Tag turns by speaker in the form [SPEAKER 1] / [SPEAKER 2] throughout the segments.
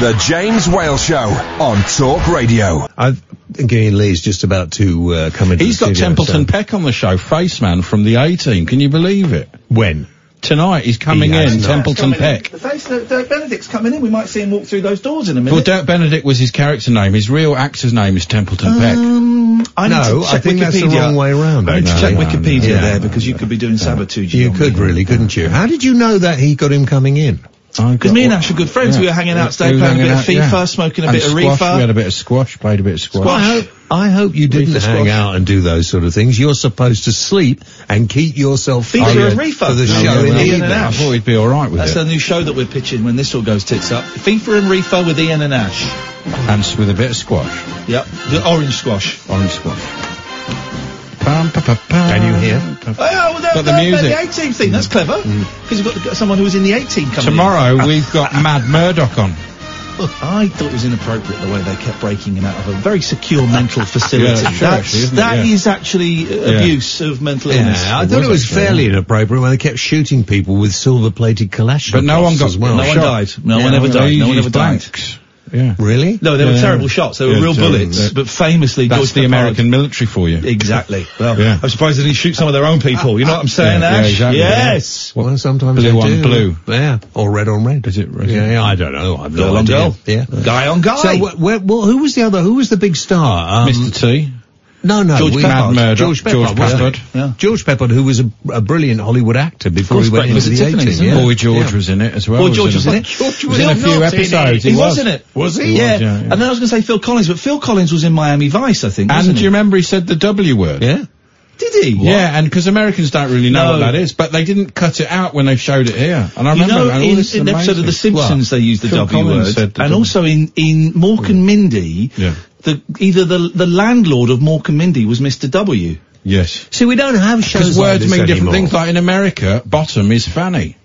[SPEAKER 1] The James Whale Show on Talk Radio.
[SPEAKER 2] I think Ian Lee's just about to uh, come in.
[SPEAKER 3] He's got Templeton Peck on the show, Face Man from the A Team. Can you believe it?
[SPEAKER 2] When?
[SPEAKER 3] Tonight he's coming
[SPEAKER 2] He has
[SPEAKER 3] in,
[SPEAKER 2] not.
[SPEAKER 3] Templeton
[SPEAKER 4] He's coming in.
[SPEAKER 3] Peck.
[SPEAKER 4] The face that Dirk Benedict's coming in. We might see him walk through those doors in a minute.
[SPEAKER 3] Well, Dirk Benedict was his character name. His real actor's name is Templeton Peck.
[SPEAKER 4] Um, I need
[SPEAKER 2] No,
[SPEAKER 4] to
[SPEAKER 2] I
[SPEAKER 4] check
[SPEAKER 2] think
[SPEAKER 4] Wikipedia.
[SPEAKER 2] that's the wrong way round,
[SPEAKER 4] I need to
[SPEAKER 2] actually.
[SPEAKER 4] check
[SPEAKER 2] No, no,
[SPEAKER 4] Wikipedia
[SPEAKER 2] no, no,
[SPEAKER 4] there
[SPEAKER 2] no,
[SPEAKER 4] because you could be doing sabotage.
[SPEAKER 2] You could really, couldn't you? How did you know that he got him coming in?
[SPEAKER 4] Because me and Ash are good friends. We were hanging out today, playing a bit of FIFA, smoking a bit of reefer.
[SPEAKER 3] We had a bit of squash, played a bit of squash.
[SPEAKER 2] Well, I hope, I hope you didn't
[SPEAKER 4] Reefer
[SPEAKER 2] hang
[SPEAKER 4] squash.
[SPEAKER 2] out and do those sort of things. You're supposed to sleep and keep yourself fit
[SPEAKER 4] These are a
[SPEAKER 2] Oh, for
[SPEAKER 4] reefer.
[SPEAKER 2] the
[SPEAKER 4] No,
[SPEAKER 2] show
[SPEAKER 4] no,
[SPEAKER 2] in
[SPEAKER 4] no.
[SPEAKER 2] the
[SPEAKER 4] Ian
[SPEAKER 2] evening.
[SPEAKER 4] and
[SPEAKER 3] I
[SPEAKER 4] Ash.
[SPEAKER 3] thought he'd be all right with
[SPEAKER 4] That's
[SPEAKER 3] it.
[SPEAKER 4] the new show that we're pitching when this all goes tits up. FIFA and Reefer with Ian and Ash.
[SPEAKER 3] And s- with a bit of squash,
[SPEAKER 4] Yep. The orange squash.
[SPEAKER 3] orange squash. Pam, pa, pa, pam.
[SPEAKER 2] Can you hear?
[SPEAKER 3] Pa-
[SPEAKER 4] Oh, yeah, well,
[SPEAKER 3] Got
[SPEAKER 4] they're,
[SPEAKER 3] the
[SPEAKER 4] they're- they're
[SPEAKER 3] music.
[SPEAKER 4] the 18 thing. That's clever.
[SPEAKER 2] Mm.
[SPEAKER 4] Because you've got- got someone who was in the 18 coming in.
[SPEAKER 3] Tomorrow we've got Mad Murdoch on.
[SPEAKER 4] I thought it was inappropriate the way they kept breaking him out of a very secure mental facility.
[SPEAKER 3] Yeah, that's true,
[SPEAKER 4] That's,
[SPEAKER 3] actually, isn't it?
[SPEAKER 4] that
[SPEAKER 3] Yeah.
[SPEAKER 4] is actually, uh,
[SPEAKER 3] Yeah.
[SPEAKER 4] abuse of mental
[SPEAKER 2] Yeah,
[SPEAKER 4] illness.
[SPEAKER 2] I thought it was
[SPEAKER 3] actually,
[SPEAKER 2] fairly inappropriate when they kept shooting people with silver-plated Kalashnikovs.
[SPEAKER 3] But no one got
[SPEAKER 2] as well.
[SPEAKER 4] no one
[SPEAKER 3] shot.
[SPEAKER 4] died. No one ever
[SPEAKER 3] they
[SPEAKER 4] died. No one
[SPEAKER 3] used
[SPEAKER 4] ever died.
[SPEAKER 3] blanks. Yeah.
[SPEAKER 2] Really?
[SPEAKER 4] No, they were
[SPEAKER 3] Yeah.
[SPEAKER 4] terrible shots. They were
[SPEAKER 3] Yeah,
[SPEAKER 4] real
[SPEAKER 3] terrible.
[SPEAKER 4] bullets,
[SPEAKER 3] Yeah.
[SPEAKER 4] but famously
[SPEAKER 3] That's
[SPEAKER 4] George
[SPEAKER 3] the
[SPEAKER 4] Peppard-
[SPEAKER 3] American military for you.
[SPEAKER 4] Exactly. Well,
[SPEAKER 3] Yeah.
[SPEAKER 4] I'm surprised they didn't shoot some of their own people. You know what I'm saying,
[SPEAKER 3] Yeah, yeah,
[SPEAKER 4] Ash?
[SPEAKER 3] exactly.
[SPEAKER 4] Yes.
[SPEAKER 2] Well, sometimes
[SPEAKER 3] Blue
[SPEAKER 2] they
[SPEAKER 3] on
[SPEAKER 2] do.
[SPEAKER 3] blue.
[SPEAKER 2] Yeah, or red on red.
[SPEAKER 3] Is it red?
[SPEAKER 2] Yeah, yeah, I don't know. I've
[SPEAKER 4] Girl
[SPEAKER 2] no
[SPEAKER 4] on
[SPEAKER 2] idea.
[SPEAKER 4] girl.
[SPEAKER 2] Yeah.
[SPEAKER 4] Guy on guy.
[SPEAKER 2] So, wh- wh- well, who was the other? Who was the big star? Um,
[SPEAKER 3] Mr. T.
[SPEAKER 2] No, no,
[SPEAKER 3] George
[SPEAKER 2] we-
[SPEAKER 3] Peppard. Mad
[SPEAKER 2] George
[SPEAKER 3] Murdoch,
[SPEAKER 2] Peppard.
[SPEAKER 3] George
[SPEAKER 2] wasn't
[SPEAKER 3] Peppard.
[SPEAKER 2] it?
[SPEAKER 4] Yeah.
[SPEAKER 2] George Peppard, who was a, a brilliant Hollywood actor before he went into
[SPEAKER 4] Breakfast
[SPEAKER 2] the
[SPEAKER 4] at Tiffany's,
[SPEAKER 2] eighties.
[SPEAKER 4] isn't
[SPEAKER 2] Yeah.
[SPEAKER 3] Boy George was in it as well.
[SPEAKER 4] Boy George was in it.
[SPEAKER 2] George
[SPEAKER 3] was in a few
[SPEAKER 4] not
[SPEAKER 3] episodes.
[SPEAKER 4] He,
[SPEAKER 3] He
[SPEAKER 4] was
[SPEAKER 3] was.
[SPEAKER 4] in it.
[SPEAKER 2] Was he?
[SPEAKER 4] Yeah.
[SPEAKER 3] was, yeah, yeah.
[SPEAKER 4] And then I was going to say Phil Collins, but Phil Collins was in Miami Vice, I think.
[SPEAKER 3] And
[SPEAKER 4] wasn't
[SPEAKER 3] do
[SPEAKER 4] he?
[SPEAKER 3] you remember he said the W word?
[SPEAKER 2] Yeah.
[SPEAKER 4] Did he?
[SPEAKER 3] Yeah, and because Americans don't really know
[SPEAKER 4] No.
[SPEAKER 3] what that is, but they didn't cut it out when they showed it here. And I
[SPEAKER 4] You
[SPEAKER 3] remember
[SPEAKER 4] know,
[SPEAKER 3] that. Oh,
[SPEAKER 4] in,
[SPEAKER 3] this is
[SPEAKER 4] in an episode of The
[SPEAKER 3] amazing.
[SPEAKER 4] Simpsons,
[SPEAKER 3] What?
[SPEAKER 4] they used the
[SPEAKER 3] Phil
[SPEAKER 4] W
[SPEAKER 3] Collins
[SPEAKER 4] word,
[SPEAKER 3] said the
[SPEAKER 4] and
[SPEAKER 3] W.
[SPEAKER 4] also in in Mork and Mindy,
[SPEAKER 3] Yeah.
[SPEAKER 4] the either the the landlord of Mork and Mindy was Mr. W.
[SPEAKER 3] yes,
[SPEAKER 2] See, we don't have
[SPEAKER 3] because
[SPEAKER 2] shows like
[SPEAKER 3] words
[SPEAKER 2] this
[SPEAKER 3] mean different
[SPEAKER 2] anymore.
[SPEAKER 3] things. Like in America, bottom is fanny.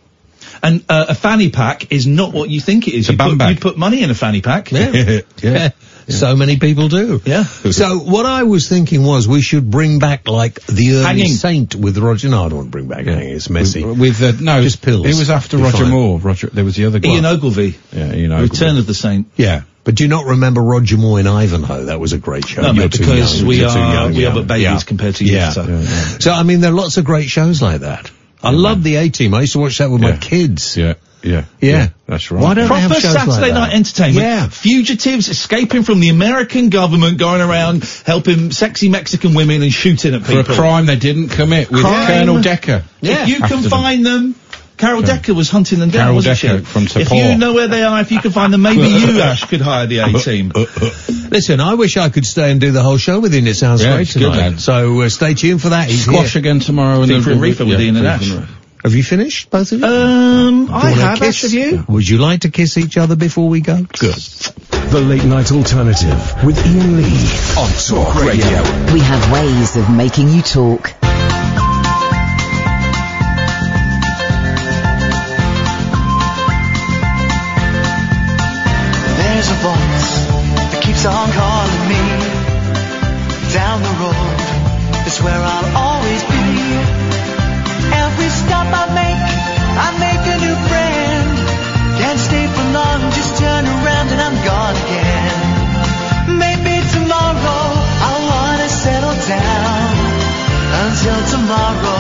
[SPEAKER 4] And uh, a fanny pack is not what you think it is.
[SPEAKER 3] a
[SPEAKER 4] you,
[SPEAKER 3] bum
[SPEAKER 4] put,
[SPEAKER 3] bag.
[SPEAKER 4] you put money in a fanny pack.
[SPEAKER 2] Yeah. yeah. So many people do.
[SPEAKER 4] Yeah.
[SPEAKER 2] So what I was thinking was we should bring back like the early
[SPEAKER 4] Hanging.
[SPEAKER 2] saint with Roger. No, I don't want to bring back hanging. It's messy.
[SPEAKER 3] With uh, no,
[SPEAKER 2] Just pills.
[SPEAKER 3] It was after
[SPEAKER 2] Be
[SPEAKER 3] Roger
[SPEAKER 2] fine.
[SPEAKER 3] Moore. Roger, there was the other guy.
[SPEAKER 4] Ian Ogilvy,
[SPEAKER 3] yeah, you know,
[SPEAKER 4] Return of the Saint.
[SPEAKER 2] Yeah. But do you not remember Roger Moore in Ivanhoe? That was a great show.
[SPEAKER 4] No,
[SPEAKER 2] You're
[SPEAKER 4] mate,
[SPEAKER 2] too
[SPEAKER 4] because
[SPEAKER 2] young.
[SPEAKER 4] we
[SPEAKER 2] You're too
[SPEAKER 4] are-
[SPEAKER 2] young,
[SPEAKER 4] we
[SPEAKER 2] yeah.
[SPEAKER 4] are but babies
[SPEAKER 2] Yeah.
[SPEAKER 4] compared to you,
[SPEAKER 2] Yeah.
[SPEAKER 4] so-
[SPEAKER 2] Yeah, yeah. So, I mean, there are lots of great shows like that. I love the A Team. I used to watch that with my
[SPEAKER 3] Yeah.
[SPEAKER 2] kids.
[SPEAKER 3] yeah, yeah,
[SPEAKER 2] Yeah.
[SPEAKER 3] That's right.
[SPEAKER 2] Why don't- have
[SPEAKER 4] Proper
[SPEAKER 2] shows like
[SPEAKER 4] Saturday
[SPEAKER 2] that.
[SPEAKER 4] night entertainment.
[SPEAKER 2] Yeah.
[SPEAKER 4] Fugitives escaping from the American government, going around helping sexy Mexican women and shooting at
[SPEAKER 3] for
[SPEAKER 4] people.
[SPEAKER 3] a crime they didn't commit with
[SPEAKER 4] Crime.
[SPEAKER 3] Colonel Decker?
[SPEAKER 4] If you can
[SPEAKER 3] After them.
[SPEAKER 4] find them. Carol Decker was hunting them down,
[SPEAKER 3] Carol
[SPEAKER 4] wasn't
[SPEAKER 3] Decker
[SPEAKER 4] she?
[SPEAKER 3] from
[SPEAKER 4] If
[SPEAKER 3] Tapor.
[SPEAKER 4] you know where they are, if you can find them, maybe you, Ash, could hire the A team.
[SPEAKER 2] Listen, I wish I could stay and do the whole show with you. and It sounds
[SPEAKER 3] Yeah,
[SPEAKER 2] great
[SPEAKER 3] it's good,
[SPEAKER 2] tonight.
[SPEAKER 3] lad.
[SPEAKER 2] so uh, stay tuned for that. He's
[SPEAKER 3] Squash
[SPEAKER 2] here.
[SPEAKER 3] again tomorrow and
[SPEAKER 4] Think
[SPEAKER 3] then
[SPEAKER 4] for a reefer with Ian and Ash.
[SPEAKER 2] Have you finished, both of you?
[SPEAKER 4] Um, I
[SPEAKER 2] Wanna
[SPEAKER 4] have,
[SPEAKER 2] kiss?
[SPEAKER 4] Ash, have you?
[SPEAKER 2] Would you like to kiss each other before we go? Good.
[SPEAKER 1] The Late Night Alternative with Ian Lee on Talk Radio.
[SPEAKER 5] We have ways of making you talk.
[SPEAKER 6] There's a voice that keeps on calling me. Down the road is where I'll always be. Every stop I make, I make a new friend. Can't stay for long, just turn around and I'm gone again. Maybe tomorrow I wanna settle down and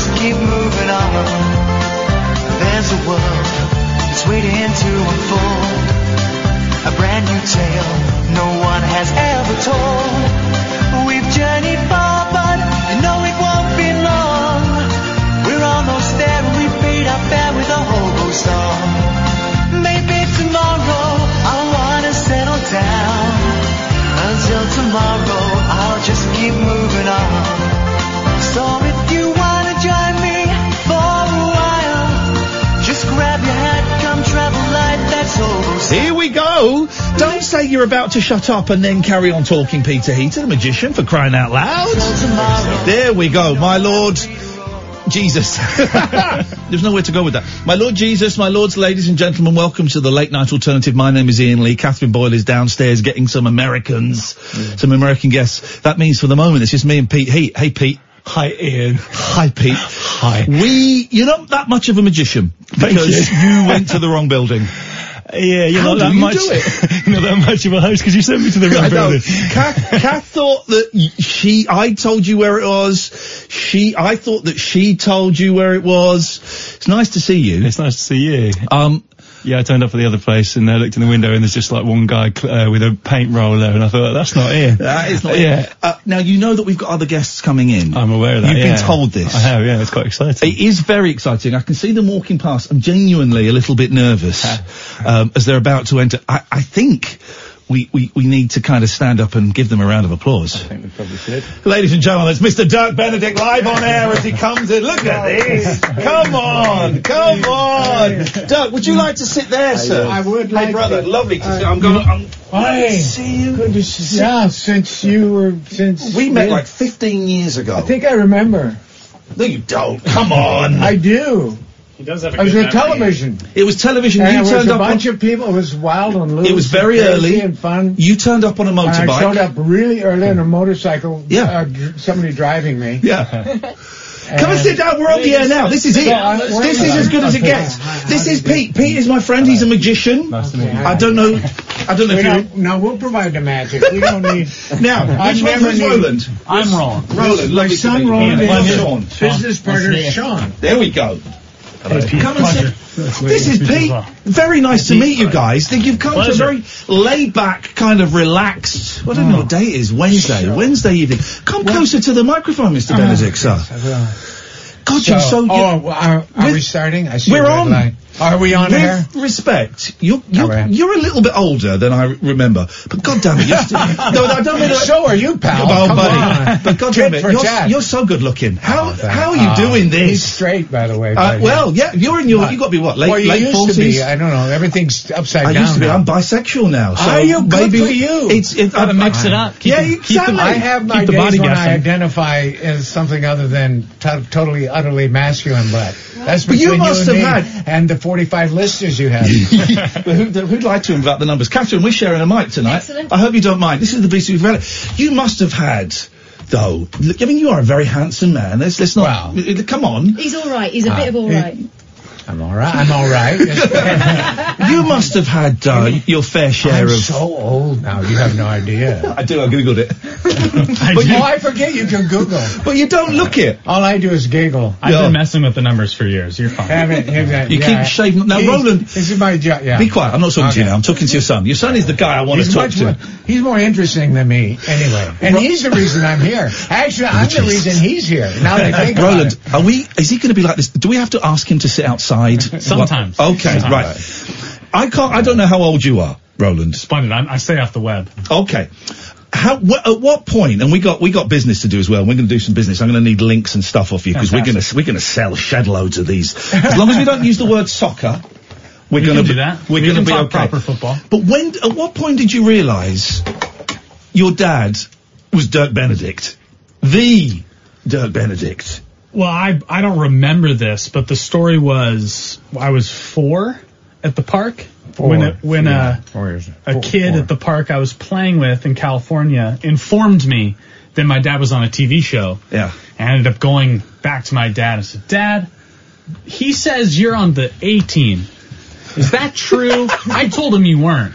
[SPEAKER 6] tomorrow. There's a world that's waiting to unfold. A brand new tale no one has ever told. We've journeyed far, but you know it won't be long. We're almost there, and we've made our fare with a hobo song. Maybe tomorrow I wanna settle down. Until tomorrow, I'll just keep moving on. So if you wanna join me for a while, just grab your hat, come travel like that's over.
[SPEAKER 4] Here we go. Don't say you're about to shut up and then carry on talking, Peter Heater, the magician, for crying out loud. There we go, my lord. Jesus. There's nowhere to go with that. My Lord Jesus, my lords, ladies and gentlemen, welcome to the Late Night Alternative. My name is Ian Lee. Catherine Boyle is downstairs getting some Americans, some American guests. That means for the moment it's just me and Pete Heat. Hey, Pete. Hi, Ian. Hi, Pete. Hi. We, you're not that much of a magician because you went to the wrong building.
[SPEAKER 7] Yeah, you're not
[SPEAKER 4] How do
[SPEAKER 7] that
[SPEAKER 4] you
[SPEAKER 7] much.
[SPEAKER 4] do
[SPEAKER 7] not that much of a host because you sent me to the
[SPEAKER 4] I
[SPEAKER 7] wrong
[SPEAKER 4] know.
[SPEAKER 7] building.
[SPEAKER 4] Kath, Kath thought that y- she, I told you where it was. She, I thought that she told you where it was. It's nice to see you.
[SPEAKER 7] It's nice to see you.
[SPEAKER 4] Um,
[SPEAKER 7] Yeah, I turned up at the other place and I looked in the window and there's just like one guy cl- uh, with a paint roller and I thought that's not here.
[SPEAKER 4] that is not,
[SPEAKER 7] Yeah,
[SPEAKER 4] Uh, now you know that we've got other guests coming in.
[SPEAKER 7] I'm aware of that.
[SPEAKER 4] You've been
[SPEAKER 7] yeah.
[SPEAKER 4] told this.
[SPEAKER 7] I have. Yeah, it's quite exciting.
[SPEAKER 4] It is very exciting. I can see them walking past. I'm genuinely a little bit nervous um, as they're about to enter. I, I think we, we, we need to kind of stand up and give them a round of applause.
[SPEAKER 7] think we probably should.
[SPEAKER 4] Ladies and gentlemen, it's Mr. Dirk Benedict live on air as he comes in. Look at this. Come on. Come on. Dirk, would you like to sit there, sir? I would like Hey, brother, lovely to see I'm going I'm,
[SPEAKER 8] Hi.
[SPEAKER 4] see you.
[SPEAKER 8] Good to see Yeah, since you were since
[SPEAKER 4] We met
[SPEAKER 8] yeah.
[SPEAKER 4] like 15 years ago.
[SPEAKER 8] I think I remember.
[SPEAKER 4] no, you don't. Come on.
[SPEAKER 8] I do.
[SPEAKER 7] He does have
[SPEAKER 8] I was on television,
[SPEAKER 4] it was television.
[SPEAKER 8] and
[SPEAKER 4] you
[SPEAKER 8] it was
[SPEAKER 4] turned
[SPEAKER 8] a
[SPEAKER 4] up on,
[SPEAKER 8] bunch of people. It was wild and loose.
[SPEAKER 4] It was very
[SPEAKER 8] and crazy
[SPEAKER 4] early.
[SPEAKER 8] and fun.
[SPEAKER 4] you turned up on a
[SPEAKER 8] and
[SPEAKER 4] motorbike.
[SPEAKER 8] I showed up really early on a motorcycle.
[SPEAKER 4] Yeah.
[SPEAKER 8] uh, dr- somebody driving me.
[SPEAKER 4] Yeah. Come and sit down. We're on the air now. This is it.
[SPEAKER 8] Yeah, I'm-
[SPEAKER 4] This is as good as it
[SPEAKER 8] Okay.
[SPEAKER 4] gets.
[SPEAKER 8] Hi, hi,
[SPEAKER 4] This
[SPEAKER 8] how
[SPEAKER 4] is
[SPEAKER 8] do you
[SPEAKER 4] Pete. Pete is my friend. He's a magician.
[SPEAKER 7] Nice to meet you.
[SPEAKER 8] Okay.
[SPEAKER 4] I don't know. I don't know
[SPEAKER 8] We
[SPEAKER 4] if you.
[SPEAKER 8] don't, no, we'll provide the magic. We don't need.
[SPEAKER 4] Now,
[SPEAKER 8] I
[SPEAKER 4] which one
[SPEAKER 8] never
[SPEAKER 4] was
[SPEAKER 8] knew.
[SPEAKER 4] Roland?
[SPEAKER 7] I'm wrong.
[SPEAKER 4] Roland,
[SPEAKER 8] My
[SPEAKER 4] lovely to meet
[SPEAKER 8] son
[SPEAKER 4] you.
[SPEAKER 8] Roland
[SPEAKER 4] Well,
[SPEAKER 8] is
[SPEAKER 4] Sean.
[SPEAKER 8] business partner Sean.
[SPEAKER 4] There we go. Come and sit. This is Pete. Very nice to meet you guys. Think you've come to a very laid-back, kind of relaxed. I don't know what
[SPEAKER 7] Hmm.
[SPEAKER 4] day it is. Wednesday. Wednesday evening. Come closer to the microphone, Mr.
[SPEAKER 7] Uh-huh.
[SPEAKER 4] Benedict, sir. God, you're so.
[SPEAKER 8] oh, well, are, are we
[SPEAKER 4] With-
[SPEAKER 8] starting? I see a
[SPEAKER 4] We're
[SPEAKER 8] red
[SPEAKER 4] on.
[SPEAKER 8] light. Are we on
[SPEAKER 4] With
[SPEAKER 8] air?
[SPEAKER 4] respect, you're, you're,
[SPEAKER 8] Alright.
[SPEAKER 4] you're a little bit older than I remember, but God damn it, you're still, no, I don't mean to-
[SPEAKER 8] So are you, pal.
[SPEAKER 4] Oh,
[SPEAKER 8] Come
[SPEAKER 4] buddy.
[SPEAKER 8] on.
[SPEAKER 4] But God
[SPEAKER 8] Tit
[SPEAKER 4] damn it,
[SPEAKER 8] for
[SPEAKER 4] you're,
[SPEAKER 8] tat.
[SPEAKER 4] you're so good looking. How how are you
[SPEAKER 8] Uh,
[SPEAKER 4] doing
[SPEAKER 8] He's
[SPEAKER 4] this?
[SPEAKER 8] straight, by the way.
[SPEAKER 4] Uh,
[SPEAKER 8] buddy.
[SPEAKER 4] well, yeah, you're in your you got to be what late
[SPEAKER 8] well, you
[SPEAKER 4] late
[SPEAKER 8] used
[SPEAKER 4] forties.
[SPEAKER 8] to be. I don't know. Everything's upside
[SPEAKER 4] I
[SPEAKER 8] down.
[SPEAKER 4] used to be.
[SPEAKER 8] now.
[SPEAKER 4] I'm bisexual now. So
[SPEAKER 8] Are you? Good
[SPEAKER 4] Maybe
[SPEAKER 8] for you.
[SPEAKER 4] It's it,
[SPEAKER 7] Gotta mix it up. Keep
[SPEAKER 4] yeah,
[SPEAKER 7] the- keep the-
[SPEAKER 4] exactly.
[SPEAKER 8] I have my
[SPEAKER 7] Keep the
[SPEAKER 8] days
[SPEAKER 7] body
[SPEAKER 8] when I
[SPEAKER 7] guessing.
[SPEAKER 8] identify as something other than to- totally, utterly masculine. But that's
[SPEAKER 4] But
[SPEAKER 8] between
[SPEAKER 4] you must
[SPEAKER 8] and
[SPEAKER 4] have
[SPEAKER 8] me and the 45 listeners you have.
[SPEAKER 4] Well, who'd, who'd lie to him about the numbers? Catherine, we're sharing a mic tonight.
[SPEAKER 9] Excellent.
[SPEAKER 4] I hope you don't mind. This is the Beast We've had. You must have had, though. Look, I mean, you are a very handsome man. Let's, let's not. uh, Come on.
[SPEAKER 9] He's all right. He's a bit of all
[SPEAKER 4] Ah,
[SPEAKER 9] right.
[SPEAKER 8] I'm all right. I'm all right.
[SPEAKER 4] You must have had uh, your fair share
[SPEAKER 8] I'm
[SPEAKER 4] of.
[SPEAKER 8] so old now. You have no idea.
[SPEAKER 4] I do. I googled it.
[SPEAKER 8] But oh, I forget you can Google.
[SPEAKER 4] But you don't look it.
[SPEAKER 8] All I do is giggle.
[SPEAKER 7] I've
[SPEAKER 4] Yeah.
[SPEAKER 7] been messing with the numbers for years. You're fine.
[SPEAKER 8] Haven't, haven't,
[SPEAKER 4] You
[SPEAKER 8] yeah.
[SPEAKER 4] keep shaving. Now,
[SPEAKER 8] He's-
[SPEAKER 4] Roland-
[SPEAKER 8] This is my job. Yeah.
[SPEAKER 4] Be quiet. I'm not talking to you
[SPEAKER 8] Okay.
[SPEAKER 4] now. I'm talking to your son. Your son is the guy I want to
[SPEAKER 8] He's
[SPEAKER 4] talk
[SPEAKER 8] much
[SPEAKER 4] to.
[SPEAKER 8] more, he's more interesting than me, anyway. And he's the reason I'm here. Actually, I'm the reason he's here. Now that I think about
[SPEAKER 4] Roland,
[SPEAKER 8] it.
[SPEAKER 4] are we? Is he going to be like this? Do we have to ask him to sit outside?
[SPEAKER 7] Sometimes.
[SPEAKER 4] What- Okay,
[SPEAKER 7] Sometimes.
[SPEAKER 4] right. I can't. I don't know how old you are, Roland.
[SPEAKER 7] Splendid. I'm, I stay off the web.
[SPEAKER 4] Okay. How, wh- at what point, and we got we got business to do as well. and We're going to do some business. I'm going to need links and stuff off you because we're going to we're going to sell shed loads of these. As long as we don't use the word soccer, we're
[SPEAKER 7] We
[SPEAKER 4] going to
[SPEAKER 7] can do that.
[SPEAKER 4] We're
[SPEAKER 7] We
[SPEAKER 4] going to
[SPEAKER 7] can
[SPEAKER 4] be
[SPEAKER 7] talk
[SPEAKER 4] okay.
[SPEAKER 7] proper football.
[SPEAKER 4] But when? At what point did you realise your dad was Dirk Benedict, the Dirk Benedict?
[SPEAKER 7] Well, I I don't remember this, but the story was I was four at the park
[SPEAKER 4] uh,
[SPEAKER 7] when a, when uh, a a kid at the park I was playing with in California informed me that my dad was on a TV show.
[SPEAKER 4] Yeah.
[SPEAKER 7] And I ended up going back to my dad and said, Dad, he says you're on the A team. Is that true? I told him you weren't.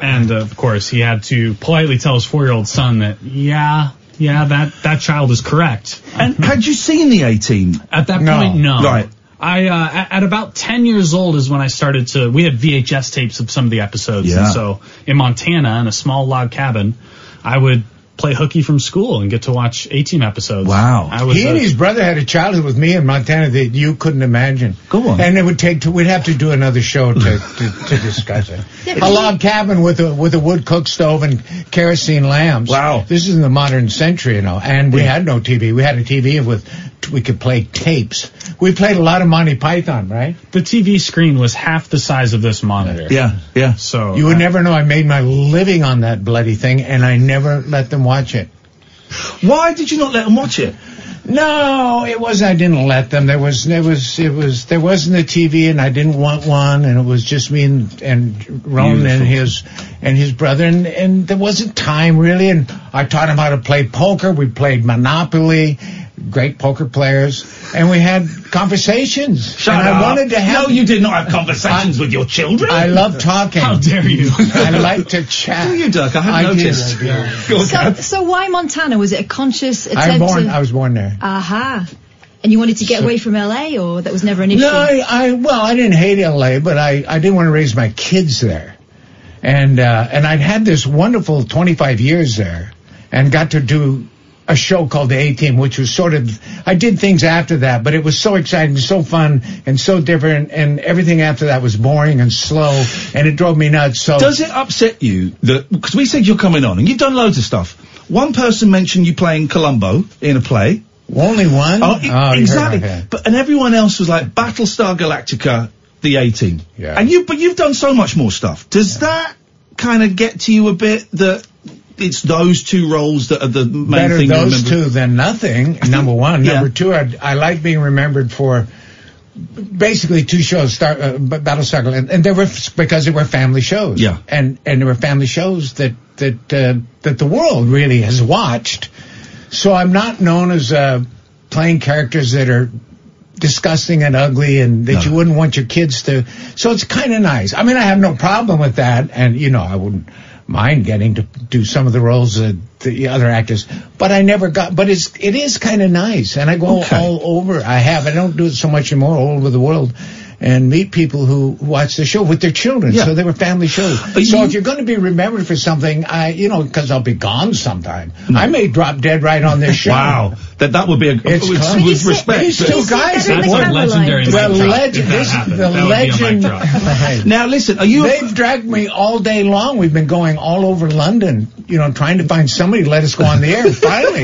[SPEAKER 7] and of course, he had to politely tell his four year old son that, yeah, yeah, that, that child is correct.
[SPEAKER 4] And had you seen the 18?
[SPEAKER 7] At that
[SPEAKER 8] No.
[SPEAKER 7] point, no.
[SPEAKER 4] Right.
[SPEAKER 7] I uh, at, at about ten years old is when I started to. We had VHS tapes of some of the episodes, and
[SPEAKER 4] Yeah.
[SPEAKER 7] so in Montana, in a small log cabin, I would play hooky from school and get to watch eighteen episodes.
[SPEAKER 4] Wow.
[SPEAKER 7] I was
[SPEAKER 8] He
[SPEAKER 7] a-
[SPEAKER 8] and his brother had a childhood with me in Montana that you couldn't imagine.
[SPEAKER 4] Go on.
[SPEAKER 8] And it would take. To, we'd have to do another show to, to, to discuss it. a log cabin with a with a wood cook stove and kerosene lamps.
[SPEAKER 4] Wow.
[SPEAKER 8] This is in the modern century, you know. And we had no TV. We had a TV with we could play tapes. We played a lot of Monty Python, right?
[SPEAKER 7] the TV screen was half the size of this monitor.
[SPEAKER 4] Yeah, yeah.
[SPEAKER 7] So
[SPEAKER 4] Oh,
[SPEAKER 8] You would never know. I made my living on that bloody thing, and I never let them watch it.
[SPEAKER 4] Why did you not let them watch it?
[SPEAKER 8] No, it wasn't. I didn't let them. There was, there was, it was, there wasn't a TV, and I didn't want one, and it was just me and and Ron and his and his brother, and and there wasn't time really. And I taught him how to play poker. We played Monopoly. Great poker players, and we had conversations. and I wanted to have.
[SPEAKER 4] No, you did not have conversations with your children.
[SPEAKER 8] I love talking.
[SPEAKER 7] how dare you?
[SPEAKER 8] I like to chat.
[SPEAKER 4] Do you, Dirk? I
[SPEAKER 8] I
[SPEAKER 4] haven't
[SPEAKER 8] did,
[SPEAKER 4] noticed.
[SPEAKER 8] I did.
[SPEAKER 4] Go on,
[SPEAKER 9] So,
[SPEAKER 4] Kath.
[SPEAKER 9] so why Montana? Was it a conscious
[SPEAKER 8] I
[SPEAKER 9] attempt
[SPEAKER 8] was born.
[SPEAKER 9] to?
[SPEAKER 8] I was born there.
[SPEAKER 9] Aha. And you wanted to get away from LA, or that was never an issue?
[SPEAKER 8] No, I, I well, I didn't hate L.A., but I I didn't want to raise my kids there, and uh, and I'd had this wonderful 25 years there, and got to do a show called the A Team, which was sort of I did things after that, but it was so exciting, so fun, and so different, and everything after that was boring and slow, and it drove me nuts. So
[SPEAKER 4] Does it upset you that because we said you're coming on and you've done loads of stuff? One person mentioned you playing Columbo in a play.
[SPEAKER 8] only one?
[SPEAKER 4] Oh, e-
[SPEAKER 8] you hurt my
[SPEAKER 4] exactly.
[SPEAKER 8] head.
[SPEAKER 4] But and everyone else was like Battlestar Galactica, the A Team.
[SPEAKER 8] Yeah.
[SPEAKER 4] And you, but you've done so much more stuff. Does that kind of get to you a bit that it's those two roles that are the main
[SPEAKER 8] better
[SPEAKER 4] thing? you
[SPEAKER 8] those
[SPEAKER 4] remember?
[SPEAKER 8] two than nothing. Number one,
[SPEAKER 4] Yeah.
[SPEAKER 8] number two, I, I like being remembered for basically two shows, Star, uh, B- Battlestar, Gal- and, and they were f- because they were family shows.
[SPEAKER 4] Yeah.
[SPEAKER 8] and and they were family shows that that uh, that the world really has watched. So I'm not known as uh, playing characters that are disgusting and ugly and that you wouldn't want your kids to. So it's kind of nice. I mean, I have no problem with that. And, you know, I wouldn't mind getting to do some of the roles that the other actors, but I never got, but it's, it is kind of nice. And I go
[SPEAKER 4] Okay.
[SPEAKER 8] all over. I have, I don't do it so much anymore all over the world and meet people who watch the show with their children.
[SPEAKER 4] Yeah.
[SPEAKER 8] So they were family shows.
[SPEAKER 4] But
[SPEAKER 8] so
[SPEAKER 4] you-
[SPEAKER 8] if you're going to be remembered for something, I, you know, cause I'll be gone sometime. I may drop dead right on this show.
[SPEAKER 4] Wow, that that would be a
[SPEAKER 8] It's
[SPEAKER 4] with,
[SPEAKER 8] close.
[SPEAKER 4] with
[SPEAKER 9] He's-
[SPEAKER 4] respect.
[SPEAKER 8] These
[SPEAKER 9] he's-
[SPEAKER 8] two
[SPEAKER 9] he's
[SPEAKER 8] guys
[SPEAKER 9] better
[SPEAKER 8] that
[SPEAKER 9] than
[SPEAKER 8] were
[SPEAKER 9] Caroline.
[SPEAKER 7] legendary
[SPEAKER 8] The
[SPEAKER 7] Mic drop, if
[SPEAKER 8] legend.
[SPEAKER 7] that
[SPEAKER 8] This
[SPEAKER 7] happened.
[SPEAKER 8] is the
[SPEAKER 7] That would be a mic
[SPEAKER 8] legend.
[SPEAKER 7] drop.
[SPEAKER 8] Hey.
[SPEAKER 4] Now listen, are you?
[SPEAKER 8] They've dragged me all day long. We've been going all over London, you know, trying to find somebody to let us go on the air. Finally,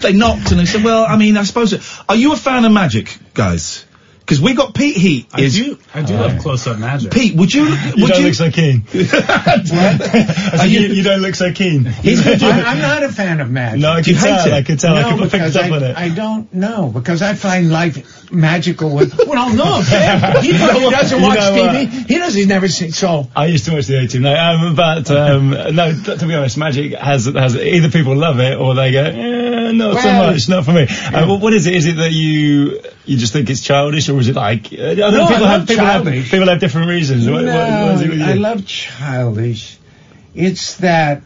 [SPEAKER 4] they knocked and they said, "Well, I mean, I suppose." It, are you a fan of magic, guys? Because we got Pete Heat.
[SPEAKER 7] I
[SPEAKER 4] is
[SPEAKER 7] do I do love close up magic.
[SPEAKER 4] Pete? Would you? Would you?
[SPEAKER 10] keen. I said, you, you don't look so keen.
[SPEAKER 8] I, I'm not a fan of magic.
[SPEAKER 10] no, I can
[SPEAKER 4] Do you hate
[SPEAKER 10] tell.
[SPEAKER 4] it?
[SPEAKER 10] I can tell. I
[SPEAKER 8] No,
[SPEAKER 10] can pick
[SPEAKER 8] because
[SPEAKER 10] it up on
[SPEAKER 8] I,
[SPEAKER 10] it.
[SPEAKER 8] I don't know because I find life magical with. Well, no, offense. he probably doesn't
[SPEAKER 10] You
[SPEAKER 8] watch
[SPEAKER 10] know what?
[SPEAKER 8] TV. He doesn't. He's never seen. So
[SPEAKER 10] I used to watch the A Team, no, um, but um, no. t- To be honest, Magic has has either people love it or they go, eh, not so
[SPEAKER 8] Well-
[SPEAKER 10] much, not for me. Uh, well, what is it? Is it that you you just think it's childish, or is it like uh, I don't
[SPEAKER 8] No,
[SPEAKER 10] know,
[SPEAKER 8] I
[SPEAKER 10] people
[SPEAKER 8] love
[SPEAKER 10] have people have,
[SPEAKER 8] childish.
[SPEAKER 10] people have different reasons. What- what- what is it with
[SPEAKER 8] I
[SPEAKER 10] you?
[SPEAKER 8] love childish. It's that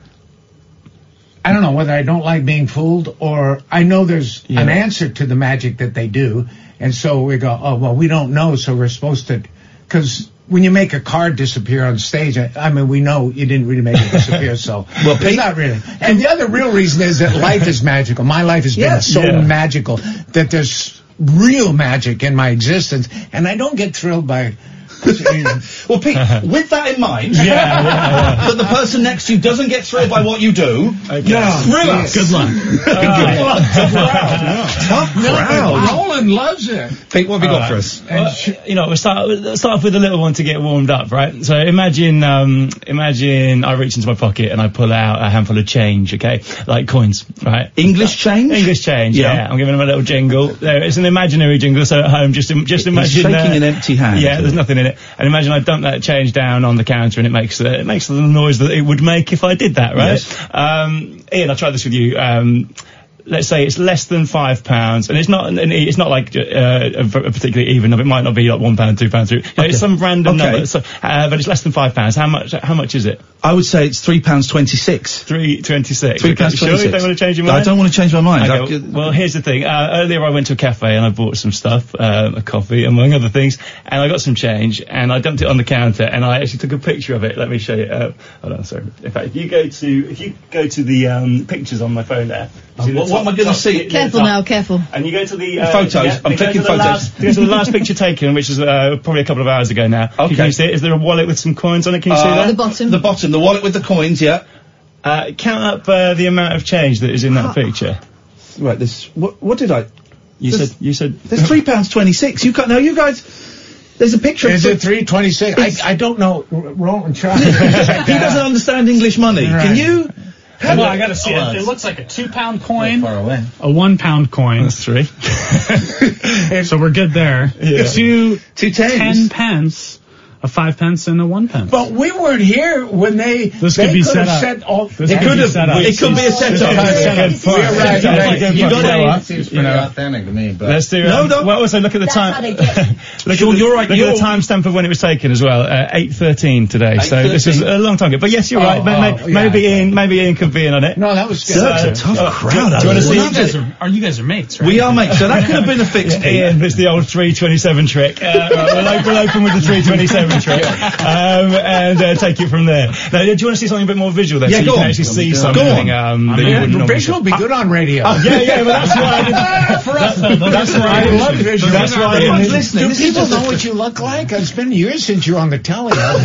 [SPEAKER 8] I don't know whether I don't like being fooled or I know there's an
[SPEAKER 10] Yeah.
[SPEAKER 8] answer to the magic that they do, and so we go, oh well, we don't know, so we're supposed to, because. When you make a card disappear on stage, I, I mean, we know you didn't really make it disappear, so well,
[SPEAKER 4] Pete-
[SPEAKER 8] not really. And the other real reason is that life is magical. My life has been
[SPEAKER 4] Yes.
[SPEAKER 8] so
[SPEAKER 10] Yeah.
[SPEAKER 8] magical that there's real magic in my existence, and I don't get thrilled by Uh-huh.
[SPEAKER 4] Well, Pete, with that in mind,
[SPEAKER 10] yeah, yeah, yeah.
[SPEAKER 4] that the person next to you doesn't get thrilled by what you do.
[SPEAKER 10] Okay.
[SPEAKER 4] Thrill us.
[SPEAKER 7] Good luck.
[SPEAKER 4] Tough crowd. Tough crowd.
[SPEAKER 8] Roland loves it.
[SPEAKER 4] Pete, what have you got
[SPEAKER 10] All
[SPEAKER 4] for
[SPEAKER 10] right.
[SPEAKER 4] us?
[SPEAKER 10] Well, you know, we'll start, we'll start off with a little one to get warmed up, right? So imagine, um, imagine I reach into my pocket and I pull out a handful of change, okay? Like coins, right?
[SPEAKER 4] English change.
[SPEAKER 10] English change, yeah.
[SPEAKER 4] Yeah.
[SPEAKER 10] I'm giving him a little jingle. There, it's an imaginary jingle, so at home, just im- just
[SPEAKER 4] He's
[SPEAKER 10] imagine
[SPEAKER 4] shaking
[SPEAKER 10] uh,
[SPEAKER 4] an empty hand.
[SPEAKER 10] Yeah, there's nothing in it. And imagine I dump that change down on the counter, and it makes the, it makes the noise that it would make if I did that, right?
[SPEAKER 4] Yes.
[SPEAKER 10] Um, Ian, I tried this with you. Um, let's say it's less than five pounds, and it's not and it's not like uh, a v- a particularly even number. It might not be like one pound, two pounds, three. you know, It's some random
[SPEAKER 4] Okay.
[SPEAKER 10] number, so, uh, but it's less than five pounds. How much? How much is it?
[SPEAKER 4] I would say it's three pounds twenty six.
[SPEAKER 10] Three twenty six.
[SPEAKER 4] Three pounds
[SPEAKER 10] Sure,
[SPEAKER 4] twenty
[SPEAKER 10] you
[SPEAKER 4] six.
[SPEAKER 10] don't want to change your
[SPEAKER 4] I
[SPEAKER 10] mind.
[SPEAKER 4] don't want to change my mind. I
[SPEAKER 10] Okay,
[SPEAKER 4] could-
[SPEAKER 10] well, here's the thing. Uh, earlier, I went to a cafe and I bought some stuff, um, a coffee, among other things, and I got some change and I dumped it on the counter and I actually took a picture of it. Let me show you. Uh, hold on, sorry. In fact, if you go to if you go to the um, pictures on my phone there. see the
[SPEAKER 4] Uh, what-
[SPEAKER 10] top-
[SPEAKER 4] what am I gonna
[SPEAKER 10] top-
[SPEAKER 4] see?
[SPEAKER 10] the- the
[SPEAKER 11] Careful
[SPEAKER 10] top.
[SPEAKER 11] now, careful.
[SPEAKER 10] And you go to the uh,
[SPEAKER 4] Photos.
[SPEAKER 10] yeah,
[SPEAKER 4] I'm
[SPEAKER 10] you go
[SPEAKER 4] clicking
[SPEAKER 10] to the
[SPEAKER 4] photos.
[SPEAKER 10] Last, you go to the last picture taken, which is uh, probably a couple of hours ago now.
[SPEAKER 4] Okay.
[SPEAKER 10] Can you see it? Is there a wallet with some coins on it? Can you see
[SPEAKER 4] Uh,
[SPEAKER 10] that?
[SPEAKER 11] The bottom.
[SPEAKER 4] the bottom, the wallet with the coins. Yeah.
[SPEAKER 10] Uh, count up uh, the amount of change that is in that picture.
[SPEAKER 4] Right. This. What, what did I?
[SPEAKER 10] You
[SPEAKER 4] There's-
[SPEAKER 10] said you said
[SPEAKER 4] There's three pounds twenty six. You got now. You guys. There's a picture.
[SPEAKER 3] Is
[SPEAKER 4] of
[SPEAKER 3] it 326? I, I don't know. R- Roland, try.
[SPEAKER 4] He doesn't understand English money. Can
[SPEAKER 3] Right.
[SPEAKER 4] you?
[SPEAKER 7] Well, I gotta see it. It looks like a two pound coin, a one pound coin.
[SPEAKER 10] that's three.
[SPEAKER 7] So we're good there. Two
[SPEAKER 4] Two tens.
[SPEAKER 7] ten pence, a five pence, and a one pence.
[SPEAKER 3] But we weren't here when they.
[SPEAKER 7] This
[SPEAKER 3] they
[SPEAKER 7] could be
[SPEAKER 3] could
[SPEAKER 7] set
[SPEAKER 3] have
[SPEAKER 7] up.
[SPEAKER 3] set all.
[SPEAKER 7] This
[SPEAKER 3] they
[SPEAKER 7] could be set up.
[SPEAKER 4] It could be a setup.
[SPEAKER 10] You got it.
[SPEAKER 12] seems pretty authentic to me, but
[SPEAKER 10] Let's do.
[SPEAKER 4] No,
[SPEAKER 10] Um,
[SPEAKER 4] no.
[SPEAKER 10] Well, also look at the
[SPEAKER 11] That's
[SPEAKER 10] time.
[SPEAKER 11] how they get.
[SPEAKER 10] look
[SPEAKER 4] Sean,
[SPEAKER 10] at the,
[SPEAKER 4] you're right,
[SPEAKER 10] Look
[SPEAKER 4] you're-
[SPEAKER 10] at the timestamp of when it was taken as well. Uh, Eight thirteen today. So this is a long time ago. But yes, you're right. May- may-
[SPEAKER 3] oh, yeah.
[SPEAKER 10] maybe Ian. Maybe Ian could be in on it. uh,
[SPEAKER 3] No, that was
[SPEAKER 4] That's a tough crowd. I
[SPEAKER 10] do you wanna
[SPEAKER 4] love
[SPEAKER 10] see-
[SPEAKER 7] you guys
[SPEAKER 4] it.
[SPEAKER 7] are, are you guys are mates, right?
[SPEAKER 4] We are mates. So that could have been a fix, Pete.
[SPEAKER 10] Ian, it's the old 327 trick. Uh, right, we'll, open, we'll open with the 327 trick um, and uh, take it from there. Now, do you want to see something a bit more visual there?
[SPEAKER 4] Yeah,
[SPEAKER 10] so
[SPEAKER 4] go
[SPEAKER 10] you can
[SPEAKER 4] on.
[SPEAKER 10] actually see
[SPEAKER 4] Go on.
[SPEAKER 10] something. Um, that you
[SPEAKER 7] Yeah,
[SPEAKER 10] wouldn't normally see.
[SPEAKER 3] Visual
[SPEAKER 10] Oh,
[SPEAKER 3] would be good on radio.
[SPEAKER 4] Oh,
[SPEAKER 10] Yeah, yeah, but that's why. I didn't, for us, that's why. I
[SPEAKER 3] love visual.
[SPEAKER 10] That's why. I
[SPEAKER 4] Everyone's
[SPEAKER 10] didn't-
[SPEAKER 4] listening.
[SPEAKER 3] Do
[SPEAKER 4] This is
[SPEAKER 3] people
[SPEAKER 4] just a-
[SPEAKER 3] know what you look like? It's been years since you were on the telly. no,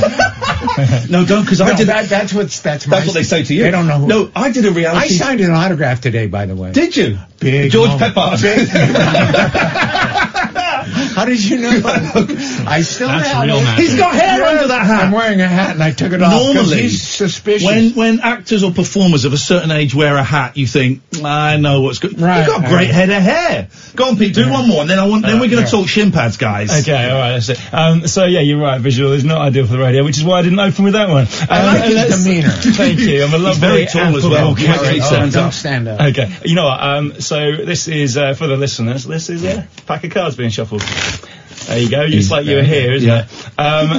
[SPEAKER 4] No, don't, because I did.
[SPEAKER 3] that, that's what's that's my
[SPEAKER 4] That's what they say to you.
[SPEAKER 3] They don't know. Who,
[SPEAKER 4] No, I did a
[SPEAKER 3] I
[SPEAKER 4] reality.
[SPEAKER 3] signed an autograph today, by the way.
[SPEAKER 4] Did you?
[SPEAKER 3] Big
[SPEAKER 4] George
[SPEAKER 3] moment.
[SPEAKER 4] Peppard.
[SPEAKER 3] How did you know? I still
[SPEAKER 7] That's
[SPEAKER 3] have
[SPEAKER 7] real
[SPEAKER 3] it.
[SPEAKER 7] magic.
[SPEAKER 4] He's got hair under that
[SPEAKER 3] I'm
[SPEAKER 4] hat.
[SPEAKER 3] wearing a hat and I took it off. 'cause
[SPEAKER 4] Normally,
[SPEAKER 3] he's suspicious.
[SPEAKER 4] When when actors or performers of a certain age wear a hat, you think, I know what's good.
[SPEAKER 3] Right,
[SPEAKER 4] You've got a great
[SPEAKER 3] right.
[SPEAKER 4] head of hair. Go on, Pete, do one more, and then I want. Then we're going to
[SPEAKER 3] yeah.
[SPEAKER 4] talk shin pads, guys.
[SPEAKER 10] Okay, all right, that's it. Um, so yeah, you're right. Visual is not ideal for the radio, which is why I didn't open with that one. Um,
[SPEAKER 3] I like
[SPEAKER 10] let's-
[SPEAKER 3] his demeanor.
[SPEAKER 10] Thank you. I'm a lovely
[SPEAKER 4] very tall as
[SPEAKER 10] affable
[SPEAKER 4] well.
[SPEAKER 10] guy.
[SPEAKER 4] Actually, he
[SPEAKER 10] Oh,
[SPEAKER 4] stands
[SPEAKER 3] Don't
[SPEAKER 4] up.
[SPEAKER 3] stand up.
[SPEAKER 10] Okay, you know what? Um, so this is uh, for the listeners. This is a pack of cards being shuffled. There you go. It's like you were here, isn't it? Um,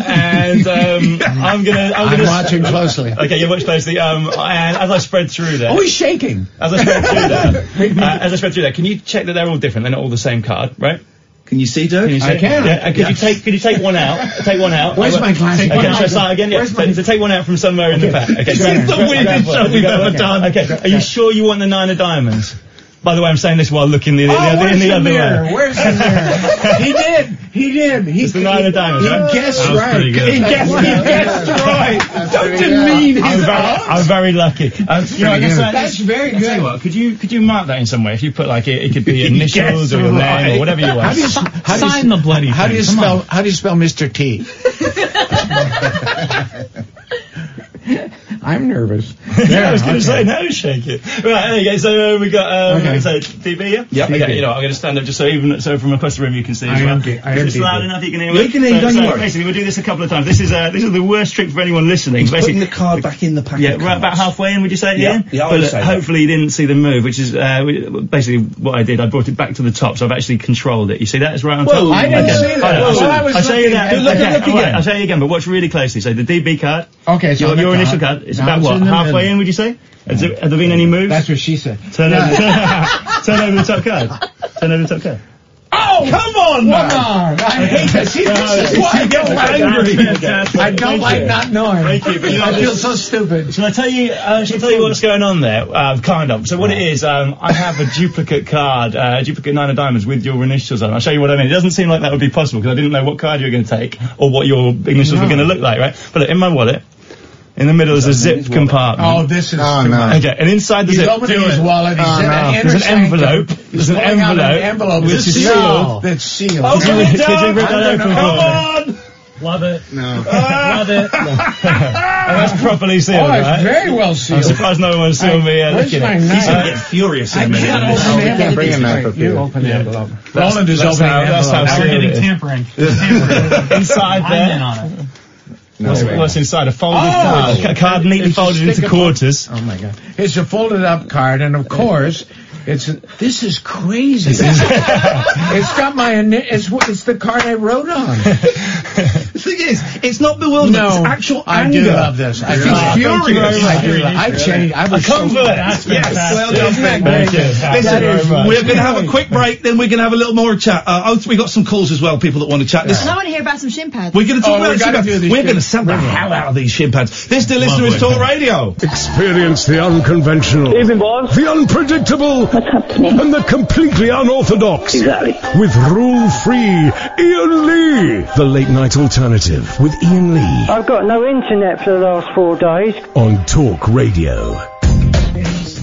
[SPEAKER 10] and um, I'm gonna. I'm
[SPEAKER 3] I'm
[SPEAKER 10] gonna
[SPEAKER 3] watching closely.
[SPEAKER 10] Okay, you watch closely. Um, and as I spread through there,
[SPEAKER 3] Oh, he's shaking.
[SPEAKER 10] as I spread through there, uh, as I spread through there, can you check that they're all different? They're not all the same card, right?
[SPEAKER 4] Can you see, Dirk?
[SPEAKER 10] Can you
[SPEAKER 3] I
[SPEAKER 10] see?
[SPEAKER 3] can.
[SPEAKER 10] Yeah, uh, could you take? Could you take one out? Take one out.
[SPEAKER 3] Where's
[SPEAKER 10] I will-
[SPEAKER 3] my glass? Take
[SPEAKER 10] Okay,
[SPEAKER 3] one
[SPEAKER 10] should I
[SPEAKER 3] out.
[SPEAKER 10] start again? Yeah.
[SPEAKER 3] Where's
[SPEAKER 10] So,
[SPEAKER 3] my-
[SPEAKER 10] so take one out from somewhere in the back. Okay.
[SPEAKER 3] This is the
[SPEAKER 10] Grab-
[SPEAKER 4] weirdest
[SPEAKER 10] grab one.
[SPEAKER 4] shot we've
[SPEAKER 10] Grab
[SPEAKER 4] ever
[SPEAKER 10] one.
[SPEAKER 4] done.
[SPEAKER 10] Okay. Are you sure you want the nine of diamonds? By the way, I'm saying this while looking the, the,
[SPEAKER 3] Oh,
[SPEAKER 10] the, in
[SPEAKER 3] where's
[SPEAKER 10] the
[SPEAKER 3] the
[SPEAKER 10] other
[SPEAKER 3] mirror?
[SPEAKER 10] way.
[SPEAKER 3] Where's the mirror? he did. He did. He,
[SPEAKER 10] It's the nine of diamonds,
[SPEAKER 3] He
[SPEAKER 10] right?
[SPEAKER 3] guessed
[SPEAKER 7] That was
[SPEAKER 3] right.
[SPEAKER 7] pretty good.
[SPEAKER 3] He guessed, he guessed right. Don't demean his
[SPEAKER 10] I'm very,
[SPEAKER 3] odds.
[SPEAKER 10] I'm very lucky. Um, you know, I guess that
[SPEAKER 3] That's
[SPEAKER 10] is-
[SPEAKER 3] very
[SPEAKER 10] I tell you
[SPEAKER 3] good.
[SPEAKER 10] what, could you could you mark that in some way? If you put like it, it could be
[SPEAKER 3] guessed
[SPEAKER 10] initials or your name
[SPEAKER 3] right.
[SPEAKER 10] or whatever you
[SPEAKER 3] How do you,
[SPEAKER 10] want.
[SPEAKER 3] how do you,
[SPEAKER 7] Sign the bloody.
[SPEAKER 3] how do
[SPEAKER 7] thing,
[SPEAKER 3] you
[SPEAKER 7] come
[SPEAKER 3] spell
[SPEAKER 7] on.
[SPEAKER 3] how do you spell Mr. T? I'm nervous.
[SPEAKER 10] Yeah, I was going to say no, shake it. Right, there you go. So uh, we got um,
[SPEAKER 3] Okay.
[SPEAKER 10] so DB. Yeah.
[SPEAKER 4] Yep.
[SPEAKER 10] Okay.
[SPEAKER 4] DB.
[SPEAKER 10] You know, I'm going to stand up just so even so from across the room you can see. As
[SPEAKER 3] I
[SPEAKER 10] well.
[SPEAKER 3] am D- I am
[SPEAKER 10] it's
[SPEAKER 3] DB.
[SPEAKER 10] loud enough you can hear.
[SPEAKER 4] You
[SPEAKER 10] me.
[SPEAKER 4] can hear,
[SPEAKER 10] So,
[SPEAKER 4] don't
[SPEAKER 10] so
[SPEAKER 4] you worry.
[SPEAKER 10] Basically, we'll do this a couple of times. This is uh, this is the worst trick for anyone listening.
[SPEAKER 4] He's putting
[SPEAKER 10] Basically-
[SPEAKER 4] the card back in the packet.
[SPEAKER 10] yeah, right about halfway in, would you say,
[SPEAKER 4] Yeah,
[SPEAKER 10] Ian?
[SPEAKER 4] yeah, I
[SPEAKER 10] But
[SPEAKER 4] would
[SPEAKER 10] look,
[SPEAKER 4] say that.
[SPEAKER 10] hopefully you didn't see the move, which is uh, we- basically what I did. I brought it back to the top, so I've actually controlled it. You see that? It's right on
[SPEAKER 4] Whoa,
[SPEAKER 10] top.
[SPEAKER 4] I
[SPEAKER 3] didn't
[SPEAKER 10] Okay.
[SPEAKER 3] see that.
[SPEAKER 10] Hold on,
[SPEAKER 3] Whoa.
[SPEAKER 10] I'll show-
[SPEAKER 3] I was
[SPEAKER 10] I'll show you
[SPEAKER 3] looking
[SPEAKER 10] that.
[SPEAKER 3] at- Look,
[SPEAKER 10] okay,
[SPEAKER 4] look, look
[SPEAKER 10] all right,
[SPEAKER 4] again.
[SPEAKER 10] I'll show you again, but watch really closely. So the DB card,
[SPEAKER 3] Okay, so
[SPEAKER 10] your,
[SPEAKER 3] the
[SPEAKER 10] your
[SPEAKER 3] card.
[SPEAKER 10] initial card, it's
[SPEAKER 3] Now
[SPEAKER 10] about
[SPEAKER 3] it's
[SPEAKER 10] what
[SPEAKER 3] in the
[SPEAKER 10] halfway
[SPEAKER 3] middle.
[SPEAKER 10] in, would you say? Has there, have there been any moves?
[SPEAKER 3] That's what she said.
[SPEAKER 10] turn, over, turn over the top card. Turn over the top card.
[SPEAKER 3] Oh,
[SPEAKER 4] Come on, man.
[SPEAKER 3] I hate this. See, this is why I get angry. I don't like not knowing.
[SPEAKER 10] Thank you, but you know,
[SPEAKER 3] I feel
[SPEAKER 10] this-
[SPEAKER 3] so stupid.
[SPEAKER 10] Shall I tell you? Uh, shall I tell you what's going on there? Um, kind of. So what it is, um, I have a duplicate card, uh, a duplicate nine of diamonds with your initials on. I'll show you what I mean. It doesn't seem like that would be possible because I didn't know what card you were going to take or what your initials were going to look like, right? But look, in my wallet, in the middle is a zip
[SPEAKER 3] Oh,
[SPEAKER 10] compartment.
[SPEAKER 3] this is
[SPEAKER 12] Oh,
[SPEAKER 3] too
[SPEAKER 12] no.
[SPEAKER 3] much.
[SPEAKER 10] Okay, and inside the
[SPEAKER 3] He's
[SPEAKER 10] zip,
[SPEAKER 3] opening his wallet. He's in an inner
[SPEAKER 10] there's an
[SPEAKER 3] sanctum.
[SPEAKER 10] envelope. There's an
[SPEAKER 3] Pulling out
[SPEAKER 10] envelope.
[SPEAKER 3] An envelope
[SPEAKER 10] Which
[SPEAKER 3] that's
[SPEAKER 10] is
[SPEAKER 3] sealed.
[SPEAKER 10] sealed.
[SPEAKER 3] That's sealed.
[SPEAKER 10] Could you- could you rip that open for me?
[SPEAKER 4] Come on.
[SPEAKER 7] Love it.
[SPEAKER 12] no.
[SPEAKER 7] Love it.
[SPEAKER 10] And that's properly sealed,
[SPEAKER 3] Oh, it's
[SPEAKER 10] right?
[SPEAKER 3] very well
[SPEAKER 10] I'm
[SPEAKER 3] sealed.
[SPEAKER 10] surprised no one's saw me uh,
[SPEAKER 3] Where's
[SPEAKER 10] looking
[SPEAKER 3] my
[SPEAKER 10] at it.
[SPEAKER 4] He's
[SPEAKER 3] knife?
[SPEAKER 4] going to get furious in a
[SPEAKER 3] I
[SPEAKER 4] minute.
[SPEAKER 3] can't
[SPEAKER 4] isn't he?
[SPEAKER 12] we
[SPEAKER 3] open the
[SPEAKER 12] can't
[SPEAKER 3] envelope.
[SPEAKER 12] bring a knife up
[SPEAKER 3] You
[SPEAKER 12] here.
[SPEAKER 3] open the envelope.
[SPEAKER 10] Roland is opening
[SPEAKER 3] how-
[SPEAKER 10] the
[SPEAKER 3] that's
[SPEAKER 10] envelope.
[SPEAKER 3] how
[SPEAKER 7] Now we're
[SPEAKER 10] Sealed
[SPEAKER 7] getting
[SPEAKER 10] it.
[SPEAKER 7] tampering. Tampering.
[SPEAKER 10] Inside
[SPEAKER 7] I'm in
[SPEAKER 10] there.
[SPEAKER 7] on it.
[SPEAKER 12] No,
[SPEAKER 10] What's,
[SPEAKER 12] wait.
[SPEAKER 10] what's inside? A folded
[SPEAKER 3] Oh!
[SPEAKER 10] card, a card
[SPEAKER 3] It's
[SPEAKER 10] neatly
[SPEAKER 3] a
[SPEAKER 10] folded into
[SPEAKER 3] stick of-
[SPEAKER 10] quarters.
[SPEAKER 3] Oh my God! It's a folded up card, and of course,
[SPEAKER 8] It's this is crazy. it's got my ini- it's wh- it's the card I wrote on.
[SPEAKER 4] the thing is, it's not bewilderment.
[SPEAKER 8] No,
[SPEAKER 4] it's actual
[SPEAKER 8] I
[SPEAKER 4] anger.
[SPEAKER 8] do love this. I
[SPEAKER 4] It's
[SPEAKER 8] feel
[SPEAKER 4] furious.
[SPEAKER 8] furious. I, do. I changed. I was so
[SPEAKER 4] Yes. Well done, Ben.
[SPEAKER 8] Thank you.
[SPEAKER 4] Listen,
[SPEAKER 8] That is-
[SPEAKER 4] we're going to have a quick break, then we're going to have a little more chat. Uh, oh, we got some calls as well, people that want to chat. This,
[SPEAKER 9] I want to hear about some shin pads.
[SPEAKER 4] Oh, We're
[SPEAKER 8] Oh,
[SPEAKER 4] going to talk about the shin pads. We're going to sell the hell out of these shin pads. This, dear listener, is Talk Radio.
[SPEAKER 3] Experience the unconventional. The unpredictable. And the completely unorthodox. Exactly. With rule-free Ian Lee. The late night alternative with Ian Lee
[SPEAKER 10] I've got no internet for the last four days.
[SPEAKER 3] on Talk Radio.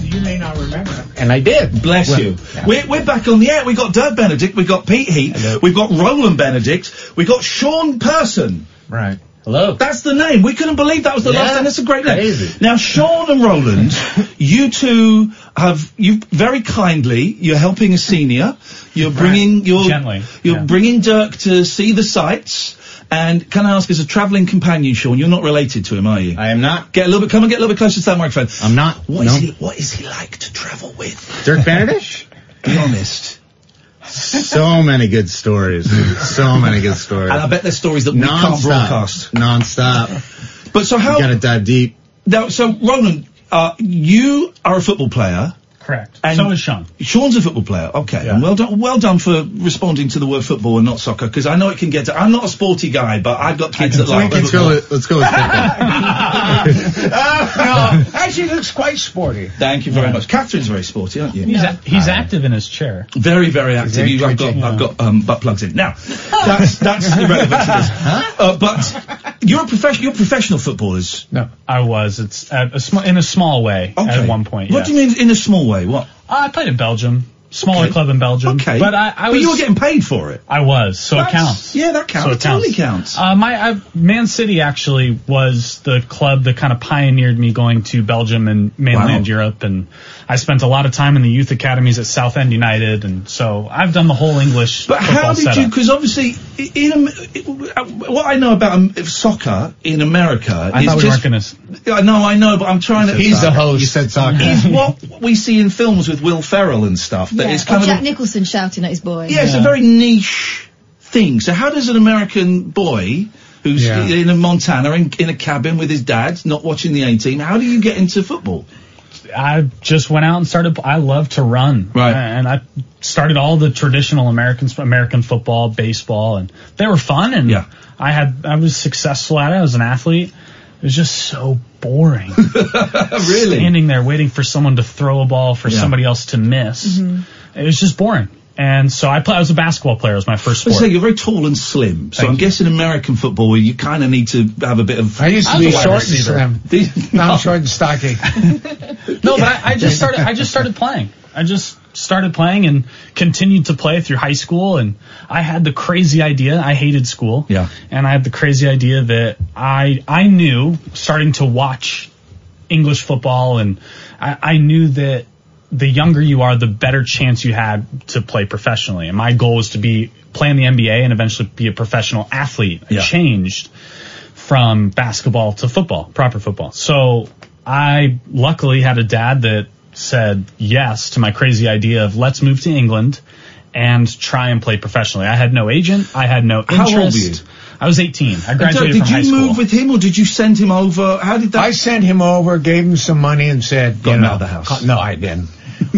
[SPEAKER 8] You may not remember.
[SPEAKER 4] And I did. Bless
[SPEAKER 8] Well,
[SPEAKER 4] you. We're, we're back on the air. We've got Doug Benedict, we've got Pete Heat, we've got Roland Benedict, we've got Sean Person. Right. Hello. That's the name. We couldn't believe that was the last
[SPEAKER 8] Yeah.
[SPEAKER 4] name. That's a great name.
[SPEAKER 8] Crazy.
[SPEAKER 4] Now, Sean and Roland, you two have, you very kindly, you're helping a senior. You're bringing, your you're,
[SPEAKER 7] Gently,
[SPEAKER 4] you're bringing Dirk to see the sights. And can I ask, as a travelling companion, Sean, you're not related to him, are you? I am not. Get a little bit, come and get a little bit closer to that microphone. I'm not. What is
[SPEAKER 2] no.
[SPEAKER 4] he, what is he like to travel with? Dirk Benedict? Be honest.
[SPEAKER 2] so many good stories. So many good stories.
[SPEAKER 4] And I bet there's stories that we
[SPEAKER 2] non-stop,
[SPEAKER 4] can't broadcast.
[SPEAKER 2] Non-stop.
[SPEAKER 4] But so how?
[SPEAKER 2] You gotta dive deep.
[SPEAKER 4] Now, so Roland, uh, you are a football player.
[SPEAKER 7] Correct.
[SPEAKER 4] And
[SPEAKER 7] so is Sean.
[SPEAKER 4] Sean's a football player. Okay, and well done, well done for responding to the word football and not soccer because I know it can get. To, I'm not a sporty guy, but I've got kids that like
[SPEAKER 2] let's go.
[SPEAKER 4] football.
[SPEAKER 2] With, let's go with football.
[SPEAKER 8] no, actually, it looks quite sporty.
[SPEAKER 4] Thank you very much. Catherine's very sporty, aren't you?
[SPEAKER 7] He's, a- he's active in his chair.
[SPEAKER 4] Very, very active. You, I've got, I've got um, butt plugs in. Now, that's that's irrelevant to this. Uh, but you're a professional. You're professional footballers.
[SPEAKER 8] No,
[SPEAKER 7] I was. It's at a sm- in a small way at one point. Uh,
[SPEAKER 4] What do you mean in a small way? What?
[SPEAKER 7] I played in Belgium, smaller club in Belgium.
[SPEAKER 4] Okay.
[SPEAKER 7] but I, I
[SPEAKER 4] But
[SPEAKER 7] was.
[SPEAKER 4] you were getting paid for it.
[SPEAKER 7] I was, so it
[SPEAKER 4] That's-
[SPEAKER 7] counts.
[SPEAKER 4] yeah, that counts.
[SPEAKER 7] So
[SPEAKER 4] It totally counts.
[SPEAKER 7] Uh, my I, Man City actually was the club that kind of pioneered me going to Belgium and mainland
[SPEAKER 4] Wow.
[SPEAKER 7] Europe, and I spent a lot of time in the youth academies at Southend United, and so I've done the whole English.
[SPEAKER 4] But
[SPEAKER 7] football
[SPEAKER 4] how did
[SPEAKER 7] setup.
[SPEAKER 4] you? Because obviously, i- in Am- i- what I know about um, soccer in America
[SPEAKER 7] I
[SPEAKER 4] is
[SPEAKER 7] thought we
[SPEAKER 4] just.
[SPEAKER 7] weren't going to.
[SPEAKER 4] I know, I know, but I'm trying to.
[SPEAKER 7] He's the Soccer. host.
[SPEAKER 2] You said soccer.
[SPEAKER 4] Is what we see in films with Will Ferrell and stuff. That
[SPEAKER 9] Yeah,
[SPEAKER 4] it's kind
[SPEAKER 9] or
[SPEAKER 4] of.
[SPEAKER 9] Jack
[SPEAKER 4] a-
[SPEAKER 9] Nicholson shouting at his boy.
[SPEAKER 4] yeah, it's a very niche thing. So how does an American boy who's
[SPEAKER 2] Yeah.
[SPEAKER 4] in a Montana in, in a cabin with his dad, not watching the A team, how do you get into football?
[SPEAKER 7] I just went out and started. I love to run, right? And I started all the traditional American American football, baseball, and they were fun. And I had I was successful at it. I was an athlete. It was just so boring. really, standing there waiting for someone to throw a ball for
[SPEAKER 4] Yeah.
[SPEAKER 7] somebody else to miss. It was just boring. And so I play. I was a basketball player. It was my first
[SPEAKER 4] Let's say
[SPEAKER 7] sport.
[SPEAKER 4] you're very tall and slim, so I'm guessing American football you kind of need to have a bit of.
[SPEAKER 8] I used to be short and slim.
[SPEAKER 4] slim.
[SPEAKER 8] Now I'm short and stocky.
[SPEAKER 7] No, but I, I just started. I just started playing. I just started playing and continued to play through high school. And I had the crazy idea. I hated school.
[SPEAKER 4] Yeah.
[SPEAKER 7] and I had the crazy idea that I I knew starting to watch English football, and I, I knew that the younger you are, the better chance you had to play professionally. And my goal was to be play in the NBA and eventually be a professional athlete. I
[SPEAKER 4] Yeah.
[SPEAKER 7] changed from basketball to football, proper football. So I luckily had a dad that said yes to my crazy idea of let's move to England and try and play professionally. I had no agent. I had no interest.
[SPEAKER 4] How old were you?
[SPEAKER 7] I was 18. I
[SPEAKER 4] And Doug,
[SPEAKER 7] graduated
[SPEAKER 4] did
[SPEAKER 7] from high
[SPEAKER 4] you
[SPEAKER 7] school.
[SPEAKER 4] move with him or did you send him over? How did that?
[SPEAKER 8] I sent him over, gave him some money, and said,
[SPEAKER 4] Got
[SPEAKER 8] you
[SPEAKER 4] him
[SPEAKER 8] know,
[SPEAKER 4] out of the house.
[SPEAKER 8] ca- No, I didn't.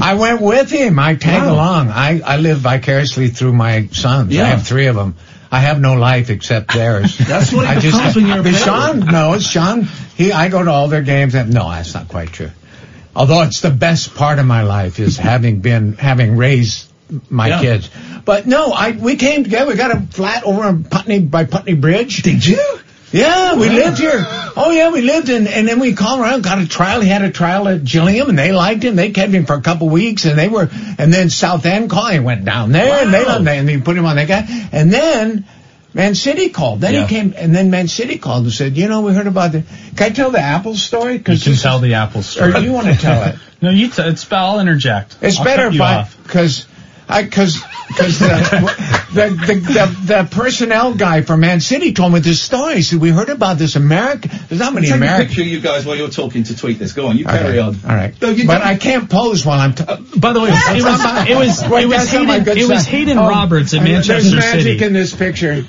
[SPEAKER 8] I went with him. I tag
[SPEAKER 4] Wow.
[SPEAKER 8] along. I, I live vicariously through my sons.
[SPEAKER 4] Yeah.
[SPEAKER 8] I have three of them. I have no life except theirs.
[SPEAKER 4] That's what it
[SPEAKER 8] I
[SPEAKER 4] becomes when you're a
[SPEAKER 8] But Sean
[SPEAKER 4] parent.
[SPEAKER 8] knows. Sean, he, I go to all their games. And, no, that's not quite true. Although it's the best part of my life is having been, having raised my
[SPEAKER 4] Yeah.
[SPEAKER 8] kids. But no, I, we came together. We got a flat over on Putney, by Putney Bridge.
[SPEAKER 4] Did you?
[SPEAKER 8] Yeah, we lived here. Oh yeah, we lived in, and then we called around, got a trial. He had a trial at Gilliam, and they liked him. They kept him for a couple weeks, and they were, and then South End called. He went down there, and they loved him, and they put him on that guy. And then Man City called. Then
[SPEAKER 7] Yeah.
[SPEAKER 8] he came, and then Man City called and said, you know, we heard about the. Can I tell the Apple story?
[SPEAKER 7] You
[SPEAKER 8] Because
[SPEAKER 7] can tell the Apple story.
[SPEAKER 8] Or you want to tell it?
[SPEAKER 7] no, you. T- it's. I'll interject.
[SPEAKER 8] It's
[SPEAKER 7] I'll
[SPEAKER 8] better
[SPEAKER 7] cut you
[SPEAKER 8] if I
[SPEAKER 7] off.
[SPEAKER 8] because because because the, the, the the the personnel guy from Man City told me this story. He said we heard about this American. There's not many
[SPEAKER 2] Take a
[SPEAKER 8] Americans.
[SPEAKER 2] picture of you guys while you're talking to tweet this. Go on, you carry on.
[SPEAKER 8] All right,
[SPEAKER 2] No, you
[SPEAKER 8] but
[SPEAKER 2] don't-
[SPEAKER 8] I can't pose while I'm. T-
[SPEAKER 7] By the way, it was it was it was Hayden, it was Hayden Roberts at
[SPEAKER 8] Oh, There's
[SPEAKER 7] Manchester
[SPEAKER 8] magic
[SPEAKER 7] City.
[SPEAKER 8] in this picture.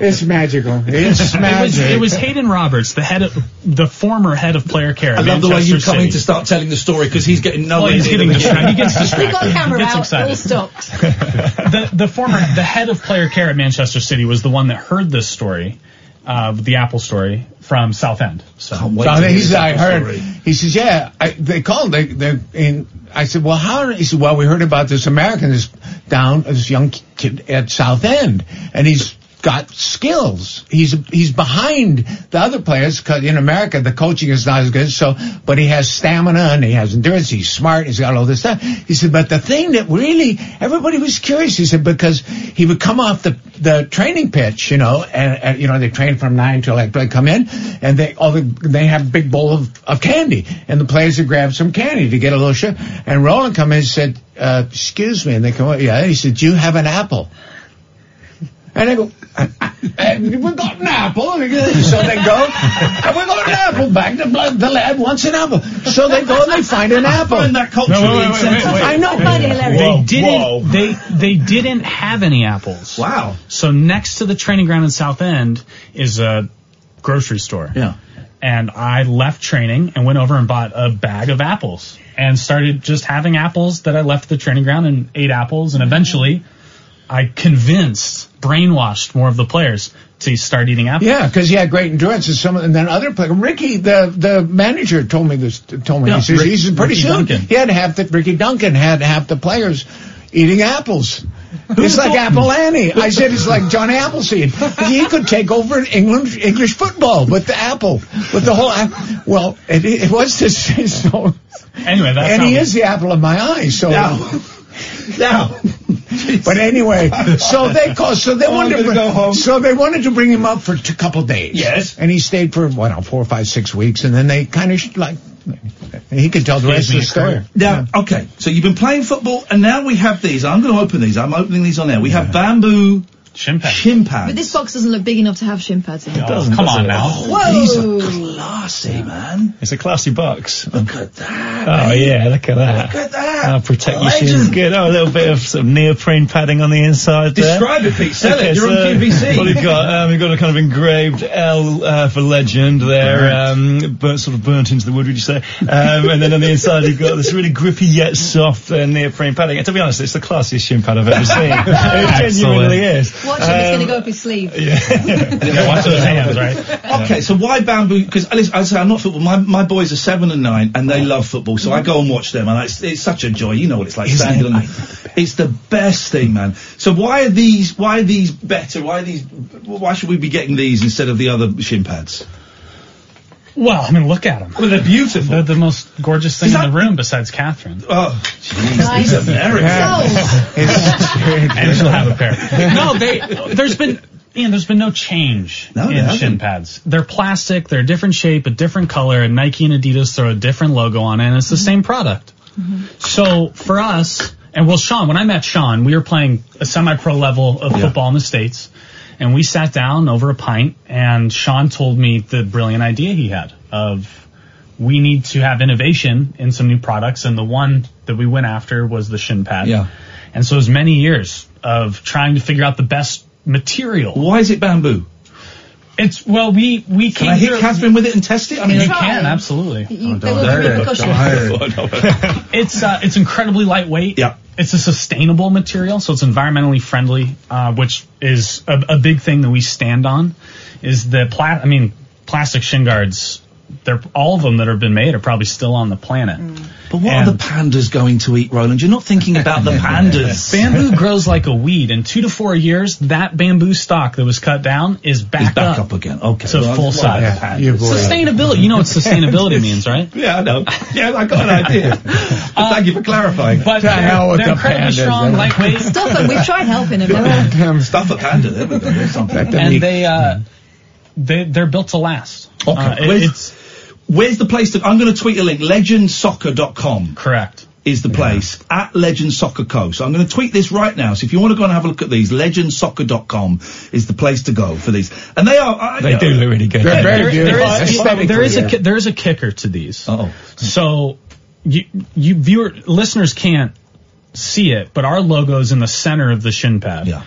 [SPEAKER 8] It's magical. It's
[SPEAKER 7] it, was,
[SPEAKER 8] magic.
[SPEAKER 7] it was Hayden Roberts, the head of the former head of player care.
[SPEAKER 4] I
[SPEAKER 7] at
[SPEAKER 4] love the way
[SPEAKER 7] Manchester
[SPEAKER 4] you're coming
[SPEAKER 7] City.
[SPEAKER 4] to start telling the story because he's getting no.
[SPEAKER 7] Oh, he's getting distracted. He gets
[SPEAKER 9] We got
[SPEAKER 7] distracted.
[SPEAKER 9] camera
[SPEAKER 7] he gets excited.
[SPEAKER 9] out. All stopped.
[SPEAKER 7] the the former the head of player care at Manchester City was the one that heard this story, uh, the Apple story from Southend. So
[SPEAKER 8] So I think he said, I heard. He says, yeah, I, they called. They, they, and I said, well, how? He said, well, we heard about this American is down, this young kid at South End, and he's got skills. He's he's behind the other players because in America the coaching is not as good. So, but he has stamina and he has endurance. He's smart. He's got all this stuff. He said, but the thing that really everybody was curious. He said because he would come off the the training pitch, you know, and, and you know they train from nine till like they come in, and they all the, they have a big bowl of, of candy, and the players would grab some candy to get a little sugar. And Roland come in and said, uh, "Excuse me," and they come, up, "Yeah," he said, "Do you have an apple?" And I go, and we got an apple. And they- So they go, and we got an apple back. The, blood, the lad wants an apple. So they go and they find an apple.
[SPEAKER 7] find that culturally Oh. No, wait, wait, wait, wait, insensitive. wait.
[SPEAKER 8] I
[SPEAKER 7] They
[SPEAKER 8] know.
[SPEAKER 7] didn't. They they didn't have any apples. Wow. So next to the training ground in South End is a grocery store. Yeah. And I left training and went over and bought a bag of apples and started just having apples that I left the training ground and ate apples and eventually I convinced, brainwashed more of the players to start eating apples.
[SPEAKER 8] Yeah, because he had great endurance, and some, and then other players. Ricky, the the manager, told me this. Told me
[SPEAKER 7] Yeah,
[SPEAKER 8] he says
[SPEAKER 7] Rick-
[SPEAKER 8] he's pretty
[SPEAKER 7] Ricky
[SPEAKER 8] soon
[SPEAKER 7] Duncan.
[SPEAKER 8] he had half the Ricky Duncan had half the players eating apples. it's like Apple Annie. I said it's like Johnny Appleseed. He could take over England English football with the apple, with the whole. app- Well, it, it was this. So,
[SPEAKER 7] anyway, that's
[SPEAKER 8] and
[SPEAKER 7] how
[SPEAKER 8] he
[SPEAKER 7] we-
[SPEAKER 8] is the apple of my eye. So.
[SPEAKER 7] No.
[SPEAKER 8] No. but anyway, so they called. So they
[SPEAKER 2] Oh, I'm
[SPEAKER 8] wanted to
[SPEAKER 2] gonna
[SPEAKER 8] bring,
[SPEAKER 2] go home.
[SPEAKER 8] So they wanted to bring him up for a couple days.
[SPEAKER 2] Yes.
[SPEAKER 8] And he stayed for what, well, four, five, six weeks, and then they kind of sh- like he could tell the rest of the story.
[SPEAKER 4] Now, okay, so you've been playing football, and now we have these. I'm going to open these. I'm opening these on there. We have bamboo
[SPEAKER 7] shimpan.
[SPEAKER 9] But this box doesn't look big enough to have shin pads in.
[SPEAKER 4] It doesn't, come does on it? now.
[SPEAKER 9] Whoa.
[SPEAKER 4] Classy, man.
[SPEAKER 12] It's a classy box.
[SPEAKER 4] Look at that.
[SPEAKER 12] Oh
[SPEAKER 4] mate.
[SPEAKER 12] yeah, look at that.
[SPEAKER 4] Look at that.
[SPEAKER 12] Oh, protect your shins. Good. Oh, a little bit of some neoprene padding on the inside there.
[SPEAKER 4] Describe it, Pete. Sell it.
[SPEAKER 12] Okay,
[SPEAKER 4] You're on
[SPEAKER 12] so-
[SPEAKER 4] QVC.
[SPEAKER 12] Well, you've got um, you've got a kind of engraved L uh, for legend there, um, burnt, sort of burnt into the wood, would you say? Um, and then on the inside you've got this really grippy yet soft uh, neoprene padding. And to be honest, it's the classiest shin pad I've ever seen. it genuinely is.
[SPEAKER 9] Watch him, it's
[SPEAKER 12] Um,
[SPEAKER 9] going to go up his sleeve.
[SPEAKER 12] yeah, watch those hands, right?
[SPEAKER 4] Okay, so why bamboo? Because I say I'm not football. My, my boys are seven and nine, and they love football. So I go and watch them, and it's, it's such a joy. You know what it's like standing on. It's the best thing, man. So why are these? Why are these better? Why are these? Why should we be getting these instead of the other shin pads?
[SPEAKER 7] Well, I mean, look at them.
[SPEAKER 4] Well, they're beautiful.
[SPEAKER 7] They're the most gorgeous thing in the room besides Catherine.
[SPEAKER 4] Oh,
[SPEAKER 7] Nice.
[SPEAKER 4] these are American.
[SPEAKER 7] and she'll have a pair. No, they. There's been. Ian, there's been no change
[SPEAKER 4] No, there
[SPEAKER 7] in
[SPEAKER 4] hasn't.
[SPEAKER 7] shin pads. They're plastic. They're a different shape, a different color, and Nike and Adidas throw a different logo on it, and it's the same product. So for us, and well, Sean, when I met Sean, we were playing a semi-pro level of football in the states, and we sat down over a pint, and Sean told me the brilliant idea he had of we need to have innovation in some new products, and the one that we went after was the shin pad.
[SPEAKER 4] Yeah.
[SPEAKER 7] And so it was many years of trying to figure out the best material.
[SPEAKER 4] Why is it bamboo?
[SPEAKER 7] It's well, we we
[SPEAKER 4] Can
[SPEAKER 7] came
[SPEAKER 4] I hit
[SPEAKER 7] through-
[SPEAKER 4] Catherine with it and test it? I mean,
[SPEAKER 7] you
[SPEAKER 4] I-
[SPEAKER 7] can absolutely. Oh,
[SPEAKER 4] Oh,
[SPEAKER 9] You- there will be repercussions.
[SPEAKER 7] it's uh, it's incredibly lightweight. Yeah. It's a sustainable material, so it's environmentally friendly, uh, which is a, a big thing that we stand on. Is the pla- I mean, plastic shin guards. They're all of them that have been made are probably still on the planet.
[SPEAKER 9] Mm.
[SPEAKER 4] But what are the pandas going to eat, Roland? You're not thinking about the pandas.
[SPEAKER 7] Bamboo grows like a weed. In two to four years, that bamboo stock that was cut down is back,
[SPEAKER 4] back
[SPEAKER 7] up.
[SPEAKER 4] again. Okay.
[SPEAKER 7] To
[SPEAKER 4] Well,
[SPEAKER 7] full
[SPEAKER 4] well,
[SPEAKER 7] size.
[SPEAKER 4] yeah, you've already-
[SPEAKER 7] Sustainability. You know what sustainability means, right?
[SPEAKER 4] Yeah, I know. Yeah, I got an idea. But thank you for clarifying.
[SPEAKER 7] But they're, they're incredibly strong, lightweight.
[SPEAKER 9] Stop him. We've tried helping him.
[SPEAKER 4] Stuff a panda. There we go. There's something.
[SPEAKER 7] and they uh, they they're built to last.
[SPEAKER 4] Okay.
[SPEAKER 7] Uh, it-
[SPEAKER 4] where's,
[SPEAKER 7] it's
[SPEAKER 4] where's the place that I'm going to tweet a link? Legendsoccer.com.
[SPEAKER 7] correct.
[SPEAKER 4] is the place at Legend Soccer Co. So I'm going to tweet this right now. So if you want to go and have a look at these, legendsoccer.com is the place to go for these. And they are. I-
[SPEAKER 7] They
[SPEAKER 4] you know,
[SPEAKER 7] do look really good. They're very There- there beautiful. is- Aesthetically, there is a yeah. ki-
[SPEAKER 4] there is
[SPEAKER 7] a kicker to these. Oh, so you you viewer listeners can't see it, but our logo's in the center of the shin pad. Yeah,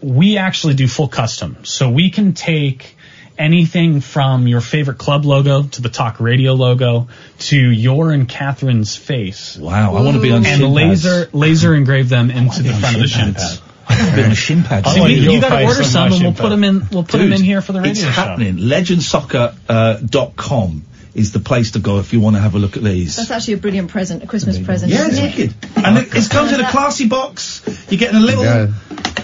[SPEAKER 7] we actually do full custom, so we can take anything from your favorite club logo to the talk radio logo to your and Catherine's face.
[SPEAKER 4] Wow, I wanna be on shin
[SPEAKER 7] and
[SPEAKER 4] pads.
[SPEAKER 7] laser laser engrave them into the
[SPEAKER 4] be on
[SPEAKER 7] front of the
[SPEAKER 4] shin
[SPEAKER 7] shin
[SPEAKER 4] pads.
[SPEAKER 7] pad.
[SPEAKER 4] Been a shin pad.
[SPEAKER 7] See, we- you got to order some, and we'll put them in. We'll put them
[SPEAKER 4] Dude,
[SPEAKER 7] in here for the radio
[SPEAKER 4] It's
[SPEAKER 7] show.
[SPEAKER 4] happening. Legendsoccer.com is the place to go if you want to have a look at these.
[SPEAKER 9] That's actually a brilliant present, a Christmas present.
[SPEAKER 4] Yeah, it's
[SPEAKER 9] isn't it?
[SPEAKER 4] wicked. And it, it comes in a classy box. You get in a little
[SPEAKER 8] Yeah.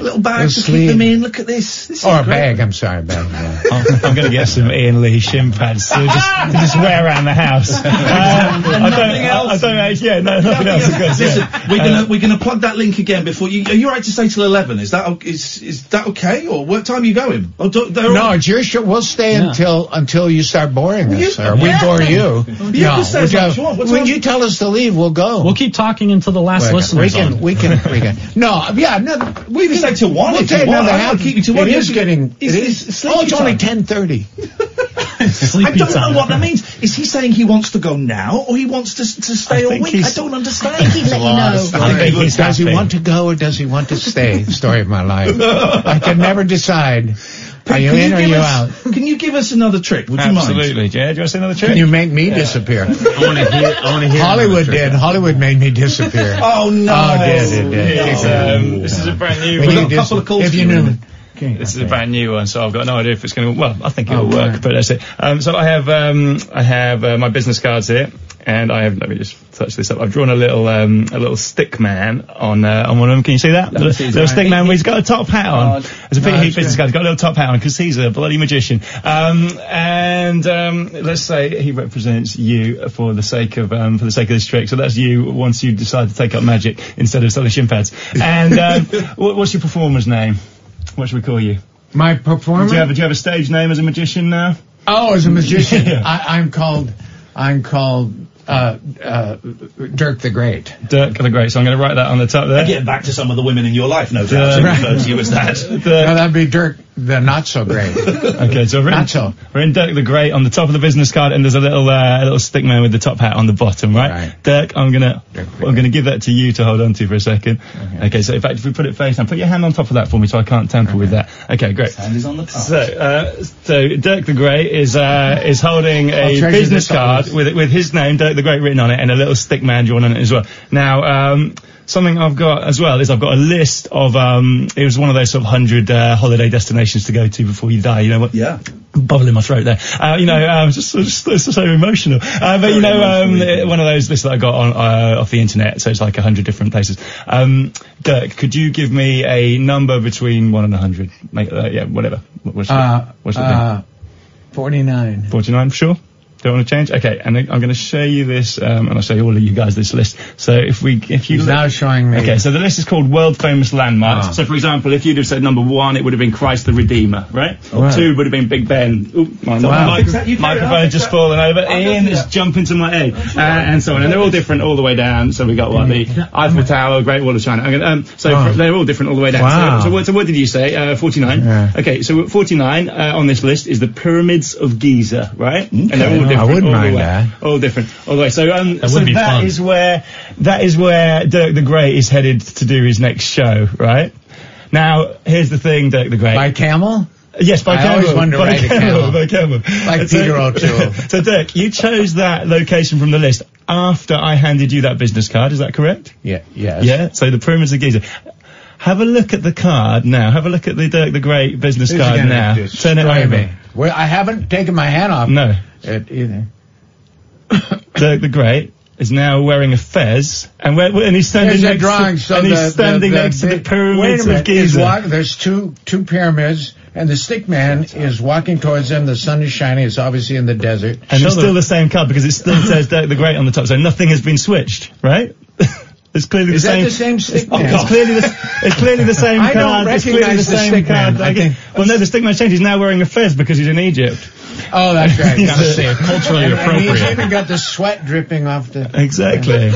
[SPEAKER 4] a little bag
[SPEAKER 8] Little
[SPEAKER 4] to
[SPEAKER 8] sleeve.
[SPEAKER 4] keep them in. Look at this. this is
[SPEAKER 8] Or a
[SPEAKER 4] great.
[SPEAKER 8] bag, I'm sorry, bag. yeah.
[SPEAKER 12] Um,
[SPEAKER 10] I'm going to get some Ian Lee shin pads to just, to just wear around the house. Um, I don't, I,
[SPEAKER 4] Nothing
[SPEAKER 10] I
[SPEAKER 4] else.
[SPEAKER 10] don't actually, yeah, no, nothing else is good.
[SPEAKER 4] Listen,
[SPEAKER 10] yeah.
[SPEAKER 4] we're
[SPEAKER 10] Uh,
[SPEAKER 4] gonna we're gonna plug that link again before you. Are you right to stay till eleven? Is that o- is is that okay? Or what time are you going? Oh, do, they're all-
[SPEAKER 8] No, it's your show. We'll stay
[SPEAKER 4] Yeah.
[SPEAKER 8] until until you start boring
[SPEAKER 4] Well, you-
[SPEAKER 8] us, or we
[SPEAKER 4] Yeah.
[SPEAKER 8] bore you.
[SPEAKER 4] You can
[SPEAKER 8] we'll
[SPEAKER 4] stay as long
[SPEAKER 8] go-
[SPEAKER 4] as you want. What
[SPEAKER 8] when
[SPEAKER 4] time-
[SPEAKER 8] you tell us to leave, we'll go. We'll
[SPEAKER 7] keep talking until the last
[SPEAKER 8] listen. We
[SPEAKER 7] listener's
[SPEAKER 8] can,
[SPEAKER 7] on.
[SPEAKER 8] we can, we can. No, yeah, no. We
[SPEAKER 4] can stay till one
[SPEAKER 8] We'll
[SPEAKER 4] if you
[SPEAKER 8] take
[SPEAKER 4] want.
[SPEAKER 8] another
[SPEAKER 4] I
[SPEAKER 8] half.
[SPEAKER 4] won't keep you till one.
[SPEAKER 8] It is
[SPEAKER 4] You-
[SPEAKER 8] getting.
[SPEAKER 4] it's-
[SPEAKER 8] it is.
[SPEAKER 4] it's
[SPEAKER 8] oh, it's
[SPEAKER 4] sleepy
[SPEAKER 8] only
[SPEAKER 4] time.
[SPEAKER 8] ten thirty.
[SPEAKER 4] I don't know what that means. Is he saying he wants to go now, or he wants to s- to stay all
[SPEAKER 8] think
[SPEAKER 4] week? I
[SPEAKER 8] he's-
[SPEAKER 4] don't understand.
[SPEAKER 8] He'd let you know.
[SPEAKER 4] he's
[SPEAKER 8] does he
[SPEAKER 4] happy.
[SPEAKER 8] want to go or does he want to stay? Story of my life. I can never decide. Are you
[SPEAKER 4] Can
[SPEAKER 8] in or
[SPEAKER 4] give
[SPEAKER 8] you
[SPEAKER 4] us-
[SPEAKER 8] out?
[SPEAKER 4] Can you give us another trick? Would you
[SPEAKER 10] Absolutely,
[SPEAKER 4] mind?
[SPEAKER 10] yeah. Do you want to see another trick?
[SPEAKER 8] Can you make me disappear?
[SPEAKER 10] wanna hear- I wanna hear
[SPEAKER 8] Hollywood
[SPEAKER 10] another
[SPEAKER 8] did.
[SPEAKER 10] trick.
[SPEAKER 8] Hollywood made me disappear.
[SPEAKER 4] Oh, no.
[SPEAKER 8] Oh, it did it? Did
[SPEAKER 10] It's, um, this is a brand new.
[SPEAKER 8] We've got a couple of calls If you knew.
[SPEAKER 10] This is a brand new one, so I've got no idea if it's going to. Well, I think it'll work, but that's it. Um, so I have um, I have uh, my business cards here, and I have. Let me just touch this up. I've drawn a little um, a little stick man on uh, on one of them. Can you see that?
[SPEAKER 12] Let me see
[SPEAKER 10] little
[SPEAKER 12] that.
[SPEAKER 10] stick man. He's got a top hat on. There's a big
[SPEAKER 12] no,
[SPEAKER 10] heat
[SPEAKER 12] it's good.
[SPEAKER 10] business card. He's got a little top hat on because he's a bloody magician. Um, and um, let's say he represents you for the sake of um, for the sake of this trick. So that's you once you decide to take up magic instead of selling shin pads. And um, what, what's your performer's name? What should we call you?
[SPEAKER 8] My performer?
[SPEAKER 10] Do you have, do you have a stage name as a magician now?
[SPEAKER 8] Oh, as a magician,
[SPEAKER 10] Yeah.
[SPEAKER 8] I, I'm called. I'm called uh, uh, Dirk the Great.
[SPEAKER 10] Dirk the Great. So I'm going to write that on the top there.
[SPEAKER 4] Get back to some of the women in your life, no doubt.
[SPEAKER 10] Yeah.
[SPEAKER 4] She referred to you as that.
[SPEAKER 8] No, that'd be Dirk the Not So Great.
[SPEAKER 10] Okay, so we're in, we're in Dirk the Great on the top of the business card, and there's a little uh, a little stick man with the top hat on the bottom, right? Dirk, I'm gonna I'm gonna give that to you to hold on to for a second. Okay, so in fact, if we put it face down, put your hand on top of that for me, so I can't tamper with that. Okay, great.
[SPEAKER 4] Hand is on the top.
[SPEAKER 10] So, uh, so Dirk the Great is uh, is holding
[SPEAKER 4] I'll
[SPEAKER 10] a
[SPEAKER 4] treasure
[SPEAKER 10] business
[SPEAKER 4] this up.
[SPEAKER 10] card with with his name, Dirk the Great, written on it, and a little stick man drawn on it as well. Now, um, something I've got as well is I've got a list of um, it was one of those sort of hundred uh, holiday destinations to go to before you die. You know what?
[SPEAKER 4] Yeah.
[SPEAKER 10] Bubble in my throat there. Uh, you know, um, just, just, it's so emotional. Uh, but you know, um, uh, one of those lists that I got on uh, off the internet, so it's like a hundred different places. Um, Dirk, could you give me a number between one and a hundred? Make- Uh, yeah, whatever. What- What's the,
[SPEAKER 8] Uh,
[SPEAKER 10] what's the
[SPEAKER 8] uh, Forty-nine.
[SPEAKER 10] thing? Forty-nine, sure. Don't want to change. Okay, and then I'm going to show you this, um, and I'll show all of you guys this list. So if we, if you
[SPEAKER 8] He's now showing me.
[SPEAKER 10] Okay, so the list is called World Famous Landmarks.
[SPEAKER 8] Ah.
[SPEAKER 10] So, for example, if you'd have said number one, it would have been Christ the Redeemer, right?
[SPEAKER 8] Wow.
[SPEAKER 10] Two would have been Big Ben. Oop, my
[SPEAKER 8] Wow.
[SPEAKER 10] mic-
[SPEAKER 8] Fix that, you carry on,
[SPEAKER 10] microphone
[SPEAKER 8] fix
[SPEAKER 10] just
[SPEAKER 8] that.
[SPEAKER 10] fallen over.
[SPEAKER 8] I'll
[SPEAKER 10] Ian
[SPEAKER 8] do
[SPEAKER 10] is
[SPEAKER 8] that.
[SPEAKER 10] jumping to my head, uh, and so on. And they're all different all the way down. So we got what the Eiffel Tower, Great Wall of China. I'm gonna, um, so
[SPEAKER 12] Wow.
[SPEAKER 10] fr- they're all different all the way down.
[SPEAKER 12] Wow.
[SPEAKER 10] So, so, what, so what did you say? Uh, 49. Okay, so 49 uh, on this list is the Pyramids of Giza, right? And they're
[SPEAKER 8] Okay.
[SPEAKER 10] all
[SPEAKER 8] Oh,
[SPEAKER 10] different.
[SPEAKER 8] I wouldn't
[SPEAKER 10] all the
[SPEAKER 8] mind
[SPEAKER 10] way.
[SPEAKER 8] that.
[SPEAKER 10] All different. All the way. So, um,
[SPEAKER 8] That
[SPEAKER 10] so
[SPEAKER 8] would be
[SPEAKER 10] that
[SPEAKER 8] fun.
[SPEAKER 10] is where that is where Dirk the Great is headed to do his next show, right? Now, here's the thing, Dirk the Great. By
[SPEAKER 8] camel?
[SPEAKER 10] Yes, by
[SPEAKER 8] I
[SPEAKER 10] camel.
[SPEAKER 8] always wanted to
[SPEAKER 10] by
[SPEAKER 8] ride a camel.
[SPEAKER 10] by camel.
[SPEAKER 8] Like
[SPEAKER 10] So-
[SPEAKER 8] Peter O'Toole.
[SPEAKER 10] so, Dirk, you chose that location from the list after I handed you that business card. Is that correct?
[SPEAKER 8] Yeah. Yes.
[SPEAKER 10] Yeah. So the pyramids of Giza. Have a look at the card now. Have a look at the Dirk the Great business
[SPEAKER 8] Who's
[SPEAKER 10] card
[SPEAKER 8] gonna
[SPEAKER 10] now.
[SPEAKER 8] do this?
[SPEAKER 10] Turn it
[SPEAKER 8] Sorry,
[SPEAKER 10] over.
[SPEAKER 8] man. Well, I haven't taken my hat off.
[SPEAKER 10] No.
[SPEAKER 8] It either.
[SPEAKER 10] Dirk the Great is now wearing a fez, and, where, and he's standing
[SPEAKER 8] There's a
[SPEAKER 10] next,
[SPEAKER 8] drawing.
[SPEAKER 10] to,
[SPEAKER 8] So
[SPEAKER 10] and he's
[SPEAKER 8] the- the-
[SPEAKER 10] standing
[SPEAKER 8] the-
[SPEAKER 10] next to
[SPEAKER 8] the-
[SPEAKER 10] the pyramids
[SPEAKER 8] wait a
[SPEAKER 10] of
[SPEAKER 8] minute, is
[SPEAKER 10] Giza.
[SPEAKER 8] walk- there's two two pyramids, and the stick man is walking towards them. The sun is shining. It's obviously in the desert.
[SPEAKER 10] And it's still the same card because it still says Dirk the Great on the top, so nothing has been switched, right? it's clearly
[SPEAKER 8] Is
[SPEAKER 10] the
[SPEAKER 8] that
[SPEAKER 10] same.
[SPEAKER 8] the same stick
[SPEAKER 10] it's,
[SPEAKER 8] man?
[SPEAKER 10] it's clearly the, it's clearly the same
[SPEAKER 8] I don't
[SPEAKER 10] card. it's clearly
[SPEAKER 8] recognize the
[SPEAKER 10] same
[SPEAKER 8] stick
[SPEAKER 10] card.
[SPEAKER 8] man, I
[SPEAKER 10] Okay.
[SPEAKER 8] think.
[SPEAKER 10] well, no, the stick man's changed. He's now wearing a fez because he's in Egypt.
[SPEAKER 8] Oh, that's right.
[SPEAKER 10] He's
[SPEAKER 8] Gotta
[SPEAKER 10] a-
[SPEAKER 8] see it. And- and He's even got the sweat dripping off the.
[SPEAKER 10] Exactly.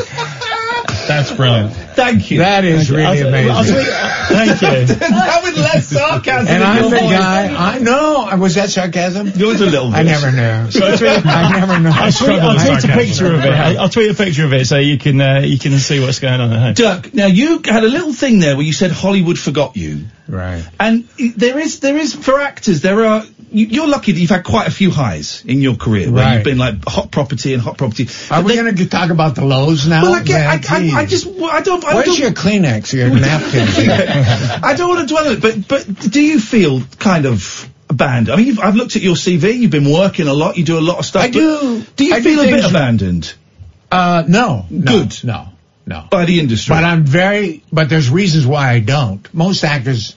[SPEAKER 10] That's brilliant.
[SPEAKER 4] Thank you.
[SPEAKER 8] That is
[SPEAKER 10] Thank you.
[SPEAKER 8] really
[SPEAKER 10] I was- I was-
[SPEAKER 8] amazing.
[SPEAKER 10] Thank you.
[SPEAKER 4] that was less sarcasm.
[SPEAKER 8] And
[SPEAKER 4] in
[SPEAKER 8] I'm
[SPEAKER 4] your
[SPEAKER 8] the
[SPEAKER 4] voice.
[SPEAKER 8] guy. I know. I- Was that sarcasm?
[SPEAKER 4] Yours a little.
[SPEAKER 8] I never know.
[SPEAKER 4] So it's really-
[SPEAKER 8] I never know.
[SPEAKER 4] I
[SPEAKER 8] I
[SPEAKER 4] struggle
[SPEAKER 8] struggle
[SPEAKER 4] with
[SPEAKER 8] with
[SPEAKER 4] Take
[SPEAKER 10] Take a picture of it. I'll I'll tweet a picture of it so you can uh, you can see what's going on at home.
[SPEAKER 4] Dirk, now you had a little thing there where you said Hollywood forgot you.
[SPEAKER 8] Right.
[SPEAKER 4] And i- there is, there is, for actors, there are, you, you're lucky that you've had quite a few highs in your career where you've
[SPEAKER 8] Right.
[SPEAKER 4] been like hot property and hot property.
[SPEAKER 8] Are we going to talk about the lows now?
[SPEAKER 4] Well, I get- I- I- I
[SPEAKER 8] geez.
[SPEAKER 4] just- well, I don't- I
[SPEAKER 8] Where's
[SPEAKER 4] don't-
[SPEAKER 8] your Kleenex? Your napkin.
[SPEAKER 4] I don't want to dwell on it, but but do you feel kind of abandoned? I mean, you've, I've looked at your CV. You've been working a lot. You do a lot of stuff.
[SPEAKER 8] I
[SPEAKER 4] but
[SPEAKER 8] do.
[SPEAKER 4] Do you
[SPEAKER 8] I do
[SPEAKER 4] feel a bit
[SPEAKER 8] things-
[SPEAKER 4] abandoned?
[SPEAKER 8] Uh, no, no.
[SPEAKER 4] Good.
[SPEAKER 8] No. No.
[SPEAKER 4] By the industry.
[SPEAKER 8] But I'm very. But there's reasons why I don't. Most actors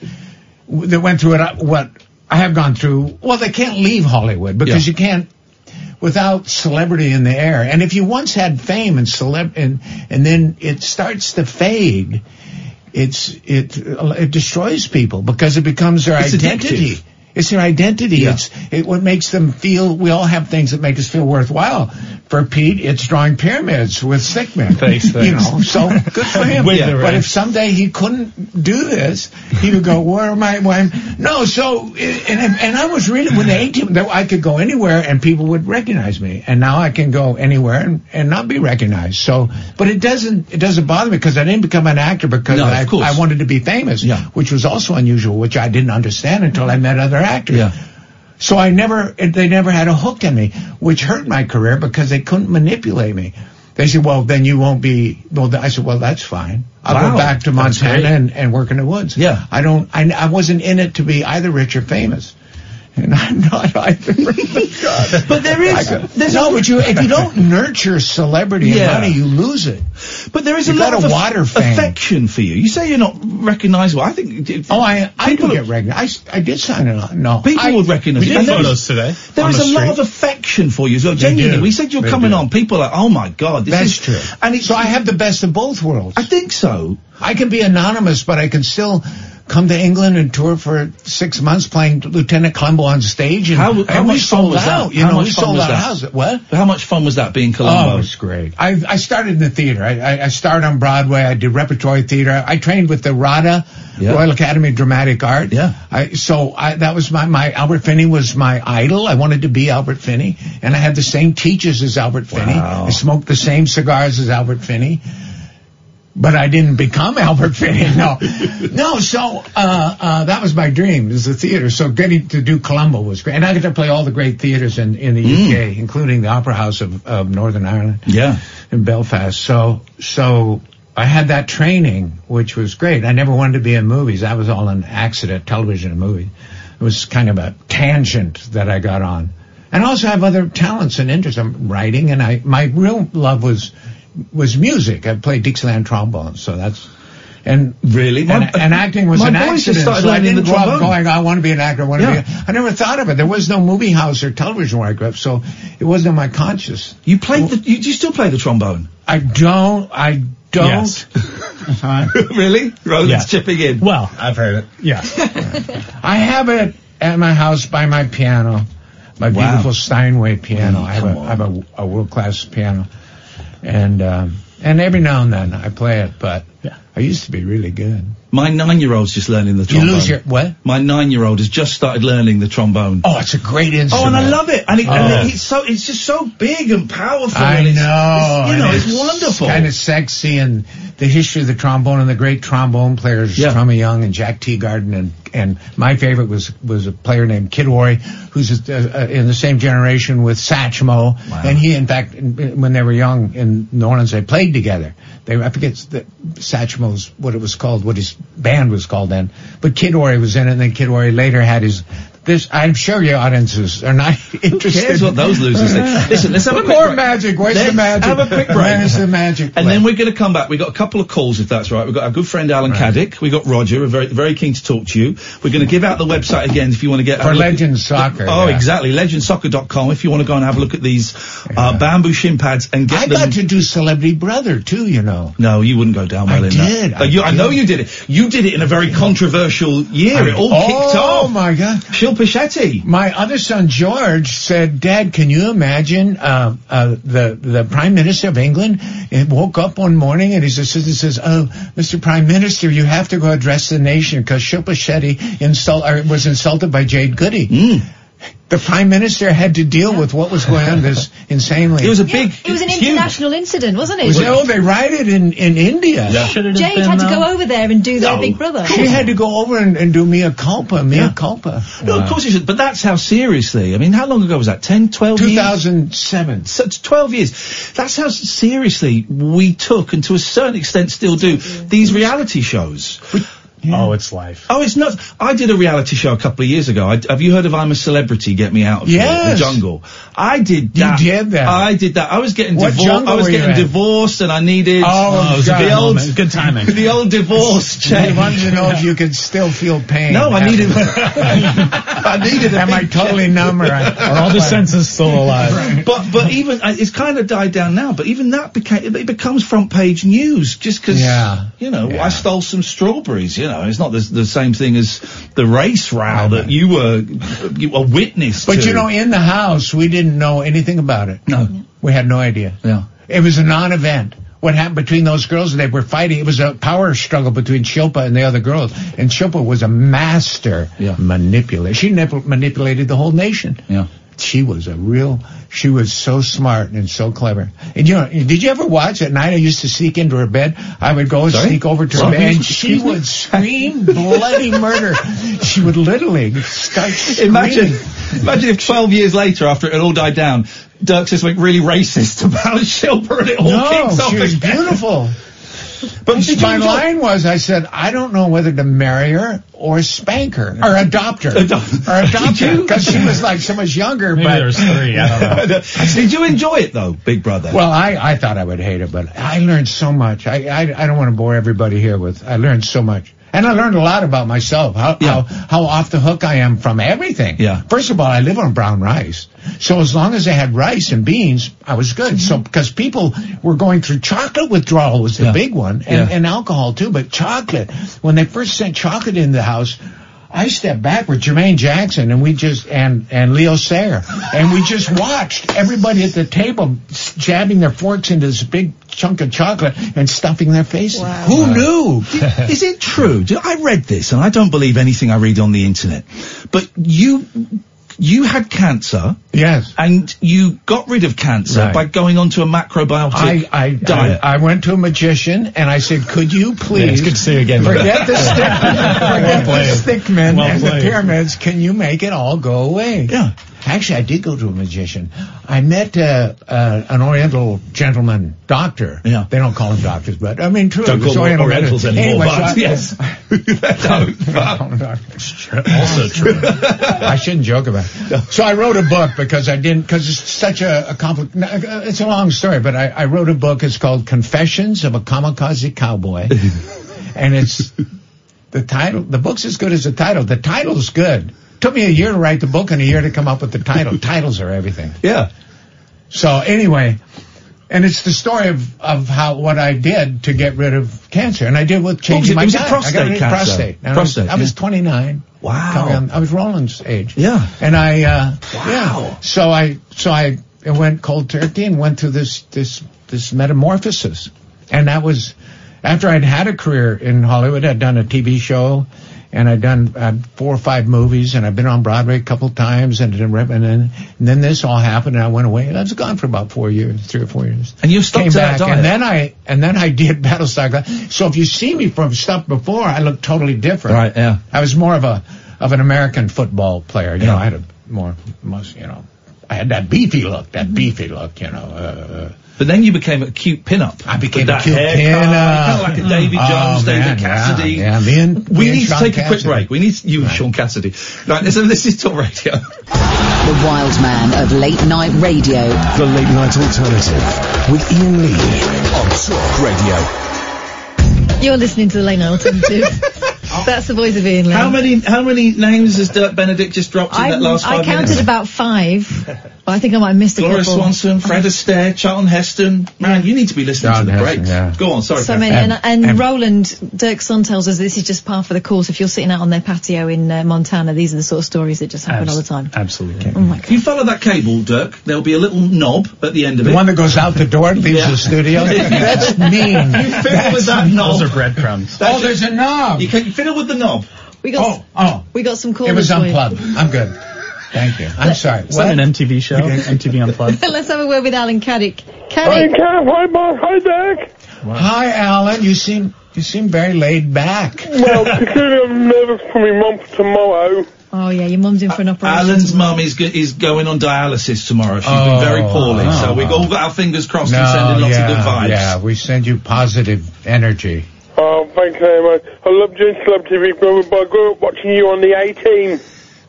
[SPEAKER 8] w- that went through it, I- what I have gone through, well, they can't leave Hollywood because you can't without celebrity in the air. And if you once had fame and celeb, and and then it starts to fade, it's it it destroys people because it becomes their
[SPEAKER 4] It's
[SPEAKER 8] identity.
[SPEAKER 4] addictive.
[SPEAKER 8] It's their identity.
[SPEAKER 4] Yeah.
[SPEAKER 8] It's it what makes them feel. We all have things that make us feel worthwhile. For Pete, it's drawing pyramids with sick men.
[SPEAKER 10] Thanks, thanks.
[SPEAKER 8] You know, so good for him.
[SPEAKER 10] With the
[SPEAKER 8] But
[SPEAKER 10] rest.
[SPEAKER 8] if someday he couldn't do this, he would go, "Where am I? Why am no?" So and and and I was reading when they ate him that I could go anywhere and people would recognize me, and now I can go anywhere and, and not be recognized. So, but it doesn't it doesn't bother me because I didn't become an actor because
[SPEAKER 4] No, of
[SPEAKER 8] I,
[SPEAKER 4] course.
[SPEAKER 8] I wanted to be famous, which was also unusual, which I didn't understand until I met other actors. So I never, they never had a hook in me, which hurt my career because they couldn't manipulate me. They said, well, then you won't be, well, th- I said, well, that's fine. I'll
[SPEAKER 4] Wow.
[SPEAKER 8] go back to
[SPEAKER 4] That's
[SPEAKER 8] Montana
[SPEAKER 4] great.
[SPEAKER 8] and, and work in the woods.
[SPEAKER 4] Yeah.
[SPEAKER 8] I don't, I, I wasn't in it to be either rich or famous. And I'm not either.
[SPEAKER 4] But there is, there's
[SPEAKER 8] no, but you, if you don't nurture celebrity
[SPEAKER 4] Yeah.
[SPEAKER 8] and money, you lose it.
[SPEAKER 4] But there is a
[SPEAKER 8] You
[SPEAKER 4] lot
[SPEAKER 8] gotta
[SPEAKER 4] of aff-
[SPEAKER 8] water fame.
[SPEAKER 4] affection for you. You say you're not recognisable. I think. d-
[SPEAKER 8] Oh, I, I do
[SPEAKER 4] People-
[SPEAKER 8] get recognized. I, I did sign it on. No.
[SPEAKER 4] People
[SPEAKER 8] I,
[SPEAKER 4] would recognise
[SPEAKER 10] We
[SPEAKER 4] you.
[SPEAKER 10] did
[SPEAKER 4] And there
[SPEAKER 10] photos
[SPEAKER 4] is-
[SPEAKER 10] today.
[SPEAKER 4] There
[SPEAKER 10] on
[SPEAKER 4] is
[SPEAKER 10] the
[SPEAKER 4] a lot
[SPEAKER 10] street.
[SPEAKER 4] of affection for you as well.
[SPEAKER 8] They
[SPEAKER 4] Genuinely,
[SPEAKER 8] do.
[SPEAKER 4] we said you're
[SPEAKER 8] They
[SPEAKER 4] coming
[SPEAKER 8] do.
[SPEAKER 4] on. People are like, oh my god, this
[SPEAKER 8] That's
[SPEAKER 4] is
[SPEAKER 8] true.
[SPEAKER 4] And it's,
[SPEAKER 8] So I have the best of both worlds.
[SPEAKER 4] I think so.
[SPEAKER 8] I can be anonymous, but I can still come to England and tour for six months playing Lieutenant Columbo on stage. And,
[SPEAKER 4] How, how
[SPEAKER 8] and we
[SPEAKER 4] much fun
[SPEAKER 8] sold
[SPEAKER 4] was
[SPEAKER 8] out.
[SPEAKER 4] that?
[SPEAKER 8] You
[SPEAKER 4] how
[SPEAKER 8] know,
[SPEAKER 4] much
[SPEAKER 8] we
[SPEAKER 4] fun
[SPEAKER 8] sold
[SPEAKER 4] was
[SPEAKER 8] out
[SPEAKER 4] that?
[SPEAKER 8] houses. What?
[SPEAKER 4] How much fun was that being
[SPEAKER 8] Oh,
[SPEAKER 4] Colombo?
[SPEAKER 8] it was great. I, I started in the theater. I, I, I started on Broadway. I did repertory theater. I trained with the RADA,
[SPEAKER 4] Yeah.
[SPEAKER 8] Royal Academy of Dramatic Art.
[SPEAKER 4] Yeah.
[SPEAKER 8] I, so I, that was my, my, Albert Finney was my idol. I wanted to be Albert Finney. And I had the same teachers as Albert Finney.
[SPEAKER 4] Wow.
[SPEAKER 8] I smoked the same cigars as Albert Finney. But I didn't become Albert Finney. No, no. So uh, uh, that was my dream is the theater. So getting to do Columbo was great, and I got to play all the great theaters in, in
[SPEAKER 2] Mm.
[SPEAKER 4] Mm.
[SPEAKER 8] the UK, including the Opera House of, of Northern Ireland
[SPEAKER 4] Yeah.
[SPEAKER 8] in Belfast. So so I had that training, which was great. I never wanted to be in movies. That was all an accident, television and movie. It was kind of a tangent that I got on. And I also have other talents and interests. I'm writing and I my real love was was music. I played Dixieland trombone, so that's and
[SPEAKER 4] Really? My-
[SPEAKER 8] and, and acting was
[SPEAKER 4] my
[SPEAKER 8] an
[SPEAKER 4] boys
[SPEAKER 8] accident.
[SPEAKER 4] just started
[SPEAKER 8] So I
[SPEAKER 4] learning
[SPEAKER 8] didn't
[SPEAKER 4] the
[SPEAKER 8] grow up
[SPEAKER 4] trombone.
[SPEAKER 8] going, "Oh, I want to be an actor. I want to
[SPEAKER 4] Yeah.
[SPEAKER 8] be. A, I never thought of it. There was no movie house or television where I grew up, so it wasn't in my conscious.
[SPEAKER 4] You played the. You, you still play the trombone?
[SPEAKER 8] I don't. I don't.
[SPEAKER 10] Yes.
[SPEAKER 4] really? Roland's
[SPEAKER 10] Yeah.
[SPEAKER 4] chipping in.
[SPEAKER 10] Well,
[SPEAKER 13] I've heard it.
[SPEAKER 10] yeah.
[SPEAKER 8] I have it at my house by my piano, my
[SPEAKER 4] Wow. Mm,
[SPEAKER 8] beautiful Steinway piano. I have,
[SPEAKER 4] come
[SPEAKER 8] a,
[SPEAKER 4] on.
[SPEAKER 8] I have a, a world class piano, and um, and every now and then I play it. But I used to be really good.
[SPEAKER 4] My nine-year-old's just learning the
[SPEAKER 8] You
[SPEAKER 4] trombone.
[SPEAKER 8] lose your what?
[SPEAKER 4] My nine-year-old has just started learning the trombone.
[SPEAKER 8] Oh, it's a great instrument.
[SPEAKER 4] Oh, and I love it. And, it,
[SPEAKER 8] Oh.
[SPEAKER 4] and it, it's so it's just so big and powerful.
[SPEAKER 8] I
[SPEAKER 4] and it's,
[SPEAKER 8] know.
[SPEAKER 4] It's, you know, it's, wonderful.
[SPEAKER 8] Kind of sexy and the history of the trombone and the great trombone players,
[SPEAKER 4] Yeah.
[SPEAKER 8] Trummy Young and Jack Teagarden. And, and my favorite was, was a player named Kid Ory, who's uh, uh, in the same generation with Satchmo. And he, in fact, in- when they were young in New Orleans, they played together. They, I forget the, Satchmo's, what it was called, what his band was called then. But Kid Ory was in it and then Kid Ory later had his, this, I'm sure your audiences are not interested.
[SPEAKER 4] Here's what those losers think. Listen, let's have a quick
[SPEAKER 8] More
[SPEAKER 4] break.
[SPEAKER 8] magic. Where's
[SPEAKER 4] Let's
[SPEAKER 8] the magic?
[SPEAKER 4] Have a quick break.
[SPEAKER 8] Where's the magic?
[SPEAKER 4] And then we're going to come back. We've got a couple of calls, if that's right. We've got our good friend Alan Caddick. We've got Roger. We're very, very keen to talk to you. We're going to give out the website again if you want to get...
[SPEAKER 8] for
[SPEAKER 4] have a look-
[SPEAKER 8] Legend Soccer.
[SPEAKER 4] Oh,
[SPEAKER 8] yeah.
[SPEAKER 4] exactly. Legendsoccer.com if you want to go and have a look at these uh, bamboo shin pads and get
[SPEAKER 8] I
[SPEAKER 4] them...
[SPEAKER 8] got to do Celebrity Brother too, you know.
[SPEAKER 4] No, you wouldn't go down well
[SPEAKER 8] I
[SPEAKER 4] in
[SPEAKER 8] did,
[SPEAKER 4] that.
[SPEAKER 8] I
[SPEAKER 4] Uh, you- I
[SPEAKER 8] did.
[SPEAKER 4] know you did it. You did it in a very controversial year. it all
[SPEAKER 8] oh,
[SPEAKER 4] kicked off.
[SPEAKER 8] my God.
[SPEAKER 4] She'll Phil Pachetti.
[SPEAKER 8] My other son George said, "Dad, can you imagine uh, uh, the the Prime Minister of England uh, woke up one morning and his assistant says, "Oh, Mr. Prime Minister, you have to go address the nation because Phil Pachetti insult or was insulted by Jade Goody."
[SPEAKER 4] Mm.
[SPEAKER 8] The Prime Minister had to deal with what was going on this insanely.
[SPEAKER 4] It was a big.
[SPEAKER 9] It was an international incident, wasn't it?
[SPEAKER 8] Oh, they write it in in India.
[SPEAKER 9] Jade had to go over there and do their Big Brother.
[SPEAKER 8] She had to go over and, and do mea culpa, mea culpa.
[SPEAKER 4] No, of course you should, but that's how seriously. I mean, how long ago was that? 10, 12
[SPEAKER 8] 2007.
[SPEAKER 4] So it's 12 years. That's how seriously we took, and to a certain extent still do, these reality shows.
[SPEAKER 13] Oh, it's life.
[SPEAKER 4] Oh, it's nuts. I did a reality show a couple of years ago. I, have you heard of I'm a Celebrity, Get Me Out of Here,
[SPEAKER 8] Yes.
[SPEAKER 4] The Jungle? I did
[SPEAKER 8] You
[SPEAKER 4] that.
[SPEAKER 8] did that.
[SPEAKER 4] I did that. I was getting
[SPEAKER 8] What
[SPEAKER 4] divorced.
[SPEAKER 8] jungle
[SPEAKER 4] I was
[SPEAKER 8] were you
[SPEAKER 4] getting
[SPEAKER 8] in?
[SPEAKER 4] divorced and I needed
[SPEAKER 8] Oh, God.
[SPEAKER 4] the old,
[SPEAKER 8] Good timing.
[SPEAKER 4] The old divorce
[SPEAKER 8] They
[SPEAKER 4] check.
[SPEAKER 8] wanted to know if you could still feel pain.
[SPEAKER 4] No, I needed-
[SPEAKER 8] I
[SPEAKER 4] needed.
[SPEAKER 8] Am I totally numb? Or
[SPEAKER 4] Are all the senses still alive? but but even uh, it's kind of died down now. But even that became it becomes front page news just because
[SPEAKER 8] Yeah.
[SPEAKER 4] you know I stole some strawberries. You know it's not the, the same thing as the race row that you were you were witness.
[SPEAKER 8] But
[SPEAKER 4] to.
[SPEAKER 8] you know, in the house, we didn't know anything about it.
[SPEAKER 4] No,
[SPEAKER 8] we had no idea.
[SPEAKER 4] Yeah,
[SPEAKER 8] it was a non-event. What happened between those girls? They were fighting. It was a power struggle between Shilpa and the other girls, and Shilpa was a master manipulator. She nip- manipulated the whole nation.
[SPEAKER 4] Yeah.
[SPEAKER 8] She was a real. She was so smart and so clever. And you know, did you ever watch at night? I used to sneak into her bed. I would go and
[SPEAKER 4] Sorry?
[SPEAKER 8] sneak over to her
[SPEAKER 4] Sorry?
[SPEAKER 8] bed, and she would scream bloody murder. She would literally start. Screaming.
[SPEAKER 4] Imagine, imagine if 12 years later, after it had all died down, Dirk says something really racist about Shilpa and it all
[SPEAKER 8] No,
[SPEAKER 4] kicks off
[SPEAKER 8] she was
[SPEAKER 4] again.
[SPEAKER 8] beautiful.
[SPEAKER 4] But
[SPEAKER 8] And
[SPEAKER 4] did you
[SPEAKER 8] my
[SPEAKER 4] enjoy-
[SPEAKER 8] line was, I said, I don't know whether to marry her or spank her or adopt her or adopt her because she was like so much younger. but
[SPEAKER 4] Did you enjoy it though, Big Brother?
[SPEAKER 8] Well, I, I thought I would hate it, but I learned so much. I, I, I don't want to bore everybody here with, I learned so much. And I learned a lot about myself, how, how, how off the hook I am from everything. Yeah. First of all, I live on brown rice. So as long as I had rice and beans, I was good. So, because people were going through chocolate withdrawal was the big one and,
[SPEAKER 4] Mm-hmm. Yeah.
[SPEAKER 8] and alcohol too, but chocolate, when they first sent chocolate in the house, I stepped back with Jermaine Jackson and we just and and Leo Sayer and we just watched everybody at the table s- jabbing their forks into this big chunk of chocolate and stuffing their faces.
[SPEAKER 4] Who knew? Is it true? Do- I read this, and I don't believe anything I read on the internet. But you, you had cancer.
[SPEAKER 8] Yes.
[SPEAKER 4] And you got rid of cancer
[SPEAKER 8] Right.
[SPEAKER 4] by going onto a macrobiotic
[SPEAKER 8] I, I,
[SPEAKER 4] diet.
[SPEAKER 8] I, I went to a magician and I said, could you please
[SPEAKER 4] it's good to see you again, brother."
[SPEAKER 8] forget the stick, forget the
[SPEAKER 4] played.
[SPEAKER 8] stick men
[SPEAKER 4] Well
[SPEAKER 8] and the
[SPEAKER 4] played.
[SPEAKER 8] pyramids. Can you make it all go away? Yeah. Actually, I did go to a magician. I met uh, uh, an Oriental gentleman doctor. Yeah. They don't call him doctors, but I mean, true.
[SPEAKER 4] Don't
[SPEAKER 8] it was
[SPEAKER 4] call them
[SPEAKER 8] Oriental
[SPEAKER 4] Orientals
[SPEAKER 8] medicine.
[SPEAKER 4] anymore,
[SPEAKER 8] Anyway, so
[SPEAKER 4] but
[SPEAKER 8] I-
[SPEAKER 4] yes.
[SPEAKER 8] also true. I shouldn't joke about it. So I wrote a book because I didn't, because it's such a, a compli- no, uh, it's a long story, but I, I wrote a book. It's called Confessions of a Kamikaze Cowboy. and it's the title, the book's as good as the title. The title's good. Took me a year to write the book and a year to come up with the title. Titles are everything.
[SPEAKER 4] Yeah.
[SPEAKER 8] So anyway, and it's the story of, of how what I did to get rid of cancer, and I did with changing
[SPEAKER 4] What was it?
[SPEAKER 8] my
[SPEAKER 4] It was
[SPEAKER 8] diet. I got
[SPEAKER 4] a prostate
[SPEAKER 8] rid of
[SPEAKER 4] cancer.
[SPEAKER 8] prostate. And
[SPEAKER 4] Prostate,
[SPEAKER 8] I was, I was
[SPEAKER 4] yeah.
[SPEAKER 8] 29.
[SPEAKER 4] Wow.
[SPEAKER 8] Coming on- I was Roland's age.
[SPEAKER 4] Yeah.
[SPEAKER 8] And I uh, yeah. So I so I went cold turkey and went through this this this metamorphosis, and that was after I'd had a career in Hollywood. I'd done a TV show. And I'd done uh, four or five movies, and I've been on Broadway a couple times, and, and then and then this all happened, and I went away, and I was gone for about four years, three or four years.
[SPEAKER 4] And you stuck
[SPEAKER 8] Came
[SPEAKER 4] to
[SPEAKER 8] back,
[SPEAKER 4] that diet.
[SPEAKER 8] and then I and then I did Battlestar. Galactica. So if you see me from stuff before, I look totally different.
[SPEAKER 4] Right, yeah.
[SPEAKER 8] I was more of a of an American football player. You know, I had a more most you know, I had that beefy look, that beefy look. You know, uh,
[SPEAKER 4] But then you became a cute pinup. I
[SPEAKER 8] became
[SPEAKER 4] that
[SPEAKER 8] a cute
[SPEAKER 4] haircut,
[SPEAKER 8] pin,
[SPEAKER 4] kind
[SPEAKER 8] uh,
[SPEAKER 4] of like a David
[SPEAKER 8] oh,
[SPEAKER 4] Jones,
[SPEAKER 8] man,
[SPEAKER 4] David
[SPEAKER 8] yeah,
[SPEAKER 4] Cassidy.
[SPEAKER 8] Yeah, me and me
[SPEAKER 4] We
[SPEAKER 8] and
[SPEAKER 4] need to
[SPEAKER 8] Sean
[SPEAKER 4] take a quick
[SPEAKER 8] Cassidy.
[SPEAKER 4] break. We need you, and Sean Cassidy. Right, listen, this is Talk Radio.
[SPEAKER 14] The wild man of late night radio.
[SPEAKER 3] The Late Night Alternative with Ian Lee on Talk Radio.
[SPEAKER 9] You're listening to the Lane Alternative. That's the voice of Ian Lee.
[SPEAKER 4] How many how many names has Dirk Benedict just dropped in
[SPEAKER 9] I,
[SPEAKER 4] that last
[SPEAKER 9] I
[SPEAKER 4] five
[SPEAKER 9] counted
[SPEAKER 4] minutes?
[SPEAKER 9] about five, I think I might have missed a
[SPEAKER 4] Gloria
[SPEAKER 9] couple.
[SPEAKER 4] Swanson, Fred Astaire, Charlton Heston. Man, you need to be listening to the breaks. Go on, sorry.
[SPEAKER 9] So
[SPEAKER 4] Kath.
[SPEAKER 9] many, and, and
[SPEAKER 4] um,
[SPEAKER 9] Roland Dirksen tells us this is just par for the course. If you're sitting out on their patio in uh, Montana, these are the sort of stories that just happen all the time.
[SPEAKER 4] Absolutely.
[SPEAKER 9] Oh my
[SPEAKER 4] If you follow that cable, Dirk, there'll be a little knob at the end of it.
[SPEAKER 8] The one that goes out the door and leaves the studio? That's mean.
[SPEAKER 4] You fiddle
[SPEAKER 8] That's-
[SPEAKER 4] with that knob.
[SPEAKER 8] Those are
[SPEAKER 4] breadcrumbs.
[SPEAKER 8] Oh, there's a knob.
[SPEAKER 4] You can you fiddle with the knob.
[SPEAKER 9] We got
[SPEAKER 8] oh, oh.
[SPEAKER 9] We got some calls.
[SPEAKER 8] It was
[SPEAKER 9] for you.
[SPEAKER 8] unplugged. I'm good. Thank you. I'm sorry.
[SPEAKER 7] Is that an MTV show? MTV Unplugged?
[SPEAKER 9] Let's have a word with Alan Caddick.
[SPEAKER 8] Hi,
[SPEAKER 9] Caddick.
[SPEAKER 8] Kev. Hi, Mark. Hi, Dick. Hi, Alan. You seem you seem very laid back.
[SPEAKER 15] Well, particularly I'm nervous for my mum for tomorrow.
[SPEAKER 9] Oh yeah, your mum's in for an operation.
[SPEAKER 4] Alan's mum is go- is going on dialysis tomorrow. She's
[SPEAKER 8] Oh,
[SPEAKER 4] been very poorly, so
[SPEAKER 8] oh.
[SPEAKER 4] we've all got our fingers crossed and sending lots
[SPEAKER 8] yeah,
[SPEAKER 4] of good vibes.
[SPEAKER 8] yeah. We send you positive energy.
[SPEAKER 15] Oh, thank you very much. I love doing celebrity big brother, but I grew up watching you on the A team.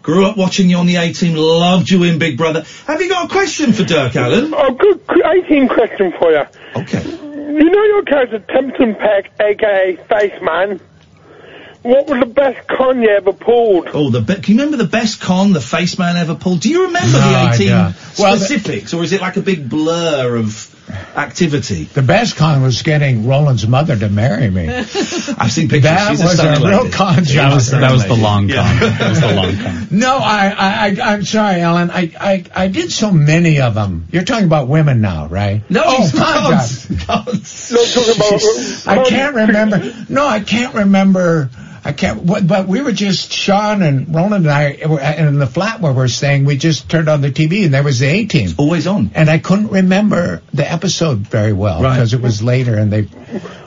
[SPEAKER 4] Grew up watching you on the A Team, loved you in Big Brother. Have you got a question for Dirk Allen?
[SPEAKER 15] Oh, good qu- 18 question for you.
[SPEAKER 4] Okay.
[SPEAKER 15] You know your character, Tempton Peck, aka Face Man. What was the best con you ever pulled?
[SPEAKER 4] Oh, the be- can you remember the best con the face man ever pulled? Do you remember
[SPEAKER 15] No,
[SPEAKER 4] the
[SPEAKER 15] I
[SPEAKER 4] 18
[SPEAKER 15] don't.
[SPEAKER 8] Well, the-
[SPEAKER 4] specifics, or is it like a big blur of activity?
[SPEAKER 8] The best con was getting Roland's mother to marry me.
[SPEAKER 4] I've seen pictures.
[SPEAKER 8] That
[SPEAKER 4] She's
[SPEAKER 8] was
[SPEAKER 4] stunning
[SPEAKER 8] a real
[SPEAKER 4] lady.
[SPEAKER 8] con
[SPEAKER 4] She's
[SPEAKER 8] job.
[SPEAKER 4] a stunning
[SPEAKER 8] That was the
[SPEAKER 4] lady.
[SPEAKER 8] long
[SPEAKER 4] Yeah.
[SPEAKER 8] No, I, I, I, I'm sorry, Alan. I, I, I did so many of them. You're talking about women now, right?
[SPEAKER 4] No,
[SPEAKER 8] oh,
[SPEAKER 4] he's
[SPEAKER 8] my God.
[SPEAKER 4] cons.
[SPEAKER 8] I can't remember. No, I can't remember. I can't. What, but we were just Sean and Roland and I were in the flat where we're staying. We just turned on the TV and there was the A team.
[SPEAKER 4] Always on.
[SPEAKER 8] And I couldn't remember the episode very well
[SPEAKER 15] Right.
[SPEAKER 8] because it was later and they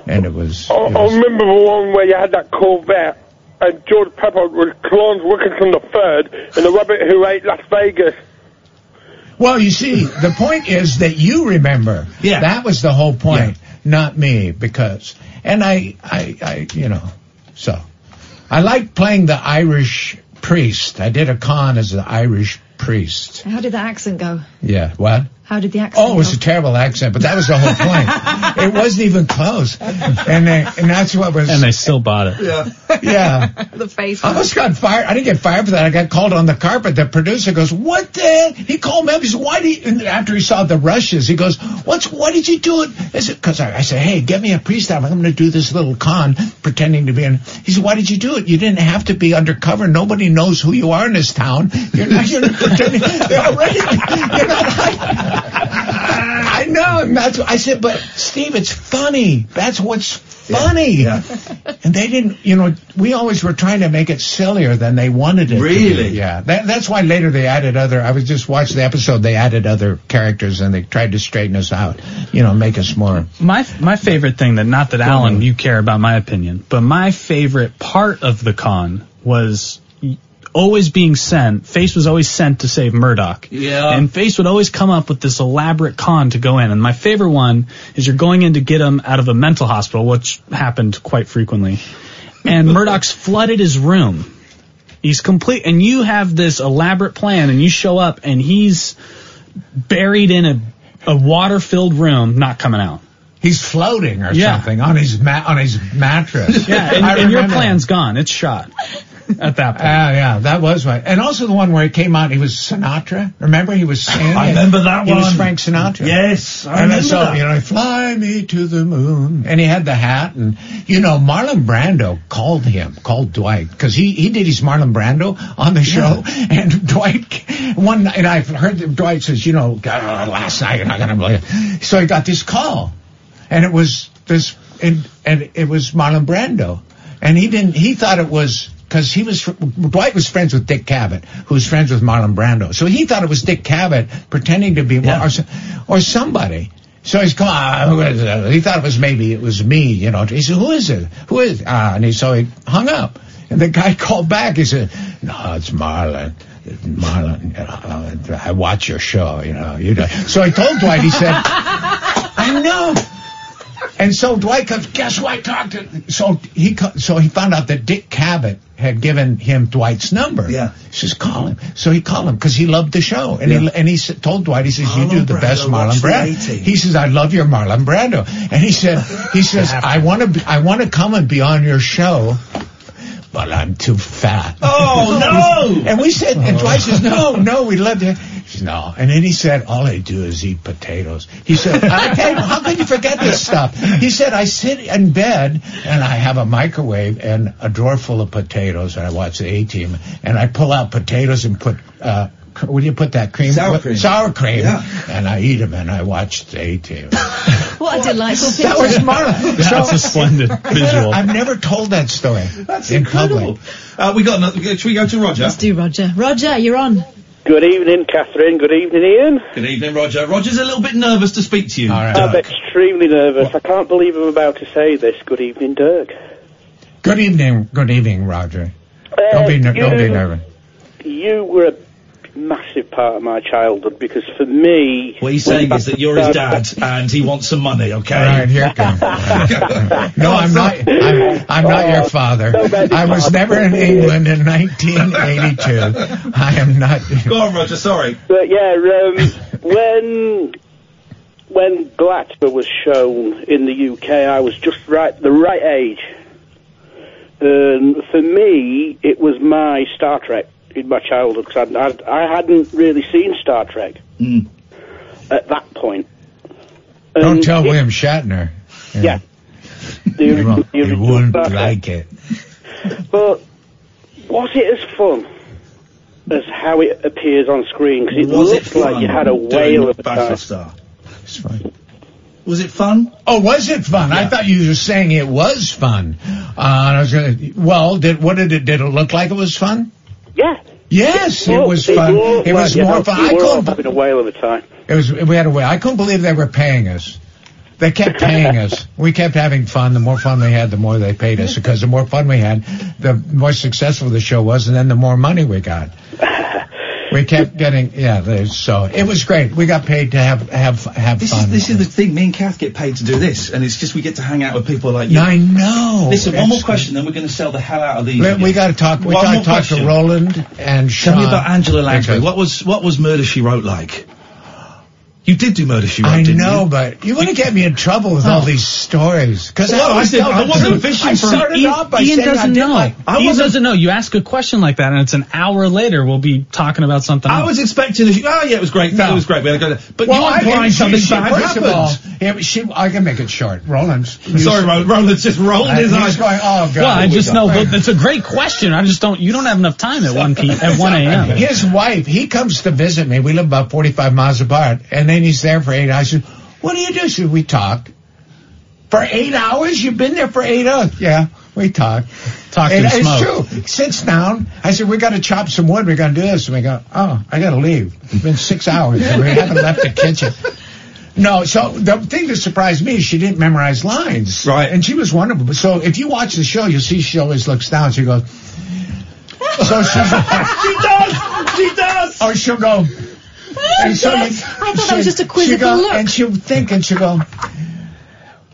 [SPEAKER 8] and it was.
[SPEAKER 15] I,
[SPEAKER 3] Oh,
[SPEAKER 15] I remember the one where you had that Corvette and George Pepper was Clarence Wilkinson the third and the rabbit who ate Las Vegas.
[SPEAKER 8] Well, you see, the point is that you remember. Yeah. That was the whole point, not me, because and I, I, I, you know, so I like playing the Irish priest. I did a con as the Irish priest.
[SPEAKER 9] How did that accent go?
[SPEAKER 8] Yeah. What?
[SPEAKER 9] How did the accent?
[SPEAKER 8] Oh, it was a terrible accent, but that was the whole point. it wasn't even close, and they, and that's what was.
[SPEAKER 7] And they still bought it.
[SPEAKER 4] Yeah.
[SPEAKER 8] Yeah.
[SPEAKER 9] the face.
[SPEAKER 8] I almost got fired. I didn't get fired for that. I got called on the carpet. The producer goes, "What the?" hell?" He called me up. He said, "Why did?" You, and after he saw the rushes, he goes, "What's? Why did you do it?" I said, "Cause I, I said, hey, get me a priest out. I'm going to do this little con, pretending to be an." He said, "Why did you do it? You didn't have to be undercover. Nobody knows who you are in this town. You're not. You're not pretending. They're already. You're not I know, and that's what I said. But Steve, it's funny. That's what's funny. And they didn't, you know. We always were trying to make it sillier than they wanted it. to be.
[SPEAKER 4] Really?
[SPEAKER 8] Yeah. That, that's why later they added other. I was just watching the episode. They added other characters and they tried to straighten us out. You know, make us more.
[SPEAKER 7] My my favorite thing that not that Alan you care about my opinion, but my favorite part of the con was always being sent. Face was always sent to save Murdoch.
[SPEAKER 4] Yeah.
[SPEAKER 1] Uh,
[SPEAKER 7] And Face would always come up with this elaborate con to go in. And my favorite one is you're going in to get him out of a mental hospital, which happened quite frequently. And Murdoch's flooded his room. He's complete, and you have this elaborate plan, and you show up, and he's buried in a a water filled room, not coming out.
[SPEAKER 8] He's floating or
[SPEAKER 7] Yeah.
[SPEAKER 8] something on his ma- on his mattress.
[SPEAKER 7] Yeah, and,
[SPEAKER 8] I
[SPEAKER 7] and your
[SPEAKER 8] remember.
[SPEAKER 7] plan's gone. It's shot at that point.
[SPEAKER 8] Yeah, yeah, that was one. And also the one where he came out, he was Sinatra. Remember, he was singing.
[SPEAKER 4] I remember that
[SPEAKER 8] He was
[SPEAKER 4] one.
[SPEAKER 8] Frank Sinatra.
[SPEAKER 4] Yes, I
[SPEAKER 8] and
[SPEAKER 4] remember
[SPEAKER 8] so,
[SPEAKER 4] that.
[SPEAKER 8] You know, fly me to the moon. And he had the hat, and you know, Marlon Brando called him, called Dwight, because he he did his Marlon Brando on the show, and Dwight one night, and I've heard that Dwight says, you know, "God, last night you're not gonna believe. it." So he got this call, and it was this, and and it was Marlon Brando, and he didn't. He thought it was because he was fr- Dwight was friends with Dick Cabot, who was friends with Marlon Brando. So he thought it was Dick Cabot pretending to be or, s- or somebody. So he's calling. "Ah, who is it?" He thought it was maybe it was me, you know. He said, "Who is it? Who is?" It? Ah, and he so he hung up. And the guy called back. He said, "No, it's Marlon." Marlon, you know, uh, I watch your show, you know. You know. So I told Dwight. He said, "I know." And so Dwight comes, guess who I talked to? So he, co- so he found out that Dick Cabot had given him Dwight's number. Yeah. He says, call him. So he called him because he loved the show. And he,
[SPEAKER 4] Yeah.
[SPEAKER 8] and he s- told Dwight, he says, you do the
[SPEAKER 4] Marlon
[SPEAKER 8] best
[SPEAKER 4] Brando
[SPEAKER 8] Marlon
[SPEAKER 4] watched the
[SPEAKER 8] Brando.
[SPEAKER 4] A-Team.
[SPEAKER 8] He says, I love your Marlon Brando. And he said, he says, I want to, I want to come and be on your show. But I'm too fat.
[SPEAKER 4] Oh, no! Oh.
[SPEAKER 8] And we said, and Dwight says, no, no, we loved it. No. And then he said, all I do is eat potatoes. He said, "Potato? how can you forget this stuff? He said, I sit in bed and I have a microwave and a drawer full of potatoes and I watch the A-Team and I pull out potatoes and put, uh, cr- what do you put that cream?
[SPEAKER 4] Sour
[SPEAKER 8] What-
[SPEAKER 4] cream.
[SPEAKER 8] Sour cream. And I eat them and I watch the A-Team.
[SPEAKER 9] What a delightful picture.
[SPEAKER 8] That was Mark.
[SPEAKER 4] That's a splendid visual.
[SPEAKER 8] I've never told that story.
[SPEAKER 4] That's incredible. Uh, we got another. Should we go to Roger?
[SPEAKER 9] Let's do Roger. Roger, you're on.
[SPEAKER 3] Good evening, Catherine. Good evening, Ian.
[SPEAKER 4] Good evening, Roger. Roger's a little bit nervous to speak to you. All
[SPEAKER 3] I'm extremely nervous. I can't believe I'm about to say this. Good evening, Dirk.
[SPEAKER 8] Good evening. Good evening, Roger. Don't be, ner- don't be
[SPEAKER 3] you-
[SPEAKER 8] nervous.
[SPEAKER 3] You were a massive part of my childhood because for me.
[SPEAKER 4] What he's saying is that you're his dad and he wants some money, okay? All
[SPEAKER 8] right, here comes. No, I'm not. I'm, I'm not
[SPEAKER 3] Oh,
[SPEAKER 8] your father. I was never in England in 1982. I am not.
[SPEAKER 4] Go on, Roger. Sorry.
[SPEAKER 3] But yeah, um, when when Glatzber was shown in the UK, I was just right the right age. Um, for me, it was my Star Trek in my childhood because I, I, I hadn't really seen Star Trek
[SPEAKER 4] Mm.
[SPEAKER 3] at that point.
[SPEAKER 8] Don't tell William Shatner.
[SPEAKER 3] Um, Yeah.
[SPEAKER 8] You won't, you won't like it.
[SPEAKER 3] But was it as fun as how it appears on screen? Because it
[SPEAKER 4] Was it
[SPEAKER 3] looks like
[SPEAKER 4] fun
[SPEAKER 3] you had a
[SPEAKER 4] doing
[SPEAKER 3] whale of a time.
[SPEAKER 4] Battlestar? Was it fun?
[SPEAKER 8] Oh, was it fun? I thought you were saying it was fun. Uh, and I was going. to Well, did what did it? Did it look like it was fun?
[SPEAKER 3] Yeah.
[SPEAKER 8] Yes, it
[SPEAKER 10] Oh,
[SPEAKER 3] Well,
[SPEAKER 8] was fun.
[SPEAKER 3] looked
[SPEAKER 8] It
[SPEAKER 3] like
[SPEAKER 8] was
[SPEAKER 3] you
[SPEAKER 8] more
[SPEAKER 3] had-
[SPEAKER 8] fun.
[SPEAKER 3] you
[SPEAKER 8] I
[SPEAKER 3] were all
[SPEAKER 8] couldn't
[SPEAKER 3] having a whale of a time.
[SPEAKER 8] It was we had a way. I couldn't believe they were paying us. They kept paying us. We kept having fun. The more fun we had, the more they paid us. Because the more fun we had, the more successful the show was, and then the more money we got. We kept getting yeah. there's- So it was great. We got paid to have have have
[SPEAKER 4] This
[SPEAKER 8] fun.
[SPEAKER 4] is this is the thing. Me and Kath get paid to do this, and it's just we get to hang out with people like you.
[SPEAKER 8] I know.
[SPEAKER 4] Listen, one more
[SPEAKER 8] It's-
[SPEAKER 4] question, then we're going to sell the hell out of these.
[SPEAKER 8] Let- we got to talk. We
[SPEAKER 4] One
[SPEAKER 8] got to
[SPEAKER 4] more
[SPEAKER 8] talk
[SPEAKER 4] question.
[SPEAKER 8] to Roland and Sean.
[SPEAKER 4] Tell me about Angela Lansbury.
[SPEAKER 8] Because-
[SPEAKER 4] What was what was Murder She Wrote like? You did do Murder She Wrote,
[SPEAKER 8] I
[SPEAKER 4] didn't
[SPEAKER 8] know,
[SPEAKER 4] you? Oh.
[SPEAKER 8] but you want to get me in trouble with all these stories because
[SPEAKER 4] Well,
[SPEAKER 8] I,
[SPEAKER 4] I
[SPEAKER 8] was
[SPEAKER 4] said-
[SPEAKER 8] telling
[SPEAKER 4] I
[SPEAKER 8] the
[SPEAKER 4] wasn't
[SPEAKER 8] truth.
[SPEAKER 4] fishing
[SPEAKER 8] I
[SPEAKER 4] for-
[SPEAKER 8] started
[SPEAKER 4] Ian-
[SPEAKER 8] off by
[SPEAKER 7] Ian
[SPEAKER 8] saying I
[SPEAKER 7] doesn't
[SPEAKER 8] didn't
[SPEAKER 7] know.
[SPEAKER 8] like. I
[SPEAKER 7] Ian
[SPEAKER 8] wasn't
[SPEAKER 7] doesn't know. You ask a question like that, and it's an hour later we'll be talking about something.
[SPEAKER 4] I was expecting. A, oh yeah, it was great. It was great. We had a good, but
[SPEAKER 8] Well,
[SPEAKER 4] you
[SPEAKER 8] I-
[SPEAKER 4] implied
[SPEAKER 8] she-
[SPEAKER 4] something
[SPEAKER 8] she-
[SPEAKER 4] bad
[SPEAKER 8] first of
[SPEAKER 4] happened.
[SPEAKER 8] all, it- she- I can make it short. Roland's.
[SPEAKER 4] Sorry, Roland. Roland's just rolled his
[SPEAKER 8] Uh, he's
[SPEAKER 4] eyes.
[SPEAKER 8] going, oh, God.
[SPEAKER 7] Well, I just know, but it's a great question. I just don't. You don't have enough time at one p. at one a.m.
[SPEAKER 8] His wife, he comes to visit me. We live about 45 miles apart. And then he's there for eight hours. I said, what do you do? She said, we talk. For eight hours? You've been there for eight hours? Yeah, we talk.
[SPEAKER 6] Talked
[SPEAKER 8] And
[SPEAKER 6] and
[SPEAKER 8] it's
[SPEAKER 6] smoked.
[SPEAKER 8] true. He sits down. I said, we got to chop some wood. We're going to do this. And we go, oh, I got to leave. It's been six hours and we haven't left the kitchen. No, so the thing that surprised me is she didn't memorize lines. Right. And she was wonderful. So if you watch the show, you'll see she always looks down. She goes, so she, she does. She does. Or Oh, she'll go. And so
[SPEAKER 9] Yes,
[SPEAKER 8] you-
[SPEAKER 9] I thought that was just a
[SPEAKER 8] she'll
[SPEAKER 9] quizzical
[SPEAKER 8] go,
[SPEAKER 9] look.
[SPEAKER 8] And she'll think and she'll go.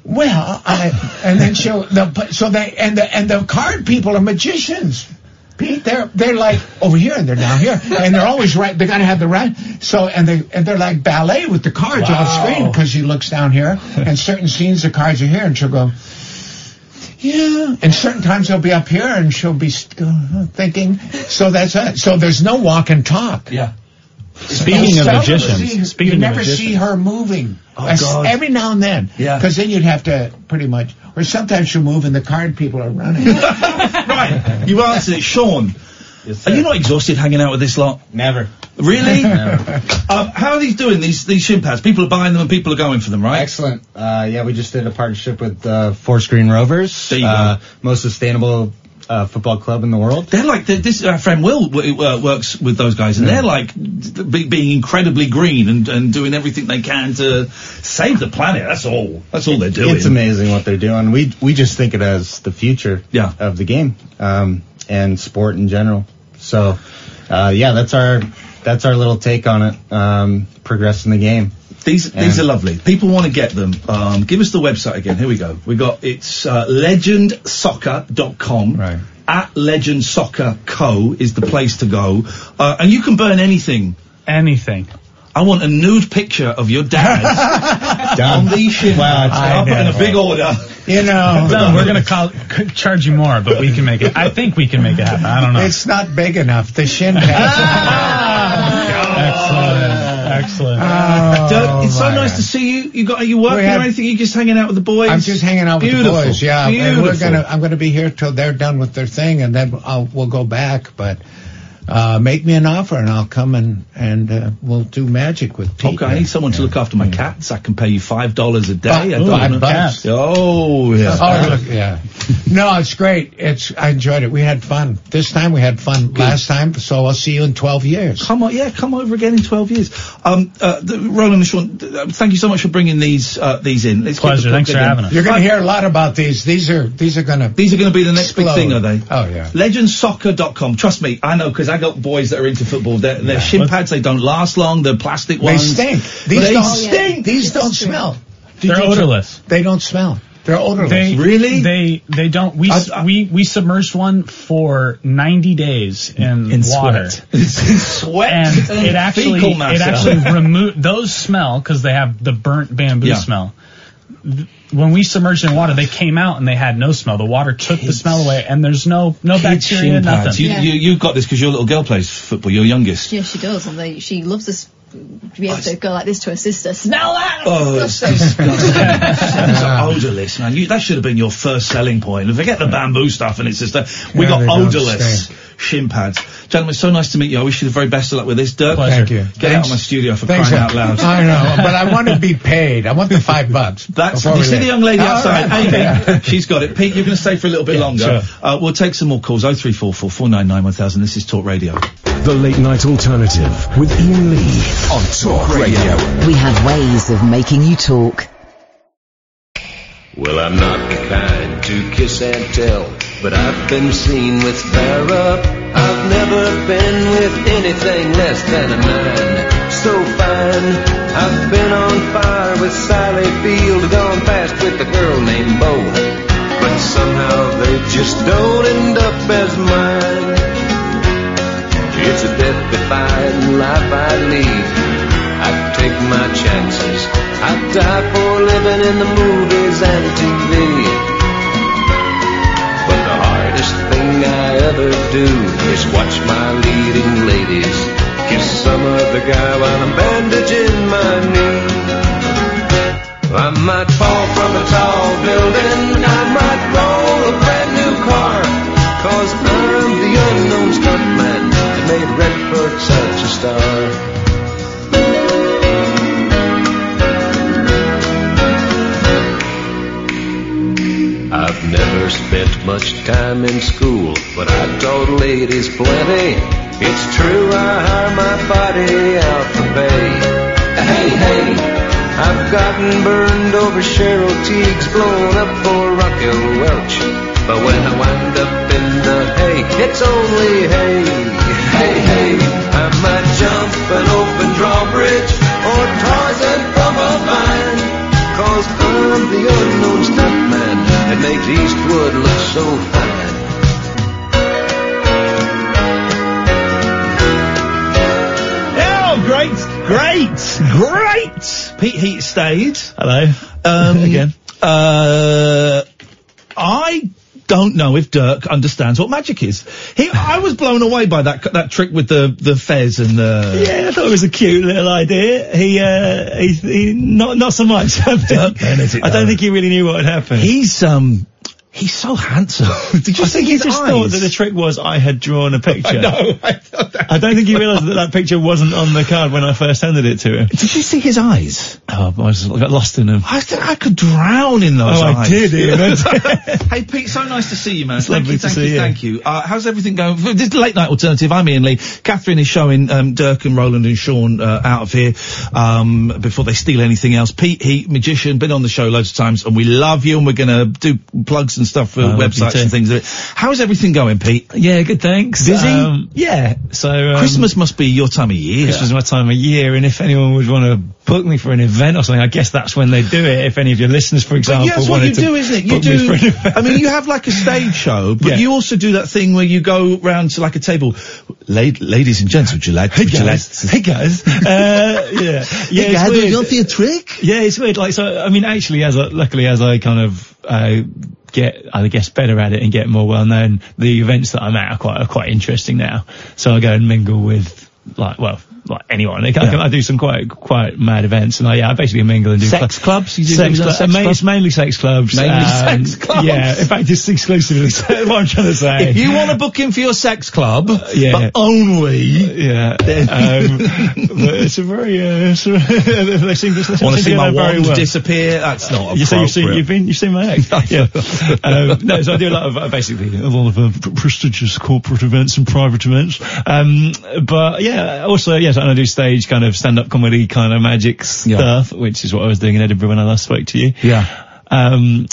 [SPEAKER 8] Well, I, and then she'll. The, so they and the and the card people are magicians. Pete, they're they're like over here and they're down here and they're always right. They gotta have the right. So and they and they're like ballet with the cards off screen because she looks down here and certain scenes the cards are here and she'll go. Yeah, and certain times they'll be up here, and she'll be st- uh, thinking. So that's it. So there's no walk and talk.
[SPEAKER 4] Yeah.
[SPEAKER 8] You
[SPEAKER 16] Speaking of
[SPEAKER 8] seldom
[SPEAKER 16] magicians,
[SPEAKER 8] see-
[SPEAKER 16] speaking
[SPEAKER 8] you
[SPEAKER 16] of
[SPEAKER 8] never
[SPEAKER 16] magicians.
[SPEAKER 8] see her moving.
[SPEAKER 16] Oh,
[SPEAKER 8] As-
[SPEAKER 16] God.
[SPEAKER 8] Every now and then.
[SPEAKER 16] Yeah.
[SPEAKER 8] Because then you'd have to pretty much, or sometimes she'll move, and the card people are running.
[SPEAKER 4] right. You answered it, Sean. are you not exhausted hanging out with this lot? Never. Really? Never. Um, how are these doing? These these shin pads. People are buying them and people are going for them, right?
[SPEAKER 2] Excellent. Uh, yeah, we just did a partnership with uh, Four Screen Rovers, uh, most sustainable uh, football club in the world.
[SPEAKER 4] They're like th- this. Our friend Will w- w- uh, works with those guys, and they're like d- be- being incredibly green and, and doing everything they can to save the planet. That's all. That's all they're doing.
[SPEAKER 2] It's amazing what they're doing. We we just think it as the future of the game um, and sport in general. So, uh, yeah, that's our that's our little take on it. Um, progressing the game.
[SPEAKER 4] These These are lovely. People want to get them. Um, give us the website again. Here we go. We got it's uh, legendsoccer.com. Right. At Legend Soccer Co is the place to go, uh, and you can burn anything.
[SPEAKER 7] Anything.
[SPEAKER 4] I want a nude picture of your dad on these shit. Wow, I'm putting a big order.
[SPEAKER 8] You know.
[SPEAKER 7] No, we're gonna call, c- charge you more, but we can make it. I think we can make it happen. I don't know.
[SPEAKER 8] It's not big enough. The shin pads.
[SPEAKER 7] Excellent.
[SPEAKER 4] Ah.
[SPEAKER 8] uh, oh
[SPEAKER 4] Doug, it's so nice to see you. You got are you working
[SPEAKER 8] have-
[SPEAKER 4] or anything? You just hanging out with the boys?
[SPEAKER 8] I'm just hanging out with
[SPEAKER 4] Beautiful.
[SPEAKER 8] the boys. Yeah,
[SPEAKER 4] Beautiful.
[SPEAKER 8] and we're gonna. I'm gonna be here till they're done with their thing, and then I'll, we'll go back. But uh, make me an offer, and I'll come and and uh, we'll do magic with Pete.
[SPEAKER 4] Okay, I need someone to look after my cats. I can pay you five dollars a day. I
[SPEAKER 8] Ooh,
[SPEAKER 4] don't
[SPEAKER 8] I'd
[SPEAKER 4] know.
[SPEAKER 8] bucks.
[SPEAKER 4] Oh yeah.
[SPEAKER 8] Oh, look, yeah. No, it's great. It's I enjoyed it. We had fun this time. We had fun last time. So I'll see you in 12 years.
[SPEAKER 4] Come on, yeah, come over again in 12 years. Um, uh, the, Roland and Sean, th- uh, thank you so much for bringing these uh, these in. Let's keep the plug in.
[SPEAKER 8] You're going to hear a lot about these. These are these are going to
[SPEAKER 4] these are going to be the next big thing, are they?
[SPEAKER 8] Oh yeah.
[SPEAKER 4] Legendsoccer.com. Trust me, I know because I got boys that are into football. They're, they're shin pads. They don't last long. They're plastic
[SPEAKER 8] They
[SPEAKER 4] ones.
[SPEAKER 8] stink. These
[SPEAKER 4] they
[SPEAKER 8] don't
[SPEAKER 4] stink.
[SPEAKER 8] stink. These don't smell.
[SPEAKER 7] They're odorless.
[SPEAKER 8] They don't smell. They're odorless.
[SPEAKER 7] They,
[SPEAKER 4] really?
[SPEAKER 7] They they don't. We s we we submerged one for 90 days in,
[SPEAKER 4] In
[SPEAKER 7] water.
[SPEAKER 4] sweat. in sweat.
[SPEAKER 7] And
[SPEAKER 4] And
[SPEAKER 7] it actually
[SPEAKER 4] fecal matter.
[SPEAKER 7] it actually remove those smell because they have the burnt bamboo
[SPEAKER 4] Yeah.
[SPEAKER 7] smell. Th- When we submerged in water, they came out and they had no smell. The water took the smell away, and there's no no bacteria,
[SPEAKER 4] Shin pads.
[SPEAKER 7] nothing.
[SPEAKER 4] You, you, you've got this because your little girl plays football. Your youngest.
[SPEAKER 9] Yeah, she does, and they, she loves us to be able to go like this to her sister. Smell that!
[SPEAKER 4] Oh, it's disgusting. It's odorless, man. You, that should have been your first selling point. Forget the bamboo stuff and it's just that we
[SPEAKER 8] Yeah, they
[SPEAKER 4] got
[SPEAKER 8] don't
[SPEAKER 4] odorless shin pads. Gentlemen, it's so nice to meet you. I wish you the very best of luck with this. Dirk,
[SPEAKER 8] Thank you.
[SPEAKER 4] Get out of my studio for
[SPEAKER 8] Thanks,
[SPEAKER 4] crying out
[SPEAKER 8] Al.
[SPEAKER 4] loud.
[SPEAKER 8] I know, but I want to be paid. I want the five bucks.
[SPEAKER 4] That's
[SPEAKER 8] before
[SPEAKER 4] you
[SPEAKER 8] we
[SPEAKER 4] see the
[SPEAKER 8] leave.
[SPEAKER 4] young lady
[SPEAKER 8] All
[SPEAKER 4] outside.
[SPEAKER 8] right.
[SPEAKER 4] Amy,
[SPEAKER 8] Yeah.
[SPEAKER 4] she's got it. Pete, you're going to stay for a little bit longer.
[SPEAKER 17] sure.
[SPEAKER 4] Uh, we'll take some more calls. 0344 499 1000. This is Talk Radio.
[SPEAKER 17] The Late Night Alternative with Ian Lee on Talk Radio.
[SPEAKER 3] We have ways of making you talk.
[SPEAKER 1] Well, I'm not the kind to kiss and tell, but I've been seen with fire up. I've never been with anything less than a man. So fine, I've been on fire with Sally Field, gone fast with a girl named Bo. But somehow they just don't end up as mine. It's a death-defying life I lead. I take my chances. I die for living in the movies and TV. But the hardest thing I ever do is watch my leading ladies kiss some other guy while I'm bandaging my knee. I might fall from a tall building. I might roll a brand new car. Cause I'm the unknown stuntman that made Redford such a star. I've never spent much time in school, but I taught ladies plenty. It's true, I hire my body out for pay. Hey, hey, I've gotten burned over Cheryl Teague's, blown up for Rocky Welch. But when I wind up in the hay, it's only hay. Hey, hey, I might jump an open drawbridge or Tarzan from a vine. Cause I'm the unknown stuntman that makes Eastwood look so fine.
[SPEAKER 4] Oh, great, great, great. Pete Heat stayed. Hello. Um, Again. Uh, I don't know if Dirk understands what magic is. He, I was blown away by that that trick with the the fez and the.
[SPEAKER 10] Yeah, I thought it was a cute little idea. He, uh, he, he not not so much. I don't think he really knew what had happened.
[SPEAKER 4] He's um, he's so handsome. Did you
[SPEAKER 10] I
[SPEAKER 4] see
[SPEAKER 10] think he
[SPEAKER 4] his
[SPEAKER 10] just
[SPEAKER 4] eyes?
[SPEAKER 10] thought that the trick was I had drawn a picture.
[SPEAKER 4] know,
[SPEAKER 10] I, don't think he realised that that picture wasn't on the card when I first handed it to him.
[SPEAKER 4] Did you see his eyes?
[SPEAKER 10] Oh, I, was, I got lost in them.
[SPEAKER 4] I think I could drown in those
[SPEAKER 10] Oh, I
[SPEAKER 4] eyes.
[SPEAKER 10] did, Ian.
[SPEAKER 4] hey, Pete, so nice to see you, man.
[SPEAKER 10] It's
[SPEAKER 4] thank
[SPEAKER 10] lovely
[SPEAKER 4] you,
[SPEAKER 10] to
[SPEAKER 4] thank
[SPEAKER 10] see
[SPEAKER 4] you,
[SPEAKER 10] you.
[SPEAKER 4] thank you. Uh, how's everything going? For This late night alternative, I'm Ian Lee. Catherine is showing um, Dirk and Roland and Sean uh, out of here um, before they steal anything else. Pete Heat, magician, been on the show loads of times, and we love you, and we're going to do plugs and stuff for
[SPEAKER 10] I love you
[SPEAKER 4] websites and
[SPEAKER 10] too.
[SPEAKER 4] things. How's everything going, Pete?
[SPEAKER 10] Yeah, good. Thanks.
[SPEAKER 4] Busy?
[SPEAKER 10] Um, yeah. So um,
[SPEAKER 4] Christmas must be your time of year.
[SPEAKER 10] Christmas is my time of year, and if anyone would want to book me for an event or something, I guess that's when they do it. If any of your listeners, for example,
[SPEAKER 4] yeah, that's what
[SPEAKER 10] wanted
[SPEAKER 4] you
[SPEAKER 10] to
[SPEAKER 4] do, isn't it? You
[SPEAKER 10] book me for an
[SPEAKER 4] do.
[SPEAKER 10] event.
[SPEAKER 4] I mean, you have like a stage show, but
[SPEAKER 10] Yeah.
[SPEAKER 4] you also do that thing where you go round to like a table. La- ladies and gents, would you like? Hey guys.
[SPEAKER 10] Hey guys. Uh, yeah. Yeah.
[SPEAKER 4] guys,
[SPEAKER 10] it's
[SPEAKER 4] do you
[SPEAKER 10] weird.
[SPEAKER 4] want a trick?
[SPEAKER 10] Yeah, it's weird. Like, so, I mean, actually, as I, luckily, as I kind of, uh, get, I guess, better at it and get more well known, the events that I'm at are quite, are quite interesting now. So I go and mingle with, like, well, like anyone. I, can, I do some quite quite mad events, and I, yeah, I basically mingle and do
[SPEAKER 5] Sex clubs? You do
[SPEAKER 10] sex
[SPEAKER 5] things like
[SPEAKER 10] clu-
[SPEAKER 5] sex
[SPEAKER 10] ma-
[SPEAKER 5] clubs?
[SPEAKER 10] It's mainly sex clubs. um,
[SPEAKER 5] Mainly sex clubs?
[SPEAKER 10] Yeah, in fact, it's exclusively what I'm trying to say. Uh,
[SPEAKER 4] If you want to book him for your sex club,
[SPEAKER 10] yeah.
[SPEAKER 4] but only.
[SPEAKER 10] Yeah. Um, but it's a very. Uh, it's a, they seem to
[SPEAKER 4] Want
[SPEAKER 10] seem
[SPEAKER 4] to see
[SPEAKER 10] to
[SPEAKER 4] my
[SPEAKER 10] know very
[SPEAKER 4] wand
[SPEAKER 10] well.
[SPEAKER 4] disappear? That's not
[SPEAKER 10] You say you've seen,
[SPEAKER 4] appropriate.
[SPEAKER 10] you've been, you've seen my ex. yeah. Um, no, so I do a lot of uh, basically a lot of uh, pr- prestigious corporate events and private events. Um, but yeah, also yes, and I do stage kind of stand-up comedy kind of magic stuff, which is what I was doing in Edinburgh when I last spoke to you.
[SPEAKER 4] Yeah.
[SPEAKER 10] Um,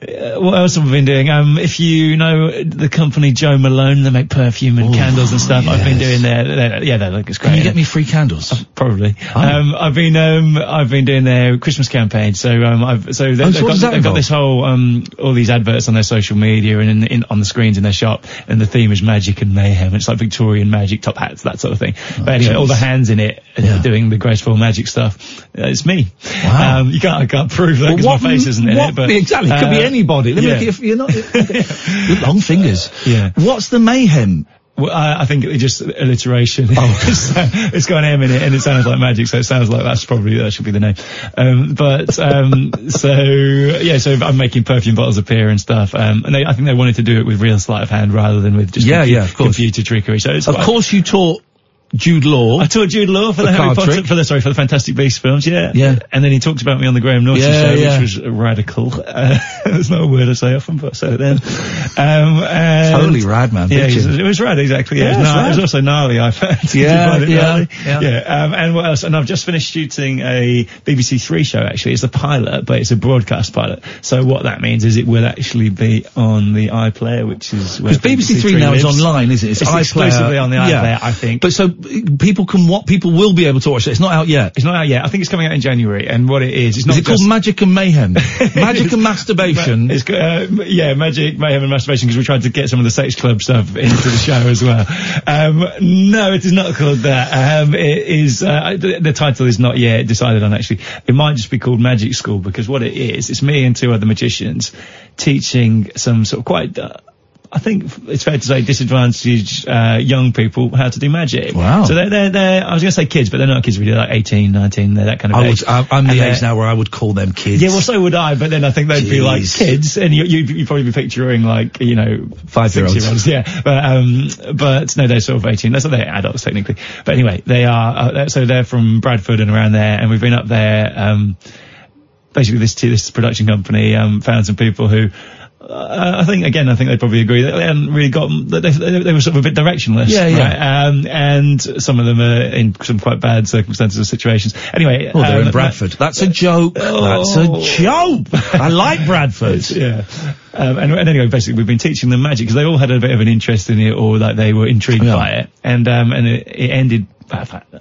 [SPEAKER 10] uh, what else have I been doing? Um, if you know the company Joe Malone, they make perfume and candles and stuff. I've been doing their, their yeah, they look it's great. Uh,
[SPEAKER 4] Can you get me free candles? Oh.
[SPEAKER 10] Probably. Um, I've been um, I've been doing their Christmas campaign. So um, I've so they,
[SPEAKER 4] Oh, so
[SPEAKER 10] have
[SPEAKER 4] what
[SPEAKER 10] got,
[SPEAKER 4] does
[SPEAKER 10] they've
[SPEAKER 4] that
[SPEAKER 10] got
[SPEAKER 4] involve?
[SPEAKER 10] this whole um, all these adverts on their social media and in, in, on the screens in their shop, and the theme is magic and mayhem. It's like Victorian magic, top hats, that sort of thing. but anyway,
[SPEAKER 4] Oh, jeez.
[SPEAKER 10] all the hands in it uh, doing the graceful magic stuff. Uh, it's me.
[SPEAKER 4] Wow.
[SPEAKER 10] Um, you can't I can't prove that because my face isn't in
[SPEAKER 4] what-
[SPEAKER 10] it. But
[SPEAKER 4] exactly, it could be
[SPEAKER 10] uh,
[SPEAKER 4] anybody. Let me
[SPEAKER 10] yeah.
[SPEAKER 4] look, if you're not With long fingers.
[SPEAKER 10] yeah.
[SPEAKER 4] What's the mayhem?
[SPEAKER 10] Um, Well, I, I think it just alliteration.
[SPEAKER 4] Oh.
[SPEAKER 10] it's, uh, it's got an M in it, and it sounds like magic, so it sounds like that's probably that should be the name. Um, but um, so yeah, so I'm making perfume bottles appear and stuff, um, and they, I think they wanted to do it with real sleight of hand rather than with just
[SPEAKER 4] Yeah,
[SPEAKER 10] compu-
[SPEAKER 4] yeah, of course.
[SPEAKER 10] computer trickery. So it's
[SPEAKER 4] Of
[SPEAKER 10] quite-
[SPEAKER 4] course, you taught Jude Law.
[SPEAKER 10] I taught Jude Law for the,
[SPEAKER 4] The
[SPEAKER 10] Harry
[SPEAKER 4] card
[SPEAKER 10] Potter,
[SPEAKER 4] trick.
[SPEAKER 10] for the sorry for the Fantastic Beasts films, yeah,
[SPEAKER 4] Yeah.
[SPEAKER 10] And then he talked about me on the Graham Norton
[SPEAKER 4] Yeah,
[SPEAKER 10] show,
[SPEAKER 4] yeah.
[SPEAKER 10] which was radical. Uh, that's not a word I say often, but I said it then. Um, and-
[SPEAKER 4] Totally rad, man,
[SPEAKER 10] Yeah,
[SPEAKER 4] bitchin'.
[SPEAKER 10] it was rad, exactly. Yeah,
[SPEAKER 4] Yeah,
[SPEAKER 10] it, was
[SPEAKER 4] it's
[SPEAKER 10] gnar- it was
[SPEAKER 4] rad.
[SPEAKER 10] also gnarly. I found.
[SPEAKER 4] Yeah,
[SPEAKER 10] Find it
[SPEAKER 4] yeah,
[SPEAKER 10] gnarly.
[SPEAKER 4] yeah.
[SPEAKER 10] yeah. Um, and what else? And I've just finished shooting a BBC Three show. Actually, it's a pilot, but it's a broadcast pilot. So what that means is it will actually be on the iPlayer, which is where
[SPEAKER 4] Because BBC Three now is
[SPEAKER 10] lives.
[SPEAKER 4] online, is it?
[SPEAKER 10] It's, exclusively on the iPlayer. I
[SPEAKER 4] think. But so uh, people can what people will be able to watch it. It's not out yet.
[SPEAKER 10] It's not out yet. I think it's coming out in January. And what it is, it's not
[SPEAKER 4] Is it
[SPEAKER 10] just-
[SPEAKER 4] called Magic and Mayhem? Magic and Masturbation.
[SPEAKER 10] It's go- uh, yeah, magic, mayhem, and masturbation because we tried to get some of the sex club stuff into the show as well. Um, no, it is not called that. Um, it is uh, the, the title is not yet decided on. Actually, it might just be called Magic School because what it is, it's me and two other magicians teaching some sort of quite. Uh, I think it's fair to say disadvantaged uh, young people how to do magic.
[SPEAKER 4] Wow.
[SPEAKER 10] So they're, they're, they're I was going to say kids, but they're not kids. Really, they're like 18, 19, they're that kind of
[SPEAKER 4] I
[SPEAKER 10] age.
[SPEAKER 4] would, I, I'm
[SPEAKER 10] And
[SPEAKER 4] the
[SPEAKER 10] they're-
[SPEAKER 4] age now where I would call them kids.
[SPEAKER 10] yeah, well, so would I, but then I think they'd be like
[SPEAKER 4] Jeez.
[SPEAKER 10] kids, and you, you'd, you'd probably be picturing like, you know,
[SPEAKER 4] Five-year-olds.
[SPEAKER 10] six-year-olds, yeah. But, um, but no, they're sort of 18. That's they're adults technically. But anyway, they are, uh, they're- so they're from Bradford and around there, and we've been up there, um, basically this, this production company, um, found some people who, uh, I think again, I think they probably agree that they hadn't really gotten. They, they, they were sort of a bit directionless.
[SPEAKER 4] Yeah, yeah.
[SPEAKER 10] Right? Um, and some of them are in some quite bad circumstances or situations. Anyway,
[SPEAKER 4] Oh, they're
[SPEAKER 10] um,
[SPEAKER 4] in Bradford. That's a joke. That's
[SPEAKER 10] Oh.
[SPEAKER 4] a joke. I like Bradford.
[SPEAKER 10] yeah. Um, and, and anyway, basically, we've been teaching them magic because they all had a bit of an interest in it, or like they were intrigued by it. And um, and it, it ended.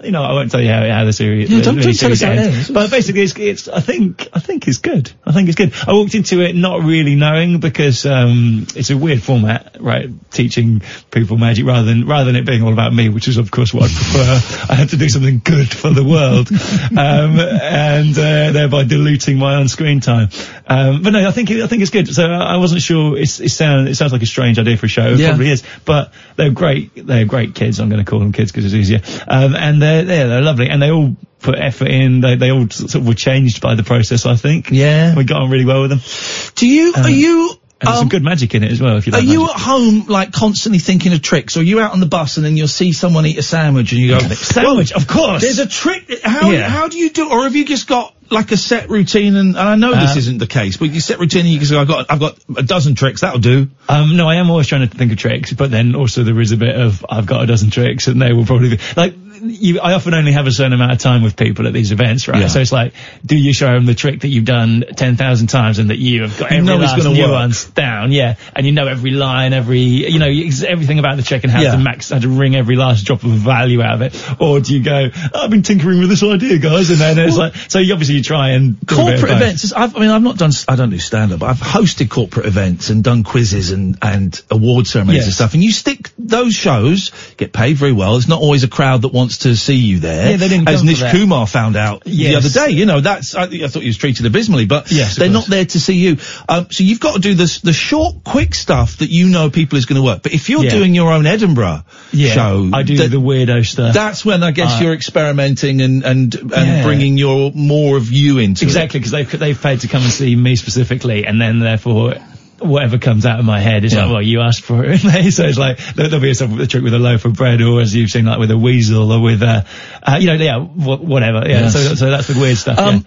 [SPEAKER 10] You know, I won't tell you how, how the series.
[SPEAKER 4] Yeah,
[SPEAKER 10] the
[SPEAKER 4] don't- don't
[SPEAKER 10] miniseries
[SPEAKER 4] tell us how it
[SPEAKER 10] ends.
[SPEAKER 4] ends.
[SPEAKER 10] But basically, it's, it's. I think. I think it's good. I think it's good. I walked into it not really knowing because um, it's a weird format, right? Teaching people magic rather than rather than it being all about me, which is of course what I prefer. I had to do something good for the world, um, and uh, thereby diluting my own screen time. Um, but no, I think it, I think it's good. So I wasn't sure. It's, it sounds it sounds like a strange idea for a show. It
[SPEAKER 4] Yeah.
[SPEAKER 10] probably is. But they're great. They're great kids. I'm going to call them kids because it's easier. Um, and they're yeah, they're lovely, and they all put effort in. They they all sort of were changed by the process. I think.
[SPEAKER 4] Yeah.
[SPEAKER 10] We got on really well with them.
[SPEAKER 4] Do you,
[SPEAKER 10] Um,
[SPEAKER 4] are you, um,
[SPEAKER 10] And there's some good magic in it as well. If you
[SPEAKER 4] are
[SPEAKER 10] like
[SPEAKER 4] you
[SPEAKER 10] magic.
[SPEAKER 4] at home like constantly thinking of tricks or are you out on the bus and then you'll see someone eat a sandwich and you go,
[SPEAKER 10] Sandwich, of course.
[SPEAKER 4] There's a trick. How,
[SPEAKER 10] Yeah.
[SPEAKER 4] how do you do, or have you just got like a set routine and, and I know this
[SPEAKER 10] Uh,
[SPEAKER 4] isn't the case, but you set routine and you just go, I've got, I've got a dozen tricks. That'll do.
[SPEAKER 10] Um, no, I am always trying to think of tricks, but then also there is a bit of I've got a dozen tricks, and they will probably be like. You, I often only have a certain amount of time with people at these events, right?
[SPEAKER 4] Yeah.
[SPEAKER 10] So it's like, do you show them the trick that you've done ten thousand times and that you have got
[SPEAKER 4] You
[SPEAKER 10] every
[SPEAKER 4] know it's
[SPEAKER 10] last
[SPEAKER 4] gonna work.
[SPEAKER 10] nuance down, yeah, and you know every line, every you know ex- everything about the trick and how
[SPEAKER 4] Yeah.
[SPEAKER 10] to max, how to wring every last drop of value out of it, or do you go, I've been tinkering with this idea, guys, and then it's like, so you obviously you try and do a bit of
[SPEAKER 4] corporate
[SPEAKER 10] both.
[SPEAKER 4] events. is- I've, I mean, I've not done. s- I don't do stand up. I've hosted corporate events and done quizzes and and award ceremonies
[SPEAKER 10] Yes.
[SPEAKER 4] and stuff. And you stick those shows get paid very well. It's not always a crowd that wants to see you there.
[SPEAKER 5] Yeah, they didn't
[SPEAKER 4] As
[SPEAKER 5] come for
[SPEAKER 4] Nish
[SPEAKER 5] that.
[SPEAKER 4] Kumar found out the
[SPEAKER 5] Yes.
[SPEAKER 4] other day, you know, that's I, I thought he was treated abysmally, but they're not there to see you. Um, so you've got to do this the short, quick stuff that you know people is going to work. But if you're
[SPEAKER 5] Yeah.
[SPEAKER 4] doing your own Edinburgh
[SPEAKER 5] Yeah,
[SPEAKER 4] show,
[SPEAKER 5] I do
[SPEAKER 4] that-
[SPEAKER 5] the weirdo stuff.
[SPEAKER 4] That's when I guess
[SPEAKER 5] Uh,
[SPEAKER 4] you're experimenting and and and
[SPEAKER 5] Yeah.
[SPEAKER 4] bringing your more of you into it.
[SPEAKER 10] Exactly, because they've, they've paid to come and see me specifically, and then therefore. Whatever comes out of my head is like, well, you asked for it, mate. So it's like there- there'll be some the trick with a loaf of bread, or as you've seen, like with a weasel, or with a, uh, you know, yeah, wh- whatever. Yeah.
[SPEAKER 4] Yes.
[SPEAKER 10] So, so that's the weird stuff.
[SPEAKER 4] Um,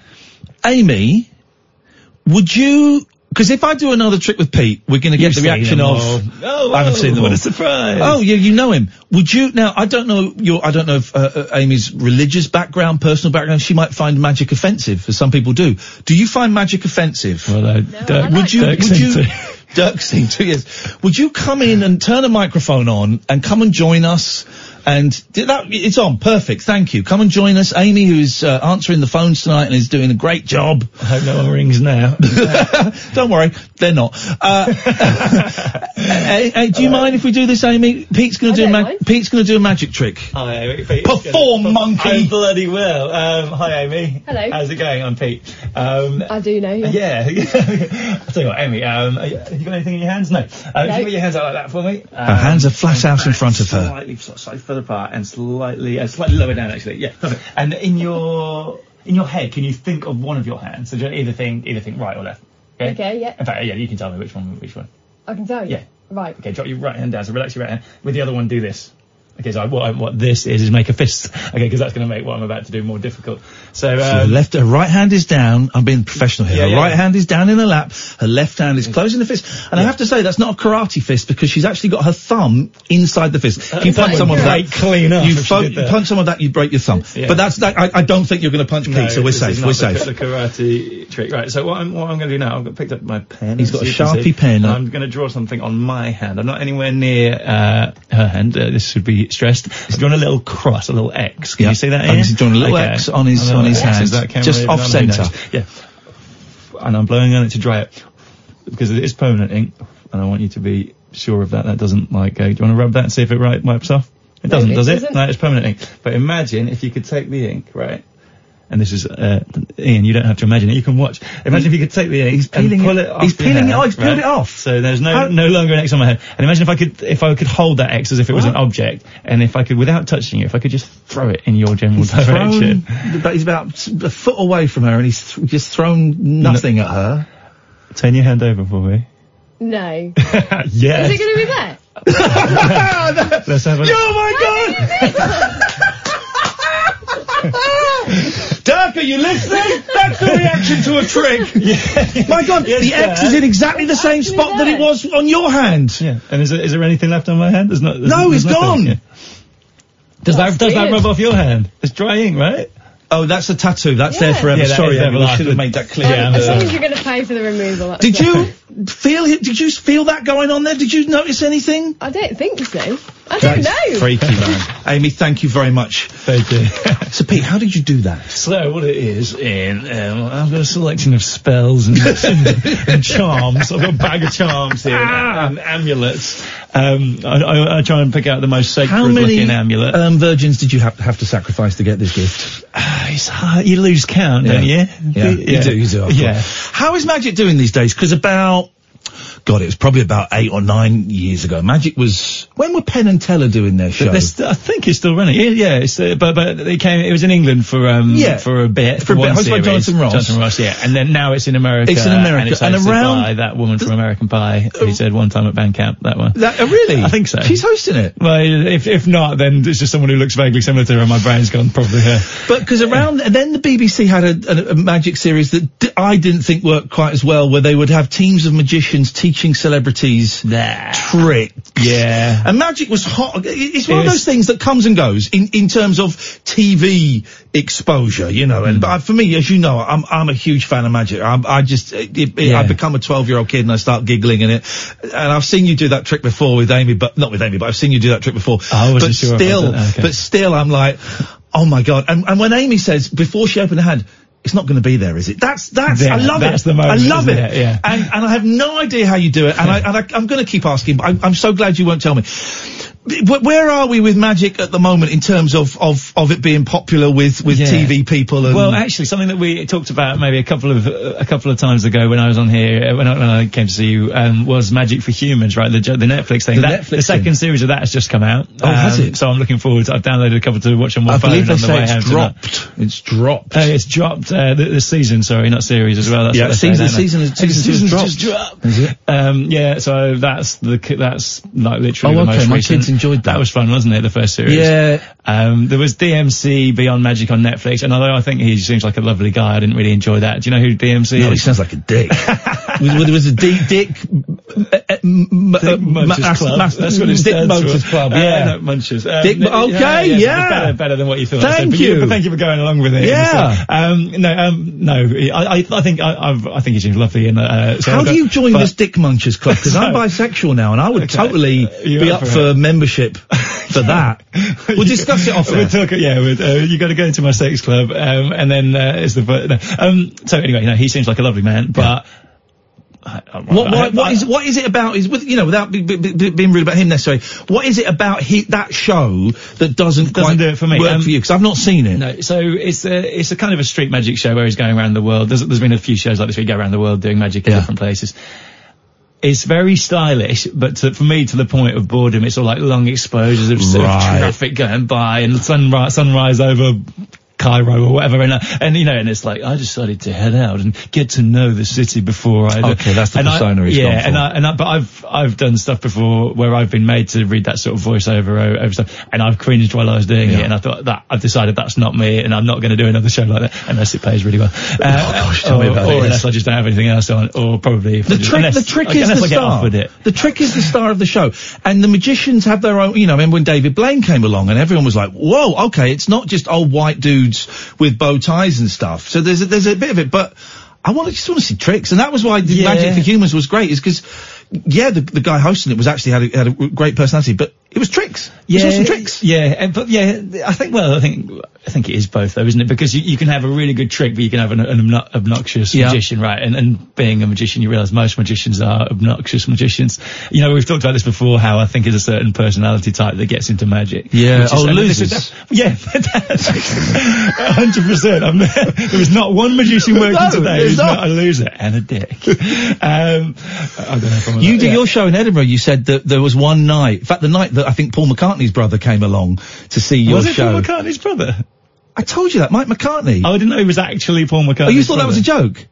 [SPEAKER 4] Amy, would you? Because if I do another trick with Pete, we're going to get
[SPEAKER 10] You've
[SPEAKER 4] the reaction
[SPEAKER 10] seen them
[SPEAKER 4] of.
[SPEAKER 10] all.
[SPEAKER 4] Oh, I haven't
[SPEAKER 10] oh,
[SPEAKER 4] seen them
[SPEAKER 10] what
[SPEAKER 4] all.
[SPEAKER 10] a surprise.
[SPEAKER 4] Oh, yeah, you know him. Would you? Now, I don't know your. I don't know if uh, uh, Amy's religious background, personal background. She might find magic offensive, as some people do. Do you find magic offensive? Well,
[SPEAKER 10] Dirk-
[SPEAKER 4] would you?
[SPEAKER 10] Dirk
[SPEAKER 4] would
[SPEAKER 10] seemed
[SPEAKER 4] you?
[SPEAKER 10] to.
[SPEAKER 4] Dirk seemed to. Yes. Would you come in and turn a microphone on and come and join us? And did that, it's on. Perfect. Thank you. Come and join us. Amy, who's uh, answering the phones tonight and is doing a great job. I hope no one rings now. Don't worry. They're not. Uh, hey, hey, do you mind if we do this, Amy? Pete's going to do, a ma- Pete's going to do a magic trick.
[SPEAKER 10] Hi, Amy. Pete.
[SPEAKER 4] Perform, monkey.
[SPEAKER 10] I bloody will. Um, hi, Amy.
[SPEAKER 18] Hello.
[SPEAKER 10] How's it going? I'm Pete. Um,
[SPEAKER 18] I do know you.
[SPEAKER 10] yeah. I'll tell you what, Amy, um, are you- have you got anything in your hands? No. Uh, Can
[SPEAKER 18] No.
[SPEAKER 10] you put your hands out like that for me? um,
[SPEAKER 4] Her hands are flat out in front of her.
[SPEAKER 10] Slightly, slightly further apart and slightly, uh, slightly lower down actually. Yeah, perfect. And in your in your head, can you think of one of your hands? So do you either think either think right or left. Okay.
[SPEAKER 18] Okay, yeah.
[SPEAKER 10] In fact, yeah, you can tell me which one which one.
[SPEAKER 18] I can tell you.
[SPEAKER 10] Oh, Yeah.
[SPEAKER 18] Right.
[SPEAKER 10] Okay, drop your right hand down. So relax your right hand. With the other one, do this. Okay, so I, what, I, what this is is make a fist. Okay, because that's going to make what I'm about to do more difficult. So,
[SPEAKER 4] So
[SPEAKER 10] um,
[SPEAKER 4] the left, her right hand is down. I'm being professional here.
[SPEAKER 10] Yeah,
[SPEAKER 4] her
[SPEAKER 10] yeah.
[SPEAKER 4] right hand is down in her lap. Her left hand is closing the fist. And I have to say, that's not a karate fist because she's actually got her thumb inside the fist.
[SPEAKER 10] That
[SPEAKER 4] you
[SPEAKER 10] would
[SPEAKER 4] punch someone with
[SPEAKER 10] break
[SPEAKER 4] Uh, that,
[SPEAKER 10] clean up
[SPEAKER 4] You,
[SPEAKER 10] if she
[SPEAKER 4] fo-
[SPEAKER 10] did that.
[SPEAKER 4] punch someone with that, you break your thumb.
[SPEAKER 10] Yeah.
[SPEAKER 4] But that's that. I, I don't think you're going to punch Pete, so we're
[SPEAKER 10] this is
[SPEAKER 4] safe.
[SPEAKER 10] not
[SPEAKER 4] We're
[SPEAKER 10] the-
[SPEAKER 4] safe.
[SPEAKER 10] The karate trick. Right. So what I'm what I'm going to do now? I've got picked up my pen.
[SPEAKER 4] He's
[SPEAKER 10] as
[SPEAKER 4] got a
[SPEAKER 10] you can
[SPEAKER 4] Sharpie
[SPEAKER 10] see,
[SPEAKER 4] pen.
[SPEAKER 10] and I'm going to draw something on my hand. I'm not anywhere near uh, her hand. Uh, this should be stressed. He's drawn a little cross, a little X. Can
[SPEAKER 4] Yeah.
[SPEAKER 10] you see that?
[SPEAKER 4] And
[SPEAKER 10] Ian?
[SPEAKER 4] he's drawn a little
[SPEAKER 10] Okay.
[SPEAKER 4] X on his-
[SPEAKER 10] A little
[SPEAKER 4] on his
[SPEAKER 10] X.
[SPEAKER 4] hand.
[SPEAKER 10] Is that camera
[SPEAKER 4] Just
[SPEAKER 10] even
[SPEAKER 4] off
[SPEAKER 10] on? Who
[SPEAKER 4] centre.
[SPEAKER 10] knows? Yeah. And I'm blowing on it to dry it because it is permanent ink, and I want you to be sure of that. That doesn't like. Uh, do you want to rub that and see if it right wipes off? It doesn't,
[SPEAKER 4] it
[SPEAKER 10] does it?
[SPEAKER 4] doesn't.
[SPEAKER 10] No, it's permanent ink. But imagine if you could take the ink, right? And this is uh, Ian. You don't have to imagine it. You can watch. Imagine if you could take the ink and pull it. Off
[SPEAKER 4] he's
[SPEAKER 10] your
[SPEAKER 4] peeling it
[SPEAKER 10] hand,
[SPEAKER 4] off, he's peeled
[SPEAKER 10] right?
[SPEAKER 4] it off.
[SPEAKER 10] So there's no
[SPEAKER 4] How-
[SPEAKER 10] no longer an X on my head. And imagine if I could if I could hold that X as if it was an object, and if I could without touching it, if I could just throw it in your general direction.
[SPEAKER 4] Thrown, but he's about a foot away from her and he's th- just thrown nothing at her.
[SPEAKER 10] Turn your hand over for me.
[SPEAKER 18] No.
[SPEAKER 10] yes.
[SPEAKER 18] Is it going to be there?
[SPEAKER 10] Let's have a.
[SPEAKER 4] Oh, Dirk, are you listening? That's the reaction to a trick. My God, the X
[SPEAKER 10] sir.
[SPEAKER 4] is in exactly the same spot that it was on your hand.
[SPEAKER 10] uh, Yeah. And is there, is there anything left on my hand? There's not. There's,
[SPEAKER 4] No,
[SPEAKER 10] there's
[SPEAKER 4] it's
[SPEAKER 10] nothing.
[SPEAKER 4] gone.
[SPEAKER 10] Yeah. Does that does that rub off your hand? It's dry ink, right?
[SPEAKER 4] Oh, that's a tattoo. That's
[SPEAKER 18] Yeah.
[SPEAKER 4] there forever.
[SPEAKER 10] Yeah, that
[SPEAKER 4] Sorry,
[SPEAKER 10] is
[SPEAKER 4] Amy, I
[SPEAKER 10] everlasting.
[SPEAKER 4] should have made that clear.
[SPEAKER 18] Um, as long as you're going to pay for the removal. that's
[SPEAKER 4] Did
[SPEAKER 18] all.
[SPEAKER 4] you feel it? Did you feel that going on there? Did you notice anything?
[SPEAKER 18] I don't think so. I don't know.
[SPEAKER 4] Freaky man. Amy, thank you very much. Thank you. so, Pete, how did you do that?
[SPEAKER 10] So what it is, in um, I've got a selection of spells and, and charms. I've got a bag of charms here
[SPEAKER 4] Ah!
[SPEAKER 10] and, and amulets. Um, I, I, I try and pick out the most sacred
[SPEAKER 4] How many
[SPEAKER 10] looking amulet.
[SPEAKER 4] um, virgins did you have, have to sacrifice to get this gift?
[SPEAKER 10] It's
[SPEAKER 4] Ah,
[SPEAKER 10] hard. You lose count, don't you?
[SPEAKER 4] Yeah. Yeah. You do, you do, of
[SPEAKER 10] Yeah.
[SPEAKER 4] course. How is Magic doing these days? Because about, God, it was probably about eight or nine years ago. Magic was, when were Penn and Teller doing their show?
[SPEAKER 10] But there's- I think it's still running. Yeah, yeah it's, uh, but but it came. It was in England for um
[SPEAKER 4] Yeah.
[SPEAKER 10] for a bit
[SPEAKER 4] For a bit,
[SPEAKER 10] one
[SPEAKER 4] hosted by
[SPEAKER 10] series.
[SPEAKER 4] Jonathan Ross.
[SPEAKER 10] Jonathan Ross, yeah. And then now it's in America.
[SPEAKER 4] It's in America.
[SPEAKER 10] and it's
[SPEAKER 4] And
[SPEAKER 10] hosted
[SPEAKER 4] around- Oh.
[SPEAKER 10] by that woman from American Pie who said one time at Bandcamp that one.
[SPEAKER 4] That, uh, really?
[SPEAKER 10] I think so.
[SPEAKER 4] She's hosting it.
[SPEAKER 10] Well, if if not, then it's just someone who looks vaguely similar to her. and My brain's gone probably her.
[SPEAKER 4] But because around then the BBC had a, a, a magic series that d- I didn't think worked quite as well, where they would have teams of magicians teaching celebrities tricks.
[SPEAKER 10] Yeah,
[SPEAKER 4] and magic was hot. It- It's one
[SPEAKER 10] It
[SPEAKER 4] of
[SPEAKER 10] was-
[SPEAKER 4] those things that comes and goes in, in terms of TV exposure, you know.
[SPEAKER 10] Mm.
[SPEAKER 4] And but for me, as you know, I'm I'm a huge fan of magic. I'm, I just it, it, I become a 12 year old kid and I start giggling in it. And I've seen you do that trick before with Amy, but not with Amy, but I've seen you do that trick before.
[SPEAKER 10] Oh, I wasn't
[SPEAKER 4] but
[SPEAKER 10] sure if I did
[SPEAKER 4] still,
[SPEAKER 10] that, okay.
[SPEAKER 4] but still, I'm like, oh my god. And, and when Amy says before she opened her hand, it's not going to be there, is it? That's that's
[SPEAKER 10] Yeah,
[SPEAKER 4] I love
[SPEAKER 10] that's
[SPEAKER 4] it.
[SPEAKER 10] the moment,
[SPEAKER 4] I love
[SPEAKER 10] isn't
[SPEAKER 4] it.
[SPEAKER 10] it? Yeah.
[SPEAKER 4] And and I have no idea how you do it. And I and I, I'm going to keep asking. But I'm, I'm so glad you won't tell me. Wh- Where are we with magic at the moment in terms of, of, of it being popular with, with
[SPEAKER 10] Yeah.
[SPEAKER 4] TV people? And
[SPEAKER 10] well, actually, something that we talked about maybe a couple of a couple of times ago when I was on here, uh, when I, when I came to see you, um, was Magic for Humans, right? The, jo- the Netflix thing.
[SPEAKER 4] The
[SPEAKER 10] That-
[SPEAKER 4] Netflix
[SPEAKER 10] the second series of that has just come out. Um,
[SPEAKER 4] Oh, has it?
[SPEAKER 10] So I'm looking forward. to I've downloaded a couple to watch on my
[SPEAKER 4] I
[SPEAKER 10] phone
[SPEAKER 4] believe they
[SPEAKER 10] on the
[SPEAKER 4] say
[SPEAKER 10] way
[SPEAKER 4] it's
[SPEAKER 10] home
[SPEAKER 4] dropped.
[SPEAKER 10] Tonight. It's dropped. Uh, it's dropped uh, the, the season, sorry, not series as well. That's
[SPEAKER 4] Yeah,
[SPEAKER 10] what they say,
[SPEAKER 4] season-
[SPEAKER 10] don't they?
[SPEAKER 4] season is-
[SPEAKER 10] Uh,
[SPEAKER 4] season two is
[SPEAKER 10] season's
[SPEAKER 4] dropped.
[SPEAKER 10] just dropped. Um, yeah, so that's the c- that's like literally.
[SPEAKER 4] Oh,
[SPEAKER 10] the
[SPEAKER 4] okay,
[SPEAKER 10] most
[SPEAKER 4] my
[SPEAKER 10] recent.
[SPEAKER 4] kids enjoyed
[SPEAKER 10] That was fun, wasn't it? The first series.
[SPEAKER 4] Yeah.
[SPEAKER 10] Um, there was DMC Beyond Magic on Netflix, and although I think he seems like a lovely guy, I didn't really enjoy that. Do you know who DMC is?
[SPEAKER 4] No, he sounds like a dick. was, was, was a D, Dick, uh, uh, m- uh, ma-
[SPEAKER 10] Munch's
[SPEAKER 4] mas-
[SPEAKER 10] Club.
[SPEAKER 4] mas-
[SPEAKER 10] That's what it
[SPEAKER 4] Dick
[SPEAKER 10] stands
[SPEAKER 4] Motors
[SPEAKER 10] for.
[SPEAKER 4] Club.
[SPEAKER 10] Uh,
[SPEAKER 4] Yeah,
[SPEAKER 10] no, Munch's. Um,
[SPEAKER 4] Dick,
[SPEAKER 10] yeah,
[SPEAKER 4] okay,
[SPEAKER 10] yeah,
[SPEAKER 4] yeah.
[SPEAKER 10] it's Better, better than what you thought. I said,
[SPEAKER 4] Thank
[SPEAKER 10] but you.
[SPEAKER 4] you.
[SPEAKER 10] but thank you for going along with it.
[SPEAKER 4] Yeah.
[SPEAKER 10] Um, no, um, no. I, I, I think I, I've, I think he seems lovely. And uh, so
[SPEAKER 4] How
[SPEAKER 10] I've
[SPEAKER 4] do
[SPEAKER 10] got-
[SPEAKER 4] you join
[SPEAKER 10] but-
[SPEAKER 4] this Dick Munchers club? Because I'm
[SPEAKER 10] So-
[SPEAKER 4] bisexual now, and I would totally
[SPEAKER 10] You're
[SPEAKER 4] be up for membership for that. We'll discuss it off
[SPEAKER 10] We'll
[SPEAKER 4] air.
[SPEAKER 10] talk, yeah, we'll, uh, you got to go into my sex club, um, and then uh, it's the. fir- No. Um, so anyway, no, he seems like a lovely man, but. I- I-
[SPEAKER 4] What,
[SPEAKER 10] I-
[SPEAKER 4] what, what is what is it about? Is with you know without be, be, be- being rude about him necessarily. What is it about he, that show that doesn't, quite
[SPEAKER 10] do it for me.
[SPEAKER 4] work
[SPEAKER 10] Um,
[SPEAKER 4] for you? Because I've not seen it.
[SPEAKER 10] No, so it's a it's a kind of a street magic show where he's going around the world. There's there's been a few shows like this where you go around the world doing magic in different places. It's very stylish, but to, for me, to the point of boredom, it's all like long exposures of, sort of
[SPEAKER 4] Right.
[SPEAKER 10] traffic going by and sunrise sunrise over. Cairo or whatever, and, uh, and you know, and it's like I decided to head out and get to know the city before I.
[SPEAKER 4] Okay, that's the
[SPEAKER 10] and
[SPEAKER 4] persona
[SPEAKER 10] I,
[SPEAKER 4] he's
[SPEAKER 10] Yeah,
[SPEAKER 4] gone for.
[SPEAKER 10] and I, Uh, and I, but I've I've done stuff before where I've been made to read that sort of voiceover o- over stuff, and I've cringed while I was doing it, and I thought that I've decided that's not me, and I'm not going to do another show like that unless it pays really well. Uh,
[SPEAKER 4] Oh, tell
[SPEAKER 10] or,
[SPEAKER 4] me about
[SPEAKER 10] or
[SPEAKER 4] it, yes.
[SPEAKER 10] unless I just don't have anything else on, or probably if I
[SPEAKER 4] The
[SPEAKER 10] just-
[SPEAKER 4] trick,
[SPEAKER 10] unless-
[SPEAKER 4] the trick
[SPEAKER 10] unless
[SPEAKER 4] is the
[SPEAKER 10] I get
[SPEAKER 4] star.
[SPEAKER 10] offered it.
[SPEAKER 4] The trick is the star of the show, and the magicians have their own. You know, I remember when David Blaine came along, and everyone was like, "Whoa, okay, it's not just old white dudes with bow ties and stuff." So there's a, there's a bit of it, but I want to just want to see tricks, and that was why the
[SPEAKER 10] Yeah.
[SPEAKER 4] Magic for Humans was great, is because yeah, the, the guy hosting it was actually had a, had a great personality, but it was tricks. It was all some tricks.
[SPEAKER 10] Yeah, and- but yeah, I think. Well, I think I think it is both, though, isn't it? Because you, you can have a really good trick, but you can have an, an obno- obnoxious
[SPEAKER 4] Yeah.
[SPEAKER 10] magician, right? And and being a magician, you realise most magicians are obnoxious magicians. You know, we've talked about this before. How I think is a certain personality type that gets into magic.
[SPEAKER 4] Yeah,
[SPEAKER 10] which is-
[SPEAKER 4] oh,
[SPEAKER 10] and this is-
[SPEAKER 4] losers.
[SPEAKER 10] Yeah, hundred percent. I'm There was not one magician working
[SPEAKER 4] No,
[SPEAKER 10] today
[SPEAKER 4] there's
[SPEAKER 10] who's not.
[SPEAKER 4] not.
[SPEAKER 10] a loser and a dick. um, I don't know if I'm
[SPEAKER 4] You
[SPEAKER 10] allowed-
[SPEAKER 4] did
[SPEAKER 10] yeah.
[SPEAKER 4] your show in Edinburgh. You said that there was one night. In fact, the night that I think Paul McCartney's brother came along to see your
[SPEAKER 10] Was it Paul
[SPEAKER 4] show.
[SPEAKER 10] McCartney's brother?
[SPEAKER 4] I told you that Mike McCartney.
[SPEAKER 10] Oh, I didn't know he was actually Paul McCartney.
[SPEAKER 4] Oh, you thought that was a joke?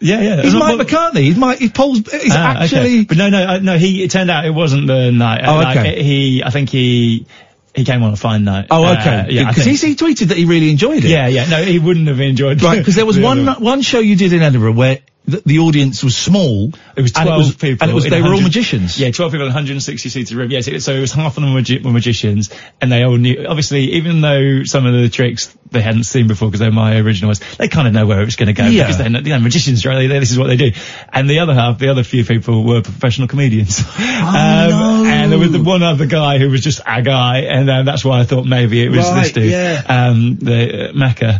[SPEAKER 10] Yeah, yeah.
[SPEAKER 4] He's
[SPEAKER 10] Well,
[SPEAKER 4] Mike
[SPEAKER 10] well-
[SPEAKER 4] McCartney. He's Mike. He's Paul's. He's
[SPEAKER 10] Ah, okay.
[SPEAKER 4] actually.
[SPEAKER 10] But no, no, uh, no. He. It turned out it wasn't the night. Uh,
[SPEAKER 4] Oh,
[SPEAKER 10] like,
[SPEAKER 4] okay.
[SPEAKER 10] uh, he. I think he. He came on a fine night.
[SPEAKER 4] Oh,
[SPEAKER 10] Uh,
[SPEAKER 4] okay.
[SPEAKER 10] yeah. I
[SPEAKER 4] Because
[SPEAKER 10] think-
[SPEAKER 4] he, he tweeted that he really enjoyed it.
[SPEAKER 10] Yeah, yeah. No, he wouldn't have enjoyed.
[SPEAKER 4] Right. Because there was
[SPEAKER 10] the
[SPEAKER 4] one
[SPEAKER 10] other
[SPEAKER 4] one show you did in Edinburgh where the, the audience was small.
[SPEAKER 10] It was
[SPEAKER 4] and
[SPEAKER 10] 12 people.
[SPEAKER 4] And it was,
[SPEAKER 10] in
[SPEAKER 4] they were all
[SPEAKER 10] 100
[SPEAKER 4] magicians.
[SPEAKER 10] Yeah, 12 people in 160 seater room. Yes, it, so it was half of them were, magi- were magicians, and they all knew. Obviously, even though some of the tricks they hadn't seen before because they're my original ones, they kind of know where it's going to go
[SPEAKER 4] Yeah.
[SPEAKER 10] because they're not, you know, magicians, right? They, they- this is what they do. And the other half, the other few people were professional comedians.
[SPEAKER 4] Oh,
[SPEAKER 10] um, And there was the one other guy who was just a guy, and uh, that's why I thought maybe it was this
[SPEAKER 4] Right,
[SPEAKER 10] dude,
[SPEAKER 4] yeah.
[SPEAKER 10] um, the uh, Macca.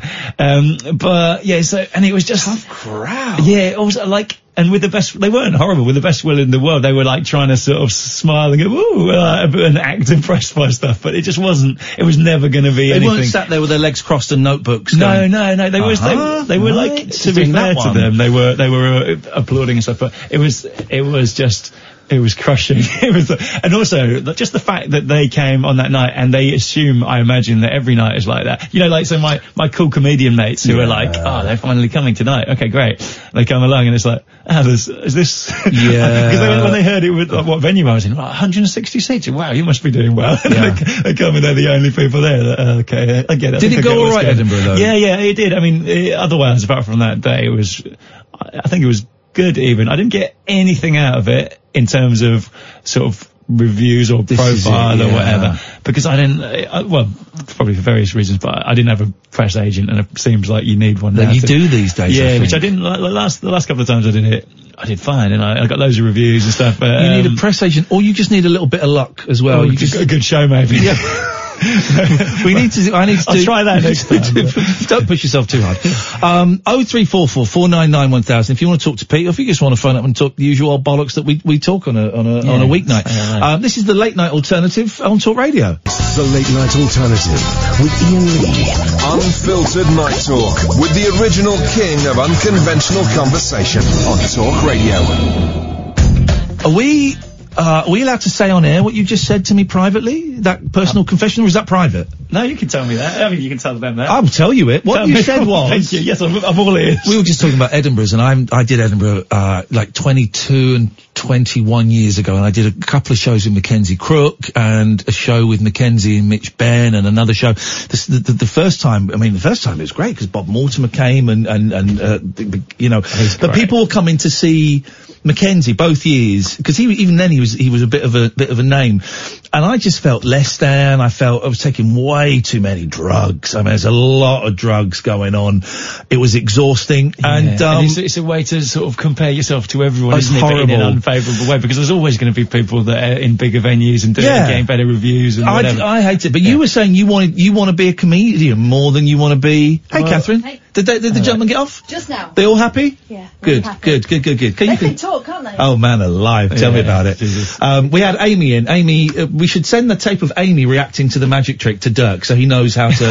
[SPEAKER 10] Um, but yeah, so and it was just
[SPEAKER 4] crowd.
[SPEAKER 10] yeah, it was uh, like, and with the best, they weren't horrible. With the best will in the world, they were like trying to sort of smile and go, ooh, uh, and act impressed by stuff. But it just wasn't. It was never going to be
[SPEAKER 4] They
[SPEAKER 10] anything.
[SPEAKER 4] weren't sat there with their legs crossed and notebooks.
[SPEAKER 10] no,
[SPEAKER 4] going,
[SPEAKER 10] no, no. They were
[SPEAKER 4] "Uh-huh,
[SPEAKER 10] they, they were
[SPEAKER 4] right,
[SPEAKER 10] like to
[SPEAKER 4] she's
[SPEAKER 10] be
[SPEAKER 4] doing
[SPEAKER 10] fair
[SPEAKER 4] that
[SPEAKER 10] to
[SPEAKER 4] one."
[SPEAKER 10] them. They were they were uh, applauding and stuff. But it was it was just it was crushing. it was and also the- just the fact that they came on that night and they assume I imagine that every night is like that. You know, like so my my cool comedian mates who are like, oh, they're finally coming tonight. Okay, great. They come along and it's like, ah, there's, is this?
[SPEAKER 4] Yeah.
[SPEAKER 10] Because when they heard it with like, what venue I was in, like, 160 seats. Wow, you must be doing well. And they, they come and they're the only people there. That, uh, okay, I get it. I think
[SPEAKER 4] Did it
[SPEAKER 10] I
[SPEAKER 4] go
[SPEAKER 10] get what's
[SPEAKER 4] all right,
[SPEAKER 10] going on.
[SPEAKER 4] Edinburgh, though?
[SPEAKER 10] Yeah, yeah, it did. I mean, eh, otherwise, apart from that day, it was, I I think it was good even. I didn't get anything out of it in terms of sort of reviews or
[SPEAKER 4] is it,
[SPEAKER 10] profile or
[SPEAKER 4] yeah.
[SPEAKER 10] whatever because I didn't, eh, I, well, probably for various reasons, but I didn't have a press agent and it seems like you need one
[SPEAKER 4] That
[SPEAKER 10] now
[SPEAKER 4] you
[SPEAKER 10] to-
[SPEAKER 4] do these days, I
[SPEAKER 10] Yeah, which
[SPEAKER 4] think.
[SPEAKER 10] I didn't, like, the last, the last couple of times I did it, I did fine and I, I got loads of reviews and stuff. But,
[SPEAKER 4] You need
[SPEAKER 10] um,
[SPEAKER 4] a press agent, or you just need a little bit of luck as well.
[SPEAKER 10] Oh,
[SPEAKER 4] you
[SPEAKER 10] you
[SPEAKER 4] just
[SPEAKER 10] got a good show maybe.
[SPEAKER 4] Yeah. we need to. I need to.
[SPEAKER 5] I'll
[SPEAKER 4] do-
[SPEAKER 5] try that next
[SPEAKER 4] Don't push yourself too hard. Um, oh three four four four nine nine one thousand. If you want to talk to Pete, or if you just want to phone up and talk the usual old bollocks that we, we talk on a on a on a
[SPEAKER 3] Yeah,
[SPEAKER 4] weeknight. Um, this is the late night alternative on Talk Radio.
[SPEAKER 3] The Late Night Alternative with Ian Lee.
[SPEAKER 1] Unfiltered Night Talk with the original king of unconventional conversation on Talk Radio.
[SPEAKER 4] Are we? Uh, are we allowed to say on air what you just said to me privately? That
[SPEAKER 12] Uh,
[SPEAKER 4] personal confession, or is that private?
[SPEAKER 12] No, you can tell me that. I mean, you can tell them that.
[SPEAKER 4] I'll tell you it. What
[SPEAKER 12] Tell
[SPEAKER 4] you
[SPEAKER 12] me.
[SPEAKER 4] said was.
[SPEAKER 12] uh, Thank you. Yes, I'm, I'm all ears.
[SPEAKER 4] We were just talking about Edinburgh's, and I'm, I did Edinburgh uh, like 22 and 21 years ago, and I did a couple of shows with Mackenzie Crook and a show with Mackenzie and Mitch Ben and another show. This, the, the, the first time, I mean, the first time it was great because Bob Mortimer came and and and uh, the, the, you know, but people were coming to see Mackenzie both years because he even then he was he was a bit of a bit of a name, and I just felt less than. I felt I was taking way too many drugs. I mean, there's a lot of drugs going on. It was exhausting, and,
[SPEAKER 10] Yeah,
[SPEAKER 4] um,
[SPEAKER 10] it's, it's a way to sort of compare yourself to everyone,
[SPEAKER 4] That's
[SPEAKER 10] isn't it? But in an
[SPEAKER 4] horrible.
[SPEAKER 10] unfavourable way, because there's always going to be people that are in bigger venues and doing
[SPEAKER 4] Yeah.
[SPEAKER 10] getting better reviews and whatever.
[SPEAKER 4] I, I hate it. But you were saying you wanted you want to be a comedian more than you want to be. Hey,
[SPEAKER 10] Well-
[SPEAKER 4] Catherine, did, they, did the gentleman get off?
[SPEAKER 18] Just now.
[SPEAKER 4] They all happy?
[SPEAKER 18] Yeah,
[SPEAKER 4] Good,
[SPEAKER 18] all happy.
[SPEAKER 4] good, good, good, good. Can
[SPEAKER 18] They
[SPEAKER 4] you
[SPEAKER 18] can talk, can't they?
[SPEAKER 4] Oh man, alive! Tell me about it. Um, we had Amy in. Amy, uh, we should send the tape of Amy reacting to the magic trick to Dirk, so he knows how to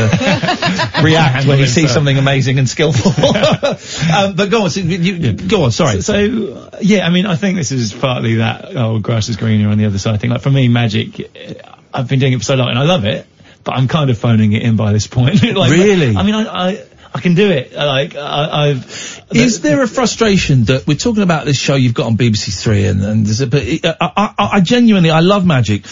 [SPEAKER 4] react when
[SPEAKER 10] Handle
[SPEAKER 4] he sees
[SPEAKER 10] himself.
[SPEAKER 4] something amazing and skillful. um, but go on, so you, you- go on. Sorry.
[SPEAKER 10] So, so, yeah, I mean, I think this is partly that oh, grass is greener on the other side thing. Like for me, magic, eh, I've been doing it for so long and I love it, but I'm kind of phoning it in by this point. like,
[SPEAKER 4] Really?
[SPEAKER 10] I mean, I, I, I can do it. Like I, I've.
[SPEAKER 4] Is there a frustration that we're talking about this show you've got on BBC Three and, and there's a, but it, uh, I, I, I genuinely, I love magic.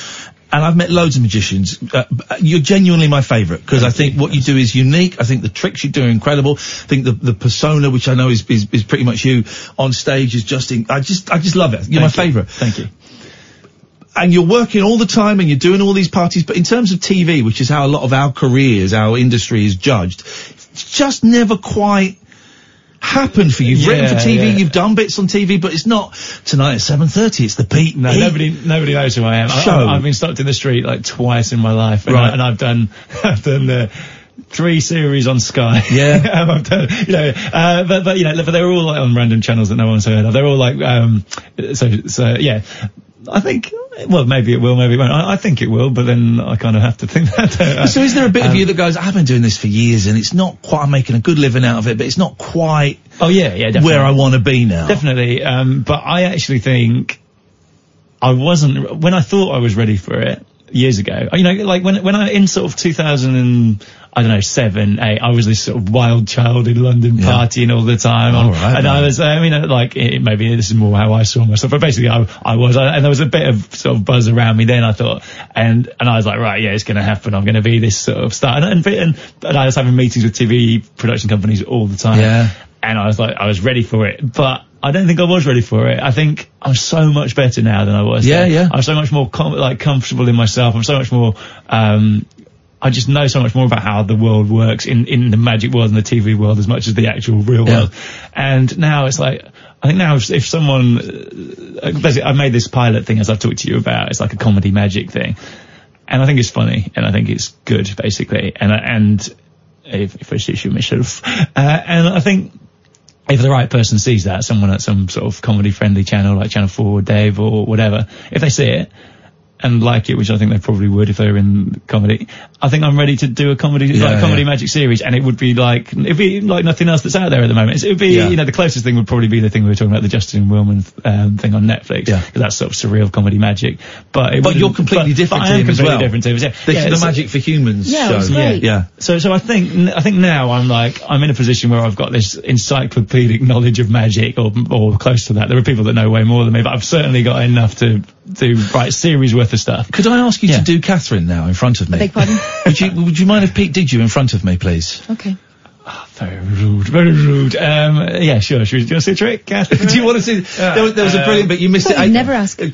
[SPEAKER 4] And I've met loads of magicians. Uh, but you're genuinely my favourite because I think what you do is unique. I think the tricks you do are incredible. I think the, the persona, which I know is, is, is pretty much you on stage, is just. In, I just I just love it. You're my favourite. Thank
[SPEAKER 10] you.
[SPEAKER 4] And you're working all the time and you're doing all these parties. But in terms of TV, which is how a lot of our careers, our industry is judged, it's just never quite happened for you. You've written for
[SPEAKER 10] Yeah,
[SPEAKER 4] TV,
[SPEAKER 10] yeah.
[SPEAKER 4] you've done bits on TV, but it's not tonight at seven thirty. It's the Pete.
[SPEAKER 10] No,
[SPEAKER 4] Pete-
[SPEAKER 10] nobody, nobody knows who I am. I-
[SPEAKER 4] Show.
[SPEAKER 10] I, I've been stopped in the street like twice in my life, and,
[SPEAKER 4] Right.
[SPEAKER 10] I, and I've done, I've done uh, three series on Sky.
[SPEAKER 4] Yeah.
[SPEAKER 10] Um, I've done, you know, uh, but but you know, but they're all like, on random channels that no one's heard of. They're all like, um, so so yeah. I think, well, maybe it will, maybe it won't. I, I think it will, but then I kind of have to think that. don't I?
[SPEAKER 4] So is there a bit
[SPEAKER 10] Um,
[SPEAKER 4] of you that goes, I've been doing this for years, and it's not quite. I'm making a good living out of it, but it's not quite.
[SPEAKER 10] Oh yeah, yeah, definitely.
[SPEAKER 4] where I want to be now.
[SPEAKER 10] Definitely. Um, but I actually think I wasn't when I thought I was ready for it years ago. You know, like when when I in sort of 2000 and I don't know seven eight, I was this sort of wild child in London partying all the time.
[SPEAKER 4] All
[SPEAKER 10] on-
[SPEAKER 4] right,
[SPEAKER 10] and I was, I mean, uh, like it, maybe this is more how I saw myself, but basically I I was, I, and there was a bit of sort of buzz around me then. I thought, and and I was like, right, yeah, it's going to happen. I'm going to be this sort of star. And, and and and I was having meetings with TV production companies all the time.
[SPEAKER 4] Yeah.
[SPEAKER 10] And I was like, I was ready for it, but I don't think I was ready for it. I think I'm so much better now than I was.
[SPEAKER 4] Yeah,
[SPEAKER 10] then.
[SPEAKER 4] yeah.
[SPEAKER 10] I'm so much more com- like comfortable in myself. I'm so much more. Um, I just know so much more about how the world works in in the magic world and the TV world as much as the actual real world. And now it's like. I think now if, if someone, uh, basically I made this pilot thing as I've talked to you about. It's like a comedy magic thing, and I think it's funny and I think it's good basically. And I- and if, if I shoot myself, uh, and I think if the right person sees that, someone at some sort of comedy friendly channel like Channel 4 or Dave or whatever, if they see it and like it, which I think they probably would if they were in comedy, I think I'm ready to do a comedy,
[SPEAKER 4] Yeah,
[SPEAKER 10] like a comedy
[SPEAKER 4] yeah.
[SPEAKER 10] magic series. And it would be like, it'd be like nothing else that's out there at the moment. It would be,
[SPEAKER 4] Yeah.
[SPEAKER 10] you know, the closest thing would probably be the thing we were talking about, the Justin Willman um, thing on Netflix. Yeah. That's sort of surreal comedy magic. But, Uh, it
[SPEAKER 4] But you're
[SPEAKER 10] wouldn't-
[SPEAKER 4] completely
[SPEAKER 10] but-
[SPEAKER 4] different
[SPEAKER 10] but
[SPEAKER 4] to
[SPEAKER 10] I am
[SPEAKER 4] him as
[SPEAKER 10] completely
[SPEAKER 4] well.
[SPEAKER 10] different to him. Yeah.
[SPEAKER 4] This
[SPEAKER 10] Yeah,
[SPEAKER 4] is the
[SPEAKER 10] so-
[SPEAKER 4] magic for humans
[SPEAKER 10] Yeah,
[SPEAKER 4] show.
[SPEAKER 10] it was great.
[SPEAKER 4] Yeah.
[SPEAKER 10] so, so I think I think now I'm like I'm in a position where I've got this encyclopedic knowledge of magic, or or close to that. There are people that know way more than me, but I've certainly got enough to to write series worth of stuff.
[SPEAKER 4] Could I ask you to do Catherine now in front of me?
[SPEAKER 10] beg
[SPEAKER 9] pardon?
[SPEAKER 4] would you Would you mind if Pete did you in front of me, please?
[SPEAKER 9] Okay.
[SPEAKER 10] Very rude, very rude. Um, yeah, sure. Should we, do you want to see a trick, Catherine?
[SPEAKER 4] Do you want to see? There was, there
[SPEAKER 10] um,
[SPEAKER 4] was a brilliant bit you missed it.
[SPEAKER 9] Thought
[SPEAKER 4] I Uh,
[SPEAKER 9] you'd never ask.
[SPEAKER 4] Put,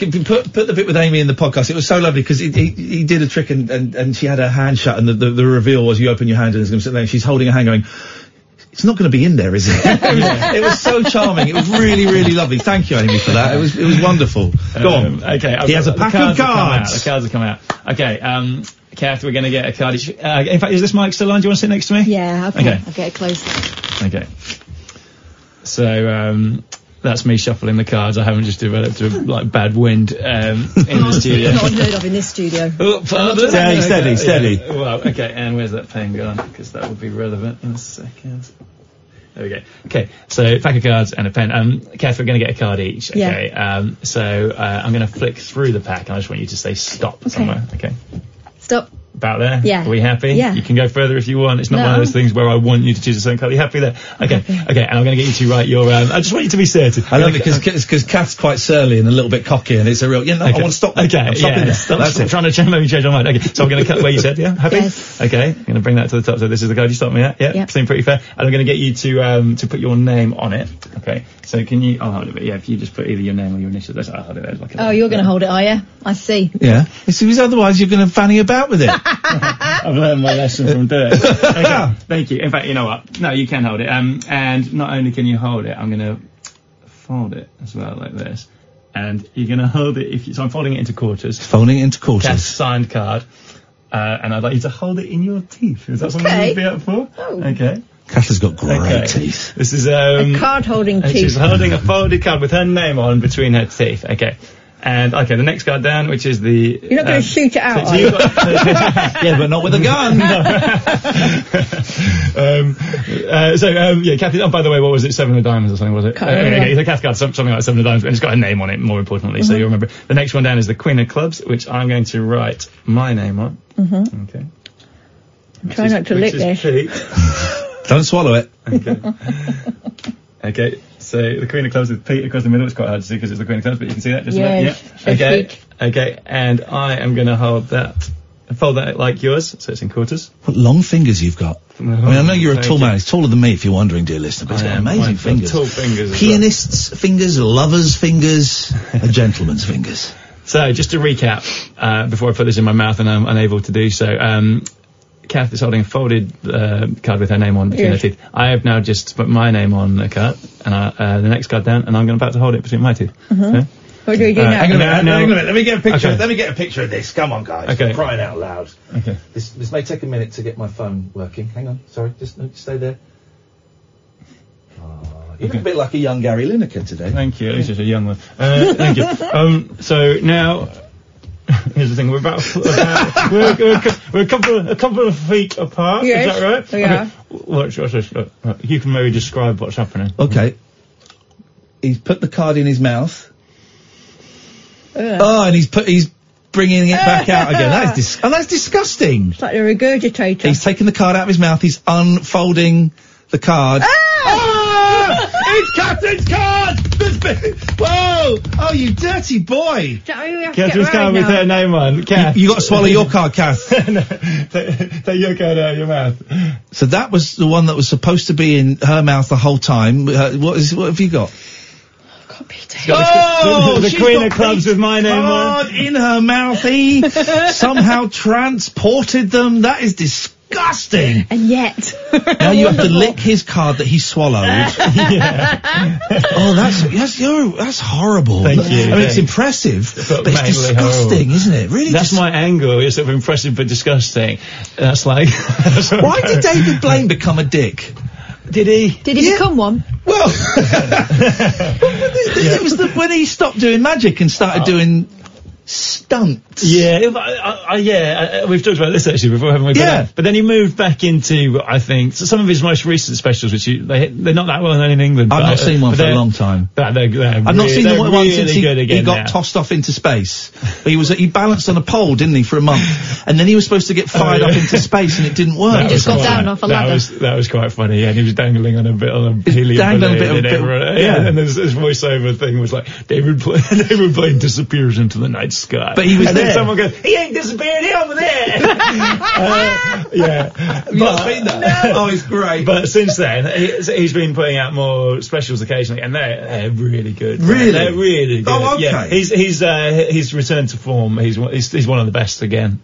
[SPEAKER 4] put the bit with Amy in the podcast. It was so lovely because he, he, he did a trick and, and, and she had her hand shut and the, the, the reveal was you open your hand and it's going to sit there and she's holding her hand going, it's not going to be in there, is it? it, was, it was so charming. It was really, really lovely. Thank you, Amy, for that. It was it was wonderful. Go on.
[SPEAKER 10] Um, Okay. I've
[SPEAKER 4] He has a
[SPEAKER 10] got-
[SPEAKER 4] pack
[SPEAKER 10] the cards. have
[SPEAKER 4] of
[SPEAKER 10] come out,
[SPEAKER 4] cards.
[SPEAKER 10] The cards have come out. Okay. Um, Kath, we're going to get a card. each. Uh, in fact, is this mic still on? Do you want to sit next to me?
[SPEAKER 9] Yeah, I'll,
[SPEAKER 10] Okay.
[SPEAKER 9] I'll get it close.
[SPEAKER 10] Okay. So um, that's me shuffling the cards. I haven't just developed a like bad wind um, in the studio.
[SPEAKER 18] Not unheard of in this studio.
[SPEAKER 10] Oh, pardon.
[SPEAKER 18] Steady,
[SPEAKER 10] Okay,
[SPEAKER 18] steady,
[SPEAKER 10] yeah.
[SPEAKER 18] steady.
[SPEAKER 10] Well, okay, and where's that thing gone? Because that will be relevant in a second. There we go. Okay, so pack of cards and a pen. Um, Kath, we're going to get a card each.
[SPEAKER 9] Yeah.
[SPEAKER 10] Okay. Um, so uh, I'm going to flick through the pack, and I just want you to say stop somewhere. Okay.
[SPEAKER 9] Stop.
[SPEAKER 10] About there?
[SPEAKER 9] Yeah.
[SPEAKER 10] Are we happy?
[SPEAKER 9] Yeah.
[SPEAKER 10] You can go further if you want. It's not
[SPEAKER 9] No.
[SPEAKER 10] one of those things where I want you to choose a certain colour. Are you happy there? Okay. Okay, and I'm going to get you to write your. Um, I just want you to be certain.
[SPEAKER 4] I love it because because Kath's quite surly and a little bit cocky, and it's a real. Yeah, no, I
[SPEAKER 10] Okay.
[SPEAKER 4] want to stop.
[SPEAKER 10] Okay,
[SPEAKER 4] I'm stopping
[SPEAKER 10] yeah.
[SPEAKER 4] this.
[SPEAKER 10] Stop,
[SPEAKER 4] That's
[SPEAKER 10] stop
[SPEAKER 4] it.
[SPEAKER 10] trying to change, let me change my mind. Okay, so I'm going to cut where you said, yeah, happy? Okay, I'm going to bring that to the top. So this is the card you stopped me at. Yeah, seemed pretty fair. And I'm going to get you to um, to put your name on it. Okay, so can you? I'll hold it. But yeah, if you just put either your name or your initials, that's I'll hold it. There's like a,
[SPEAKER 9] Oh, you're going to hold it, are you? I see.
[SPEAKER 4] Yeah, because otherwise you're going to fanny about with it.
[SPEAKER 10] I've learned my lesson from doing it. Okay, thank you. In fact, you know what? No, you can hold it. Um, and not only can you hold it, I'm going to fold it as well like this. And you're going to hold it. If you, so I'm folding it into quarters.
[SPEAKER 4] Phoning into quarters.
[SPEAKER 10] Kath's signed card. Uh, and I'd like you to hold it in your teeth. Is that something
[SPEAKER 9] Okay.
[SPEAKER 10] you'd be up for? Okay.
[SPEAKER 4] Kath has got great
[SPEAKER 10] Okay.
[SPEAKER 4] teeth.
[SPEAKER 10] This is um.
[SPEAKER 9] a card holding
[SPEAKER 10] and She's
[SPEAKER 9] teeth.
[SPEAKER 10] holding a folded card with her name on between her teeth. Okay. And okay, the next card down, which is the.
[SPEAKER 9] You're not
[SPEAKER 10] um,
[SPEAKER 9] going to shoot it out.
[SPEAKER 10] so
[SPEAKER 9] are
[SPEAKER 10] you
[SPEAKER 9] you?
[SPEAKER 10] yeah, but not with a gun. um, uh, so um, yeah, Kathy. Oh, by the way, what was it? Seven of Diamonds or something was it?
[SPEAKER 4] Can't remember.
[SPEAKER 10] okay, it's a Kath card, some- something like Seven of Diamonds, and it's got a name on it. More importantly, so
[SPEAKER 4] Mhm.
[SPEAKER 10] you will remember. The next one down is the Queen of Clubs, which I'm going to write my name on. Mm-hmm. Okay.
[SPEAKER 9] Try not to lick this.
[SPEAKER 4] Don't swallow it.
[SPEAKER 10] Okay. okay. So the Queen of Clubs with Pete across the middle. It's quite hard to see because it's the Queen of Clubs, but you can see that just
[SPEAKER 9] Yes,
[SPEAKER 10] about. Yeah.
[SPEAKER 9] very
[SPEAKER 10] Okay. Okay. And I am going to hold that, fold that like yours, so it's in quarters.
[SPEAKER 4] What long fingers you've got. I mean, I know you're a
[SPEAKER 10] Thank
[SPEAKER 4] tall
[SPEAKER 10] you.
[SPEAKER 4] man. He's taller than me, if you're wondering, dear listener. But he's
[SPEAKER 10] I
[SPEAKER 4] got
[SPEAKER 10] am.
[SPEAKER 4] amazing
[SPEAKER 10] I've got
[SPEAKER 4] fingers.
[SPEAKER 10] tall fingers as
[SPEAKER 4] Pianists' fingers, lovers' fingers, a gentleman's fingers.
[SPEAKER 10] So just to recap, uh, before I put this in my mouth and I'm unable to do so, um, Kath is holding a folded uh, card with her name on between her
[SPEAKER 4] Yes.
[SPEAKER 10] teeth. I have now just put my name on the card and I, uh, the next card down, and I'm going about to hold it between my teeth. Okay?
[SPEAKER 9] What do we do
[SPEAKER 10] Uh,
[SPEAKER 9] now?
[SPEAKER 10] hang on a minute, No.
[SPEAKER 4] No, hang on a minute. Let me get a picture.
[SPEAKER 10] Okay.
[SPEAKER 4] Let me get a picture of this. Come on, guys.
[SPEAKER 10] Okay.
[SPEAKER 4] I'm Crying out loud.
[SPEAKER 10] Okay.
[SPEAKER 4] This, this may take a minute to get my phone working. Hang on. Sorry. Just no, stay there. Oh, you look a bit like a young Gary Lineker today.
[SPEAKER 10] Thank you. At least it's a young one. Uh, thank you. Um, so now, here's the thing. We're about, about we're, we're, a cou- we're a couple of, a couple of feet apart.
[SPEAKER 4] Yes,
[SPEAKER 10] is that right?
[SPEAKER 4] we are.
[SPEAKER 10] Okay. Watch, watch this. Look, look. uh, You can maybe describe what's happening.
[SPEAKER 4] Okay. He's put the card in his mouth. Oh, and he's put he's bringing it back out again. That's dis- and that's disgusting.
[SPEAKER 9] It's like a regurgitator.
[SPEAKER 4] He's taking the card out of his mouth. He's unfolding the card.
[SPEAKER 9] Ah,
[SPEAKER 4] Ah! it's Catherine's card. There's been- Whoa! Oh, you dirty boy!
[SPEAKER 10] Catherine's card with her name on. Kath.
[SPEAKER 4] You, you got to swallow your card, Kath.
[SPEAKER 10] take, take your card out of your mouth.
[SPEAKER 4] So that was the one that was supposed to be in her mouth the whole time. Uh, what is? What have you got?
[SPEAKER 10] Oh, the,
[SPEAKER 4] she's
[SPEAKER 10] Queen
[SPEAKER 4] got
[SPEAKER 10] of Clubs with my name on.
[SPEAKER 4] card in her mouth. He somehow transported them. That is disgusting.
[SPEAKER 9] And yet.
[SPEAKER 4] Now you have to lick his card that he swallowed. Oh, that's that's you're, that's horrible.
[SPEAKER 10] Thank
[SPEAKER 4] I
[SPEAKER 10] you,
[SPEAKER 4] mean,
[SPEAKER 10] thanks.
[SPEAKER 4] it's impressive, but, it's
[SPEAKER 10] mainly
[SPEAKER 4] disgusting,
[SPEAKER 10] horrible.
[SPEAKER 4] isn't it? Really.
[SPEAKER 10] That's my angle. It's sort of impressive but disgusting. That's like. that's what
[SPEAKER 4] Why
[SPEAKER 10] I'm
[SPEAKER 4] did
[SPEAKER 10] going-
[SPEAKER 4] David Blaine become a dick? Did he?
[SPEAKER 9] Did he become one?
[SPEAKER 4] It was the, when he stopped doing magic and started doing stunts.
[SPEAKER 10] Uh, Yeah, if I, I, I, yeah. I, we've talked about this actually before, haven't we? But,
[SPEAKER 4] Yeah.
[SPEAKER 10] uh, But then he moved back into, I think, so some of his most recent specials, which you, they, they're not that well known in England.
[SPEAKER 4] I've
[SPEAKER 10] but,
[SPEAKER 4] not
[SPEAKER 10] uh,
[SPEAKER 4] seen one
[SPEAKER 10] but
[SPEAKER 4] for a
[SPEAKER 10] they're-
[SPEAKER 4] long time.
[SPEAKER 10] But they're, they're
[SPEAKER 4] I've not
[SPEAKER 10] really-
[SPEAKER 4] seen the
[SPEAKER 10] they're
[SPEAKER 4] one, one
[SPEAKER 10] really
[SPEAKER 4] since he,
[SPEAKER 10] good again
[SPEAKER 4] he got
[SPEAKER 10] now.
[SPEAKER 4] tossed off into space. He was he balanced on a pole, didn't he, for a month, and then he was supposed to get fired
[SPEAKER 10] Oh, yeah.
[SPEAKER 4] up into space, and it didn't work.
[SPEAKER 10] That was quite- That was, that was quite funny, yeah. And he was dangling on a bit on a helium
[SPEAKER 4] dangling a
[SPEAKER 10] balloon. and
[SPEAKER 4] bit of- bit of-
[SPEAKER 10] everyone-
[SPEAKER 4] yeah.
[SPEAKER 10] yeah. And his, his voiceover thing was like, David Blaine, David Blaine disappears into the night sky.
[SPEAKER 4] But he was
[SPEAKER 10] and
[SPEAKER 4] there.
[SPEAKER 10] Then someone goes, he ain't disappeared, he over there. Uh, yeah.
[SPEAKER 4] Have you not seen that? Oh, it's great.
[SPEAKER 10] But since then, he, so he's been putting out more specials occasionally, and they're, they're really good.
[SPEAKER 4] Really?
[SPEAKER 10] They're really good.
[SPEAKER 4] Oh, okay.
[SPEAKER 10] Yeah. He's, he's, uh, he's returned to form. He's, one- he's, he's one of the best again.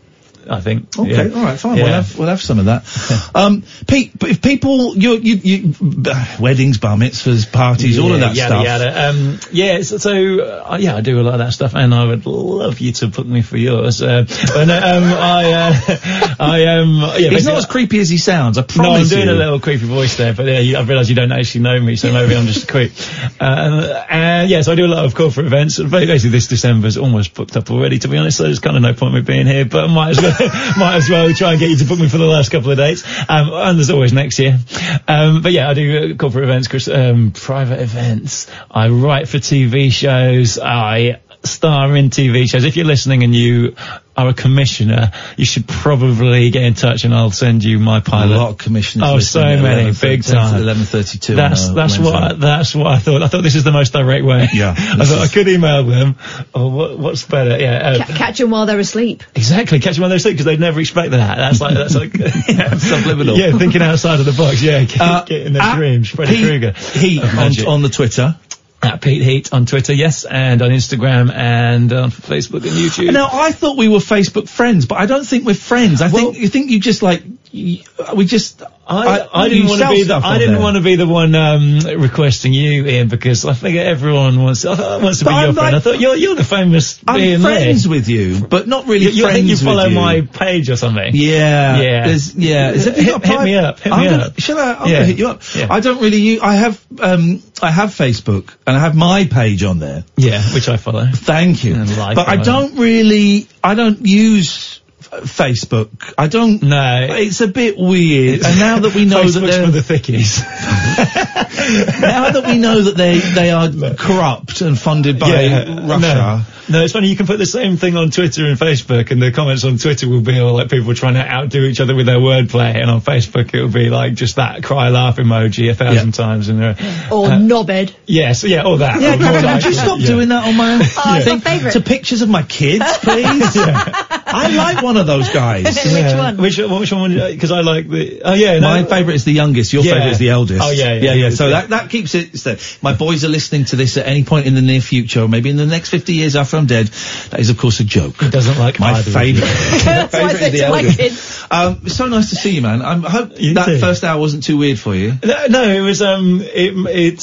[SPEAKER 10] I think.
[SPEAKER 4] Okay,
[SPEAKER 10] Yeah.
[SPEAKER 4] all right, fine. We'll
[SPEAKER 10] Yeah.
[SPEAKER 4] have we'll have some of that. um, Pete, but if people, you you, you b- weddings, bar mitzvahs, parties, all of
[SPEAKER 10] Yeah,
[SPEAKER 4] that
[SPEAKER 10] yada,
[SPEAKER 4] stuff.
[SPEAKER 10] Yada. Um, yeah, so, so uh, yeah, I do a lot of that stuff, and I would love you to book me for yours. Uh, but no, um, I, uh, I um, yeah,
[SPEAKER 4] He's not
[SPEAKER 10] basically-
[SPEAKER 4] as creepy as he sounds. I
[SPEAKER 10] No, I'm
[SPEAKER 4] promise
[SPEAKER 10] doing
[SPEAKER 4] you.
[SPEAKER 10] a little creepy voice there, but yeah, you, I've realised you don't actually know me, so maybe I'm just creep. Uh, and yeah, so I do a lot of corporate events. and Basically, this December's almost booked up already, to be honest. So there's kind of no point me being here, but I might as well, might as well try and get you to book me for the last couple of dates. Um, and there's always next year. Um, but yeah, I do uh, corporate events, Chris, um, private events. I write for TV shows. I star in TV shows. If you're listening and you are a commissioner, you should probably get in touch and I'll send you my pilot.
[SPEAKER 4] A lot of commissioners.
[SPEAKER 10] Oh, so many, big time.
[SPEAKER 4] Eleven thirty-two.
[SPEAKER 10] That's that's what I, that's what I thought. I thought this is the most direct way. Yeah, I
[SPEAKER 4] this
[SPEAKER 10] thought I
[SPEAKER 4] is-
[SPEAKER 10] could email them. Oh, what, what's better? Yeah, uh,
[SPEAKER 1] Ca- catch them while they're asleep.
[SPEAKER 10] exactly. Catch them on their sleep because they'd never expect that. That's like that's like yeah.
[SPEAKER 4] Subliminal.
[SPEAKER 10] Yeah, thinking outside of the box. Yeah, get, get in their dreams. Freddy Krueger.
[SPEAKER 4] Uh, Heat on, on the Twitter.
[SPEAKER 10] At Pete Heat on Twitter, yes, and on Instagram and on Facebook and YouTube.
[SPEAKER 4] Now I thought we were Facebook friends, but I don't think we're friends. I think you think you just like you, we just.
[SPEAKER 10] I, I, didn't want to be the, I didn't want to be the one um, requesting you, Ian, because I figure everyone wants uh, wants to be
[SPEAKER 4] But
[SPEAKER 10] your
[SPEAKER 4] I'm
[SPEAKER 10] friend.
[SPEAKER 4] like-
[SPEAKER 10] I thought you're you're the famous.
[SPEAKER 4] I'm
[SPEAKER 10] Ian
[SPEAKER 4] friends
[SPEAKER 10] Lee.
[SPEAKER 4] with you, but not really
[SPEAKER 10] You, you I think you
[SPEAKER 4] friends with
[SPEAKER 10] follow
[SPEAKER 4] you.
[SPEAKER 10] my page or something?
[SPEAKER 4] Yeah,
[SPEAKER 10] yeah.
[SPEAKER 4] there's- yeah. Is it-
[SPEAKER 10] hit, hit me up. Hit
[SPEAKER 4] I'm
[SPEAKER 10] me
[SPEAKER 4] gonna-
[SPEAKER 10] up.
[SPEAKER 4] Shall I? I'm
[SPEAKER 10] Yeah.
[SPEAKER 4] gonna hit you up. I don't really. u- I have. Um, I have Facebook and I have my page on there.
[SPEAKER 10] Yeah, which I follow.
[SPEAKER 4] Thank you.
[SPEAKER 10] And like
[SPEAKER 4] but I
[SPEAKER 10] them.
[SPEAKER 4] don't really. I don't use f- Facebook. I don't.
[SPEAKER 10] No,
[SPEAKER 4] it's a bit weird. And now that we know that
[SPEAKER 10] Facebook's
[SPEAKER 4] they're
[SPEAKER 10] for the thickies.
[SPEAKER 4] now that we know that they they are corrupt and funded by uh, Russia.
[SPEAKER 10] No. no, it's funny. You can put the same thing on Twitter and Facebook, and the comments on Twitter will be all like people trying to outdo each other with their wordplay, and on Facebook it'll be like just that cry laugh emoji a thousand times. And uh,
[SPEAKER 1] Or
[SPEAKER 10] uh,
[SPEAKER 1] knobhead.
[SPEAKER 10] yes, yeah, all that.
[SPEAKER 4] Yeah,
[SPEAKER 10] Or
[SPEAKER 4] Karen,
[SPEAKER 10] more
[SPEAKER 4] would you
[SPEAKER 10] like-
[SPEAKER 4] stop
[SPEAKER 10] yeah.
[SPEAKER 4] doing that on my?
[SPEAKER 1] Oh, it's my favourite.
[SPEAKER 4] To pictures of my kids, please. I like one of those guys.
[SPEAKER 10] Yeah. Which, which one? Because I like the. Oh yeah, no,
[SPEAKER 4] uh, My favourite is the youngest. Your
[SPEAKER 10] Yeah.
[SPEAKER 4] favourite is the eldest.
[SPEAKER 10] Oh, yeah, yeah,
[SPEAKER 4] yeah.
[SPEAKER 10] yeah,
[SPEAKER 4] So
[SPEAKER 10] yeah.
[SPEAKER 4] that that keeps it. So my boys are listening to this at any point in the near future, or maybe in the next fifty years after I'm dead. That is, of course, a joke. He
[SPEAKER 10] doesn't like
[SPEAKER 4] my
[SPEAKER 10] either of you.
[SPEAKER 4] favourite.
[SPEAKER 1] That's what I
[SPEAKER 4] favourite
[SPEAKER 1] said
[SPEAKER 4] is the
[SPEAKER 1] to my
[SPEAKER 4] eldest.
[SPEAKER 1] kids.
[SPEAKER 4] Um, it's so nice to see you, man. I hope that
[SPEAKER 10] too.
[SPEAKER 4] first hour wasn't too weird for you.
[SPEAKER 10] No, no, it was um, it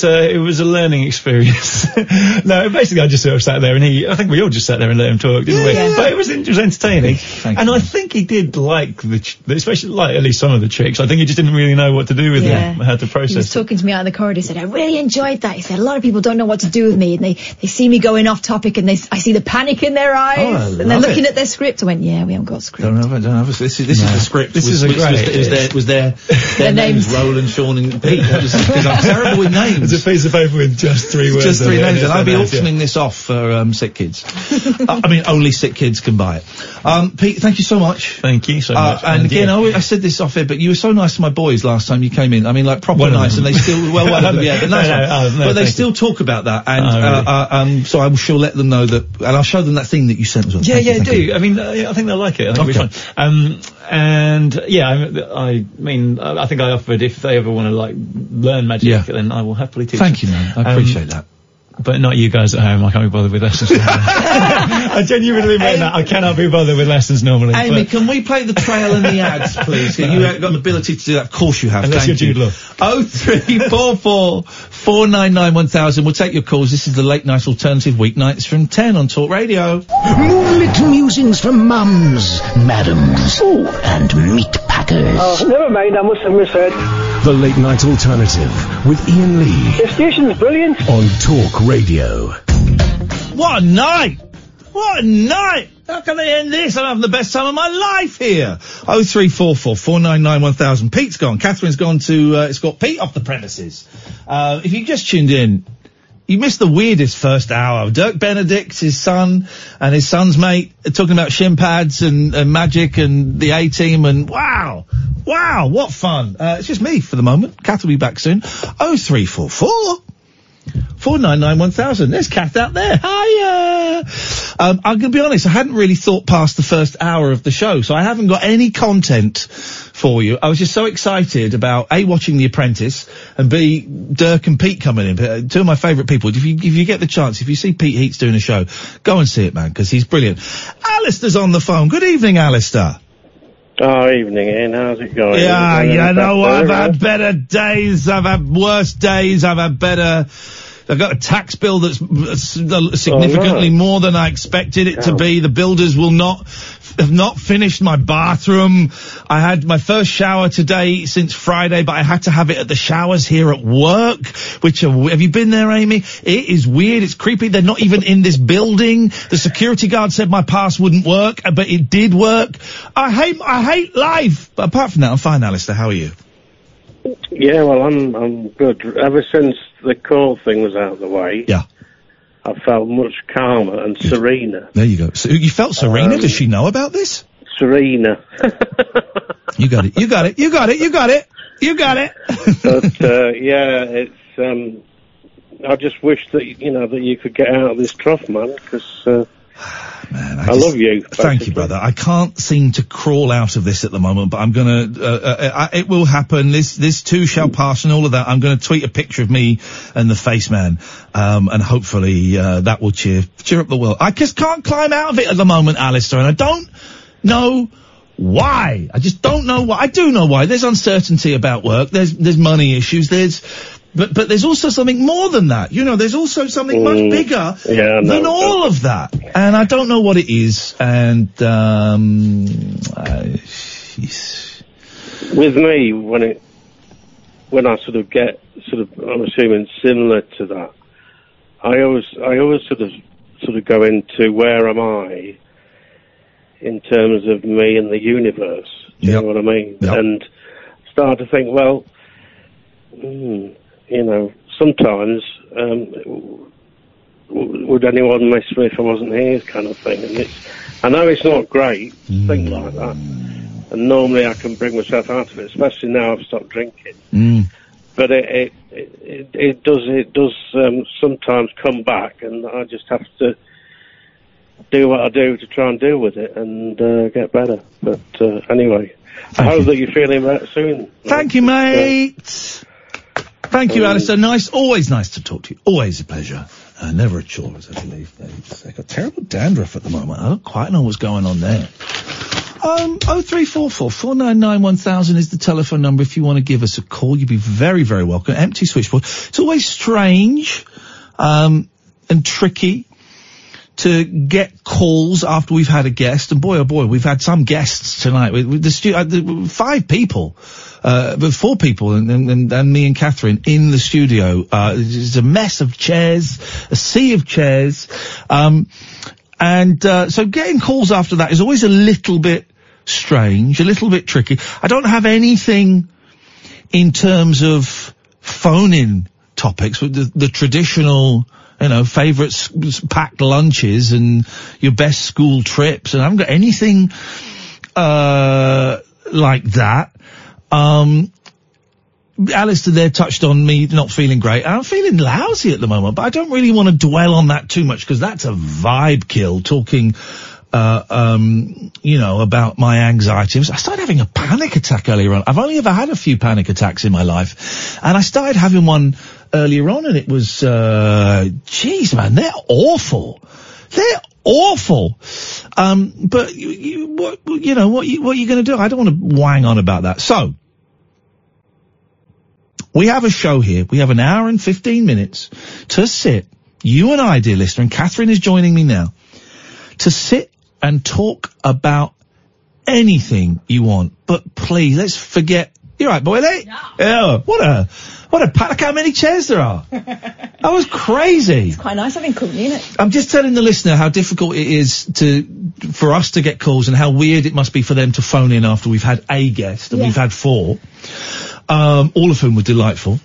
[SPEAKER 10] it uh, it was a learning experience. no, basically, I just sort of sat there, and he, I think we all just sat there and let him talk, didn't we? But it was it was entertaining, and I think he did like the, ch- especially like at least some of the tricks. I think he just didn't really know what to do with
[SPEAKER 9] Yeah.
[SPEAKER 10] them, how
[SPEAKER 9] He
[SPEAKER 10] to
[SPEAKER 9] was
[SPEAKER 10] process. it.
[SPEAKER 9] talking to me out in the corridor. He said, "I really enjoyed that." He said, "A lot of people don't know what to do with me, and they, they see me going off topic, and they I see the panic in their eyes,
[SPEAKER 4] I
[SPEAKER 9] and they're
[SPEAKER 4] love
[SPEAKER 9] looking
[SPEAKER 4] it.
[SPEAKER 9] at their script." I went, "Yeah, we haven't got a script."
[SPEAKER 4] Don't have it. Don't have it. This is this is the script.
[SPEAKER 10] This is
[SPEAKER 4] was-
[SPEAKER 10] a
[SPEAKER 4] which
[SPEAKER 10] great-
[SPEAKER 4] Was, was there was there their names Roland, Sean, and Pete? That was- 'cause I'm terrible with names.
[SPEAKER 10] There's a piece of paper with just three words.
[SPEAKER 4] Just
[SPEAKER 10] on
[SPEAKER 4] three
[SPEAKER 10] it,
[SPEAKER 4] names,
[SPEAKER 10] it's
[SPEAKER 4] and I'd
[SPEAKER 10] like
[SPEAKER 4] be
[SPEAKER 10] that, yeah.
[SPEAKER 4] auctioning this off for um, sick kids. I I mean, only sick kids can buy it. Um, Pete, thank you so much.
[SPEAKER 10] Thank you so
[SPEAKER 4] Uh,
[SPEAKER 10] much.
[SPEAKER 4] and again, I,
[SPEAKER 10] yeah.
[SPEAKER 4] always- I said this off air, but you were so nice to my boys last time you came in. I mean, like proper
[SPEAKER 10] One of
[SPEAKER 4] nice,
[SPEAKER 10] them.
[SPEAKER 4] and they still well, one of them, yeah, but nice
[SPEAKER 10] No, no,
[SPEAKER 4] one.
[SPEAKER 10] oh, no,
[SPEAKER 4] but they
[SPEAKER 10] thank you.
[SPEAKER 4] still talk about that, and
[SPEAKER 10] Oh, really?
[SPEAKER 4] uh, uh, um, so I'm sure let them know that, and I'll show them that thing that you sent us.
[SPEAKER 10] Yeah,
[SPEAKER 4] Thank you,
[SPEAKER 10] yeah,
[SPEAKER 4] thank
[SPEAKER 10] do.
[SPEAKER 4] you.
[SPEAKER 10] I mean, I I think they'll like it. I think it'll be fun. Um, and yeah, I, I mean, I I think I offered if they ever want to like learn magic,
[SPEAKER 4] Yeah.
[SPEAKER 10] then I will happily teach. Um,
[SPEAKER 4] Thank you, man. I appreciate that.
[SPEAKER 10] But not you guys at home. I can't be bothered with lessons. I genuinely mean that. I cannot be bothered with lessons normally.
[SPEAKER 4] Amy,
[SPEAKER 10] but-
[SPEAKER 4] can we play the trail and the ads, please? You haven't got the ability to do that. Of course you have.
[SPEAKER 10] Unless
[SPEAKER 4] Thank
[SPEAKER 10] you're
[SPEAKER 4] you.
[SPEAKER 10] Jude Law.
[SPEAKER 4] Oh three four four four nine nine one thousand. We'll take your calls. This is the late night alternative weeknights from ten on Talk Radio.
[SPEAKER 3] Moonlit musings from mums, madams, and meat packers.
[SPEAKER 19] Oh, never mind, I must have misheard.
[SPEAKER 20] The Late Night Alternative with Ian Lee
[SPEAKER 19] The station's brilliant.
[SPEAKER 20] on Talk Radio.
[SPEAKER 4] What a night! What a night! How can they end this? I'm having the best time of my life here. Oh three four four four nine nine one thousand. Pete's gone. Catherine's gone to uh, escort Pete off the premises. Uh, if you just tuned in, you missed the weirdest first hour. Dirk Benedict, his son, and his son's mate are talking about shin pads and, and magic and the A team and wow, wow, what fun! Uh, it's just me for the moment. Kath will be back soon. Oh three four four. Four nine nine one thousand. There's Kath out there. Hiya. Um, I'm going to be honest. I hadn't really thought past the first hour of the show, so I haven't got any content for you. I was just so excited about a watching The Apprentice and b Dirk and Pete coming in. Uh, Two of my favourite people. If you if you get the chance, if you see Pete Heats doing a show, go and see it, man, because he's brilliant. Alistair's on the phone. Good evening, Alistair.
[SPEAKER 21] Oh, evening, Ian. How's it going?
[SPEAKER 4] Oh,
[SPEAKER 21] Uh,
[SPEAKER 4] Yeah,
[SPEAKER 21] Is it
[SPEAKER 4] you
[SPEAKER 21] any
[SPEAKER 4] know,
[SPEAKER 21] better,
[SPEAKER 4] I've
[SPEAKER 21] or-
[SPEAKER 4] had better days. I've had worse days. I've had better. I've got a tax bill that's that's significantly more than I expected it to be. The builders will not have not finished my bathroom. I had my first shower today since Friday, but I had to have it at the showers here at work. Which are, have you been there, Amy? It is weird. It's creepy. They're not even in this building. The security guard said my pass wouldn't work, uh, but it did work. I hate I hate life. But apart from that, I'm fine, Alistair. How are you?
[SPEAKER 21] Yeah, well, I'm I'm good. Ever since the cold thing was out of the way,
[SPEAKER 4] yeah,
[SPEAKER 21] I felt much calmer and serener.
[SPEAKER 4] There you go. So you felt Serena. Does she know about this?
[SPEAKER 21] Serena.
[SPEAKER 4] You got it. You got it. You got it. You got it. You got it.
[SPEAKER 21] but uh, yeah, it's. Um, I just wish that you know that you could get out of this trough, man, because uh,
[SPEAKER 4] Man,
[SPEAKER 21] I love you,
[SPEAKER 4] Thank you, brother. I can't seem to crawl out of this at the moment, but I'm gonna. Uh, uh, I, it will happen. This this too shall pass, and all of that. I'm gonna tweet a picture of me and the face man, um, and hopefully uh, that will cheer cheer up the world. I just can't climb out of it at the moment, Alistair, and I don't know why. I just don't know why. I do know why. There's uncertainty about work. There's there's money issues. There's but but there's also something more than that. You know, there's also something
[SPEAKER 21] Mm.
[SPEAKER 4] much bigger
[SPEAKER 21] Yeah, I know.
[SPEAKER 4] than all of that. And I don't know what it is. And um, I,
[SPEAKER 21] with me when it when I sort of get sort of I'm assuming similar to that. I always I always sort of sort of go into where am I in terms of me and the universe. You know what I mean? And start to think, well, hmm, you know, sometimes um, w- w- would anyone miss me if I wasn't here, kind of thing. And it's I know it's not great to think like that. And normally I can bring myself out of it, especially now I've stopped drinking
[SPEAKER 4] Mm.
[SPEAKER 21] but it it, it it does it does um, sometimes come back, and I just have to do what I do to try and deal with it and uh, get better. But uh, anyway, I hope that you're feeling better soon.
[SPEAKER 4] thank you, mate. Thank you,
[SPEAKER 21] Mm.
[SPEAKER 4] Alistair. Nice, always nice to talk to you. Always a pleasure. Uh, never a chore, as I believe. They've they've got terrible dandruff at the moment. I don't quite know what's going on there. Um, 0344 499 1000 is the telephone number if you want to give us a call. You'd be very, very welcome. Empty switchboard. It's always strange, um, and tricky to get calls after we've had a guest. And boy, oh boy, we've had some guests tonight. With, with the stu- uh, the, five people, uh, but four people, and, and, and, and me and Catherine in the studio. Uh, it's a mess of chairs, a sea of chairs. Um, and uh, so getting calls after that is always a little bit strange, a little bit tricky. I don't have anything in terms of phone-in topics, with the, the traditional, you know, favourite s- s- packed lunches and your best school trips, and I haven't got anything uh, like that. Um, Alistair there touched on me not feeling great. I'm feeling lousy at the moment, but I don't really want to dwell on that too much because that's a vibe kill talking, uh, um, you know, about my anxiety. I was- I started having a panic attack earlier on. I've only ever had a few panic attacks in my life and I started having one earlier on and it was, uh, geez, man, they're awful. They're awful. Um, but you, you, what, you know, what you, what are you going to do? I don't want to wang on about that. So, we have a show here. We have an hour and 15 minutes to sit, you and I, dear listener, and Catherine is joining me now, to sit and talk about anything you want. But please, let's forget. You're right, boy, eh? Yeah. What a, what a, pa- look how many chairs there are. that was crazy.
[SPEAKER 9] It's quite nice having company, isn't it?
[SPEAKER 4] I'm just telling the listener how difficult it is to for us to get calls and how weird it must be for them to phone in after we've had a guest and we've had four, um, all of whom were delightful.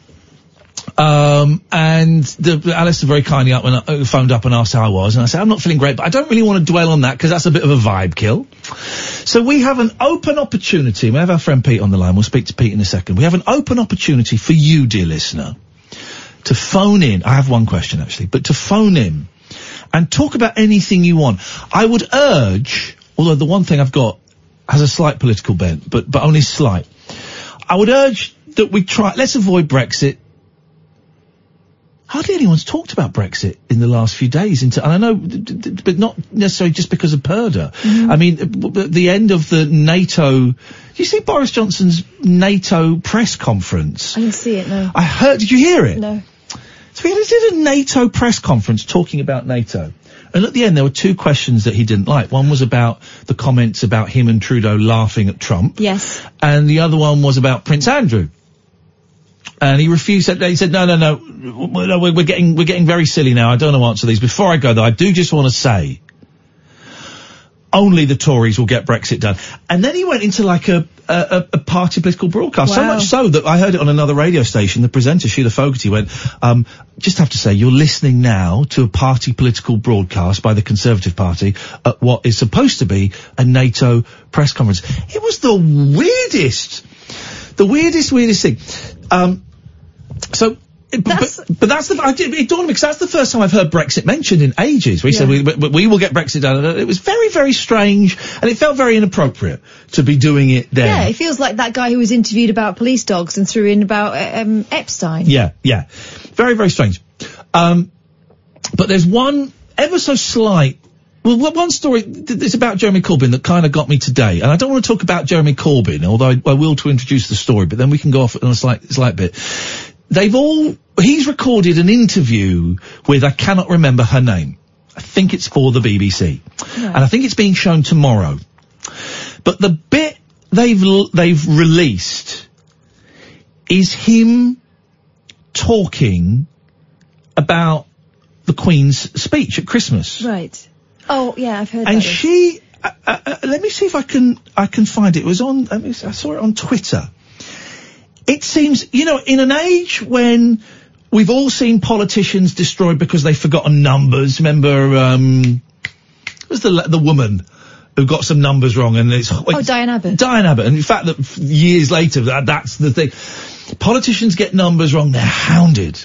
[SPEAKER 4] Um, and the, the Alistair very kindly up and uh, phoned up and asked how I was, and I said I'm not feeling great, but I don't really want to dwell on that because that's a bit of a vibe kill. So we have an open opportunity. We have our friend Pete on the line. We'll speak to Pete in a second. We have an open opportunity for you, dear listener, to phone in. I have one question actually, but to phone in and talk about anything you want. I would urge, although the one thing I've got has a slight political bent, but, but only slight. I would urge that we try, let's avoid Brexit. hardly anyone's talked about Brexit in the last few days. Into, and I know, d- d- d- but not necessarily just because of Perda. I mean, b- b- the end of the NATO. You see Boris Johnson's NATO press conference.
[SPEAKER 9] I didn't see it, no.
[SPEAKER 4] I heard. Did you hear it?
[SPEAKER 9] No.
[SPEAKER 4] So he did a NATO press conference talking about NATO. And at the end, there were two questions that he didn't like. One was about the comments about him and Trudeau laughing at Trump.
[SPEAKER 9] Yes.
[SPEAKER 4] And the other one was about Prince Andrew. And he refused. that- He said, "No, no, no. w- no, We're we're getting we're getting very silly now. I don't want to answer these. Before I go, though, I do just want to say, only the Tories will get Brexit done." And then he went into like a a, a- a party political broadcast. So
[SPEAKER 22] Wow.
[SPEAKER 4] much so that I heard it on another radio station. The presenter Sheila Fogarty went, um, "Just have to say, you're listening now to a party political broadcast by the Conservative Party at what is supposed to be a NATO press conference." It was the weirdest the weirdest, weirdest thing. Um, so. But, but, but that's the I did, it dawned on me because that's the first time I've heard Brexit mentioned in ages. We said we, we, we will get Brexit done. and It was very very strange and it felt very inappropriate to be doing it then.
[SPEAKER 9] Yeah, it feels like that guy who was interviewed about police dogs and threw in about uh, um, Epstein.
[SPEAKER 4] Yeah, yeah. Very, very strange. Um, but there's one ever so slight. Well, one- one story th- it's about Jeremy Corbyn that kind of got me today, and I don't want to talk about Jeremy Corbyn, although I, I will to introduce the story. But then we can go off on a slight, slight bit. They've all he's recorded an interview with I cannot remember her name. I think it's for the BBC, and I think it's being shown tomorrow. But the bit they've l- they've released is him talking about the Queen's speech at Christmas.
[SPEAKER 9] Right. Oh, yeah, I've heard
[SPEAKER 4] And
[SPEAKER 9] that.
[SPEAKER 4] she, uh, uh, uh, let me see if I can, I can find it. It was on, let me see, I saw it on Twitter. It seems, you know, in an age when we've all seen politicians destroyed because they've forgotten numbers. Remember, um, it was the la- the woman who got some numbers wrong and it's
[SPEAKER 9] Oh, Diane Abbott.
[SPEAKER 4] Diane Abbott. And in fact, that f- years later, that, that's the thing. Politicians get numbers wrong; they're hounded.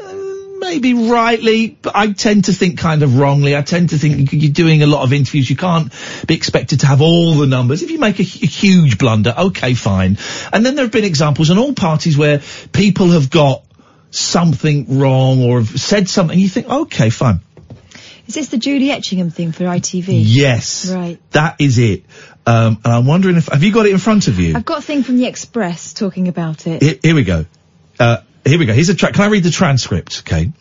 [SPEAKER 4] Uh, Maybe rightly, but I tend to think kind of wrongly. I tend to think you- you're doing a lot of interviews. You can't be expected to have all the numbers. If you make a, hu- huge blunder, okay, fine. And then there have been examples in all parties where people have got something wrong or have said something. You think, okay, fine.
[SPEAKER 9] Is this the Judy Etchingham thing for ITV?
[SPEAKER 4] Yes.
[SPEAKER 9] Right.
[SPEAKER 4] That is it. Um, and I'm wondering if, have you got it in front of you?
[SPEAKER 9] I've got a thing from the Express talking about it.
[SPEAKER 4] Here, here we go. Uh, here we go. Here's a track. Can I read the transcript? Okay.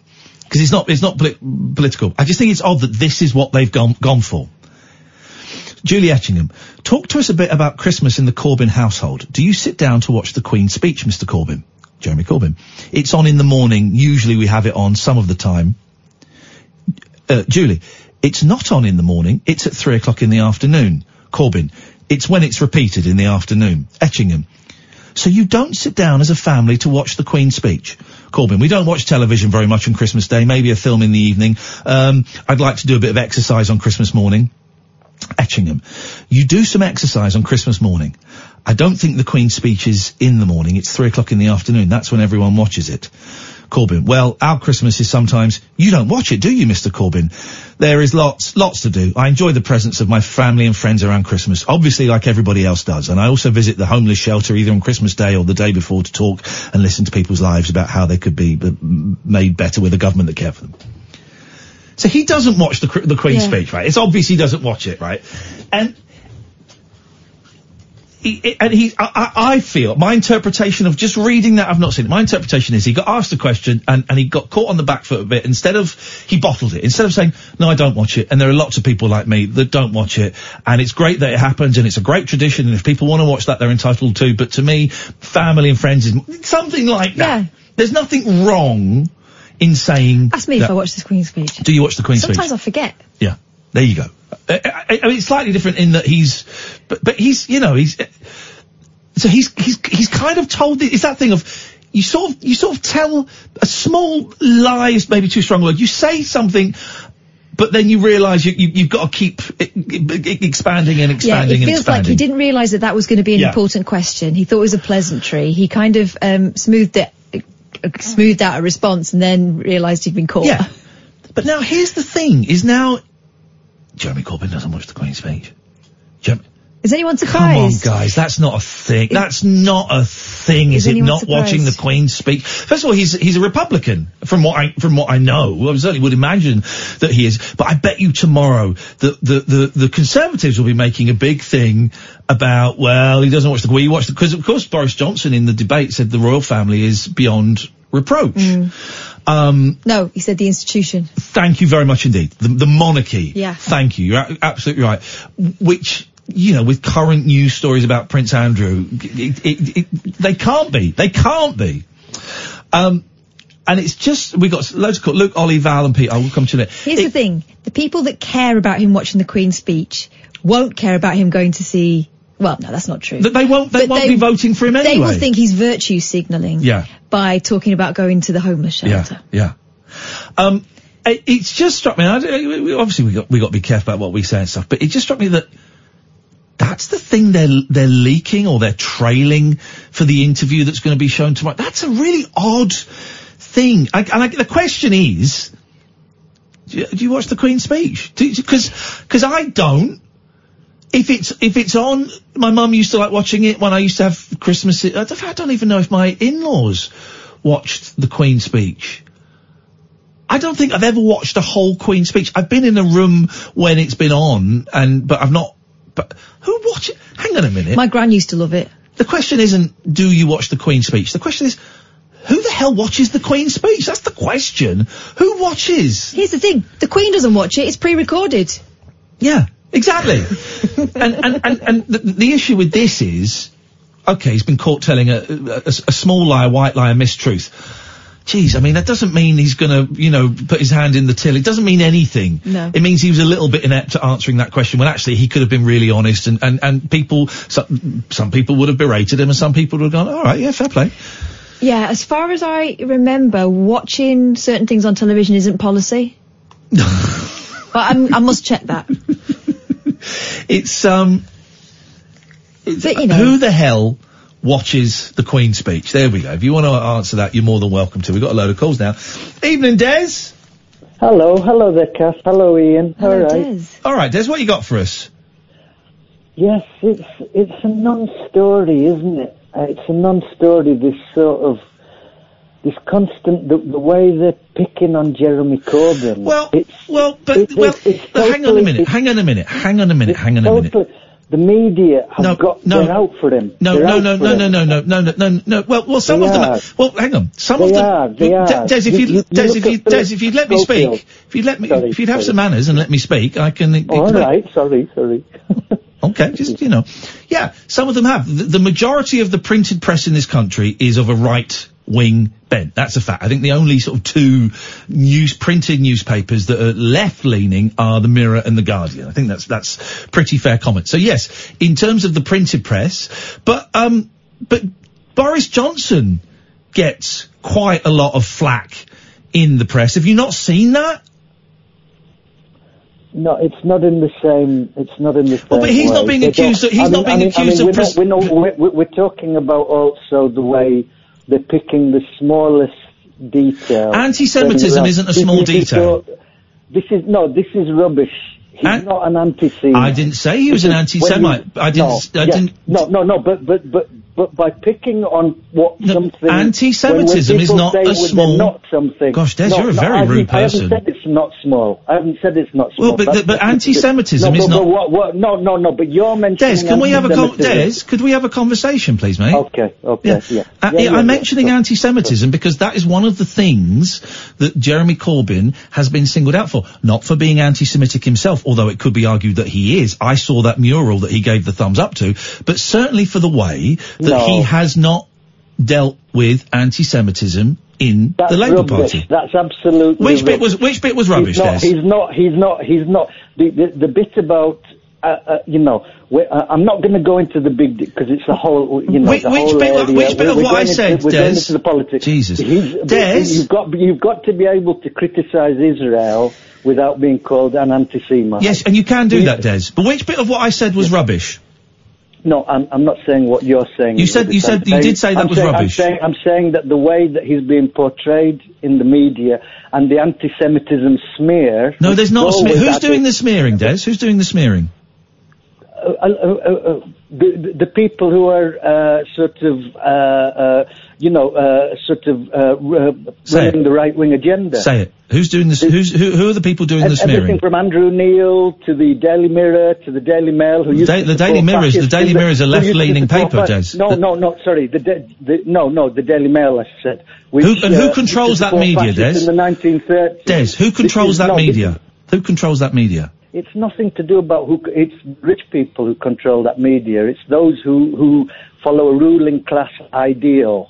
[SPEAKER 4] Because it's not, it's not polit- political. I just think it's odd that this is what they've gone, gone for. Julie Etchingham, talk to us a bit about Christmas in the Corbyn household. Do you sit down to watch the Queen's speech, Mr. Corbyn? Jeremy Corbyn. It's on in the morning. Usually we have it on some of the time. Uh, Julie, it's not on in the morning. It's at three o'clock in the afternoon. Corbyn, it's when it's repeated in the afternoon. Etchingham, so you don't sit down as a family to watch the Queen's speech. Corbyn, we don't watch television very much on Christmas Day, maybe a film in the evening. Um, I'd like to do a bit of exercise on Christmas morning. Etchingham, you do some exercise on Christmas morning. I don't think the Queen's speech is in the morning. It's three o'clock in the afternoon. That's when everyone watches it. Corbyn, well, our Christmas is sometimes, you don't watch it, do you, Mr. Corbyn? There is lots, lots to do. I enjoy the presence of my family and friends around Christmas, obviously like everybody else does. And I also visit the homeless shelter either on Christmas Day or the day before to talk and listen to people's lives about how they could be uh, m- made better with a government that cared for them. So he doesn't watch the, Cr- the Queen's
[SPEAKER 22] Yeah.
[SPEAKER 4] speech, right? It's obvious he doesn't watch it, right? And he, it- and he, I, I I feel my interpretation of just reading that I've not seen it. My interpretation is he got asked a question and, and he got caught on the back foot a bit. Instead of he bottled it. Instead of saying no, I don't watch it, and there are lots of people like me that don't watch it, and it's great that it happens, and it's a great tradition, and if people want to watch that, they're entitled to. But to me, family and friends is m- something like that. There's nothing wrong in saying.
[SPEAKER 9] Ask me if
[SPEAKER 4] that-
[SPEAKER 9] I watch this Queen's speech.
[SPEAKER 4] Do you watch the Queen's speech?
[SPEAKER 9] Sometimes I forget.
[SPEAKER 4] Yeah, there you go. I, I, I mean, it's slightly different in that he's, but but he's you know he's, uh, so he's he's he's kind of told the, it's that thing of you sort of you sort of tell a small lie is maybe too strong a word. You say something. But then you realise you, you, you've got to keep e- e- e- expanding and
[SPEAKER 9] Yeah, it
[SPEAKER 4] expanding and
[SPEAKER 9] feels
[SPEAKER 4] expanding.
[SPEAKER 9] like he didn't realise that that was going to be an
[SPEAKER 4] Yeah.
[SPEAKER 9] important question. He thought it was a pleasantry. He kind of um, smoothed it, uh, smoothed out a response, and then realised he'd been caught.
[SPEAKER 4] Yeah. But now here's the thing: is now Jeremy Corbyn doesn't watch the Queen's speech. Jeremy,
[SPEAKER 9] Is anyone
[SPEAKER 4] Come on,
[SPEAKER 9] surprised?
[SPEAKER 4] guys, that's not a thing. That's not a thing, is,
[SPEAKER 9] Is
[SPEAKER 4] it?
[SPEAKER 9] anyone
[SPEAKER 4] Not watching the
[SPEAKER 9] surprised?
[SPEAKER 4] Queen speak. First of all, he's he's a Republican, from what I from what I know. I certainly would imagine that he is. But I bet you tomorrow the the the, the Conservatives will be making a big thing about well, he doesn't watch the Queen. He watched because of course Boris Johnson in the debate said the royal family is beyond reproach. Um,
[SPEAKER 9] Mm. No, he said the institution.
[SPEAKER 4] Thank you very much indeed. The, the monarchy.
[SPEAKER 9] Yeah.
[SPEAKER 4] Thank you. You're a- absolutely right. Which, you know, with current news stories about Prince Andrew, it, it, it, they can't be. They can't be. Um, and it's just, we've got loads of, call- Luke, Ollie, Val and Pete, I will come to it.
[SPEAKER 9] Here's the thing: the people that care about him watching the Queen speech won't care about him going to see. Well, no, that's not true.
[SPEAKER 4] That they won't, they
[SPEAKER 9] But
[SPEAKER 4] won't
[SPEAKER 9] they-
[SPEAKER 4] be voting for him anyway.
[SPEAKER 9] They will think he's virtue signalling
[SPEAKER 4] Yeah.
[SPEAKER 9] by talking about going to the homeless shelter.
[SPEAKER 4] Yeah, yeah. Um, it, it's just struck me. and I, don't- we- we- obviously, we got we got to be careful about what we say and stuff. But it just struck me that that's the thing they're they're leaking or they're trailing for the interview that's going to be shown tomorrow. That's a really odd thing. I, and I, the question is, do you, do you watch the Queen's speech? Because because I don't. If it's if it's on, my mum used to like watching it when I used to have Christmas. I don't, I don't even know if my in-laws watched the Queen's speech. I don't think I've ever watched a whole Queen speech. I've been in a room when it's been on, and but I've not. But who watch it? Hang on a minute.
[SPEAKER 9] My gran used to love it.
[SPEAKER 4] the question isn't do you watch the Queen speech. The question is who the hell watches the Queen speech. That's the question. Who watches?
[SPEAKER 9] Here's the thing: the Queen doesn't watch it; it's pre-recorded.
[SPEAKER 4] Yeah, exactly. and and and, and the, the issue with this is, okay, he's been caught telling a, a, a small lie, a white lie, a mistruth. Jeez, I mean, that doesn't mean he's going to, you know, put his hand in the till. It doesn't mean anything.
[SPEAKER 6] No.
[SPEAKER 4] It means he was a little bit inept at answering that question when actually he could have been really honest and, and, and people, some, some people would have berated him and some people would have gone, all right, yeah, fair play.
[SPEAKER 9] Yeah, as far as I remember, watching certain things on television isn't policy. but I'm, I must check that.
[SPEAKER 4] It's, um,
[SPEAKER 9] But you know,
[SPEAKER 4] Who the hell watches the Queen's speech? There we go. If you want to answer that, you're more than welcome to. We've got a load of calls now. Evening, Des.
[SPEAKER 23] Hello, hello there, Cass. Hello, Ian. All right.
[SPEAKER 4] All right, Des, what you got for us?
[SPEAKER 23] Yes, it's it's a non-story, isn't it? Uh, It's a non-story. This sort of this constant the, the way they're picking on Jeremy Corbyn.
[SPEAKER 4] Well,
[SPEAKER 23] it's,
[SPEAKER 4] well, but well, hang on a minute. Hang on a minute. Hang on a minute. Hang on a minute.
[SPEAKER 23] The media have
[SPEAKER 4] No,
[SPEAKER 23] got
[SPEAKER 4] no.
[SPEAKER 23] they're out for him.
[SPEAKER 4] No,
[SPEAKER 23] They're
[SPEAKER 4] no,
[SPEAKER 23] out
[SPEAKER 4] no,
[SPEAKER 23] for
[SPEAKER 4] no,
[SPEAKER 23] him.
[SPEAKER 4] no, no, no, no, no, no, no. Well, well, some
[SPEAKER 23] They
[SPEAKER 4] of them.
[SPEAKER 23] are.
[SPEAKER 4] Well, hang on. Some of
[SPEAKER 23] They
[SPEAKER 4] them.
[SPEAKER 23] are, they
[SPEAKER 4] Des,
[SPEAKER 23] are.
[SPEAKER 4] Des, if
[SPEAKER 23] You- you-
[SPEAKER 4] you'd,
[SPEAKER 23] you
[SPEAKER 4] Des,
[SPEAKER 23] look
[SPEAKER 4] if you,
[SPEAKER 23] at Philip
[SPEAKER 4] Des, if you'd let me
[SPEAKER 23] Schofield.
[SPEAKER 4] speak, if you'd let me,
[SPEAKER 23] Sorry,
[SPEAKER 4] if you'd have
[SPEAKER 23] sorry.
[SPEAKER 4] some manners and let me speak, I can.
[SPEAKER 23] Oh, All right, sorry, sorry.
[SPEAKER 4] Okay, just you know, yeah. Some of them have. The, the majority of the printed press in this country is of a right wing bent. That's a fact. I think the only sort of two news printed newspapers that are left leaning are the Mirror and the Guardian. I think that's that's pretty fair comment. So yes, in terms of the printed press, but um, but Boris Johnson gets quite a lot of flack in the press. Have you not seen that?
[SPEAKER 23] No, it's not in the same. It's not in the same.
[SPEAKER 4] Well, Oh, but he's
[SPEAKER 23] way.
[SPEAKER 4] not being
[SPEAKER 23] They don't-
[SPEAKER 4] accused of- he's
[SPEAKER 23] I mean-
[SPEAKER 4] not being
[SPEAKER 23] I mean- I
[SPEAKER 4] accused
[SPEAKER 23] mean,
[SPEAKER 4] of
[SPEAKER 23] we're
[SPEAKER 4] pres-
[SPEAKER 23] Not, we're, not, we're, we're talking about also the way they're picking the smallest detail.
[SPEAKER 4] Anti-Semitism
[SPEAKER 23] They're
[SPEAKER 4] isn't a
[SPEAKER 23] not-
[SPEAKER 4] small
[SPEAKER 23] this is
[SPEAKER 4] detail.
[SPEAKER 23] your- This is no. This is rubbish. He's not an anti-Semite.
[SPEAKER 4] I didn't say he was
[SPEAKER 23] Because
[SPEAKER 4] an
[SPEAKER 23] when
[SPEAKER 4] anti-Semite.
[SPEAKER 23] you-
[SPEAKER 4] I didn't
[SPEAKER 23] No,
[SPEAKER 4] s- I
[SPEAKER 23] yeah,
[SPEAKER 4] didn't-
[SPEAKER 23] No, no, no. But but but but by picking on what something. when-
[SPEAKER 4] anti-Semitism
[SPEAKER 23] when
[SPEAKER 4] is
[SPEAKER 23] people
[SPEAKER 4] not
[SPEAKER 23] say
[SPEAKER 4] a
[SPEAKER 23] when they're
[SPEAKER 4] small-
[SPEAKER 23] Not something.
[SPEAKER 4] Gosh, Des,
[SPEAKER 23] No,
[SPEAKER 4] you're a
[SPEAKER 23] no,
[SPEAKER 4] very
[SPEAKER 23] I haven't-
[SPEAKER 4] rude person.
[SPEAKER 23] I haven't said it's not small. I haven't said it's not small.
[SPEAKER 4] Well, but
[SPEAKER 23] That's-
[SPEAKER 4] the- but
[SPEAKER 23] that's-
[SPEAKER 4] anti-Semitism
[SPEAKER 23] no,
[SPEAKER 4] is
[SPEAKER 23] but-
[SPEAKER 4] not-
[SPEAKER 23] but what- what- no, no, no. But you're mentioning.
[SPEAKER 4] Des, can we have a con-
[SPEAKER 23] anti-Semitism.
[SPEAKER 4] Des? Could we have a conversation, please, mate?
[SPEAKER 23] Okay, okay, yeah.
[SPEAKER 4] Uh,
[SPEAKER 23] Yeah,
[SPEAKER 4] yeah,
[SPEAKER 23] yeah,
[SPEAKER 4] I'm
[SPEAKER 23] yeah.
[SPEAKER 4] mentioning anti-Semitism because that is one of the things that Jeremy Corbyn has been singled out for. Not for being anti-Semitic himself, although it could be argued that he is. I saw that mural that he gave the thumbs up to, but certainly for the way that
[SPEAKER 23] No.
[SPEAKER 4] he has not dealt with anti-Semitism in
[SPEAKER 23] That's
[SPEAKER 4] the Labour
[SPEAKER 23] rubbish.
[SPEAKER 4] Party.
[SPEAKER 23] That's absolutely.
[SPEAKER 4] Which bit
[SPEAKER 23] rubbish.
[SPEAKER 4] was- which bit was rubbish,
[SPEAKER 23] He's not.
[SPEAKER 4] Des?
[SPEAKER 23] He's not. He's not. He's not. The the, the bit about. Uh, uh, you know, we, uh, I'm not going to go into the big because it's the whole. You know,
[SPEAKER 4] Which-
[SPEAKER 23] the
[SPEAKER 4] which
[SPEAKER 23] whole
[SPEAKER 4] bit of-
[SPEAKER 23] area.
[SPEAKER 4] which bit
[SPEAKER 23] We're-
[SPEAKER 4] of
[SPEAKER 23] we're
[SPEAKER 4] what I
[SPEAKER 23] going into-
[SPEAKER 4] said,
[SPEAKER 23] We're
[SPEAKER 4] Des?
[SPEAKER 23] going into the politics.
[SPEAKER 4] Jesus.
[SPEAKER 23] He's,
[SPEAKER 4] Des?
[SPEAKER 23] you've got you've got to be able to criticise Israel without being called an anti-Semite.
[SPEAKER 4] Yes, and you can do that, Des. But which bit of what I said was rubbish?
[SPEAKER 23] No, I'm, I'm not saying what you're saying.
[SPEAKER 4] You
[SPEAKER 23] is
[SPEAKER 4] said-
[SPEAKER 23] rubbish.
[SPEAKER 4] you said-
[SPEAKER 23] I'm
[SPEAKER 4] you
[SPEAKER 23] saying-
[SPEAKER 4] did say that
[SPEAKER 23] I'm
[SPEAKER 4] was
[SPEAKER 23] saying-
[SPEAKER 4] rubbish.
[SPEAKER 23] I'm saying, I'm saying that the way that he's being portrayed in the media and the anti-Semitism smear.
[SPEAKER 4] No, there's not
[SPEAKER 23] go
[SPEAKER 4] a smear.
[SPEAKER 23] with
[SPEAKER 4] Who's
[SPEAKER 23] that
[SPEAKER 4] doing
[SPEAKER 23] is-
[SPEAKER 4] the smearing, Des? Who's doing the smearing?
[SPEAKER 23] uh, uh, uh, the, the people who are uh, sort of, uh, uh, you know, uh, sort of uh, r-
[SPEAKER 4] Say
[SPEAKER 23] running the right wing agenda.
[SPEAKER 4] Say it. Who's doing this? Who's who? Who are the people doing
[SPEAKER 23] Ev-
[SPEAKER 4] the
[SPEAKER 23] e- Everything
[SPEAKER 4] smearing?
[SPEAKER 23] from Andrew Neil to the Daily Mirror to the Daily Mail. Who used
[SPEAKER 4] Da-
[SPEAKER 23] to
[SPEAKER 4] the
[SPEAKER 23] support
[SPEAKER 4] Daily Mirror is- the
[SPEAKER 23] fascists
[SPEAKER 4] Daily
[SPEAKER 23] in
[SPEAKER 4] Mirror is a
[SPEAKER 23] who used to
[SPEAKER 4] left-leaning
[SPEAKER 23] support
[SPEAKER 4] paper,
[SPEAKER 23] fasc-
[SPEAKER 4] Jez.
[SPEAKER 23] No, no, no. Sorry, the, da- the no, no, the Daily Mail. I said. Which, uh,
[SPEAKER 4] Who- and who
[SPEAKER 23] used to
[SPEAKER 4] controls that
[SPEAKER 23] support
[SPEAKER 4] media,
[SPEAKER 23] fascists
[SPEAKER 4] Des?
[SPEAKER 23] In the 1930s.
[SPEAKER 4] Des, who
[SPEAKER 23] This
[SPEAKER 4] controls
[SPEAKER 23] is-
[SPEAKER 4] that
[SPEAKER 23] no, this is-
[SPEAKER 4] media? Who controls that media?
[SPEAKER 23] it's nothing to do about who. It's rich people who control that media. It's those who who follow a ruling class ideal.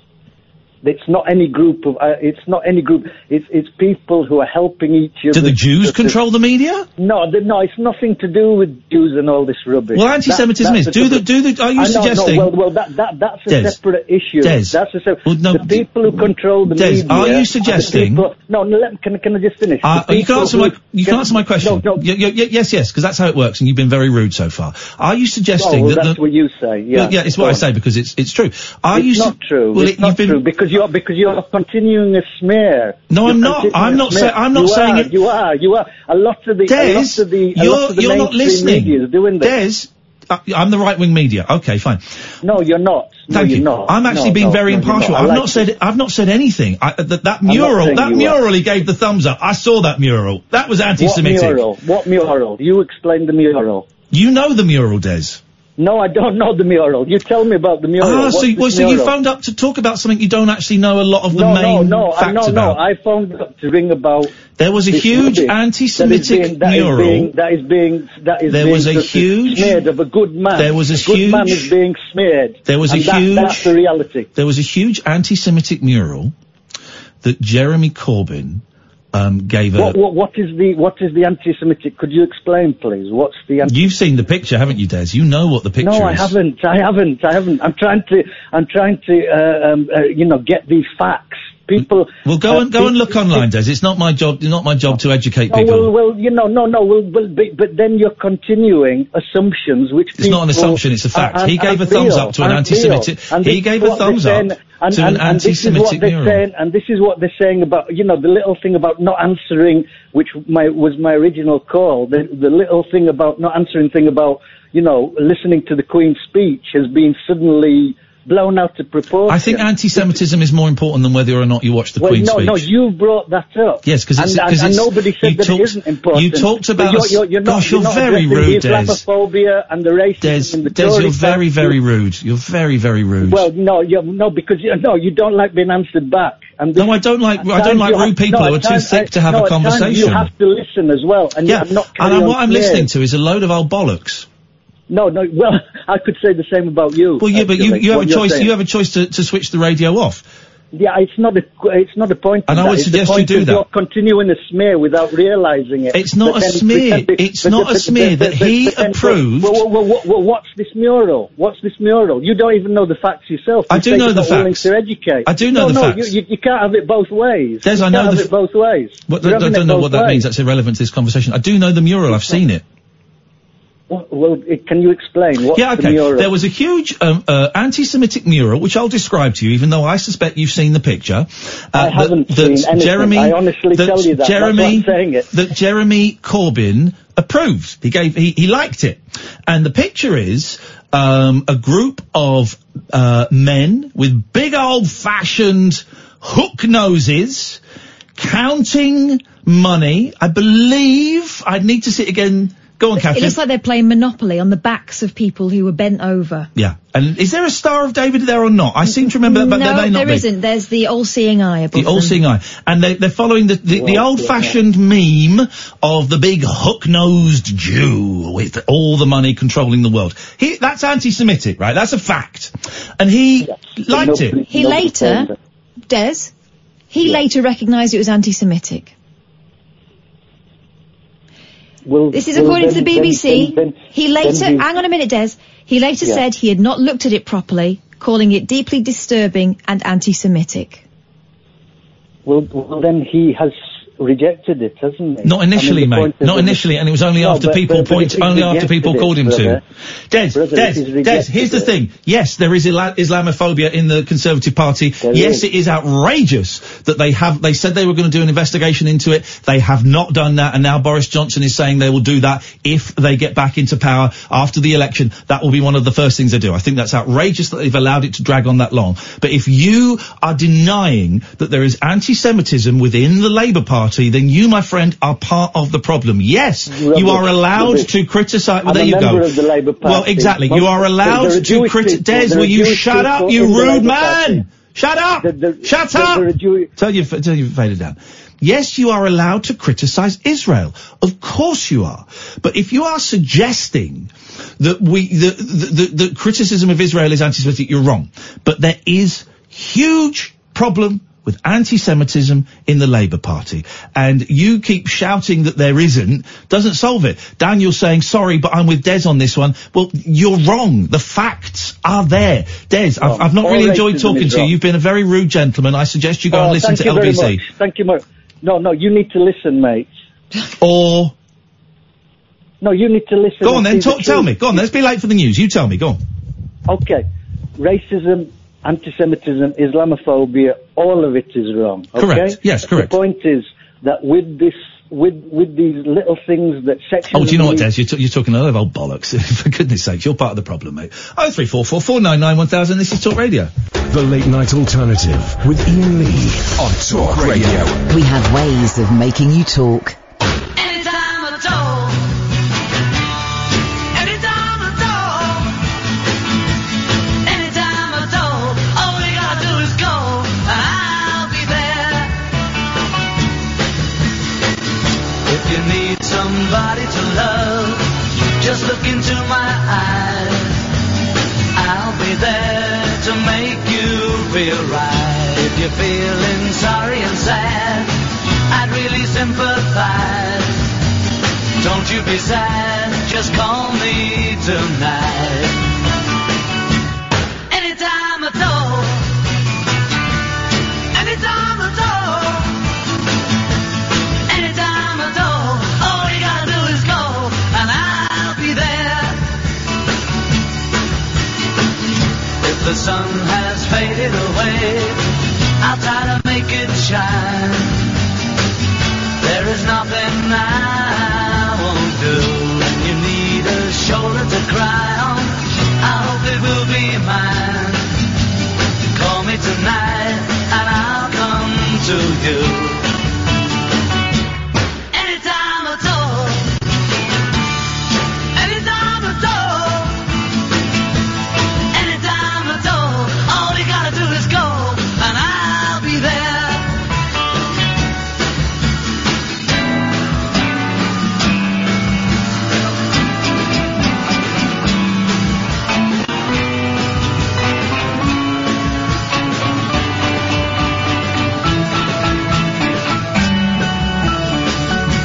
[SPEAKER 23] It's not any group of. Uh, it's not any group. It's it's people who are helping each other.
[SPEAKER 4] Do the Jews control the media?
[SPEAKER 23] No, the, no. It's nothing to do with Jews and all this rubbish.
[SPEAKER 4] Well, anti-Semitism
[SPEAKER 23] is
[SPEAKER 4] is. Do the- do the- are you
[SPEAKER 23] I know,
[SPEAKER 4] suggesting-
[SPEAKER 23] No, well, well, that, that that's a
[SPEAKER 4] Des.
[SPEAKER 23] separate issue.
[SPEAKER 4] Des.
[SPEAKER 23] That's a separate. the people who control the
[SPEAKER 4] Des,
[SPEAKER 23] media.
[SPEAKER 4] are you
[SPEAKER 23] the
[SPEAKER 4] suggesting-
[SPEAKER 23] people- no, no. Let, can can I just finish?
[SPEAKER 4] Uh,
[SPEAKER 23] The
[SPEAKER 4] you can
[SPEAKER 23] people
[SPEAKER 4] answer my
[SPEAKER 23] who-
[SPEAKER 4] you can answer my question. Y- y- y- yes, yes, because that's how it works, and you've been very rude so far. Are you suggesting
[SPEAKER 23] Oh, well,
[SPEAKER 4] that
[SPEAKER 23] that's
[SPEAKER 4] the,
[SPEAKER 23] what you say. Yeah,
[SPEAKER 4] Well, yeah, it's what
[SPEAKER 23] Go
[SPEAKER 4] I
[SPEAKER 23] on.
[SPEAKER 4] say because it's it's true. Are
[SPEAKER 23] it's
[SPEAKER 4] you su-
[SPEAKER 23] not true.
[SPEAKER 4] Well,
[SPEAKER 23] it's
[SPEAKER 4] it-
[SPEAKER 23] not true because you're because you're continuing a smear.
[SPEAKER 4] No,
[SPEAKER 23] You're
[SPEAKER 4] I'm not.
[SPEAKER 23] continuing
[SPEAKER 4] I'm
[SPEAKER 23] a
[SPEAKER 4] not
[SPEAKER 23] smear.
[SPEAKER 4] say- I'm not
[SPEAKER 23] You
[SPEAKER 4] saying
[SPEAKER 23] are,
[SPEAKER 4] it-
[SPEAKER 23] You are. You are. A lot of the.
[SPEAKER 4] Des,
[SPEAKER 23] a lot of the. a
[SPEAKER 4] you're
[SPEAKER 23] lot of the
[SPEAKER 4] you're not
[SPEAKER 23] mainstream
[SPEAKER 4] listening.
[SPEAKER 23] Media is doing this.
[SPEAKER 4] Des, uh, I'm the right wing media. Okay, fine.
[SPEAKER 23] No, you're not. No,
[SPEAKER 4] Thank
[SPEAKER 23] you're
[SPEAKER 4] you.
[SPEAKER 23] not.
[SPEAKER 4] I'm actually
[SPEAKER 23] No,
[SPEAKER 4] being
[SPEAKER 23] no,
[SPEAKER 4] very
[SPEAKER 23] no, you're
[SPEAKER 4] impartial.
[SPEAKER 23] not. I
[SPEAKER 4] I've
[SPEAKER 23] like
[SPEAKER 4] not said I've not said anything. I, uh, that that
[SPEAKER 23] not
[SPEAKER 4] mural
[SPEAKER 23] saying
[SPEAKER 4] that
[SPEAKER 23] you are.
[SPEAKER 4] mural he gave the thumbs up. I saw that mural. That was anti-Semitic.
[SPEAKER 23] What mural? What mural? You explain the mural.
[SPEAKER 4] You know the mural, Des.
[SPEAKER 23] No, I don't know the mural. You tell me about the mural.
[SPEAKER 4] Ah,
[SPEAKER 23] What's
[SPEAKER 4] so, you-
[SPEAKER 23] this
[SPEAKER 4] well, so you
[SPEAKER 23] mural?
[SPEAKER 4] phoned up to talk about something you don't actually know a lot of the
[SPEAKER 23] no,
[SPEAKER 4] main
[SPEAKER 23] no, no, I-
[SPEAKER 4] facts
[SPEAKER 23] no,
[SPEAKER 4] about.
[SPEAKER 23] no. I phoned up to ring about.
[SPEAKER 4] There was a
[SPEAKER 23] this
[SPEAKER 4] huge
[SPEAKER 23] rubbish
[SPEAKER 4] anti-Semitic
[SPEAKER 23] that is being-
[SPEAKER 4] mural.
[SPEAKER 23] That is being. That is being. That is
[SPEAKER 4] There
[SPEAKER 23] being
[SPEAKER 4] was a
[SPEAKER 23] sort of
[SPEAKER 4] huge-
[SPEAKER 23] smeared of a good man.
[SPEAKER 4] There was a
[SPEAKER 23] good man
[SPEAKER 4] huge-
[SPEAKER 23] is being smeared.
[SPEAKER 4] There was a
[SPEAKER 23] and that-
[SPEAKER 4] huge-
[SPEAKER 23] That's the reality.
[SPEAKER 4] There was a huge anti-Semitic mural that Jeremy Corbyn um, gave a.
[SPEAKER 23] What, what, what is the what is the anti-Semitic? Could you explain, please? What's the anti?
[SPEAKER 4] You've seen the picture, haven't you, Des? You know what the picture
[SPEAKER 23] No, I
[SPEAKER 4] is.
[SPEAKER 23] haven't. I haven't. I haven't. I'm trying to. I'm trying to. Uh, um, uh, you know, get these facts. People.
[SPEAKER 4] Well, go
[SPEAKER 23] uh,
[SPEAKER 4] and go and look
[SPEAKER 23] pe-
[SPEAKER 4] online, Des. It's not my job. Not my job to educate
[SPEAKER 23] No,
[SPEAKER 4] people.
[SPEAKER 23] Oh, well, well, you know, no, no, well, well, but, but then you're continuing assumptions, which
[SPEAKER 4] It's not an
[SPEAKER 23] people-
[SPEAKER 4] assumption, it's a fact.
[SPEAKER 23] and-
[SPEAKER 4] He
[SPEAKER 23] and
[SPEAKER 4] gave a thumbs
[SPEAKER 23] feel,
[SPEAKER 4] up to an
[SPEAKER 23] and
[SPEAKER 4] anti-Semitic-
[SPEAKER 23] feel. And
[SPEAKER 4] he
[SPEAKER 23] this
[SPEAKER 4] gave
[SPEAKER 23] is
[SPEAKER 4] a
[SPEAKER 23] what they're
[SPEAKER 4] thumbs up
[SPEAKER 23] saying- and,
[SPEAKER 4] to an
[SPEAKER 23] and, and this is what
[SPEAKER 4] anti-Semitic
[SPEAKER 23] they're
[SPEAKER 4] mural.
[SPEAKER 23] Saying, and this is what they're saying about, you know, the little thing about not answering, which my was my original call. The, the little thing about not answering thing about, you know, listening to the Queen's speech has been suddenly blown out of proportion.
[SPEAKER 4] I think anti-Semitism is more important than whether or not you watch the
[SPEAKER 23] Well,
[SPEAKER 4] Queen's
[SPEAKER 23] no,
[SPEAKER 4] speech.
[SPEAKER 23] no, you brought that up.
[SPEAKER 4] Yes, 'cause it's-
[SPEAKER 23] and, and,
[SPEAKER 4] 'cause
[SPEAKER 23] and
[SPEAKER 4] it's-
[SPEAKER 23] nobody said
[SPEAKER 4] you
[SPEAKER 23] that
[SPEAKER 4] talked-
[SPEAKER 23] it isn't important.
[SPEAKER 4] you talked
[SPEAKER 23] But
[SPEAKER 4] about
[SPEAKER 23] you're,
[SPEAKER 4] us-
[SPEAKER 23] you're, you're not,
[SPEAKER 4] gosh, you're
[SPEAKER 23] not
[SPEAKER 4] very
[SPEAKER 23] addressing
[SPEAKER 4] rude,
[SPEAKER 23] the
[SPEAKER 4] Des.
[SPEAKER 23] Islamophobia and the racism and the
[SPEAKER 4] Des,
[SPEAKER 23] Tory
[SPEAKER 4] you're very,
[SPEAKER 23] faction.
[SPEAKER 4] very rude. You're very, very rude.
[SPEAKER 23] Well, no, you're, no, because you, no, you don't like being answered back. And
[SPEAKER 4] No, I don't like-
[SPEAKER 23] at
[SPEAKER 4] I don't
[SPEAKER 23] times
[SPEAKER 4] like
[SPEAKER 23] you
[SPEAKER 4] rude
[SPEAKER 23] have-
[SPEAKER 4] people
[SPEAKER 23] no,
[SPEAKER 4] who
[SPEAKER 23] at
[SPEAKER 4] are too
[SPEAKER 23] times-
[SPEAKER 4] thick to have
[SPEAKER 23] no,
[SPEAKER 4] a
[SPEAKER 23] at times
[SPEAKER 4] conversation.
[SPEAKER 23] You have to listen as well, and
[SPEAKER 4] yeah,
[SPEAKER 23] you not
[SPEAKER 4] and
[SPEAKER 23] carry
[SPEAKER 4] I'm-
[SPEAKER 23] on
[SPEAKER 4] what I'm
[SPEAKER 23] smears.
[SPEAKER 4] listening to is a load of old bollocks.
[SPEAKER 23] No, no. Well, I could say the same about you.
[SPEAKER 4] Well, yeah, but you,
[SPEAKER 23] actually,
[SPEAKER 4] you have a
[SPEAKER 23] what you're
[SPEAKER 4] choice.
[SPEAKER 23] saying.
[SPEAKER 4] You have a choice to, to switch the radio off.
[SPEAKER 23] Yeah, it's not a it's not a point. in
[SPEAKER 4] And I
[SPEAKER 23] that.
[SPEAKER 4] would
[SPEAKER 23] It's the
[SPEAKER 4] suggest you
[SPEAKER 23] point
[SPEAKER 4] do
[SPEAKER 23] is
[SPEAKER 4] that.
[SPEAKER 23] You're continuing a smear without realising it.
[SPEAKER 4] It's not
[SPEAKER 23] But
[SPEAKER 4] a
[SPEAKER 23] then
[SPEAKER 4] smear.
[SPEAKER 23] pretend-
[SPEAKER 4] It's
[SPEAKER 23] but-
[SPEAKER 4] not
[SPEAKER 23] but-
[SPEAKER 4] a
[SPEAKER 23] but-
[SPEAKER 4] smear
[SPEAKER 23] but-
[SPEAKER 4] that
[SPEAKER 23] but-
[SPEAKER 4] he
[SPEAKER 23] but then-
[SPEAKER 4] approved.
[SPEAKER 23] Well, well, well, well, well, what's this mural? What's this mural? You don't even know the facts yourself.
[SPEAKER 4] I
[SPEAKER 23] You
[SPEAKER 4] do
[SPEAKER 23] say
[SPEAKER 4] know
[SPEAKER 23] you're
[SPEAKER 4] the
[SPEAKER 23] not willing
[SPEAKER 4] facts.
[SPEAKER 23] to educate.
[SPEAKER 4] I do know
[SPEAKER 23] no,
[SPEAKER 4] the
[SPEAKER 23] no,
[SPEAKER 4] facts.
[SPEAKER 23] You, you, you can't have it both ways.
[SPEAKER 4] Des,
[SPEAKER 23] you
[SPEAKER 4] I know
[SPEAKER 23] can't
[SPEAKER 4] the
[SPEAKER 23] have
[SPEAKER 4] f-
[SPEAKER 23] it both ways.
[SPEAKER 4] What,
[SPEAKER 23] You're
[SPEAKER 4] I
[SPEAKER 23] having
[SPEAKER 4] don't
[SPEAKER 23] it
[SPEAKER 4] know
[SPEAKER 23] both
[SPEAKER 4] what that
[SPEAKER 23] ways.
[SPEAKER 4] means. That's irrelevant to this conversation. I do know the mural. I've seen it.
[SPEAKER 23] Well, well, it- can you explain what's
[SPEAKER 4] yeah,
[SPEAKER 23] the
[SPEAKER 4] okay.
[SPEAKER 23] mural?
[SPEAKER 4] There was a huge um, uh, anti-Semitic mural, which I'll describe to you, even though I suspect you've seen the picture. Uh,
[SPEAKER 23] I haven't
[SPEAKER 4] that,
[SPEAKER 23] seen
[SPEAKER 4] that
[SPEAKER 23] anything.
[SPEAKER 4] Jeremy,
[SPEAKER 23] I honestly
[SPEAKER 4] that
[SPEAKER 23] tell you that. That's why I'm
[SPEAKER 4] Jeremy,
[SPEAKER 23] saying it.
[SPEAKER 4] that Jeremy Corbyn approved. He gave he, he liked it, and the picture is um, a group of uh, men with big old fashioned hook noses counting money. I believe I'd need to sit again. Go on,
[SPEAKER 9] It
[SPEAKER 4] Catherine.
[SPEAKER 9] looks like they're playing Monopoly on the backs of people who were bent over.
[SPEAKER 4] Yeah. And is there a Star of David there or not? I seem to remember, but
[SPEAKER 9] no,
[SPEAKER 4] there may not
[SPEAKER 9] there
[SPEAKER 4] be.
[SPEAKER 9] not There's the all-seeing eye above
[SPEAKER 4] The all-seeing eye, and they, they're following the the, the
[SPEAKER 9] Well,
[SPEAKER 4] old-fashioned meme of the big hook-nosed Jew with all the money controlling the world. He, that's anti-Semitic, right? That's a fact, and he liked
[SPEAKER 9] them.
[SPEAKER 4] it.
[SPEAKER 9] He later, Des, he later recognised it was anti-Semitic.
[SPEAKER 23] Well,
[SPEAKER 9] This is
[SPEAKER 23] well,
[SPEAKER 9] according to
[SPEAKER 23] then-
[SPEAKER 9] the BBC.
[SPEAKER 23] then- then-
[SPEAKER 9] he later,
[SPEAKER 23] then we-
[SPEAKER 9] hang on a minute, Des. He later
[SPEAKER 23] Yeah.
[SPEAKER 9] said he had not looked at it properly, calling it deeply disturbing and anti-Semitic.
[SPEAKER 23] Well, well, then he has rejected it, hasn't he?
[SPEAKER 4] Not initially,
[SPEAKER 23] I mean, the
[SPEAKER 4] mate.
[SPEAKER 23] point is
[SPEAKER 4] Not
[SPEAKER 23] that-
[SPEAKER 4] initially, and it was only
[SPEAKER 23] No,
[SPEAKER 4] after
[SPEAKER 23] but-
[SPEAKER 4] people
[SPEAKER 23] but- but
[SPEAKER 4] point,
[SPEAKER 23] if he's
[SPEAKER 4] only after
[SPEAKER 23] rejected
[SPEAKER 4] people
[SPEAKER 23] it,
[SPEAKER 4] called him
[SPEAKER 23] brother,
[SPEAKER 4] to. Des,
[SPEAKER 23] brother,
[SPEAKER 4] Des,
[SPEAKER 23] he's
[SPEAKER 4] Des.
[SPEAKER 23] rejected
[SPEAKER 4] Here's the
[SPEAKER 23] it.
[SPEAKER 4] thing. Yes, there is Isla- Islamophobia in the Conservative Party. yes,
[SPEAKER 23] is.
[SPEAKER 4] it is outrageous that they have. They said they were going to do an investigation into it. They have not done that, and now Boris Johnson is saying they will do that if they get back into power after the election. That will be one of the first things they do. I think that's outrageous that they've allowed it to drag on that long. But if you are denying that there is anti-Semitism within the Labour Party, then you, my friend, are part of the problem. Yes, you are
[SPEAKER 23] Rubbish,
[SPEAKER 4] allowed
[SPEAKER 23] rubbish.
[SPEAKER 4] to criticise. Well,
[SPEAKER 23] I'm
[SPEAKER 4] there
[SPEAKER 23] a
[SPEAKER 4] you
[SPEAKER 23] member
[SPEAKER 4] go.
[SPEAKER 23] of the Labour
[SPEAKER 4] Well,
[SPEAKER 23] Party.
[SPEAKER 4] exactly.
[SPEAKER 23] Well,
[SPEAKER 4] you are
[SPEAKER 23] there-
[SPEAKER 4] allowed
[SPEAKER 23] there are
[SPEAKER 4] to
[SPEAKER 23] Jewish
[SPEAKER 4] criticise.
[SPEAKER 23] people- there
[SPEAKER 4] Des,
[SPEAKER 23] are
[SPEAKER 4] will you
[SPEAKER 23] Jewish
[SPEAKER 4] shut up,
[SPEAKER 23] people
[SPEAKER 4] you
[SPEAKER 23] in the
[SPEAKER 4] rude
[SPEAKER 23] Labour
[SPEAKER 4] man?
[SPEAKER 23] Party.
[SPEAKER 4] Shut up! Shut up! Tell you, tell you, faded down. Yes, you are allowed to criticize Israel. Of course you are. But if you are suggesting that we, the, the, the, the criticism of Israel is anti-Semitic, you're wrong. But there is huge problem with anti-Semitism in the Labour Party. And you keep shouting that there isn't, doesn't solve it. Daniel's saying, sorry, but I'm with Des on this one. Well, you're wrong. The facts are there. Des, I've, I've not
[SPEAKER 23] All
[SPEAKER 4] really
[SPEAKER 23] racism
[SPEAKER 4] enjoyed talking
[SPEAKER 23] is
[SPEAKER 4] to you.
[SPEAKER 23] wrong.
[SPEAKER 4] You've been a very rude gentleman. I suggest you go
[SPEAKER 23] Oh,
[SPEAKER 4] and listen
[SPEAKER 23] thank
[SPEAKER 4] to
[SPEAKER 23] you very
[SPEAKER 4] LBC.
[SPEAKER 23] much. Thank you much. No, no, you need to listen, mate.
[SPEAKER 4] Or
[SPEAKER 23] no, you need to listen.
[SPEAKER 4] Go on
[SPEAKER 23] and
[SPEAKER 4] then,
[SPEAKER 23] see the
[SPEAKER 4] talk, tell
[SPEAKER 23] truth.
[SPEAKER 4] me. Go on, let's be late for the news. You tell me. Go on.
[SPEAKER 23] Okay, racism, anti-Semitism, Islamophobia, all of it is wrong. Okay?
[SPEAKER 4] Correct. Yes, correct.
[SPEAKER 23] The point is that with this, with with these little things that section.
[SPEAKER 4] Oh, do you know what, Des? You're, t- you're talking a lot of old bollocks. For goodness sakes, you're part of the problem, mate. Oh three four four four nine nine one thousand. This is Talk Radio.
[SPEAKER 3] The Late Night Alternative with Ian Lee on Talk Radio.
[SPEAKER 24] We have ways of making you talk.
[SPEAKER 12] Anytime at all. Anytime at all. Anytime at all. All we gotta do is go. I'll be there. If you need somebody to love, just look into my eyes. I'll be there to make you feel right. If you're feeling sorry and sad, I'd really sympathize. Don't you be sad, just call me tonight. Anytime at all. Anytime at all. Anytime at all. All you gotta do is go, and I'll be there. If the sun has faded away, I'll try to make it shine. There is nothing I won't do. When you need a shoulder to cry on, I hope it will be mine. Call me tonight and I'll come to you. Anytime at all. Anytime at all. Anytime at all. All you gotta do is go and I'll be there.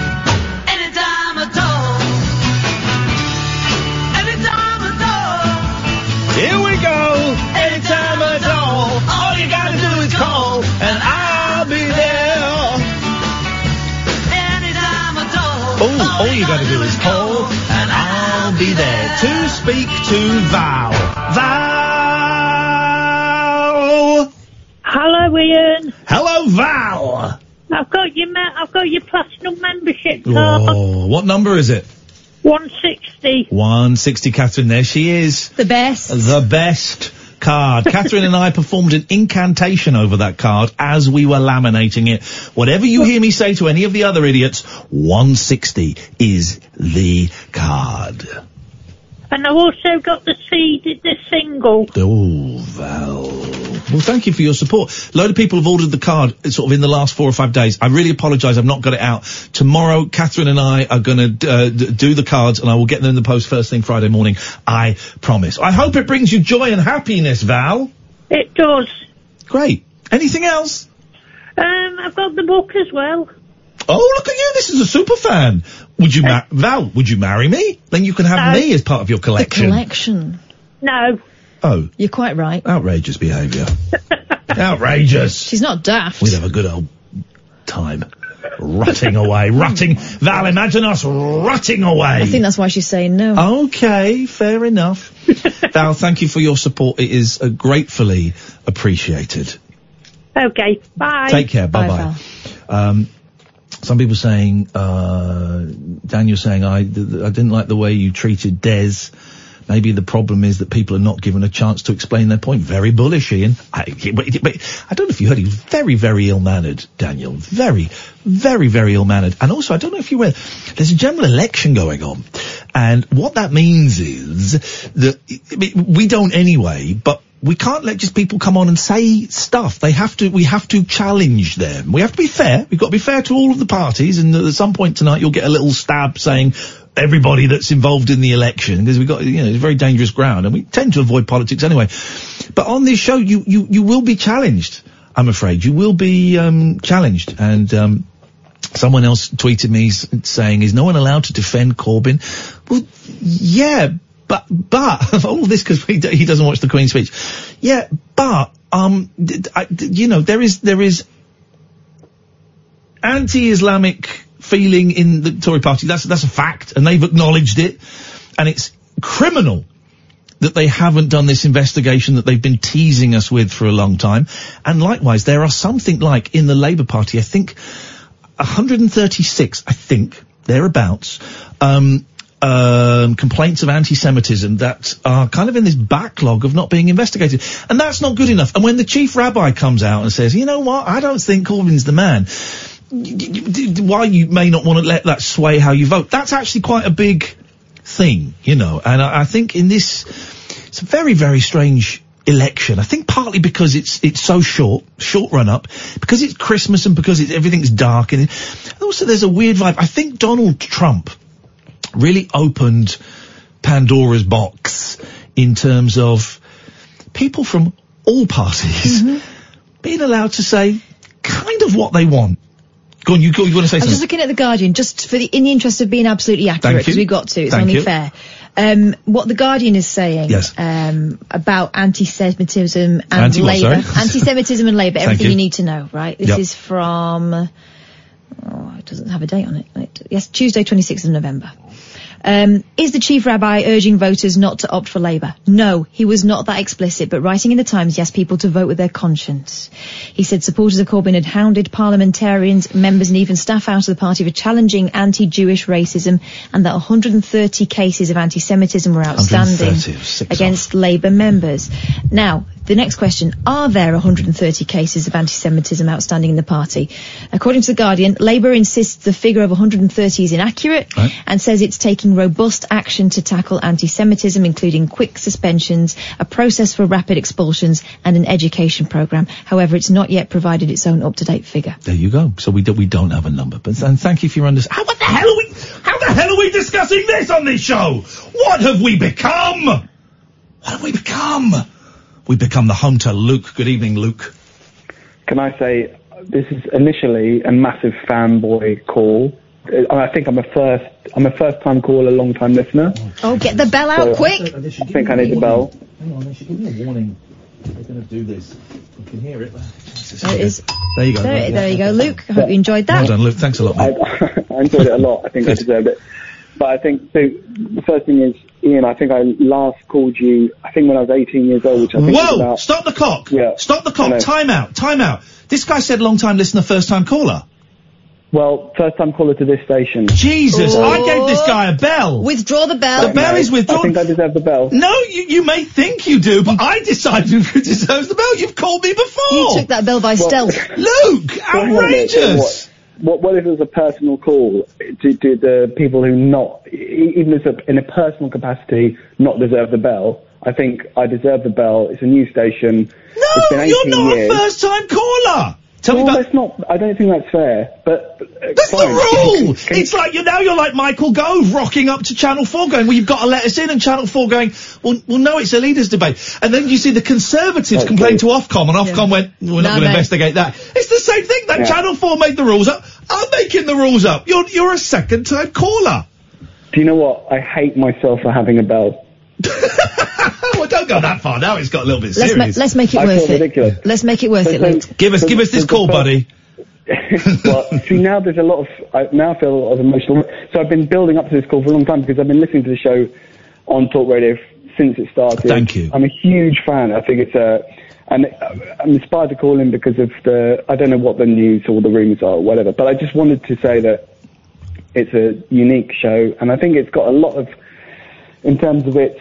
[SPEAKER 12] Anytime at all. Anytime at all.
[SPEAKER 4] Here we go. Anytime at all. All you gotta do is call, and I'll be there.
[SPEAKER 12] Anytime at all.
[SPEAKER 4] Oh, all you gotta do is call, and I'll be there to speak to Val. Val.
[SPEAKER 25] Hello, Ian.
[SPEAKER 4] Hello, Val.
[SPEAKER 25] I've got your ma- I've got your platinum membership card.
[SPEAKER 4] Oh, what number is it?
[SPEAKER 25] One sixty.
[SPEAKER 4] 160, Catherine. There she is.
[SPEAKER 25] The best.
[SPEAKER 4] The best card. Catherine and I performed an incantation over that card as we were laminating it. Whatever you hear me say to any of the other idiots, 160 is the card.
[SPEAKER 25] And I've also got the CD, the single.
[SPEAKER 4] Oh, Val. Well, thank you for your support. A load of people have ordered the card uh, sort of in the last four or five days. I really apologise. I've not got it out. Tomorrow, Catherine and I are going to uh, d- do the cards and I will get them in the post first thing Friday morning. I promise. I hope it brings you joy and happiness, Val.
[SPEAKER 25] It does.
[SPEAKER 4] Great. Anything else?
[SPEAKER 25] Um, I've got the book as well.
[SPEAKER 4] Oh, look at you. This is a super fan. Would you,
[SPEAKER 25] Uh,
[SPEAKER 4] ma- Val, would you marry me? Then you can have
[SPEAKER 25] No.
[SPEAKER 4] me as part of your collection.
[SPEAKER 25] uh, Collection. No.
[SPEAKER 4] oh,
[SPEAKER 25] You're quite right.
[SPEAKER 4] outrageous behaviour. outrageous.
[SPEAKER 25] She's not daft.
[SPEAKER 4] We'd have a good old time. rotting away, rotting. Val, imagine us rotting away.
[SPEAKER 9] I think that's why she's saying no.
[SPEAKER 4] Okay, fair enough. Val, thank you for your support. It is uh, gratefully appreciated.
[SPEAKER 13] Okay, bye.
[SPEAKER 4] Take care. Bye bye. Um, some people saying, uh, Daniel saying, I, th- th- I didn't like the way you treated Des. Maybe the problem is that people are not given a chance to explain their point. Very bullish, Ian. I, but, but I don't know if you heard, he was very, very ill-mannered, Daniel. Very, very, very ill-mannered. And also, I don't know if you were, there's a general election going on. And what that means is that, I mean, we don't anyway, but we can't let just people come on and say stuff. They have to, we have to challenge them. We have to be fair. We've got to be fair to all of the parties. And at some point tonight, you'll get a little stab saying everybody that's involved in the election because we've got, you know, it's very dangerous ground and we tend to avoid politics anyway. But on this show, you, you, you will be challenged. I'm afraid you will be, um, challenged and, um, Someone else tweeted me s- saying, is no one allowed to defend Corbyn? Well, yeah, but, but, all this because he, d- he doesn't watch the Queen's speech. Yeah, but, um, d- d- I- d- you know, there is, there is anti-Islamic feeling in the Tory party. That's, that's a fact and they've acknowledged it. And it's criminal that they haven't done this investigation that they've been teasing us with for a long time. And likewise, there are something like in the Labour Party, I think 136, I think, thereabouts, um, um, complaints of anti-Semitism that are kind of in this backlog of not being investigated. And that's not good enough. And when the chief rabbi comes out and says, you know what, I don't think Corbyn's the man, y- y- y- why you may not want to let that sway how you vote, that's actually quite a big thing, you know. And I, I think in this, it's a very, very strange election. I think partly because it's it's so short, short run up, because it's Christmas and because it's everything's dark, and, and also there's a weird vibe. I think Donald Trump really opened Pandora's box in terms of people from all parties being allowed to say kind of what they want. Go on, you go. You want to say
[SPEAKER 9] I'm
[SPEAKER 4] something?
[SPEAKER 9] just looking at the Guardian, just for the in the interest of being absolutely accurate,
[SPEAKER 4] Thank you.
[SPEAKER 9] because we got to. It's
[SPEAKER 4] Thank
[SPEAKER 9] only
[SPEAKER 4] you.
[SPEAKER 9] fair. Um, what the Guardian is saying
[SPEAKER 4] Yes.
[SPEAKER 9] um, about anti-Semitism and
[SPEAKER 4] Anti what,
[SPEAKER 9] Labour,
[SPEAKER 4] sorry?
[SPEAKER 9] anti-Semitism and Labour,
[SPEAKER 4] Thank
[SPEAKER 9] everything you.
[SPEAKER 4] you.
[SPEAKER 9] need to know. Right, this
[SPEAKER 4] Yep.
[SPEAKER 9] is from. uh, Oh, it doesn't have a date on it. It- Yes, Tuesday, 26th of November. Um, is the chief rabbi urging voters not to opt for Labour? No, he was not that explicit, but writing in the Times, yes, people to vote with their conscience. He said supporters of Corbyn had hounded parliamentarians, members and even staff out of the party for challenging anti-Jewish racism and that 130 cases of anti-Semitism were outstanding
[SPEAKER 6] 130, six
[SPEAKER 9] against Labour members. Now, the next question, are there 130 cases of anti-Semitism outstanding in the party? According to The Guardian, Labour insists the figure of 130 is inaccurate and says it's taking robust action to tackle anti-Semitism, including quick suspensions, a process for rapid expulsions and an education programme. However, it's not yet provided its own up-to-date figure.
[SPEAKER 4] There you go. So we do, we don't have a number, but and thank you for your understanding. What the hell are we? How the hell are we discussing this on this show? What have we become? What have we become? We become the home to Luke. Good evening, Luke.
[SPEAKER 26] Can I say this is initially a massive fanboy call? Uh, I think I'm a first. I'm a first-time caller, long-time listener.
[SPEAKER 9] Oh, get the bell out
[SPEAKER 26] So,
[SPEAKER 9] quick!
[SPEAKER 26] I think I need a bell.
[SPEAKER 4] Hang on, they should give me a warning. They're going to do this. I can hear it.
[SPEAKER 9] There it is.
[SPEAKER 4] There you go.
[SPEAKER 9] There, there you go, Luke. I hope you enjoyed that.
[SPEAKER 4] Well done, Luke. Thanks a lot. mate.
[SPEAKER 26] I enjoyed it a lot. I think I deserved it. But I think so. The first thing is, Ian. I think I last called you. I think when I was 18 years old, which I think was
[SPEAKER 4] Whoa!
[SPEAKER 26] about.
[SPEAKER 4] Stop the clock.
[SPEAKER 26] Yeah.
[SPEAKER 4] Stop the
[SPEAKER 26] I
[SPEAKER 4] clock.
[SPEAKER 26] know.
[SPEAKER 4] Time out. Time out. This guy said long time listener, first time caller.
[SPEAKER 26] Well, first-time caller to this station.
[SPEAKER 4] Jesus, I gave this guy a bell.
[SPEAKER 9] Oh. Withdraw the bell.
[SPEAKER 4] The bell is withdrawn. I think I
[SPEAKER 26] deserve the bell.
[SPEAKER 4] No, you, you may think you do, but I decided who deserves the bell. You've called me before.
[SPEAKER 9] You took that bell by stealth.
[SPEAKER 4] Luke,
[SPEAKER 26] Well, hang on a minute, so
[SPEAKER 4] outrageous.
[SPEAKER 26] What, what, what if it was a personal call to, to the people who not, e- even if it's in a personal capacity, not deserve the bell? I think I deserve the bell. It's a new station. No, it's been 18
[SPEAKER 4] You're not
[SPEAKER 26] years.
[SPEAKER 4] a first time caller. Tell
[SPEAKER 26] well,
[SPEAKER 4] me about.
[SPEAKER 26] that's not. I don't think that's fair. But uh,
[SPEAKER 4] That's
[SPEAKER 26] fine.
[SPEAKER 4] the rule. it's like you now. You're like Michael Gove, rocking up to Channel Four, going, "Well, you've got to let us in." And Channel Four going, "Well, well, no, it's a leaders' debate." And then you see the Conservatives complain to Ofcom, and Ofcom went,
[SPEAKER 6] No,
[SPEAKER 4] "We're not going to
[SPEAKER 6] mate.
[SPEAKER 4] investigate that." It's the same thing. That
[SPEAKER 6] Yeah.
[SPEAKER 4] Channel Four made the rules up. I'm making the rules up. You're you're a second time caller.
[SPEAKER 26] Do you know what? I hate myself for having a bell.
[SPEAKER 4] well, don't go that far. Now it's got a little bit
[SPEAKER 9] Let's, ma-
[SPEAKER 4] serious.
[SPEAKER 9] let's make it
[SPEAKER 26] I feel
[SPEAKER 9] worth it.
[SPEAKER 26] ridiculous.
[SPEAKER 9] Let's make it worth it, Luke.
[SPEAKER 4] Give us, give us this call, buddy.
[SPEAKER 26] but see, now there's a lot of I now feel a lot of emotional. So I've been building up to this call for a long time because I've been listening to the show on Talk Radio f- since it started.
[SPEAKER 4] Thank you.
[SPEAKER 26] I'm a huge fan. I think it's a and uh, I'm inspired to call in because of the I don't know what the news or the rumours are or whatever, but I just wanted to say that it's a unique show and I think it's got a lot of in terms of its.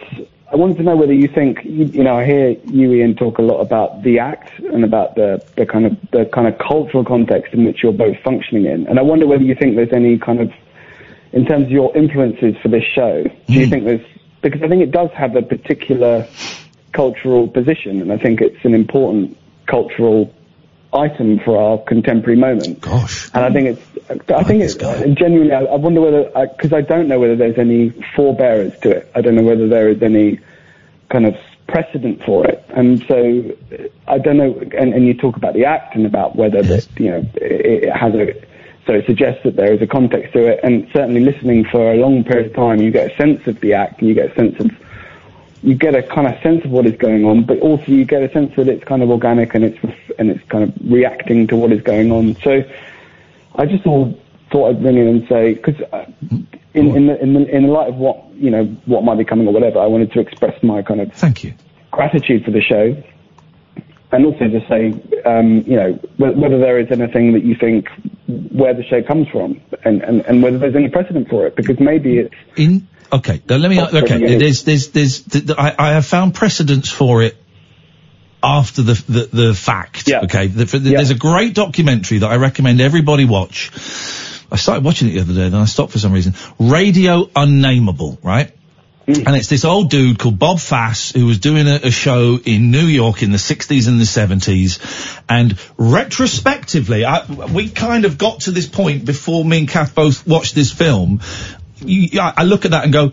[SPEAKER 26] I wanted to know whether you think you, you know I hear you Ian talk a lot about the act and about the, the kind of the kind of cultural context in which you're both functioning in, and I wonder whether you think there's any kind of in terms of your influences for this show. Do
[SPEAKER 4] Hmm.
[SPEAKER 26] you think there's because I think it does have a particular cultural position, and I think it's an important cultural item for our contemporary moment. Gosh. And I think it's, I think it's genuinely, I, I wonder whether, because I, don't know whether there's any forebearers to it. I don't know whether there is any kind of precedent for it. And so uh, I don't know, and, and you talk about the act and about whether that, you know, it, it has a, so it suggests that there is a context to it. And certainly listening for a long period of time, you get a sense of the act and you get a sense of you get a kind of sense of what is going on, but also you get a sense that it's kind of organic and it's ref- and it's kind of reacting to what is going on. So I just all thought I'd ring in and say because in in the, in the in the light of what you know what might be coming or whatever, I wanted to express my kind of
[SPEAKER 4] thank you
[SPEAKER 26] gratitude for the show, and also just say um, you know wh- whether there is anything that you think where the show comes from and, and, and whether there's any precedent for it because maybe it's
[SPEAKER 4] in okay now let me
[SPEAKER 26] That's pretty
[SPEAKER 4] okay
[SPEAKER 26] good.
[SPEAKER 4] there's there's there's th- th- I, I have found precedents for it after the the, the fact okay The- for the- there's a great documentary that I recommend everybody watch I started watching it the other day then I stopped for some reason Radio Unnameable right and it's this old dude called Bob Fass who was doing a, a show in New York in the 60s and the 70s. And retrospectively, I, we kind of got to this point before me and Kath both watched this film. You, I, I look at that and go,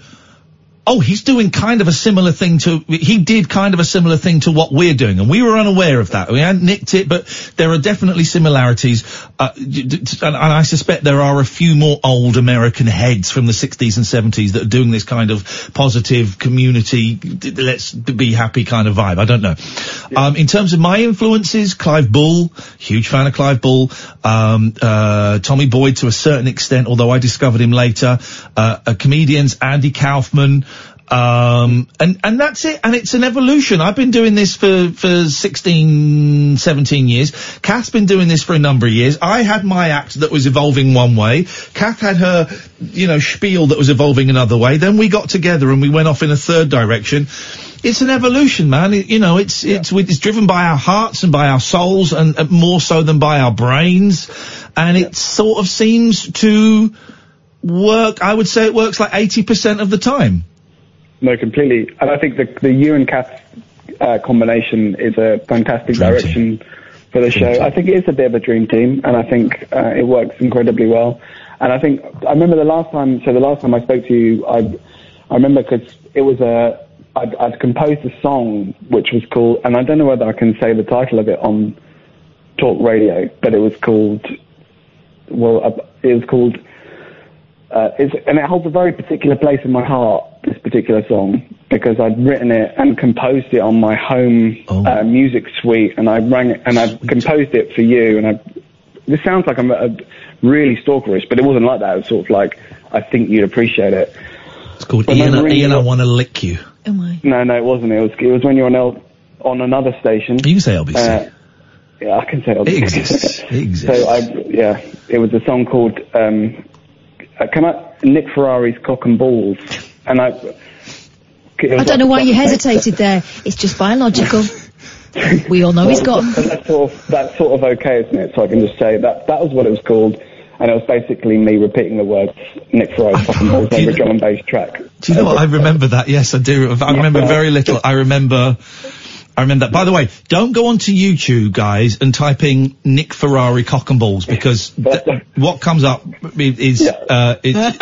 [SPEAKER 4] oh, he's doing kind of a similar thing to, he did kind of a similar thing to what we're doing, and we were unaware of that. We hadn't nicked it, but there are definitely similarities, uh, d- d- d- and, and I suspect there are a few more old American heads from the 60s and 70s that are doing this kind of positive community, d- d- let's be happy kind of vibe. I don't know. Um, in terms of my influences, Clive Bull, huge fan of Clive Bull, um, uh, Tommy Boyd to a certain extent, although I discovered him later, uh, uh, comedians, Andy Kaufman, um, and, and that's it. And it's an evolution. I've been doing this for, for 16, 17 years. Kath's been doing this for a number of years. I had my act that was evolving one way. Kath had her, you know, spiel that was evolving another way. Then we got together and we went off in a third direction. It's an evolution, man. It- you know, it's, it's, it's driven by our hearts and by our souls and, and more so than by our brains. And it sort of seems to work. I would say it works like 80% of the time.
[SPEAKER 26] No, completely. And I think the the you and Kath uh, combination is a fantastic direction for the show. I think it is a bit of a dream team, and I think uh, it works incredibly well. And I think I remember the last time. So the last time I spoke to you, I I remember because it was a I'd, I'd composed a song which was called, and I don't know whether I can say the title of it on talk radio, but it was called well, uh, it was called uh, it's, and it holds a very particular place in my heart, this particular song, because I'd written it and composed it on my home
[SPEAKER 4] Oh.
[SPEAKER 26] uh, music suite, and I rang it, and I composed it for you, and I. This sounds like I'm uh really stalkerish, but it wasn't like that. It was sort of like I think you'd appreciate it.
[SPEAKER 4] It's called Ian, Ian, I want to lick you.
[SPEAKER 26] No, no, it wasn't. It was it was when you were on L, on another station. You
[SPEAKER 4] can say LBC.
[SPEAKER 26] yeah, I can say LBC.
[SPEAKER 4] It exists. It exists.
[SPEAKER 26] So I, yeah, it was a song called um, uh, "Can I Nick Ferrari's Cock and Balls," and I. it was
[SPEAKER 9] I don't know
[SPEAKER 26] like-
[SPEAKER 9] why you hesitated there. It's just biological. we all know he's got 'em.
[SPEAKER 26] But That's sort, of, that's sort of okay, isn't it? So I can just say that that was what it was called, and it was basically me repeating the words Nick Ferrari's Cock and Balls over a drum and bass track.
[SPEAKER 4] Do you know what? I remember that. Yes, I do. I remember very little. I remember. I remember that. By the way, don't go onto YouTube, guys, and type in Nick Ferrari cock and balls because th- what comes up i- is uh, it's,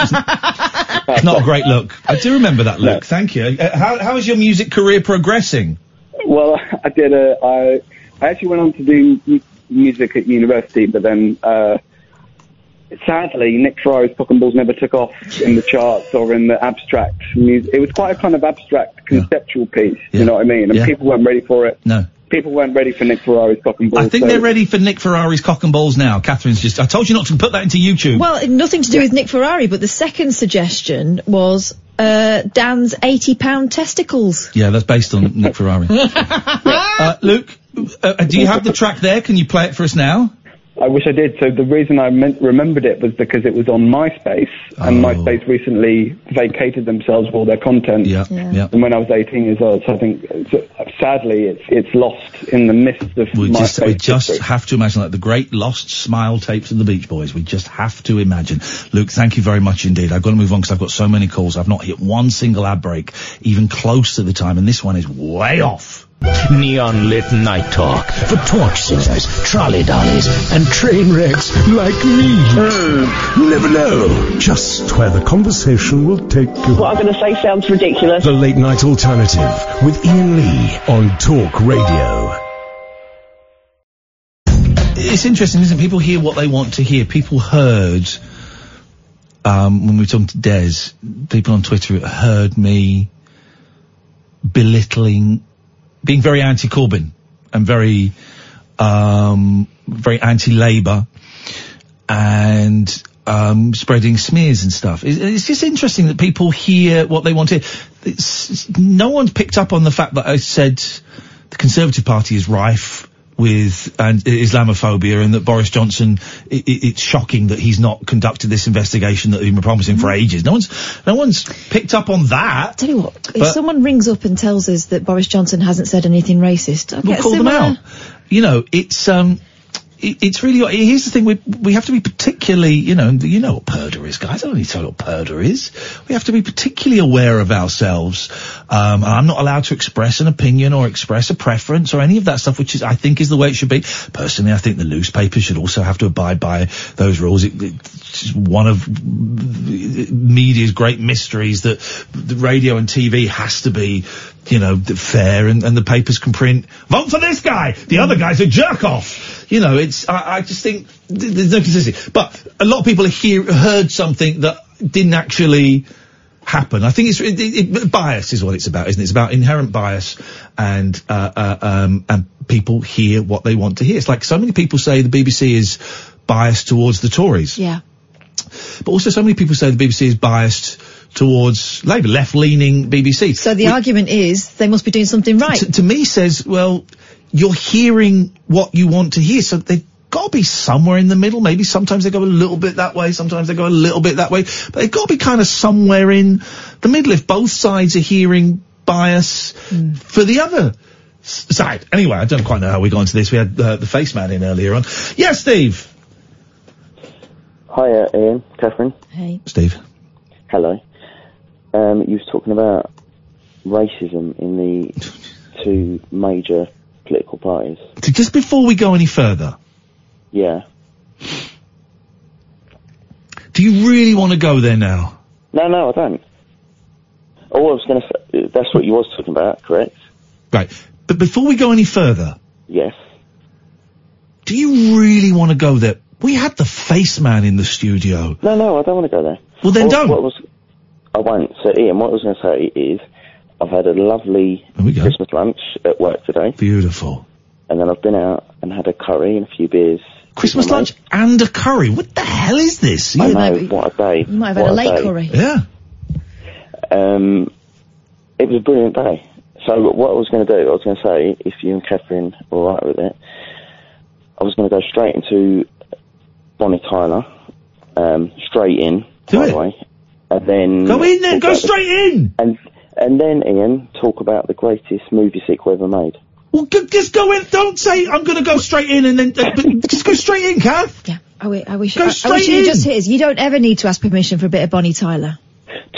[SPEAKER 4] it's not a great look. I do remember that look. Thank you. Uh, how, how is your music career progressing?
[SPEAKER 26] Well, I did a. I, I actually went on to do mu- music at university, but then uh, sadly, Nick Ferrari's Cock and Balls never took off in the charts or in the abstract music. It was quite a kind of abstract conceptual piece, you know what I mean? And people weren't ready for it.
[SPEAKER 4] No.
[SPEAKER 26] people weren't ready for Nick Ferrari's cock and ball.
[SPEAKER 4] I think
[SPEAKER 26] so-
[SPEAKER 4] they're ready for Nick Ferrari's cock and balls now. Catherine's just. I told you not to put that into YouTube.
[SPEAKER 9] Well, nothing to do with Nick Ferrari, but the second suggestion was uh, Dan's eighty-pound testicles.
[SPEAKER 4] yeah, that's based on Nick Ferrari. uh, Luke, uh, do you have the track there? Can you play it for us now?
[SPEAKER 26] I wish I did. So the reason I meant, remembered it was because it was on MySpace, and
[SPEAKER 4] Oh.
[SPEAKER 26] MySpace recently vacated themselves of all their content. Yeah,
[SPEAKER 4] yeah.
[SPEAKER 26] And when I was 18 years old, so I think so sadly it's it's lost in the midst of
[SPEAKER 4] We just, we
[SPEAKER 26] MySpace.
[SPEAKER 4] just have to imagine like the great lost smile tapes of the Beach Boys. We just have to imagine. Luke, thank you very much indeed. I've got to move on because I've got so many calls. I've not hit one single ad break, even close to the time, and this one is way off.
[SPEAKER 27] Neon lit night talk for torch singers, trolley dollies, and train wrecks like me.
[SPEAKER 3] Hmm,
[SPEAKER 27] you never know just
[SPEAKER 3] Where the conversation will take you.
[SPEAKER 22] What I'm going to say sounds ridiculous.
[SPEAKER 3] The Late Night Alternative with Ian Lee on Talk Radio.
[SPEAKER 4] It's interesting, isn't it? People hear what they want to hear. People heard, um, when we were talking to Des, people on Twitter heard me belittling, being very anti-Corbyn and very, um, very anti-Labour and, um, spreading smears and stuff. It's, it's just interesting that people hear what they want to hear. It's, no one's picked up on the fact that I said the Conservative Party is rife with and uh, Islamophobia, and that Boris Johnson, i i it's shocking that he's not conducted this investigation that he's been promising for ages. No one's, no one's picked up on that.
[SPEAKER 9] Mm-hmm. Tell you what, if
[SPEAKER 4] But-
[SPEAKER 9] someone rings up and tells us that Boris Johnson hasn't said anything racist, I'll
[SPEAKER 4] We'll
[SPEAKER 9] uh, get a
[SPEAKER 4] call them
[SPEAKER 9] similar-
[SPEAKER 4] out. You know, it's um, it, it's really. Here's the thing: we we have to be particularly, you know, you know what purdah is, guys. I don't need to tell you what purdah is. We have to be particularly aware of ourselves. Um, and I'm not allowed to express an opinion or express a preference or any of that stuff, which is I think is the way it should be. Personally, I think the newspapers should also have to abide by those rules. It, it's just one of media's great mysteries that the radio and TV has to be, you know, th- fair and, and the papers can print, vote for this guy, the other guy's a jerk off. You know, it's, I, I just think th- there's no consistency. But a lot of people hear, heard something that didn't actually happen. I think it's, it, it, it- bias is what it's about, isn't it? It's about inherent bias and, uh, uh, um, and people hear what they want to hear. It's like so many people say the BBC is biased towards the Tories.
[SPEAKER 9] Yeah.
[SPEAKER 4] But also, so many people say the BBC is biased towards Labour, left-leaning BBC.
[SPEAKER 9] So the argument is they must be doing something right.
[SPEAKER 4] to me says, well, you're hearing what you want to hear, so they've got to be somewhere in the middle. Maybe sometimes they go a little bit that way, sometimes they go a little bit that way, but they've got to be kind of somewhere in the middle if both sides are hearing bias
[SPEAKER 9] Hmm.
[SPEAKER 4] for the other s- side. Anyway, I don't quite know how we got into this. We had uh, the face man in earlier on. Yes, Steve.
[SPEAKER 11] Hi, uh, Ian, Catherine.
[SPEAKER 9] Hey.
[SPEAKER 4] Steve.
[SPEAKER 11] Hello. Um, you was talking about racism in the two major political parties.
[SPEAKER 4] T- Just before we go any further,
[SPEAKER 11] Yeah.
[SPEAKER 4] do you really want to go there now?
[SPEAKER 11] No, no, I don't. Oh, I was going to say, that's what you was talking about, correct?
[SPEAKER 4] Right. But before we go any further.
[SPEAKER 11] Yes.
[SPEAKER 4] Do you really want to go there? We had the face man in the studio.
[SPEAKER 11] No, no, I don't want to go there.
[SPEAKER 4] Well, then
[SPEAKER 11] What-
[SPEAKER 4] don't.
[SPEAKER 11] What was, I won't. So, Ian, what I was going to say is I've had a lovely Christmas lunch at work today.
[SPEAKER 4] Beautiful.
[SPEAKER 11] And then I've been out and had a curry and a few beers.
[SPEAKER 4] Christmas lunch and a curry. What the hell is this?
[SPEAKER 11] I know, what a day.
[SPEAKER 9] You might have had
[SPEAKER 11] What
[SPEAKER 9] a late
[SPEAKER 11] day.
[SPEAKER 9] curry.
[SPEAKER 4] Yeah.
[SPEAKER 11] Um, it was a brilliant day. So what I was going to do, I was going to say, if you and Catherine were all right with it, I was going to go straight into Bonnie Tyler, um, straight in, by the way, and then
[SPEAKER 4] Go in
[SPEAKER 11] talk
[SPEAKER 4] then, go
[SPEAKER 11] about the-
[SPEAKER 4] straight in.
[SPEAKER 11] and and then Ian talk about the greatest movie sequel ever made.
[SPEAKER 4] Well, go, just go in. Don't say I'm going to go straight in and then uh, but just go straight in, Kath.
[SPEAKER 9] Yeah. I, wi- I wish,
[SPEAKER 4] Go
[SPEAKER 9] I, I wish
[SPEAKER 4] straight
[SPEAKER 9] you
[SPEAKER 4] in.
[SPEAKER 9] just hit us. You don't ever need to ask permission for a bit of Bonnie Tyler.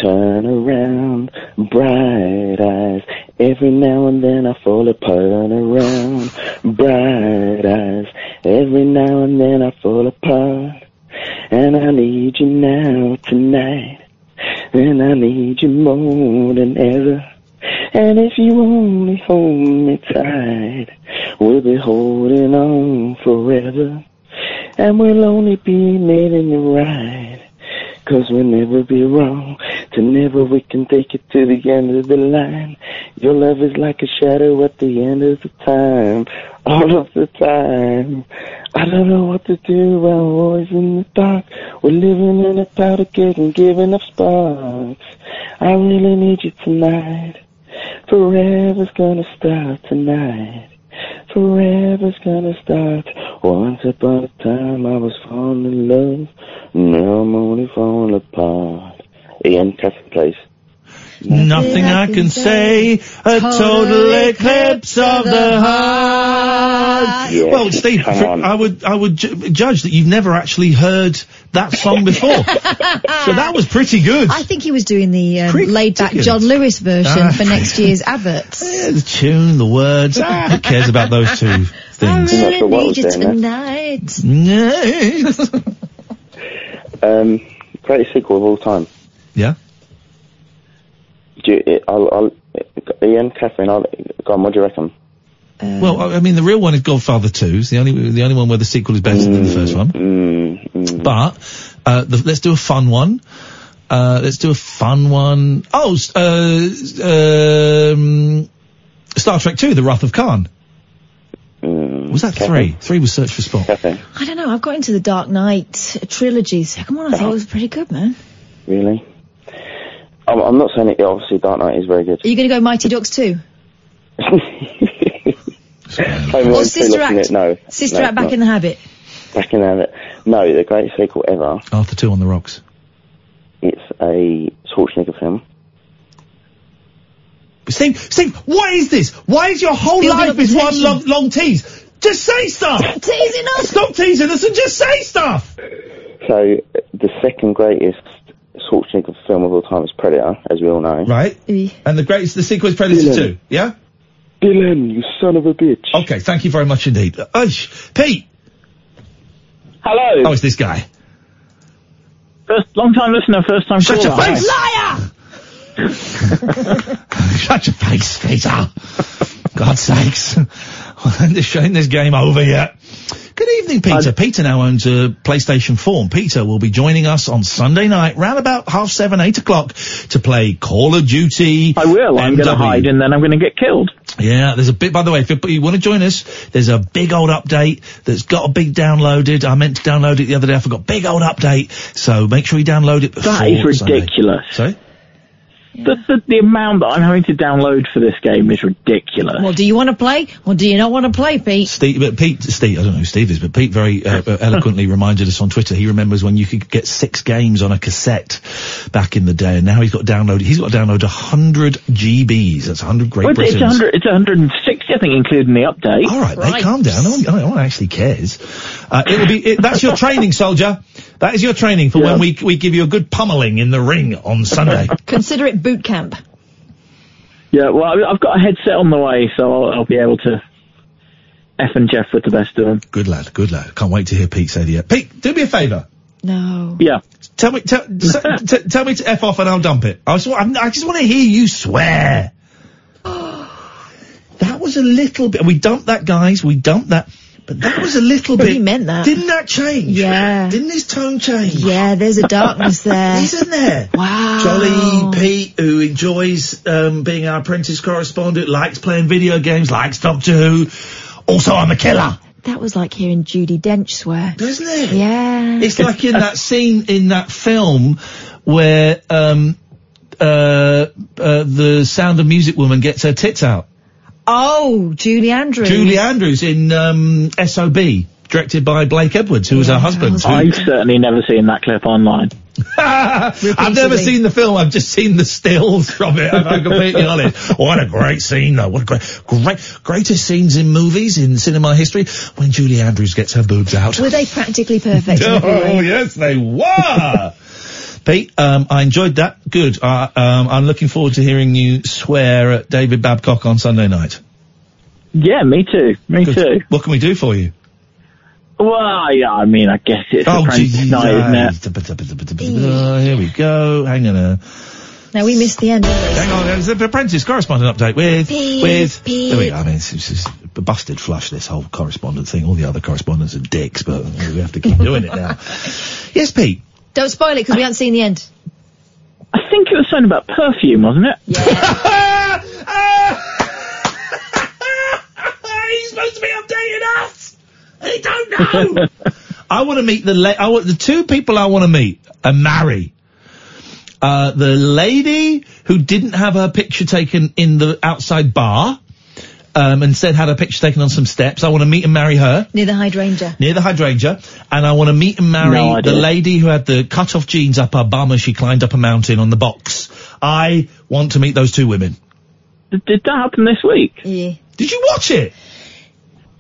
[SPEAKER 11] Turn around, bright eyes. Every now and then I fall apart. Turn around, bright eyes. Every now and then I fall apart. And I need you now tonight. And I need you more than ever. And if you only hold me tight, we'll be holding on forever. And we'll only be making it right. Cause we'll never be wrong. To never we can take it to the end of the line. Your love is like a shadow at the end of the time, all of the time. I don't know what to do, I'm always in the dark. We're living in a powder keg and giving up sparks. I really need you tonight. Forever's gonna start tonight. Forever's gonna start. Once upon a time I was falling in love. Now I'm only falling apart. Ian, Catherine, please.
[SPEAKER 4] Nothing I can say, a total eclipse of the heart.
[SPEAKER 11] Yeah,
[SPEAKER 4] well, Steve,
[SPEAKER 11] come
[SPEAKER 4] fr-
[SPEAKER 11] on.
[SPEAKER 4] I would I would ju- judge that you've never actually heard that song before. so that was pretty good.
[SPEAKER 9] I think he was doing the um, laid-back
[SPEAKER 4] tickets.
[SPEAKER 9] John Lewis version
[SPEAKER 4] Ah.
[SPEAKER 9] for next year's adverts.
[SPEAKER 4] Yeah, the Eh, tune, the words. ah, who cares about those two things?
[SPEAKER 9] I really need you tonight.
[SPEAKER 11] Um, greatest sequel of all time.
[SPEAKER 4] Yeah.
[SPEAKER 11] Do you, I'll, I'll, Ian, Catherine, I'll, go on, what do you reckon?
[SPEAKER 9] uh,
[SPEAKER 4] well, I I mean, the real one is Godfather Two. It's the only the only one where the sequel is better than the first one. But uh, the, let's do a fun one. Uh, let's do a fun one. Oh, s- uh, um, Star Trek Two: The Wrath of Khan. was that three? Three was Search for Spock.
[SPEAKER 9] I don't know. I've got into the Dark Knight trilogy. Second one, I
[SPEAKER 11] Ah.
[SPEAKER 9] thought it was pretty good, man.
[SPEAKER 11] Really? I'm, I'm not saying it, obviously Dark Knight is very good.
[SPEAKER 9] Are you going to go Mighty Ducks too?
[SPEAKER 11] Everyone's
[SPEAKER 9] Or
[SPEAKER 11] still
[SPEAKER 9] Oh, Sister
[SPEAKER 11] looking
[SPEAKER 9] Act?
[SPEAKER 11] at- No.
[SPEAKER 9] Sister
[SPEAKER 11] no,
[SPEAKER 9] Act, Back
[SPEAKER 11] not.
[SPEAKER 9] in the Habit.
[SPEAKER 11] Back in the... No, the greatest sequel ever.
[SPEAKER 4] Arthur Two on the Rocks.
[SPEAKER 11] It's a Schwarzenegger film.
[SPEAKER 4] Steve, Steve, what is this? Why is your whole
[SPEAKER 11] Building
[SPEAKER 4] life
[SPEAKER 11] up
[SPEAKER 4] is
[SPEAKER 11] the
[SPEAKER 4] one
[SPEAKER 11] tension.
[SPEAKER 4] long, long tease? Just say stuff.
[SPEAKER 9] Teasing us.
[SPEAKER 4] Stop teasing us and just say stuff.
[SPEAKER 11] So, the second greatest Schwarzenegger film of all time is Predator, as we all know.
[SPEAKER 4] Right. And the greatest, the sequel is
[SPEAKER 11] Dylan.
[SPEAKER 4] Predator Two. Yeah.
[SPEAKER 11] Dylan, you son of a bitch.
[SPEAKER 4] Okay, thank you very much indeed. Uh, Ush, Pete.
[SPEAKER 7] Hello.
[SPEAKER 4] Oh, it's this guy.
[SPEAKER 7] First, long time listener, first time
[SPEAKER 4] Shut
[SPEAKER 7] caller.
[SPEAKER 4] your face.
[SPEAKER 9] Liar!
[SPEAKER 4] Shut your face, Peter. God's sakes. this ain't this game over yet. Good evening, Peter. Peter now owns a PlayStation 4. and Peter will be joining us on Sunday night, round about half seven, eight o'clock, to play Call of Duty. I will.
[SPEAKER 7] I'm gonna hide and then I'm going to get killed.
[SPEAKER 4] Yeah, there's a bit, by the way, if you- you want to join us, there's a big old update that's got a big downloaded. I meant to download it the other day. I forgot. Big old update. So make sure you download it before
[SPEAKER 7] That is
[SPEAKER 4] Sunday.
[SPEAKER 7] ridiculous.
[SPEAKER 4] Sorry?
[SPEAKER 7] The, the, the amount that I'm having to download for this game is ridiculous.
[SPEAKER 9] Well, do you want to play or do you not want to play, Pete?
[SPEAKER 4] Steve, but Pete, Steve, I don't know who Steve is, but Pete very uh, uh, eloquently reminded us on Twitter. He remembers when you could get six games on a cassette back in the day, and now he's got to download. He's got to download hundred GBs. That's hundred Great
[SPEAKER 7] Well, it's,
[SPEAKER 4] Britons.
[SPEAKER 7] 100, it's 160, I think, including the update.
[SPEAKER 4] All right, mate, calm down. No one, no one actually cares. Uh, it'll be it, that's your training, soldier. That is your training for when we we give you a good pummeling in the ring on Sunday.
[SPEAKER 9] Consider it boot camp.
[SPEAKER 7] Yeah, well, I- I've got a headset on the way, so I'll, I'll be able to F and Jeff with the best of them.
[SPEAKER 4] good lad, good lad. Can't wait to hear Pete say the. Pete, do me a favour.
[SPEAKER 9] No.
[SPEAKER 7] Yeah.
[SPEAKER 4] Tell me, tell, s- t- tell me to f off and I'll dump it. I just, wa- I'm- I just want to hear you swear. That was a little bit. We dumped that, guys. We dumped that. But that was a little bit.
[SPEAKER 9] He meant that.
[SPEAKER 4] Didn't that change?
[SPEAKER 9] Yeah.
[SPEAKER 4] Didn't his tone change?
[SPEAKER 9] Yeah, there's a darkness there.
[SPEAKER 4] Isn't there?
[SPEAKER 9] Wow.
[SPEAKER 4] Jolly Pete, who enjoys um, being our apprentice correspondent, likes playing video games, likes Doctor Who. Also, I'm a killer.
[SPEAKER 9] That was like hearing Judy Dench swear.
[SPEAKER 4] Isn't it?
[SPEAKER 9] Yeah.
[SPEAKER 4] It's like in that scene in that film where um, uh, uh, the Sound of Music woman gets her tits out.
[SPEAKER 9] Oh, Julie Andrews.
[SPEAKER 4] Julie Andrews in um, S.O.B., directed by Blake Edwards, who was her husband.
[SPEAKER 7] I've certainly never seen that clip online.
[SPEAKER 4] I've never seen the film. I've just seen the stills from it. If I'm completely honest. What a great scene, though. What a great, great, greatest scenes in movies in cinema history when Julie Andrews gets her boobs out.
[SPEAKER 9] Were they practically perfect? in every
[SPEAKER 4] Oh
[SPEAKER 9] way?
[SPEAKER 4] yes, they were. Pete, um, I enjoyed that. Good. Uh, um, I'm looking forward to hearing you swear at David Babcock on Sunday night.
[SPEAKER 7] Yeah, me too. Me too.
[SPEAKER 4] What can we do for you?
[SPEAKER 7] Well, yeah, I mean, I guess it's
[SPEAKER 4] Oh,
[SPEAKER 7] apprentice
[SPEAKER 4] geez,
[SPEAKER 7] night, isn't
[SPEAKER 4] uh,
[SPEAKER 7] it?
[SPEAKER 4] Uh, here we go. Hang on. A,
[SPEAKER 9] Now we missed the end.
[SPEAKER 4] hang on. There's the Apprentice correspondent update with
[SPEAKER 9] Pete,
[SPEAKER 4] with.
[SPEAKER 9] Pete.
[SPEAKER 4] There we go. I mean, it's, it's, it's a busted flush. This whole correspondent thing. All the other correspondents are dicks, but we have to keep doing it now. Yes, Pete.
[SPEAKER 9] Don't spoil it because we haven't seen the end.
[SPEAKER 7] I think it was something about perfume, wasn't it?
[SPEAKER 9] Yeah.
[SPEAKER 4] supposed to be updating us? They don't know. I want to meet the la- I want the two people I want to meet and marry. Uh, the lady who didn't have her picture taken in the outside bar, um, and said had her picture taken on some steps. I want to meet and marry her
[SPEAKER 9] Near the hydrangea.
[SPEAKER 4] near the hydrangea, and I want to meet and marry
[SPEAKER 9] No idea.
[SPEAKER 4] the lady who had the cut-off jeans up her bum as she climbed up a mountain on the box. I want to meet those two women.
[SPEAKER 28] Did, did that happen this week?
[SPEAKER 9] Yeah.
[SPEAKER 4] Did you watch it?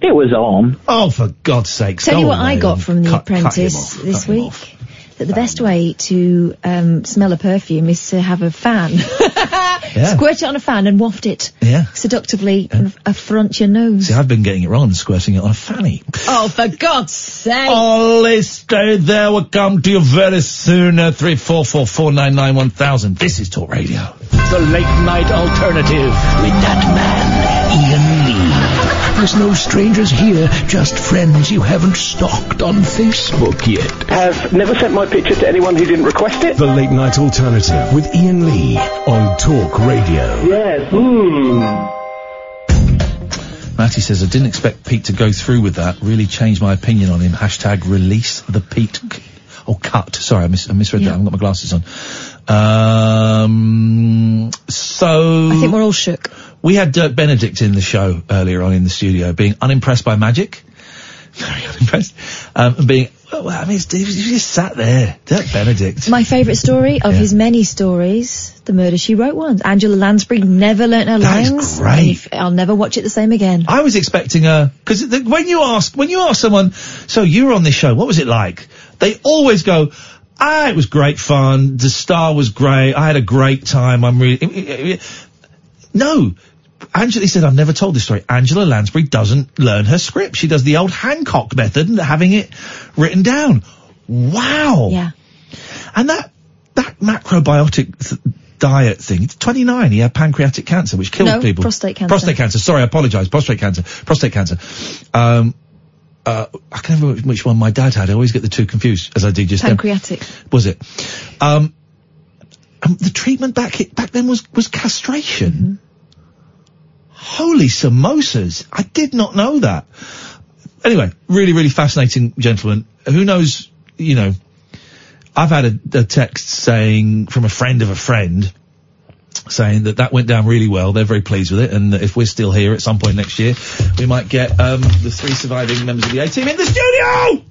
[SPEAKER 28] It was on.
[SPEAKER 4] Oh, for God's sake!
[SPEAKER 9] Tell
[SPEAKER 4] go
[SPEAKER 9] you what
[SPEAKER 4] away
[SPEAKER 9] I got
[SPEAKER 4] and
[SPEAKER 9] from The
[SPEAKER 4] cut- cut him
[SPEAKER 9] Apprentice
[SPEAKER 4] off.
[SPEAKER 9] this week. That the best way to um, smell a perfume is to have a fan. Squirt it on a fan and waft it
[SPEAKER 4] Yeah.
[SPEAKER 9] seductively and affront your nose.
[SPEAKER 4] See, I've been getting it wrong and squirting it on a fanny.
[SPEAKER 9] Oh, for God's sake!
[SPEAKER 4] Oh, Ollie, stay there. We'll come to you very soon. Uh, Three four four four nine nine one thousand. This is Talk Radio.
[SPEAKER 3] The late night alternative with that man, Ian Lee. There's no strangers here, just friends you haven't stalked on Facebook yet.
[SPEAKER 2] Have never sent my picture to anyone who didn't request it.
[SPEAKER 29] The late night alternative with Ian Lee on Talk Radio.
[SPEAKER 2] Yes. Hmm.
[SPEAKER 4] Matty says, I didn't expect Pete to go through with that. Really changed my opinion on him. Hashtag release the Pete. C- oh, cut. Sorry, I, mis- I misread that. I haven't got my glasses on. Um, so. I think
[SPEAKER 9] we're all shook.
[SPEAKER 4] We had Dirk Benedict in the show earlier on in the studio being unimpressed by magic. Very unimpressed. Um, and being, well, I mean, it's- he was- he just sat there. Dirk Benedict.
[SPEAKER 9] My favourite story of his many stories, the Murder She Wrote ones. Angela Lansbury never learnt her
[SPEAKER 4] That is
[SPEAKER 9] lines. and
[SPEAKER 4] great.
[SPEAKER 9] if- I'll never watch it the same again.
[SPEAKER 4] I was expecting a because when you ask when you ask someone, so you were on this show, what was it like? They always go, ah, it was great fun. The star was great. I had a great time. I'm really no. Angela he said, I've never told this story. Angela Lansbury doesn't learn her script. She does the old Hancock method and having it written down. Wow.
[SPEAKER 9] Yeah.
[SPEAKER 4] And that, that macrobiotic th- diet thing, it's 29. He had pancreatic cancer, which killed
[SPEAKER 9] No,
[SPEAKER 4] people.
[SPEAKER 9] prostate cancer.
[SPEAKER 4] Prostate cancer. Sorry, I apologise. Prostate cancer. Prostate cancer. Um, uh, I can't remember which one my dad had. I always get the two confused, as I did just then
[SPEAKER 9] Pancreatic.
[SPEAKER 4] was it? Um, um, the treatment back back then was was castration. Holy samosas! I did not know that. Anyway, really, really fascinating gentleman. Who knows? You know, I've had a, a text saying from a friend of a friend saying that that went down really well. They're very pleased with it, and that if we're still here at some point next year, we might get um, the three surviving members of the A team in the studio.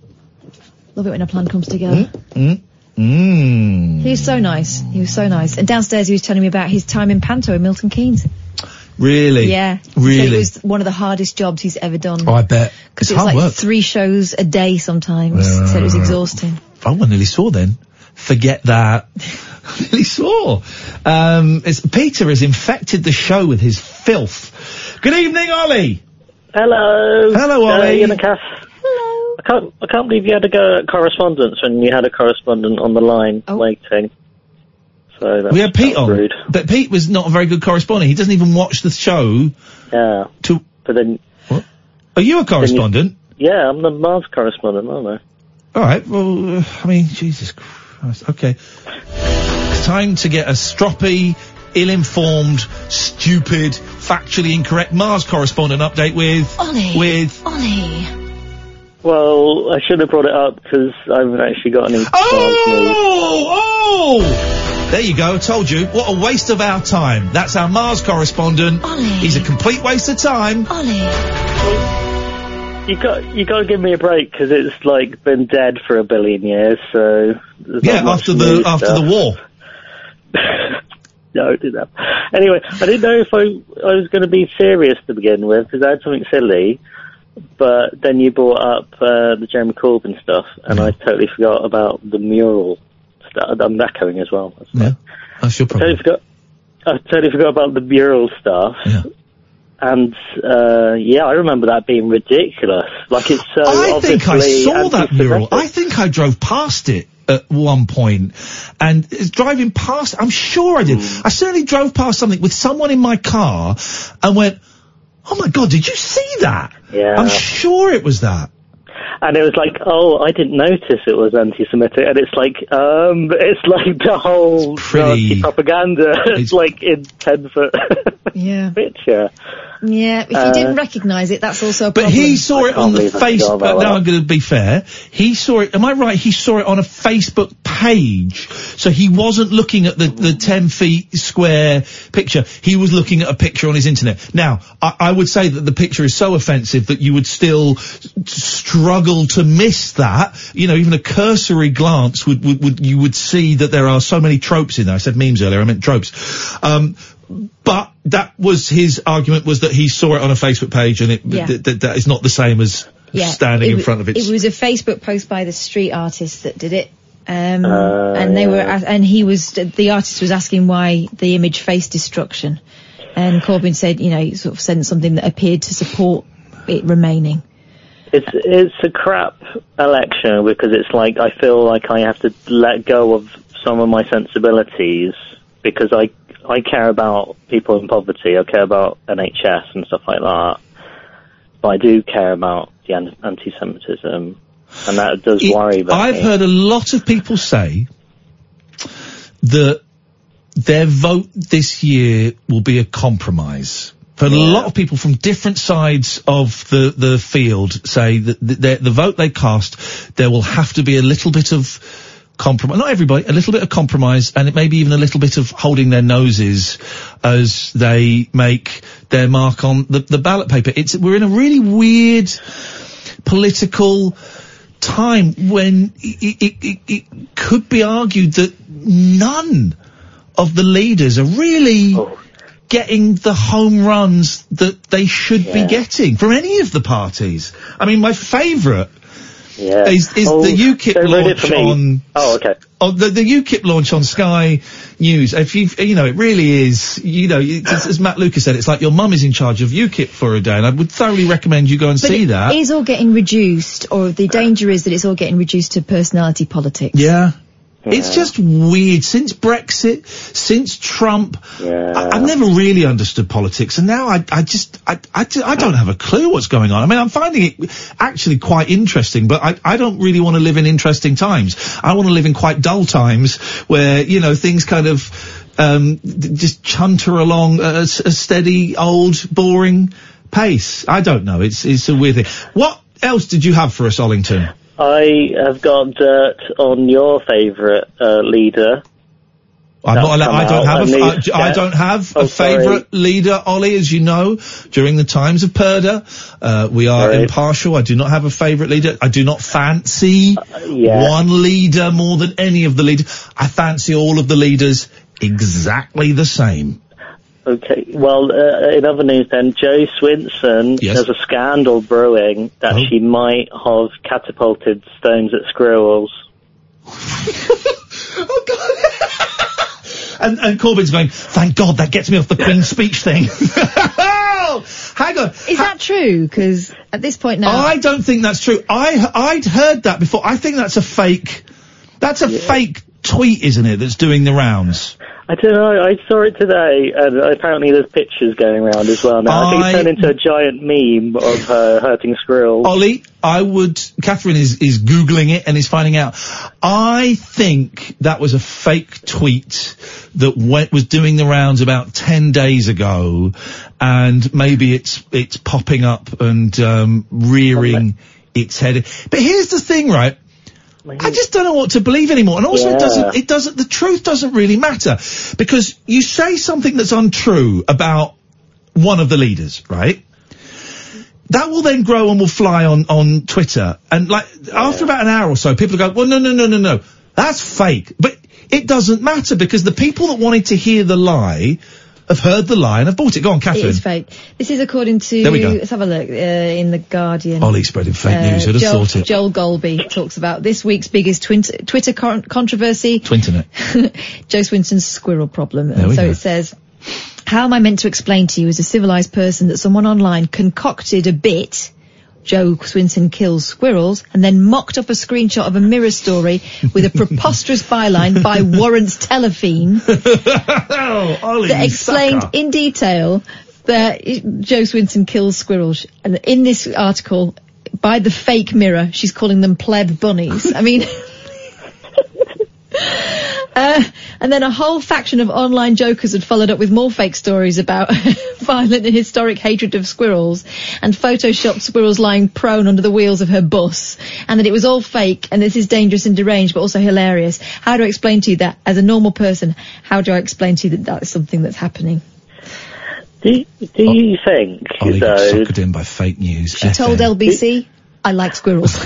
[SPEAKER 9] Love it when a plan comes together.
[SPEAKER 4] Mm. Mm.
[SPEAKER 9] He was so nice. He was so nice. And downstairs he was telling me about his time in Panto in Milton Keynes.
[SPEAKER 4] Really?
[SPEAKER 9] Yeah.
[SPEAKER 4] Really?
[SPEAKER 9] So it was one of the hardest jobs he's ever done.
[SPEAKER 4] Oh, I bet.
[SPEAKER 9] Because it was like three shows a day sometimes.
[SPEAKER 4] Yeah.
[SPEAKER 9] So it was exhausting.
[SPEAKER 4] Oh, I nearly saw then. Forget that. I nearly saw. Um, it's, Peter has infected the show with his filth. Good evening, Ollie.
[SPEAKER 30] Hello.
[SPEAKER 4] Hello, Ollie.
[SPEAKER 30] Uh, Ian and Kath. Hello. I can't, I can't believe you had to go at correspondence when you had a correspondent on the line waiting. So that's
[SPEAKER 4] we had Pete on, but Pete was not a very good correspondent. He doesn't even watch the show.
[SPEAKER 30] Yeah.
[SPEAKER 4] To
[SPEAKER 30] but then.
[SPEAKER 4] What? Are you a correspondent?
[SPEAKER 30] Yeah, I'm the Mars correspondent, aren't
[SPEAKER 4] All right. Well, uh, I mean, Jesus Christ. Okay. It's time to get a stroppy, ill-informed, stupid, factually incorrect Mars correspondent update with
[SPEAKER 30] Ollie.
[SPEAKER 4] with
[SPEAKER 9] Ollie.
[SPEAKER 30] I? Well, I should have brought it up because I haven't actually got any.
[SPEAKER 4] Oh, oh! There you go. Told you. What a waste of our time. That's our Mars correspondent. He's a complete waste of time.
[SPEAKER 30] You got you got to give me a break because it's like been dead for a billion years. So there's
[SPEAKER 4] Yeah,
[SPEAKER 30] not much
[SPEAKER 4] after the
[SPEAKER 30] new
[SPEAKER 4] after
[SPEAKER 30] stuff.
[SPEAKER 4] the war.
[SPEAKER 30] No, I didn't have. Anyway, I didn't know if I, I was going to be serious to begin with because I had something silly, but then you brought up uh, the Jeremy Corbyn stuff, and
[SPEAKER 4] Mm.
[SPEAKER 30] I totally forgot about the mural stuff. I'm echoing as well.
[SPEAKER 4] Yeah, that's your problem.
[SPEAKER 30] I totally forgot, I totally forgot about the mural stuff. And uh, yeah, I remember that being ridiculous. Like it's so
[SPEAKER 4] I think I
[SPEAKER 30] obviously
[SPEAKER 4] saw that
[SPEAKER 30] anti-Semitic.
[SPEAKER 4] mural. I think I drove past it at one point and it's driving past I'm sure I did. I certainly drove past something with someone in my car and went, "Oh my god, did you see that?"
[SPEAKER 30] Yeah.
[SPEAKER 4] I'm sure it was that.
[SPEAKER 30] And it was like, oh, I didn't notice it was anti-Semitic, and it's like, um, it's like the whole Nazi propaganda. it's like in ten foot
[SPEAKER 9] Yeah.
[SPEAKER 30] picture.
[SPEAKER 9] Yeah, if you
[SPEAKER 4] Uh,
[SPEAKER 9] didn't recognise it, that's also a
[SPEAKER 4] But
[SPEAKER 9] problem.
[SPEAKER 4] he saw it on the Facebook.
[SPEAKER 9] but
[SPEAKER 4] Now I'm going to be fair. He saw it. Am I right? He saw it on a Facebook page, so he wasn't looking at the the ten feet square picture. He was looking at a picture on his internet. Now I, I would say that the picture is so offensive that you would still s- struggle to miss that. You know, even a cursory glance would would, would you would see that there are so many tropes in there. I said memes earlier. I meant tropes. Um, but that was his argument was that he saw it on a Facebook page and it
[SPEAKER 9] Yeah.
[SPEAKER 4] th- th- that is not the same as standing
[SPEAKER 9] it
[SPEAKER 4] in
[SPEAKER 9] wa-
[SPEAKER 4] front of it.
[SPEAKER 9] It was a Facebook post by the street artist that did it. Um,
[SPEAKER 4] Ah,
[SPEAKER 9] and they were,
[SPEAKER 4] yeah.
[SPEAKER 9] a- and he was, the artist was asking why the image faced destruction. And Corbyn said, you know, he sort of sent something that appeared to support it remaining.
[SPEAKER 8] It's it's a crap election because it's like I feel like I have to let go of some of my sensibilities because I I care about people in poverty. I care about NHS and stuff like that. But I do care about the an- anti-Semitism, and that does worry me.
[SPEAKER 4] I've heard a lot of people say that their vote this year will be a compromise. But a lot of people from different sides of the, the field say that the, the, the vote they cast, there will have to be a little bit of compromise. Not everybody, a little bit of compromise, and it may be even a little bit of holding their noses as they make their mark on the, the ballot paper. It's we're in a really weird political time when it, it, it, it could be argued that none of the leaders are really
[SPEAKER 8] Oh.
[SPEAKER 4] getting the home runs that they should be getting from any of the parties. I mean, my favourite
[SPEAKER 8] Yeah.
[SPEAKER 4] is, is
[SPEAKER 8] Oh,
[SPEAKER 4] the UKIP
[SPEAKER 8] don't ruin it
[SPEAKER 4] launch
[SPEAKER 8] for me.
[SPEAKER 4] on.
[SPEAKER 8] Oh, okay.
[SPEAKER 4] On the, the UKIP launch on Sky News. If you, you know, it really is. You know, it- as, as Matt Lucas said, it's like your mum is in charge of UKIP for a day, and I would thoroughly recommend you go and
[SPEAKER 9] But
[SPEAKER 4] see
[SPEAKER 9] it
[SPEAKER 4] that.
[SPEAKER 9] is all getting reduced, or the danger is that it's all getting reduced to personality politics.
[SPEAKER 4] Yeah. It's just weird. Since Brexit, since Trump, I, I've never really understood politics, and now I, I just, I, I, ju- I don't have a clue what's going on. I mean, I'm finding it actually quite interesting, but I, I don't really want to live in interesting times. I want to live in quite dull times where, you know, things kind of, um, d- just chunter along at a, s- a steady, old, boring pace. I don't know. It's, it's a weird thing. What else did you have for us, Ollington?
[SPEAKER 8] I have got dirt on your favourite uh, leader.
[SPEAKER 4] I'm
[SPEAKER 8] That's
[SPEAKER 4] not allowed,
[SPEAKER 8] come
[SPEAKER 4] I
[SPEAKER 8] out,
[SPEAKER 4] don't have a,
[SPEAKER 8] a
[SPEAKER 4] f-
[SPEAKER 8] news
[SPEAKER 4] I, I
[SPEAKER 8] set.
[SPEAKER 4] don't have
[SPEAKER 8] Oh,
[SPEAKER 4] a favourite leader, Ollie, as you know, during the times of Perda. Uh, we are impartial. I do not have a favourite leader. I do not fancy
[SPEAKER 8] Uh,
[SPEAKER 4] one leader more than any of the leaders. I fancy all of the leaders exactly the same.
[SPEAKER 8] Okay. Well, uh, in other news, then Joe Swinson
[SPEAKER 4] Yes. Oh.
[SPEAKER 8] there's a scandal brewing that she might have catapulted stones at squirrels.
[SPEAKER 4] And, and Corbyn's going, thank God that gets me off the Queen's speech thing. Hang on.
[SPEAKER 9] Is that true? Because at this point now,
[SPEAKER 4] I don't think that's true. I I'd heard that before. I think that's a fake. That's a fake tweet, isn't it? That's doing the rounds.
[SPEAKER 8] I don't know. I saw it today, and apparently there's pictures going around as well now. I, think
[SPEAKER 4] I-
[SPEAKER 8] it's turned into a giant meme of her hurting squirrels.
[SPEAKER 4] Ollie, I would. Catherine is is googling it and is finding out. I think that was a fake tweet that went, was doing the rounds about ten days ago, and maybe it's it's popping up and um, rearing its head. But here's the thing, right? I just don't know what to believe anymore. And also, it
[SPEAKER 27] Yeah.
[SPEAKER 4] doesn't it doesn't the truth doesn't really matter because you say something that's untrue about one of the leaders, right? That will then grow and will fly on on Twitter. And like after about an hour or so, people go, "Well, no, no, no, no, no, that's fake." But it doesn't matter because the people that wanted to hear the lie have heard the lie and have bought Oh, it. Go on,
[SPEAKER 9] it
[SPEAKER 4] Catherine.
[SPEAKER 9] is fake. This is according to.
[SPEAKER 4] There we go.
[SPEAKER 9] Let's have a look uh, in the Guardian.
[SPEAKER 4] Ollie spreading fake
[SPEAKER 9] Uh,
[SPEAKER 4] news. Who'd have
[SPEAKER 9] Joel,
[SPEAKER 4] thought it?
[SPEAKER 9] Joel Golby talks about this week's biggest twin- Twitter con- controversy.
[SPEAKER 4] Twinternet.
[SPEAKER 9] Joe Swinton's squirrel problem.
[SPEAKER 4] There
[SPEAKER 9] And
[SPEAKER 4] we
[SPEAKER 9] so
[SPEAKER 4] go.
[SPEAKER 9] it says, how am I meant to explain to you as a civilized person that someone online concocted a bit Joe Swinton kills squirrels and then mocked up a screenshot of a mirror story with a preposterous byline by Warren's Telefine
[SPEAKER 4] Oh, Ollie,
[SPEAKER 9] that
[SPEAKER 4] you
[SPEAKER 9] explained
[SPEAKER 4] sucker.
[SPEAKER 9] in detail that i- Joe Swinson kills squirrels. And in this article, by the fake mirror, she's calling them pleb bunnies. I mean, Uh, and then a whole faction of online jokers had followed up with more fake stories about violent and historic hatred of squirrels and photoshopped squirrels lying prone under the wheels of her bus and that it was all fake and this is dangerous and deranged but also hilarious. How do I explain to you that as a normal person, how do I explain to you that that's something that's happening?
[SPEAKER 8] Do, do you think,
[SPEAKER 4] Ollie got
[SPEAKER 8] though,
[SPEAKER 4] suckered in by fake news.
[SPEAKER 9] She told LBC, I like squirrels.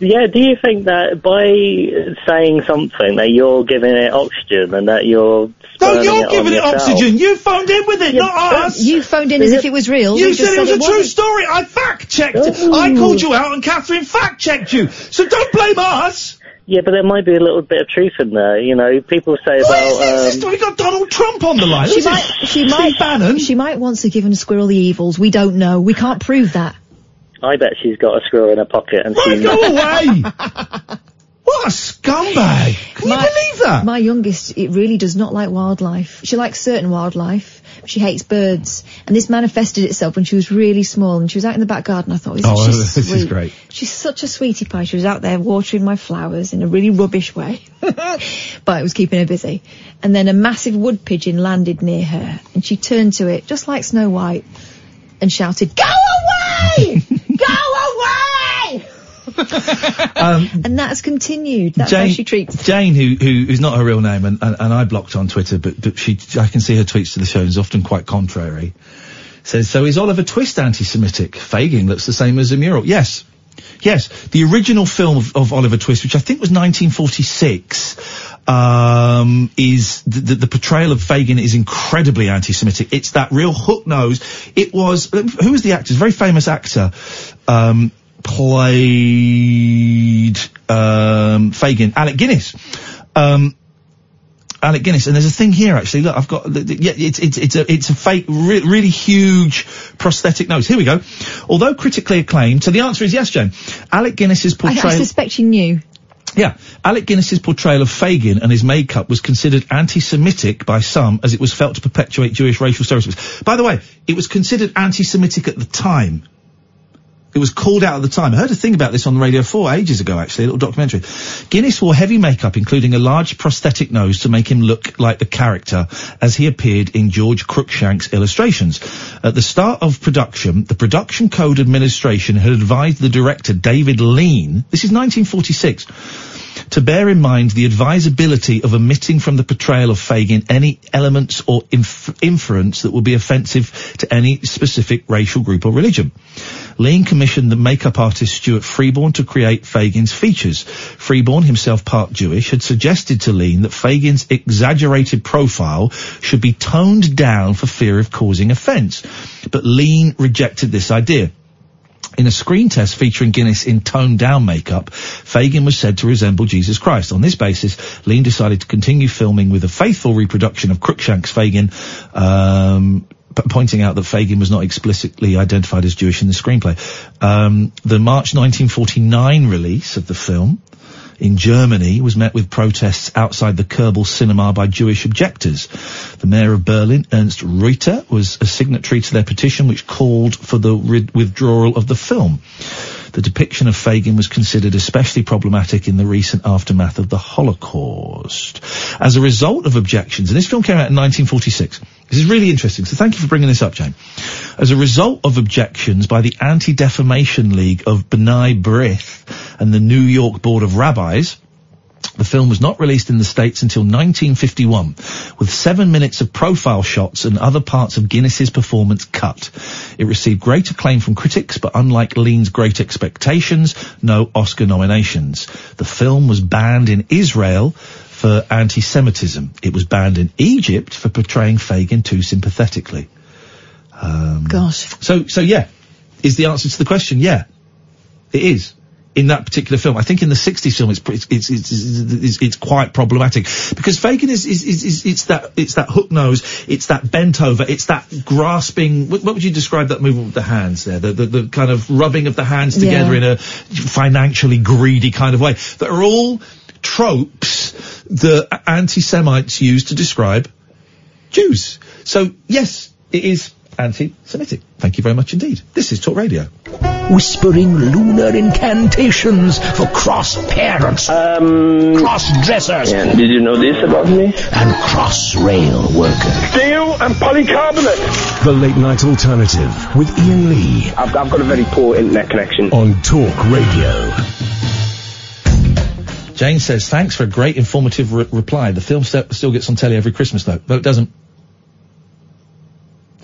[SPEAKER 8] yeah, do you think that by saying something that you're giving it oxygen and that you're
[SPEAKER 4] No,
[SPEAKER 8] spurning
[SPEAKER 4] you're
[SPEAKER 8] on
[SPEAKER 4] giving it
[SPEAKER 8] yourself?
[SPEAKER 4] oxygen. You phoned in with it,
[SPEAKER 8] Yeah,
[SPEAKER 4] not
[SPEAKER 8] but
[SPEAKER 4] us.
[SPEAKER 8] you phoned in as if it was real.
[SPEAKER 4] You
[SPEAKER 8] We
[SPEAKER 4] said
[SPEAKER 8] just
[SPEAKER 4] it was
[SPEAKER 8] said
[SPEAKER 4] a
[SPEAKER 8] it
[SPEAKER 4] true
[SPEAKER 8] wasn't.
[SPEAKER 4] story. I fact checked it. I called you out, and Catherine fact checked you. So don't blame us.
[SPEAKER 8] Yeah, but there might be a little bit of truth in there. You know, people say about. Um,
[SPEAKER 4] We got Donald Trump on the line.
[SPEAKER 9] She
[SPEAKER 4] This is
[SPEAKER 9] might, she might, she might once have given a squirrel the evils. We don't know. We can't prove that.
[SPEAKER 8] I bet she's got a squirrel in her pocket and she.
[SPEAKER 4] Go away! what a scumbag! Can
[SPEAKER 9] you believe
[SPEAKER 4] that?
[SPEAKER 9] My youngest, it really does not like wildlife. She likes certain wildlife. but She hates birds. And this manifested itself when she was really small and she was out in the back garden. I thought, isn't
[SPEAKER 4] Oh,
[SPEAKER 9] she
[SPEAKER 4] this is
[SPEAKER 9] sweet?
[SPEAKER 4] great.
[SPEAKER 9] She's such a sweetie pie. She was out there watering my flowers in a really rubbish way. but it was keeping her busy. And then a massive wood pigeon landed near her and she turned to it, just like Snow White, and shouted, Go away! Go away!
[SPEAKER 4] Um,
[SPEAKER 9] and that's continued. That's how she treats
[SPEAKER 4] Jane, who, who who's not her real name, and, and, and I blocked on Twitter, but, but she I can see her tweets to the show is often quite contrary. Says so is Oliver Twist anti-Semitic? Fagin looks the same as the mural. Yes, yes. The original film of, of Oliver Twist, which I think was 1946, um, is the, the, the portrayal of Fagin is incredibly anti-Semitic. It's that real hook nose. It was who was the actor? Very famous actor. Um, played um, Fagin, Alec Guinness. Um, Alec Guinness, and there's a thing here actually. Look, I've got. th- th- Yeah, it's it's it's a it's a fake, re- really huge prosthetic nose. Here we go. Although critically acclaimed, so the answer is yes, Jane. Alec Guinness's
[SPEAKER 9] I, I
[SPEAKER 4] portrayal.
[SPEAKER 9] suspect you knew.
[SPEAKER 4] Yeah, Alec Guinness's portrayal of Fagin and his makeup was considered anti-Semitic by some, as it was felt to perpetuate Jewish racial stereotypes. By the way, it was considered anti-Semitic at the time. It was called out at the time. I heard a thing about this on Radio 4 ages ago, actually, a little documentary. Guinness wore heavy makeup, including a large prosthetic nose to make him look like the character as he appeared in George Cruikshank's illustrations. At the start of production, the Production Code Administration had advised the director, David Lean, this is 1946, to bear in mind the advisability of omitting from the portrayal of Fagin any elements or inf- inference that would be offensive to any specific racial group or religion. Lean commissioned the makeup artist Stuart Freeborn to create Fagin's features. Freeborn, himself part Jewish, had suggested to Lean that Fagin's exaggerated profile should be toned down for fear of causing offence. But Lean rejected this idea. In a screen test featuring Guinness in toned down makeup, Fagin was said to resemble Jesus Christ. On this basis, Lean decided to continue filming with a faithful reproduction of Cruikshank's Fagin, um, p- pointing out that Fagin was not explicitly identified as Jewish in the screenplay. Um, the March 1949 release of the film in Germany was met with protests outside the Kerbal cinema by Jewish objectors. The mayor of Berlin, Ernst Reuter, was a signatory to their petition which called for the rid- withdrawal of the film. The depiction of Fagin was considered especially problematic in the recent aftermath of the Holocaust. As a result of objections, and this film came out in 1946. This is really interesting, so thank you for bringing this up, Jane. As a result of objections by the Anti-Defamation League of B'nai B'rith and the New York Board of Rabbis, the film was not released in the States until 1951, with seven minutes of profile shots and other parts of Guinness's performance cut. It received great acclaim from critics, but unlike Lean's Great Expectations, no Oscar nominations. The film was banned in Israel for anti-Semitism. It was banned in Egypt for portraying Fagin too sympathetically. Um,
[SPEAKER 9] Gosh.
[SPEAKER 4] So, so yeah, is the answer to the question? Yeah, it is. In that particular film, I think in the '60s film, it's pr- it's it's it's, it's, it's quite problematic because Fagin is, is is is it's that it's that hook nose, it's that bent over, it's that grasping. What, what would you describe that movement with the hands there? The, the the kind of rubbing of the hands together
[SPEAKER 27] Yeah.
[SPEAKER 4] in a financially greedy kind of way. That are all tropes that a- anti-Semites use to describe Jews. So yes, it is anti-Semitic. Thank you very much indeed. This is Talk Radio.
[SPEAKER 27] whispering lunar incantations for cross parents, um, cross dressers,
[SPEAKER 11] Yeah, did you know this about me?
[SPEAKER 27] and cross rail workers.
[SPEAKER 15] Steel and polycarbonate.
[SPEAKER 3] The Late Night Alternative with Ian Lee.
[SPEAKER 11] I've, I've got a very poor internet connection.
[SPEAKER 3] On Talk Radio.
[SPEAKER 4] Jane says, thanks for a great informative re- reply. The film st- still gets on telly every Christmas, though. No, it doesn't.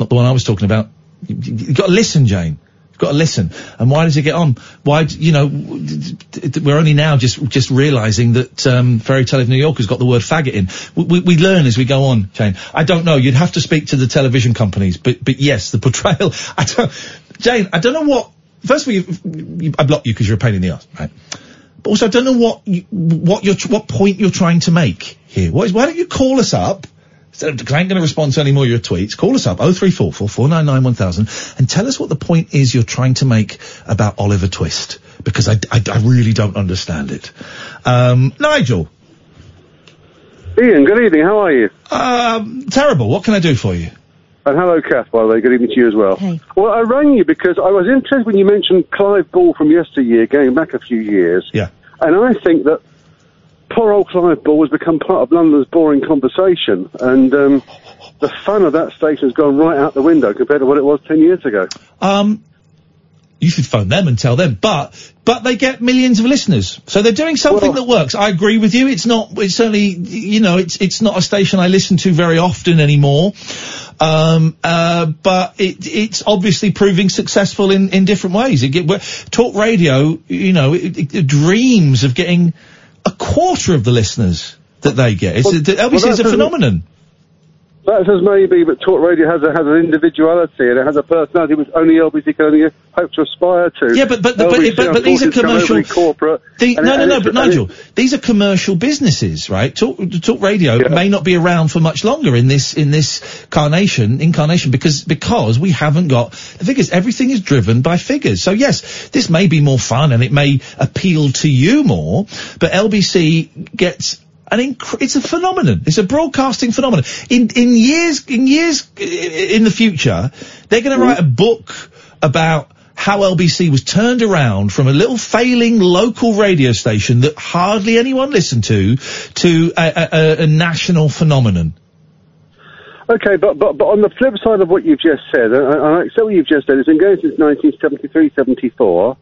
[SPEAKER 4] Not the one I was talking about. You- you- You've got to listen, Jane. You've got to listen. And why does it get on? Why, d- you know, w- d- d- d- we're only now just just realising that um, Fairy Tale of New York has got the word faggot in. We, we, we learn as we go on, Jane. I don't know. You'd have to speak to the television companies. But, but yes, the portrayal. I don't, Jane, I don't know what. First of all, you, you, I block you because you're a pain in the ass, right? But also, I don't know what you, what you're, tr- what point you're trying to make here. What is, why don't you call us up? Instead of, 'cause I ain't going to respond to any more of your tweets. Call us up, 0344 499 1000, and tell us what the point is you're trying to make about Oliver Twist. Because I, I, I really don't understand it. Um, Nigel.
[SPEAKER 22] Ian, good evening. How are you?
[SPEAKER 4] Um, terrible. What can I do for you?
[SPEAKER 22] And hello, Kath, by the way. Good evening to you as well. Well, I rang you because I was interested when you mentioned Clive Ball from yesteryear, going back a few years.
[SPEAKER 4] Yeah.
[SPEAKER 22] And I think that poor old Clive Ball has become part of London's boring conversation. And um, the fun of that station has gone right out the window compared to what it was 10 years ago.
[SPEAKER 4] Um, you should phone them and tell them, but, but they get millions of listeners. So they're doing something that works. I agree with you. It's not, it's certainly, you know, it's, it's not a station I listen to very often anymore. Um, uh, but it, it's obviously proving successful in, in different ways. It get, we're- talk radio, you know, it, it, it dreams of getting a quarter of the listeners that they get. It's,
[SPEAKER 22] Well,
[SPEAKER 4] it
[SPEAKER 22] well,
[SPEAKER 4] obviously is a
[SPEAKER 22] that's-
[SPEAKER 4] phenomenon.
[SPEAKER 22] That says maybe, but talk radio has a, has an individuality and it has a personality which only LBC can only hope to aspire to.
[SPEAKER 4] Yeah, but- but- but- but-
[SPEAKER 22] LBC,
[SPEAKER 4] but- but these are
[SPEAKER 22] unfortunately, it's gone overly
[SPEAKER 4] commercial-
[SPEAKER 22] corporate.
[SPEAKER 4] The,
[SPEAKER 22] and
[SPEAKER 4] no,
[SPEAKER 22] it-
[SPEAKER 4] no,
[SPEAKER 22] and
[SPEAKER 4] no,
[SPEAKER 22] it's-
[SPEAKER 4] but
[SPEAKER 22] and
[SPEAKER 4] Nigel, these are commercial businesses, right? Talk, talk radio may not be around for much longer in this, in this carnation, incarnation because, because we haven't got the figures. Everything is driven by figures. So yes, this may be more fun and it may appeal to you more, but LBC gets an inc- it's a phenomenon. It's a broadcasting phenomenon. In, in years, in years i- i- in the future, they're going
[SPEAKER 22] Mm-hmm.
[SPEAKER 4] to write a book about how LBC was turned around from a little failing local radio station that hardly anyone listened to to a, a, a, a national phenomenon.
[SPEAKER 22] Okay, but, but but on the flip side of what you've just said, and I, I accept what you've just said, it's been going since 1973-74.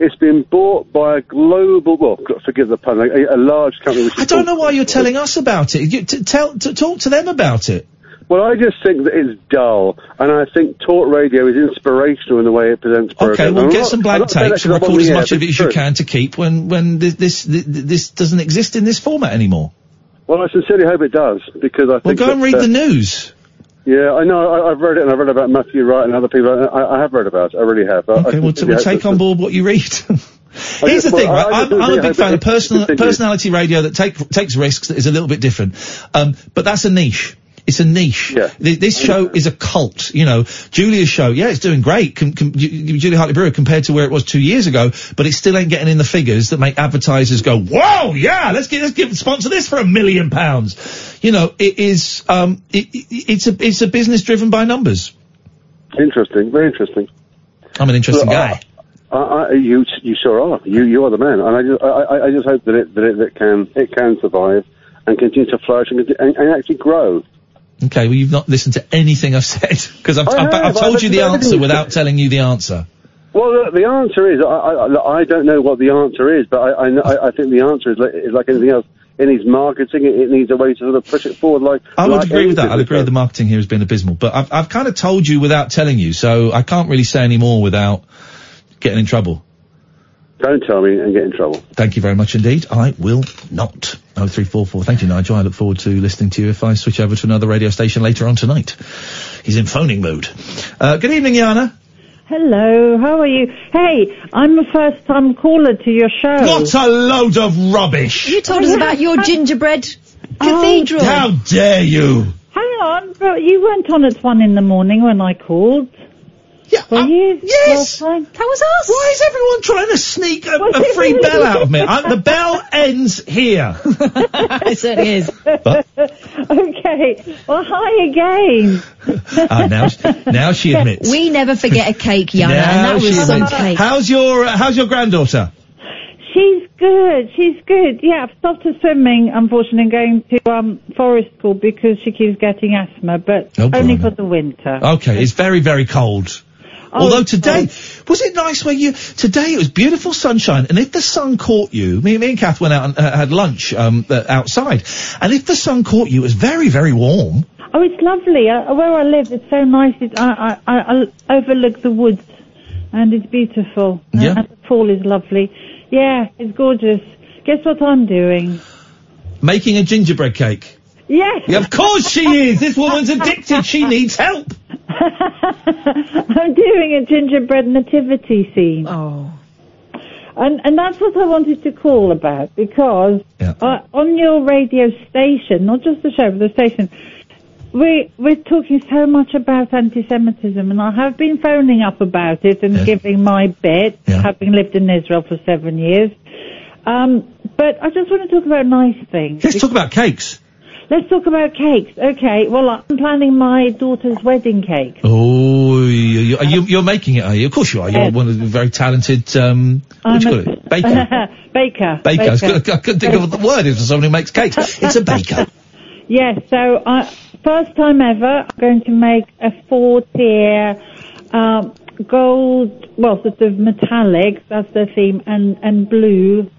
[SPEAKER 22] It's been bought by a global, well, forgive the pun, a, a large company. Which
[SPEAKER 4] I don't know why you're telling us about it. You, t- tell, t- talk to them about it.
[SPEAKER 22] Well, I just think that it's dull, and I think talk radio is inspirational in the way it presents programs.
[SPEAKER 4] Okay, well,
[SPEAKER 22] I'm
[SPEAKER 4] get
[SPEAKER 22] not-
[SPEAKER 4] some
[SPEAKER 22] I'm
[SPEAKER 4] blank
[SPEAKER 22] not saying
[SPEAKER 4] tapes
[SPEAKER 22] that
[SPEAKER 4] and
[SPEAKER 22] 'cause I'm
[SPEAKER 4] record
[SPEAKER 22] on
[SPEAKER 4] as
[SPEAKER 22] the air,
[SPEAKER 4] much of
[SPEAKER 22] but
[SPEAKER 4] it
[SPEAKER 22] it's
[SPEAKER 4] as you
[SPEAKER 22] true.
[SPEAKER 4] can to keep when when this this, this this doesn't exist in this format anymore.
[SPEAKER 22] Well, I sincerely hope it does, because I
[SPEAKER 4] Well,
[SPEAKER 22] think...
[SPEAKER 4] go and
[SPEAKER 22] that,
[SPEAKER 4] read
[SPEAKER 22] uh,
[SPEAKER 4] the news.
[SPEAKER 22] Yeah, I know, I, I've read it, and I've read about Matthew Wright and other people. I, I have read about it, I really have.
[SPEAKER 4] Okay, we'll, t- we'll take on board what you read. Here's the
[SPEAKER 22] well,
[SPEAKER 4] thing,
[SPEAKER 22] I-
[SPEAKER 4] right?
[SPEAKER 22] I
[SPEAKER 4] I'm,
[SPEAKER 22] just
[SPEAKER 4] I'm a
[SPEAKER 22] really
[SPEAKER 4] big
[SPEAKER 22] hope
[SPEAKER 4] fan
[SPEAKER 22] it-
[SPEAKER 4] of personal,
[SPEAKER 22] it continues.
[SPEAKER 4] personality radio that take, takes risks that is a little bit different. Um, but that's a niche. It's a niche. Th- This show is a cult. You know, Julia's show, yeah, it's doing great. Com- com- Ju- Julia Hartley Brewer compared to where it was two years ago, but it still ain't getting in the figures that make advertisers go, "Whoa, yeah, let's get let's give sponsor this for a million pounds." You know, it is um, it, it, it's a it's a business driven by numbers.
[SPEAKER 22] Interesting, very interesting.
[SPEAKER 4] I'm an interesting
[SPEAKER 22] Look,
[SPEAKER 4] guy.
[SPEAKER 22] I, I, you, you sure are. You, you are the man, and I just, I, I, I just hope that it, that it, that can, it can survive and continue to flourish and, and, and actually grow.
[SPEAKER 4] Okay, well, you've not listened to anything I've said because I've,
[SPEAKER 22] I
[SPEAKER 4] I've,
[SPEAKER 22] have,
[SPEAKER 4] I've
[SPEAKER 22] I
[SPEAKER 4] told you
[SPEAKER 22] listened
[SPEAKER 4] the
[SPEAKER 22] to
[SPEAKER 4] answer
[SPEAKER 22] everything.
[SPEAKER 4] without telling you the answer.
[SPEAKER 22] Well, look, the answer is, I, I, look, I don't know what the answer is, but I, I, kn- I, I think the answer is like, is like anything else. It needs marketing. It, it needs a way to sort of push it forward. Like
[SPEAKER 4] I would
[SPEAKER 22] like
[SPEAKER 4] agree with that.
[SPEAKER 22] anything.
[SPEAKER 4] I'd agree the marketing here has been abysmal, but I've, I've kind of told you without telling you, so I can't really say any more without getting in trouble.
[SPEAKER 22] Don't tell me and get in trouble.
[SPEAKER 4] Thank you very much indeed. I will not. Oh, 0344. Thank you, Nigel. I look forward to listening to you if I switch over to another radio station later on tonight. He's in phoning mood. Uh, good evening, Yana.
[SPEAKER 25] Hello, how are you? Hey, I'm a first time caller to your show.
[SPEAKER 4] What a load of rubbish.
[SPEAKER 25] You
[SPEAKER 9] told us about your gingerbread
[SPEAKER 25] Oh,
[SPEAKER 9] cathedral.
[SPEAKER 4] How dare you?
[SPEAKER 25] Hang on, but you went on at one in the morning when I called.
[SPEAKER 4] Yeah,
[SPEAKER 25] Were you?
[SPEAKER 4] Yes.
[SPEAKER 25] That
[SPEAKER 9] was us.
[SPEAKER 4] Why is everyone trying to sneak a,
[SPEAKER 25] Was
[SPEAKER 4] a
[SPEAKER 25] it
[SPEAKER 4] free
[SPEAKER 25] really?
[SPEAKER 4] bell out of me? I, the bell ends here.
[SPEAKER 9] it certainly is.
[SPEAKER 25] okay. Well, hi again.
[SPEAKER 4] Ah, now, now she admits.
[SPEAKER 9] We never forget a cake, Yana,
[SPEAKER 4] now
[SPEAKER 9] and that
[SPEAKER 4] she
[SPEAKER 9] was some
[SPEAKER 4] admits.
[SPEAKER 9] cake.
[SPEAKER 4] How's your uh, How's your granddaughter?
[SPEAKER 25] She's good. She's good. Yeah, I've stopped her swimming, unfortunately, and going to um, forest school because she keeps getting asthma, but
[SPEAKER 4] Oh,
[SPEAKER 25] only
[SPEAKER 4] blimey.
[SPEAKER 25] for the winter.
[SPEAKER 4] Okay, it's very very cold.
[SPEAKER 25] Oh,
[SPEAKER 4] Although today, was it nice where you, today it was beautiful sunshine, and if the sun caught you, me, me and Kath went out and uh, had lunch, um, uh, outside, and if the sun caught you, it was very, very warm.
[SPEAKER 25] Oh, it's lovely. Uh, where I live, it's so nice. It, I, I, I I overlook the woods, and it's beautiful.
[SPEAKER 4] Yeah.
[SPEAKER 25] And the pool is lovely. Yeah, it's gorgeous. Guess what I'm doing?
[SPEAKER 4] Making a gingerbread cake.
[SPEAKER 25] Yes.
[SPEAKER 4] Yeah, of course she is! This woman's addicted, she needs help!
[SPEAKER 25] I'm doing a gingerbread nativity scene.
[SPEAKER 9] Oh.
[SPEAKER 25] And and that's what I wanted to call about because uh, on your radio station, not just the show, but the station, we we're talking so much about anti-Semitism, and I have been phoning up about it and giving my bit, having lived in Israel for seven years. Um, but I just want to talk about nice things.
[SPEAKER 4] Let's talk about cakes.
[SPEAKER 25] Let's talk about cakes. Okay. Well, I'm planning my daughter's wedding cake.
[SPEAKER 4] Oh, you, you, are you, you're making it, are you? Of course you are, you're one of the very talented, um, what do you call it? Baker.
[SPEAKER 25] baker.
[SPEAKER 4] Baker. I, was gonna, I couldn't think of what the word is for someone who makes cakes. It's a baker.
[SPEAKER 25] Yes, so I, first time ever, I'm going to make a four-tier um, gold, well, sort of metallic, that's the theme, and, and blue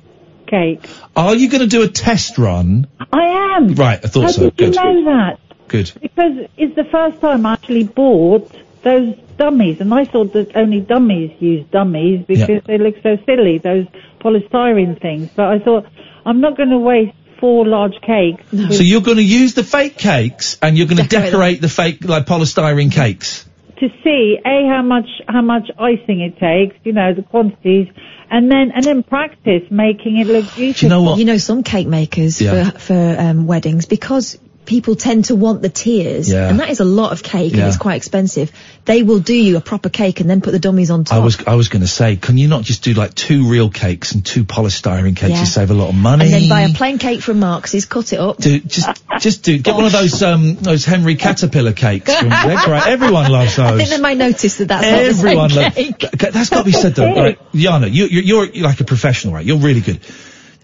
[SPEAKER 25] cake.
[SPEAKER 4] Are you going to do a test run?
[SPEAKER 25] I am.
[SPEAKER 4] Right, I thought
[SPEAKER 25] How
[SPEAKER 4] so.
[SPEAKER 25] did you
[SPEAKER 4] Good.
[SPEAKER 25] know that?
[SPEAKER 4] Good.
[SPEAKER 25] Because it's the first time I actually bought those dummies, and I thought that only dummies use dummies because
[SPEAKER 4] Yeah.
[SPEAKER 25] they look so silly, those polystyrene things. But I thought, I'm not going to waste four large cakes.
[SPEAKER 4] So you're going to use the fake cakes and you're going to decorate the fake like polystyrene cakes.
[SPEAKER 25] to see a how much how much icing it takes, you know, the quantities, and then and then practice making it look beautiful.
[SPEAKER 9] You know, some cake makers
[SPEAKER 25] Yeah.
[SPEAKER 9] for for um, weddings because people tend to want the tiers,
[SPEAKER 4] Yeah.
[SPEAKER 9] and that is a lot of cake
[SPEAKER 4] Yeah.
[SPEAKER 9] and it's quite expensive. They will do you a proper cake and then put the dummies on top.
[SPEAKER 4] I was I was going to say, can you not just do like two real cakes and two polystyrene cakes?
[SPEAKER 9] Yeah.
[SPEAKER 4] You save a lot of Oh, money.
[SPEAKER 9] And then buy a plain cake from Marx's, cut it up.
[SPEAKER 4] do, just just do get one of those um those Henry Caterpillar cakes. from Decorate. Everyone loves
[SPEAKER 9] I think
[SPEAKER 4] those.
[SPEAKER 9] they might notice that that's
[SPEAKER 4] Everyone
[SPEAKER 9] not the same
[SPEAKER 4] loves.
[SPEAKER 9] cake.
[SPEAKER 4] That, has got to be said though. All right, Yana, you, you, you're you're like a professional, right? You're really good.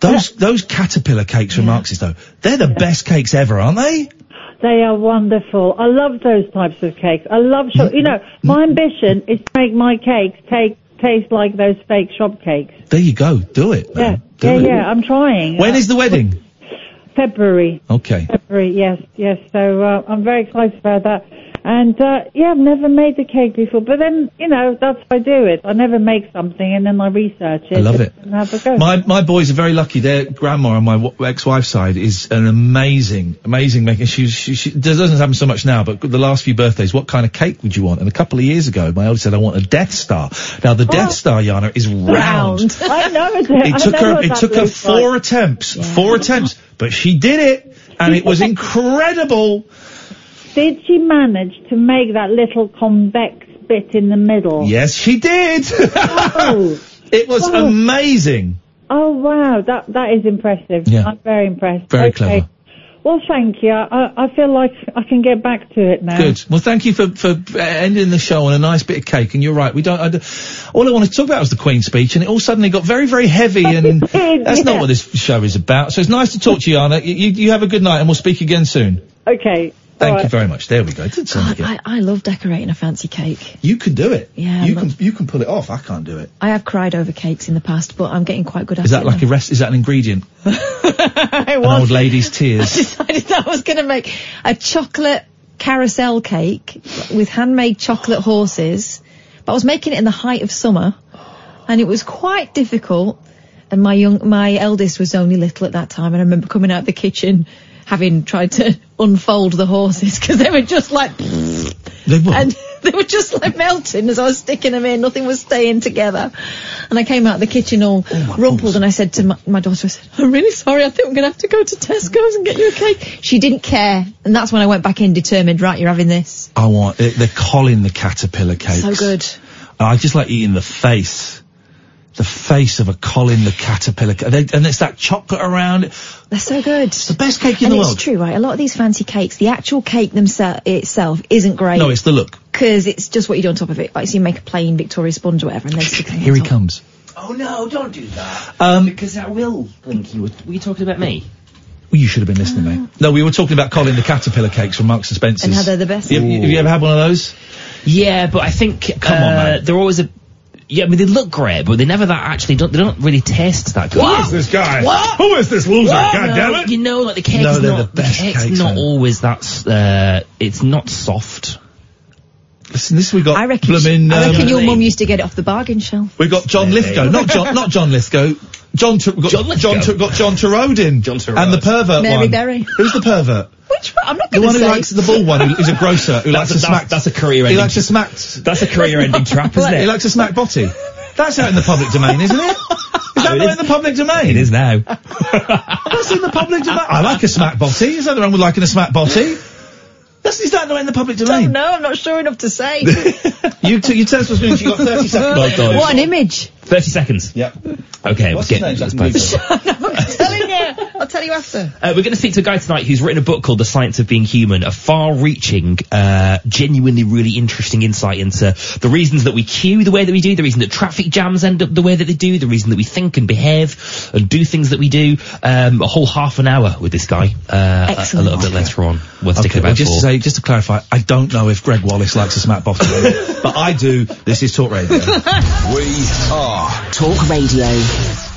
[SPEAKER 4] Those those caterpillar cakes from Marx's though, they're the best cakes ever, aren't they?
[SPEAKER 25] They are wonderful. I love those types of cakes. I love shop. You know, my ambition is to make my cakes take taste like those fake shop cakes.
[SPEAKER 4] There you go. Do it.
[SPEAKER 25] Yeah,
[SPEAKER 4] man. Do
[SPEAKER 25] yeah,
[SPEAKER 4] it.
[SPEAKER 25] yeah. I'm trying.
[SPEAKER 4] When is the wedding?
[SPEAKER 25] February.
[SPEAKER 4] Okay.
[SPEAKER 25] February, yes, yes. So uh, I'm very excited about that. And uh, yeah, I've never made a cake before, but then you know that's how I do it. I never make something and then I research it.
[SPEAKER 4] I love it.
[SPEAKER 25] And have a go.
[SPEAKER 4] My my boys are very lucky. Their grandma on my w- ex-wife's side is an amazing, amazing maker. She, she, she there doesn't happen so much now, but the last few birthdays, what kind of cake would you want? And a couple of years ago, my eldest said, "I want a Death Star." Now
[SPEAKER 9] Oh.
[SPEAKER 4] the Death Star, Yana, is round.
[SPEAKER 25] I know it. I
[SPEAKER 4] It took
[SPEAKER 25] know
[SPEAKER 4] her.
[SPEAKER 25] what
[SPEAKER 4] It
[SPEAKER 25] that
[SPEAKER 4] took her
[SPEAKER 25] looks
[SPEAKER 4] four
[SPEAKER 25] like.
[SPEAKER 4] attempts. Four attempts, but she did it, and it was incredible.
[SPEAKER 25] Did she manage to make that little convex bit in the middle?
[SPEAKER 4] Yes, she did.
[SPEAKER 25] Oh.
[SPEAKER 4] it was
[SPEAKER 25] Wow.
[SPEAKER 4] amazing.
[SPEAKER 25] Oh wow, that that is impressive.
[SPEAKER 4] Yeah.
[SPEAKER 25] I'm very impressed.
[SPEAKER 4] Very
[SPEAKER 25] Okay.
[SPEAKER 4] clever.
[SPEAKER 25] Well, thank you. I, I feel like I can get back to it now.
[SPEAKER 4] Good. Well, thank you for, for ending the show on a nice bit of cake. And you're right. We don't. I, don't- all I wanted to talk about was the Queen's speech, and it all suddenly got very, very heavy. And that's not
[SPEAKER 25] yeah.
[SPEAKER 4] what this show is about. So it's nice to talk to you, Anna. You, you, you have a good night, and we'll speak again soon.
[SPEAKER 25] Okay.
[SPEAKER 4] Thank
[SPEAKER 9] All
[SPEAKER 4] you
[SPEAKER 9] right.
[SPEAKER 4] very much. There we go. It did sound
[SPEAKER 9] God,
[SPEAKER 4] good.
[SPEAKER 9] I, I love decorating a fancy cake.
[SPEAKER 4] You can do it.
[SPEAKER 9] Yeah,
[SPEAKER 4] You
[SPEAKER 9] I'm
[SPEAKER 4] can. You can pull it off. I can't do it.
[SPEAKER 9] I have cried over cakes in the past, but I'm getting quite good at
[SPEAKER 4] Is
[SPEAKER 9] it.
[SPEAKER 4] that like a rest? Is that an ingredient?
[SPEAKER 9] I
[SPEAKER 4] An old lady's tears.
[SPEAKER 9] decided that I was going to make a chocolate carousel cake with handmade chocolate horses. But I was making it in the height of summer, and it was quite difficult. And my young, my eldest was only little at that time, and I remember coming out of the kitchen, having tried to unfold the horses because they were just like,
[SPEAKER 4] they were,
[SPEAKER 9] and they were just like melting as I was sticking them in. Nothing was staying together. And I came out of the kitchen
[SPEAKER 4] Oh,
[SPEAKER 9] all rumpled, and I said to my, my daughter, I said, I'm really sorry. I think I'm going to have to go to Tesco's and get you a cake. She didn't care, and that's when I went back in determined. Right, you're having this.
[SPEAKER 4] I want the, the Colin the caterpillar cakes.
[SPEAKER 9] So good.
[SPEAKER 4] I just like eating the face. The face of a Colin the caterpillar, ca- they, and it's that chocolate around it.
[SPEAKER 9] They're so good. It's
[SPEAKER 4] the best cake in
[SPEAKER 9] and
[SPEAKER 4] the
[SPEAKER 9] it's
[SPEAKER 4] world.
[SPEAKER 9] true, right? A lot of these fancy cakes, the actual cake themselves itself isn't great.
[SPEAKER 4] No, it's the look.
[SPEAKER 9] because it's just what you do on top of it. Like, so you make a plain Victoria sponge or whatever, and then stick it on
[SPEAKER 4] Here he
[SPEAKER 9] top.
[SPEAKER 4] comes.
[SPEAKER 5] Oh no, don't do that.
[SPEAKER 4] Um,
[SPEAKER 5] because I will think you would. Were you talking about me?
[SPEAKER 4] Well, you should have been listening, mate.
[SPEAKER 9] Oh.
[SPEAKER 4] No, we were talking about Colin the caterpillar cakes from Marks and Spencer's.
[SPEAKER 5] And how they're the best.
[SPEAKER 4] You- you- have you ever had one of those?
[SPEAKER 5] Yeah, but I think come on, man. They're always a. Yeah, I mean they look great, but they never that actually don't. They don't really taste that good.
[SPEAKER 6] Who is this guy?
[SPEAKER 5] What?
[SPEAKER 6] Who is this loser?
[SPEAKER 5] What?
[SPEAKER 6] God
[SPEAKER 5] No,
[SPEAKER 6] damn it.
[SPEAKER 5] You know, like the cake
[SPEAKER 6] No,
[SPEAKER 5] is
[SPEAKER 6] they're
[SPEAKER 5] not
[SPEAKER 6] the
[SPEAKER 5] the,
[SPEAKER 6] best
[SPEAKER 5] cake's
[SPEAKER 6] cakes,
[SPEAKER 5] not
[SPEAKER 6] man.
[SPEAKER 5] always that. s- Uh, it's not soft.
[SPEAKER 4] Listen, this we got. I reckon.
[SPEAKER 9] I
[SPEAKER 4] uh,
[SPEAKER 9] reckon your mum used to get it off the bargain shelf.
[SPEAKER 4] We got John Lithgow, not John, not John Lithgow. John, Tur- got, John, Tur- got John Turode in, John and the pervert
[SPEAKER 9] Mary
[SPEAKER 4] one.
[SPEAKER 9] Berry.
[SPEAKER 4] Who's the pervert?
[SPEAKER 9] Which one? I'm not
[SPEAKER 4] The
[SPEAKER 9] going
[SPEAKER 4] one
[SPEAKER 9] to
[SPEAKER 4] who
[SPEAKER 9] say.
[SPEAKER 4] likes the ball one, who- who's a grocer, who likes
[SPEAKER 5] That's
[SPEAKER 4] to
[SPEAKER 5] a- that's-
[SPEAKER 4] smack.
[SPEAKER 5] that's a career
[SPEAKER 4] He
[SPEAKER 5] ending-
[SPEAKER 4] likes to smack. That's
[SPEAKER 5] a career-ending trap, isn't it?
[SPEAKER 4] He likes to smack botty. That's out in the public domain, isn't it? Is that not in the public domain? It is now. That's in the public domain. I like a smack botty. Is that the wrong with liking a smack botty? That's, is that not in the public domain?
[SPEAKER 9] No, I'm not sure enough to say.
[SPEAKER 4] You, t- you tell us what's going on. You've got 30 seconds.
[SPEAKER 9] what an image.
[SPEAKER 5] 30 seconds.
[SPEAKER 4] Yep.
[SPEAKER 5] Okay,
[SPEAKER 4] What's
[SPEAKER 5] we'll
[SPEAKER 4] his name?
[SPEAKER 5] get, let's
[SPEAKER 4] Jack
[SPEAKER 5] both-
[SPEAKER 9] I'm telling you. I'll tell you after.
[SPEAKER 5] Uh, we're going to speak to a guy tonight who's written a book called The Science of Being Human, a far-reaching, uh, genuinely really interesting insight into the reasons that we queue the way that we do, the reason that traffic jams end up the way that they do, the reason that we think and behave and do things that we do. Um, a whole half an hour with this guy uh, a, a
[SPEAKER 4] Excellent.
[SPEAKER 5] little bit later on. We'll stick
[SPEAKER 4] Okay, well,
[SPEAKER 5] about
[SPEAKER 4] just to
[SPEAKER 5] four.
[SPEAKER 4] say, just to clarify, I don't know if Greg Wallace likes a smack bottom, but I do. This is Talk Radio.
[SPEAKER 14] we are Talk Radio.